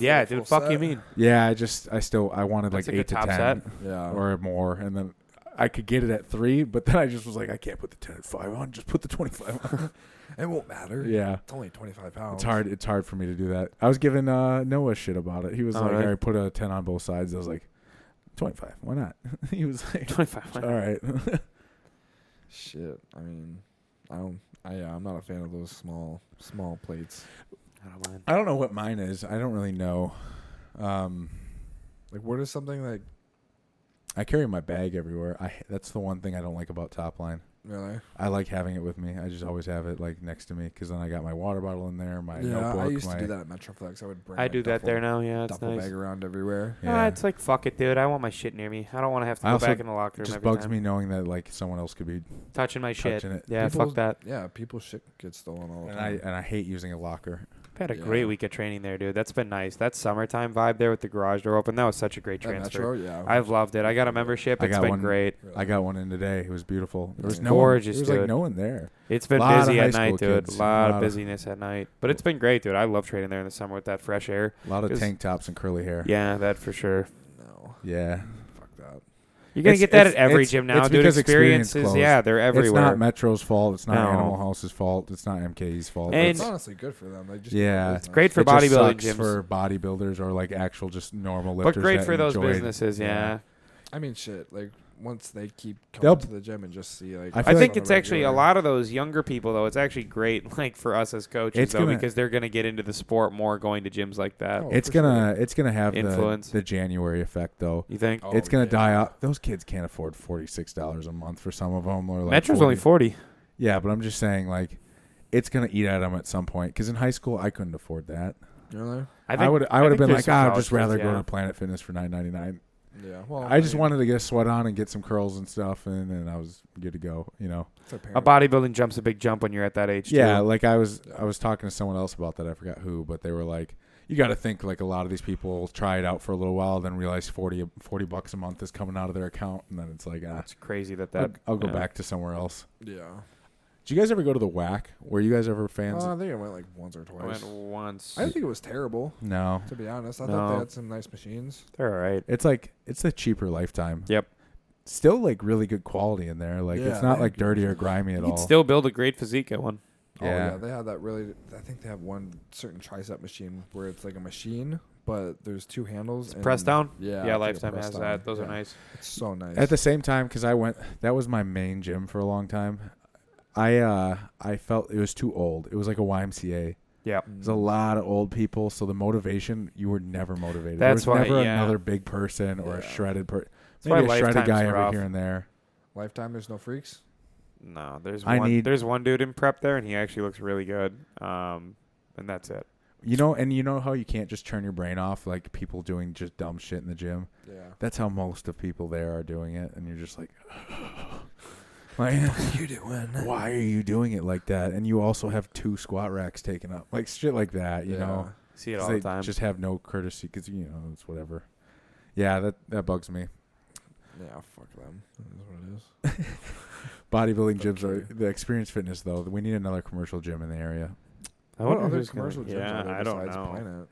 [SPEAKER 2] that's still
[SPEAKER 3] Yeah,
[SPEAKER 2] a full
[SPEAKER 3] dude. Fuck you
[SPEAKER 2] set.
[SPEAKER 3] mean?
[SPEAKER 1] Yeah, I just I still I wanted
[SPEAKER 3] That's
[SPEAKER 1] like
[SPEAKER 3] a good
[SPEAKER 1] eight to
[SPEAKER 3] top
[SPEAKER 1] ten
[SPEAKER 3] set.
[SPEAKER 2] [LAUGHS] yeah.
[SPEAKER 1] or more, and then. I could get it at three, but then I just was like, I can't put the ten and five on. Just put the twenty-five on.
[SPEAKER 2] it won't matter.
[SPEAKER 1] yeah,
[SPEAKER 2] It's only 25 pounds.
[SPEAKER 1] It's hard. It's hard for me to do that. I was giving uh, Noah shit about it. He was
[SPEAKER 2] Oh,
[SPEAKER 3] All
[SPEAKER 1] like,
[SPEAKER 3] right.
[SPEAKER 1] "All right, put a ten on both sides." I was like, "25, why not?" [LAUGHS] he was like,
[SPEAKER 3] [LAUGHS] Twenty-five.
[SPEAKER 1] "All right." [LAUGHS]
[SPEAKER 2] Shit. I mean, I don't. I, yeah, I'm not a fan of those small, small plates.
[SPEAKER 3] I don't mind.
[SPEAKER 1] I don't know what mine is. I don't really know. Um,
[SPEAKER 2] Like, what is something like
[SPEAKER 1] I carry my bag everywhere. I that's the one thing I don't like about Top Line.
[SPEAKER 2] really?
[SPEAKER 1] I like having it with me. I just always have it like next to me because then I got my water bottle in there, my notebook.
[SPEAKER 2] I used
[SPEAKER 1] my,
[SPEAKER 2] to do that at Metroflex. I would bring.
[SPEAKER 3] I
[SPEAKER 2] my
[SPEAKER 3] do that
[SPEAKER 2] duffel-
[SPEAKER 3] there now. Yeah, it's
[SPEAKER 2] Duffel
[SPEAKER 3] nice.
[SPEAKER 2] bag around everywhere.
[SPEAKER 1] Yeah.
[SPEAKER 3] Ah, it's like fuck it, dude. I want my shit near me. I don't want to have to
[SPEAKER 1] I
[SPEAKER 3] go
[SPEAKER 1] also-
[SPEAKER 3] back in the locker
[SPEAKER 1] it
[SPEAKER 3] room
[SPEAKER 1] just
[SPEAKER 3] every
[SPEAKER 1] bugs
[SPEAKER 3] time.
[SPEAKER 1] me knowing that like someone else could be,
[SPEAKER 3] Touching my shit.
[SPEAKER 1] Touching it.
[SPEAKER 3] Yeah,
[SPEAKER 2] People's-
[SPEAKER 3] fuck that.
[SPEAKER 2] Yeah, people shit gets stolen all the
[SPEAKER 1] and I
[SPEAKER 2] time.
[SPEAKER 1] and I hate using a locker.
[SPEAKER 3] I've had a
[SPEAKER 2] Yeah.
[SPEAKER 3] great week of training there, dude. That's been nice. That summertime vibe there with the garage door open. That was such a great
[SPEAKER 2] At
[SPEAKER 3] transfer.
[SPEAKER 2] Metro, yeah.
[SPEAKER 3] I've loved it. I got a membership.
[SPEAKER 1] I
[SPEAKER 3] It's
[SPEAKER 1] got
[SPEAKER 3] been
[SPEAKER 1] one-
[SPEAKER 3] great.
[SPEAKER 1] I got one in today. It was beautiful. There was
[SPEAKER 2] It's
[SPEAKER 1] no one-
[SPEAKER 3] gorgeous,
[SPEAKER 1] There was
[SPEAKER 3] dude.
[SPEAKER 1] like no one there.
[SPEAKER 3] It's been
[SPEAKER 1] Lot of
[SPEAKER 3] busy
[SPEAKER 1] high
[SPEAKER 3] at night,
[SPEAKER 1] school
[SPEAKER 3] dude. A
[SPEAKER 1] kids.
[SPEAKER 3] lot of
[SPEAKER 1] Lot of-
[SPEAKER 3] busyness at night, but it's been great, dude. I love training there in the summer with that fresh air.
[SPEAKER 1] A lot of
[SPEAKER 3] It's-
[SPEAKER 1] tank tops and curly hair.
[SPEAKER 3] Yeah, that for sure.
[SPEAKER 2] no.
[SPEAKER 1] Yeah.
[SPEAKER 2] Fuck that.
[SPEAKER 3] You're gonna
[SPEAKER 1] It's-
[SPEAKER 3] get that at
[SPEAKER 1] it's-
[SPEAKER 3] every
[SPEAKER 1] it's-
[SPEAKER 3] gym now,
[SPEAKER 1] it's
[SPEAKER 3] dude.
[SPEAKER 1] because experience
[SPEAKER 3] Experiences,
[SPEAKER 1] closed.
[SPEAKER 3] yeah, they're everywhere.
[SPEAKER 1] It's not Metro's fault. It's not
[SPEAKER 3] No.
[SPEAKER 1] Animal House's fault. It's not MKE's fault.
[SPEAKER 3] And-
[SPEAKER 2] It's
[SPEAKER 1] it's,
[SPEAKER 2] honestly good for them. They just
[SPEAKER 1] Yeah.
[SPEAKER 2] it's
[SPEAKER 1] It's
[SPEAKER 3] great for
[SPEAKER 1] it just
[SPEAKER 3] bodybuilding
[SPEAKER 1] sucks
[SPEAKER 3] gyms.
[SPEAKER 1] for bodybuilders or like actual just normal lifters.
[SPEAKER 3] but great
[SPEAKER 1] that
[SPEAKER 3] for those
[SPEAKER 1] enjoyed-
[SPEAKER 3] businesses, yeah.
[SPEAKER 2] I mean, shit. Like once they keep coming
[SPEAKER 1] They'll-
[SPEAKER 2] to the gym and just see like.
[SPEAKER 1] I
[SPEAKER 3] I,
[SPEAKER 1] feel
[SPEAKER 3] think
[SPEAKER 2] on a
[SPEAKER 3] it's actually a
[SPEAKER 2] regular-
[SPEAKER 3] lot of those younger people though. It's actually great, [LAUGHS] like for us as coaches,
[SPEAKER 1] It's
[SPEAKER 3] though,
[SPEAKER 1] gonna-
[SPEAKER 3] because they're gonna get into the sport more, going to gyms like that.
[SPEAKER 2] Oh,
[SPEAKER 1] It's
[SPEAKER 2] for sure.
[SPEAKER 1] gonna it's gonna have
[SPEAKER 3] Influence.
[SPEAKER 1] the the January effect though.
[SPEAKER 3] You think?
[SPEAKER 2] Oh,
[SPEAKER 1] it's gonna
[SPEAKER 2] yeah.
[SPEAKER 1] die out. Those kids can't afford forty six dollars a month for some of them. Or like
[SPEAKER 3] Metro's
[SPEAKER 1] 40
[SPEAKER 3] only forty.
[SPEAKER 1] Yeah, but I'm just saying like. It's gonna eat at them at some point because in high school I couldn't afford that.
[SPEAKER 2] Really?
[SPEAKER 1] I,
[SPEAKER 3] think-
[SPEAKER 1] would I would have
[SPEAKER 3] think
[SPEAKER 1] been
[SPEAKER 3] there's
[SPEAKER 1] like,
[SPEAKER 3] some
[SPEAKER 1] "Ah, I'd
[SPEAKER 3] college
[SPEAKER 1] just rather
[SPEAKER 3] kids,
[SPEAKER 1] go
[SPEAKER 3] yeah. Oh,
[SPEAKER 1] to Planet Fitness for nine ninety nine.
[SPEAKER 2] Yeah. Well,
[SPEAKER 1] I just
[SPEAKER 2] mean,
[SPEAKER 1] wanted to get a sweat on and get some curls and stuff, and then I was good to go. You know.
[SPEAKER 2] it's their
[SPEAKER 3] A
[SPEAKER 2] parents.
[SPEAKER 3] bodybuilding jump's a big jump when you're at that age.
[SPEAKER 1] Yeah,
[SPEAKER 3] too.
[SPEAKER 1] like I was I was talking to someone else about that. I forgot who, but they were like, you got to think like a lot of these people try it out for a little while, then realize 40, 40 bucks a month is coming out of their account, and then it's like, ah,
[SPEAKER 3] It's crazy that
[SPEAKER 1] I'll,
[SPEAKER 3] that.
[SPEAKER 1] I'll go
[SPEAKER 3] yeah.
[SPEAKER 1] back to somewhere else.
[SPEAKER 2] Yeah.
[SPEAKER 1] Do you guys ever go to the whack? Were you guys ever fans?
[SPEAKER 2] Uh, I
[SPEAKER 1] of-
[SPEAKER 2] think I went like once or
[SPEAKER 3] I
[SPEAKER 2] twice.
[SPEAKER 3] went once.
[SPEAKER 2] I didn't think it was terrible,
[SPEAKER 1] no,
[SPEAKER 2] to be honest. I thought
[SPEAKER 3] No.
[SPEAKER 2] they had some nice machines.
[SPEAKER 3] They're all right.
[SPEAKER 1] it's like it's a cheaper lifetime.
[SPEAKER 3] Yep.
[SPEAKER 1] Still like really good quality in there. Like
[SPEAKER 2] Yeah,
[SPEAKER 1] it's not
[SPEAKER 2] they
[SPEAKER 1] like
[SPEAKER 2] have
[SPEAKER 1] dirty
[SPEAKER 2] good-
[SPEAKER 1] or grimy at
[SPEAKER 3] You
[SPEAKER 1] all.
[SPEAKER 3] could still build a great physique at one.
[SPEAKER 2] Oh yeah,
[SPEAKER 1] Yeah.
[SPEAKER 2] they have that really. I think they have one certain tricep machine where it's like a machine, but there's two handles. and-
[SPEAKER 3] Press down.
[SPEAKER 2] Yeah, I
[SPEAKER 3] Yeah,
[SPEAKER 2] think a
[SPEAKER 3] Lifetime
[SPEAKER 2] press
[SPEAKER 3] has
[SPEAKER 2] down.
[SPEAKER 3] that. Those are
[SPEAKER 2] Yeah,
[SPEAKER 3] nice.
[SPEAKER 2] It's so nice.
[SPEAKER 1] At the same time, because I went, that was my main gym for a long time. I uh, I felt it was too old. It was like a YMCA.
[SPEAKER 3] Yeah.
[SPEAKER 2] Mm.
[SPEAKER 1] There's a lot of old people, so the motivation you were never motivated.
[SPEAKER 3] That's
[SPEAKER 1] there was
[SPEAKER 3] why-
[SPEAKER 1] never
[SPEAKER 3] yeah.
[SPEAKER 1] another big person or a
[SPEAKER 2] Yeah.
[SPEAKER 1] shredded person.
[SPEAKER 3] why
[SPEAKER 1] Maybe a shredded
[SPEAKER 3] Lifetime's
[SPEAKER 1] guy
[SPEAKER 3] rough.
[SPEAKER 1] every here and there.
[SPEAKER 2] Lifetime, there's no freaks.
[SPEAKER 3] No, there's
[SPEAKER 1] I
[SPEAKER 3] one.
[SPEAKER 1] need-
[SPEAKER 3] There's one dude in prep there, and he actually looks really good. Um, and that's it.
[SPEAKER 1] You know, and you know how you can't just turn your brain off like people doing just dumb shit in the gym.
[SPEAKER 2] Yeah.
[SPEAKER 1] That's how most of people there are doing it, and you're just like, [SIGHS] like
[SPEAKER 2] you doing?
[SPEAKER 1] why are you doing it like that? And you also have two squat racks taken up, like shit like that. You know.
[SPEAKER 3] See it
[SPEAKER 1] 'Cause
[SPEAKER 3] all the
[SPEAKER 1] they
[SPEAKER 3] time.
[SPEAKER 1] just have no courtesy because you know it's whatever. Yeah, that that bugs me.
[SPEAKER 2] Yeah, fuck them. That's what it is.
[SPEAKER 1] Bodybuilding gyms are
[SPEAKER 2] Okay.
[SPEAKER 1] the Experience Fitness though. We need another commercial gym in the area.
[SPEAKER 3] I
[SPEAKER 2] what
[SPEAKER 3] wonder
[SPEAKER 2] other
[SPEAKER 3] who's gonna-
[SPEAKER 2] commercial gyms
[SPEAKER 3] Yeah,
[SPEAKER 2] are there
[SPEAKER 3] I don't
[SPEAKER 2] besides
[SPEAKER 3] know.
[SPEAKER 2] Planet?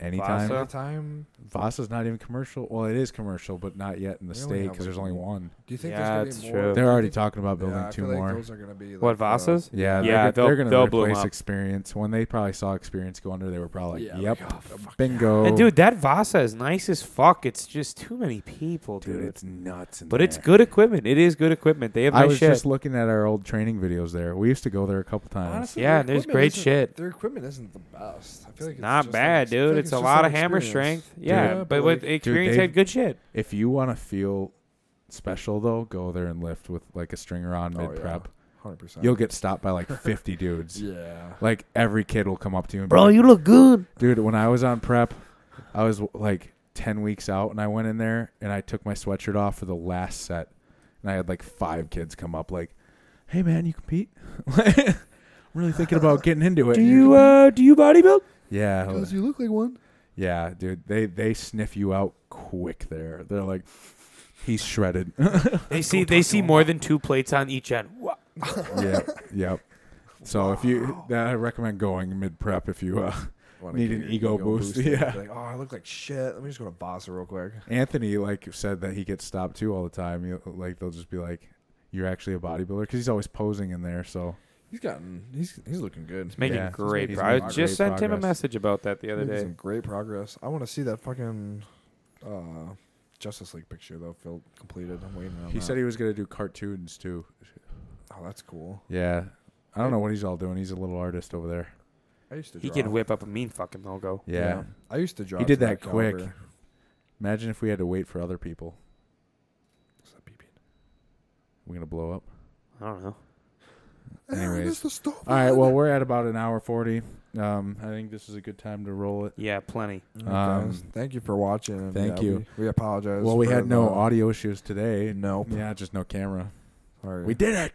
[SPEAKER 1] anytime.
[SPEAKER 10] Vasa?
[SPEAKER 1] Vasa?
[SPEAKER 2] Time.
[SPEAKER 1] Vasa's not even commercial. Well, it is commercial, but not yet in the
[SPEAKER 2] They
[SPEAKER 1] state
[SPEAKER 2] only
[SPEAKER 1] 'cause state
[SPEAKER 2] have
[SPEAKER 1] because there's
[SPEAKER 2] one.
[SPEAKER 1] only one.
[SPEAKER 2] Do you think
[SPEAKER 10] Yeah,
[SPEAKER 2] there's
[SPEAKER 10] it's
[SPEAKER 2] gonna be
[SPEAKER 10] true.
[SPEAKER 2] more?
[SPEAKER 1] They're already talking about building
[SPEAKER 2] yeah, I
[SPEAKER 1] two
[SPEAKER 2] feel like
[SPEAKER 1] more.
[SPEAKER 2] Those are gonna be like
[SPEAKER 3] What
[SPEAKER 1] uh,
[SPEAKER 2] the-
[SPEAKER 3] Vasas?
[SPEAKER 1] yeah,
[SPEAKER 3] Yeah,
[SPEAKER 1] they're,
[SPEAKER 3] they'll-
[SPEAKER 1] they're gonna
[SPEAKER 3] they'll blow 'em
[SPEAKER 1] replace
[SPEAKER 3] up.
[SPEAKER 1] experience. When they probably saw experience go under, they were probably like,
[SPEAKER 2] Yeah,
[SPEAKER 1] "Yep,
[SPEAKER 2] like, oh, fuck
[SPEAKER 1] bingo."
[SPEAKER 3] And dude, that Vasa is nice as fuck. It's just too many people, dude.
[SPEAKER 1] Dude, it's nuts. in
[SPEAKER 3] but it's
[SPEAKER 1] there.
[SPEAKER 3] good equipment. It is good equipment. They have
[SPEAKER 1] I
[SPEAKER 3] nice
[SPEAKER 1] was
[SPEAKER 3] shit.
[SPEAKER 1] just looking at our old training videos there. We used to go there a couple times.
[SPEAKER 2] Honestly,
[SPEAKER 3] Yeah,
[SPEAKER 2] their
[SPEAKER 3] and there's
[SPEAKER 2] equipment
[SPEAKER 3] great
[SPEAKER 2] isn't-
[SPEAKER 3] shit.
[SPEAKER 2] Their equipment isn't the best. I feel like it's
[SPEAKER 3] Not
[SPEAKER 2] just
[SPEAKER 3] bad,
[SPEAKER 2] an ex- I feel
[SPEAKER 3] dude.
[SPEAKER 2] like
[SPEAKER 3] It's, a
[SPEAKER 2] just
[SPEAKER 3] lot
[SPEAKER 2] an
[SPEAKER 3] of hammer
[SPEAKER 2] experience.
[SPEAKER 3] strength. Yeah,
[SPEAKER 2] Yeah,
[SPEAKER 3] but,
[SPEAKER 2] but
[SPEAKER 3] with
[SPEAKER 2] like-
[SPEAKER 3] experience,
[SPEAKER 1] they-
[SPEAKER 3] had good shit.
[SPEAKER 1] If you want to feel special though, go there and lift with like a stringer on
[SPEAKER 2] Oh, yeah.
[SPEAKER 1] mid prep.
[SPEAKER 2] Hundred percent.
[SPEAKER 1] You'll get stopped by like 50 dudes.
[SPEAKER 2] Yeah.
[SPEAKER 1] Like every kid will come up to you and be
[SPEAKER 3] Bro,
[SPEAKER 1] like,
[SPEAKER 3] you look good.
[SPEAKER 1] dude, when I was on prep, I was like 10 weeks out and I went in there and I took my sweatshirt off for the last set. And I had like five kids come up like, hey man, you compete? [LAUGHS] I'm really thinking about getting into it.
[SPEAKER 3] Do you uh do you bodybuild?
[SPEAKER 1] yeah.
[SPEAKER 2] you look like one.
[SPEAKER 1] Yeah, dude. They they sniff you out quick there. They're like, he's [LAUGHS] shredded.
[SPEAKER 3] They see they see more than two plates on each end. Wha-
[SPEAKER 1] yep. Yep. So if you, I recommend going mid prep if you. Uh, [LAUGHS] Need an ego boost,
[SPEAKER 2] [LAUGHS]
[SPEAKER 1] yeah.
[SPEAKER 2] Like, oh, I look like shit. Let me just go to Vasa real quick.
[SPEAKER 1] Anthony like said that he gets stopped too all the time. You, like they'll just be like, "You're actually a bodybuilder" because he's always posing in there. So
[SPEAKER 2] He's gotten. He's he's looking good.
[SPEAKER 3] Making
[SPEAKER 1] Yeah.
[SPEAKER 3] great
[SPEAKER 1] He's
[SPEAKER 3] pro- I
[SPEAKER 1] making
[SPEAKER 3] just
[SPEAKER 1] great
[SPEAKER 3] sent him a
[SPEAKER 1] progress.
[SPEAKER 3] message about that the other
[SPEAKER 2] Making
[SPEAKER 3] day.
[SPEAKER 2] some great progress. I want to see that fucking uh, Justice League picture though. Filled completed. I'm waiting on.
[SPEAKER 1] he
[SPEAKER 2] that.
[SPEAKER 1] said he was gonna do cartoons too.
[SPEAKER 2] "Oh, that's cool."
[SPEAKER 1] Yeah, I don't know what he's all doing. He's a little artist over there.
[SPEAKER 2] I used to.
[SPEAKER 3] He
[SPEAKER 2] Draw.
[SPEAKER 3] can whip up a mean fucking logo.
[SPEAKER 1] Yeah.
[SPEAKER 2] I used to draw.
[SPEAKER 1] He did
[SPEAKER 2] to
[SPEAKER 1] that quick.
[SPEAKER 2] caliber.
[SPEAKER 1] Imagine if we had to wait for other people.
[SPEAKER 2] What's that beeping?
[SPEAKER 1] We're gonna blow up.
[SPEAKER 3] I don't know.
[SPEAKER 1] Anyways.
[SPEAKER 2] Aaron, it's the stuff.
[SPEAKER 1] All right. Well, we're at about an hour forty. Um, I think this is a good time to roll it.
[SPEAKER 3] Yeah, plenty.
[SPEAKER 2] All right, guys.
[SPEAKER 1] Um,
[SPEAKER 2] thank you for watching. and,
[SPEAKER 1] thank
[SPEAKER 2] yeah,
[SPEAKER 1] you.
[SPEAKER 2] We, we apologize.
[SPEAKER 1] Well, we
[SPEAKER 2] for
[SPEAKER 1] had no
[SPEAKER 2] the-
[SPEAKER 1] audio issues today.
[SPEAKER 2] Nope.
[SPEAKER 1] Yeah, just no camera.
[SPEAKER 2] Sorry.
[SPEAKER 1] We did it.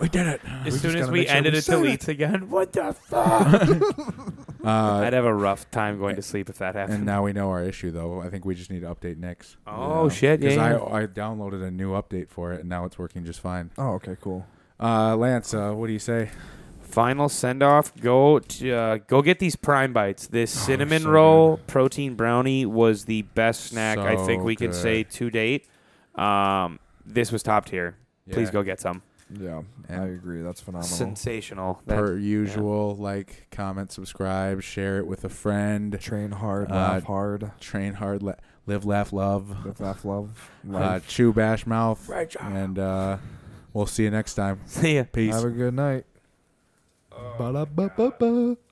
[SPEAKER 1] We did [LAUGHS] it.
[SPEAKER 3] As
[SPEAKER 2] just
[SPEAKER 3] soon as
[SPEAKER 2] gotta
[SPEAKER 3] we
[SPEAKER 2] make sure
[SPEAKER 3] ended
[SPEAKER 2] we
[SPEAKER 3] it
[SPEAKER 2] said
[SPEAKER 3] to
[SPEAKER 2] it.
[SPEAKER 3] eats again, [LAUGHS] what the fuck?
[SPEAKER 1] Uh,
[SPEAKER 3] I'd have a rough time going to sleep if that happened.
[SPEAKER 1] and now we know our issue, though. I think we just need to update Nick's.
[SPEAKER 3] oh shit, yeah.
[SPEAKER 1] Because
[SPEAKER 3] yeah.
[SPEAKER 1] I, I downloaded a new update for it, and now it's working just fine.
[SPEAKER 2] Oh, okay, cool.
[SPEAKER 1] Uh, Lance, uh, what do you say?
[SPEAKER 3] Final send off. Go to, uh, go get these prime bites. This cinnamon
[SPEAKER 1] Oh, so
[SPEAKER 3] roll protein brownie was the best snack I think
[SPEAKER 1] So
[SPEAKER 3] we can
[SPEAKER 1] good.
[SPEAKER 3] say to date. Um, this was top tier. Please go get some.
[SPEAKER 2] Yeah,
[SPEAKER 1] Yeah.
[SPEAKER 2] I agree. That's phenomenal.
[SPEAKER 3] Sensational. That- [LAUGHS]
[SPEAKER 1] Per usual, like, comment, subscribe, share it with a friend.
[SPEAKER 2] Train hard,
[SPEAKER 1] Uh,
[SPEAKER 2] laugh hard,
[SPEAKER 1] Train hard, la- live, laugh, love.
[SPEAKER 2] live, laugh, love.
[SPEAKER 1] Uh,
[SPEAKER 2] Life.
[SPEAKER 1] chew, bash, mouth. And uh, we'll see you next time.
[SPEAKER 3] See ya.
[SPEAKER 1] Peace.
[SPEAKER 2] Have a good night. Ba-da-ba-ba-ba.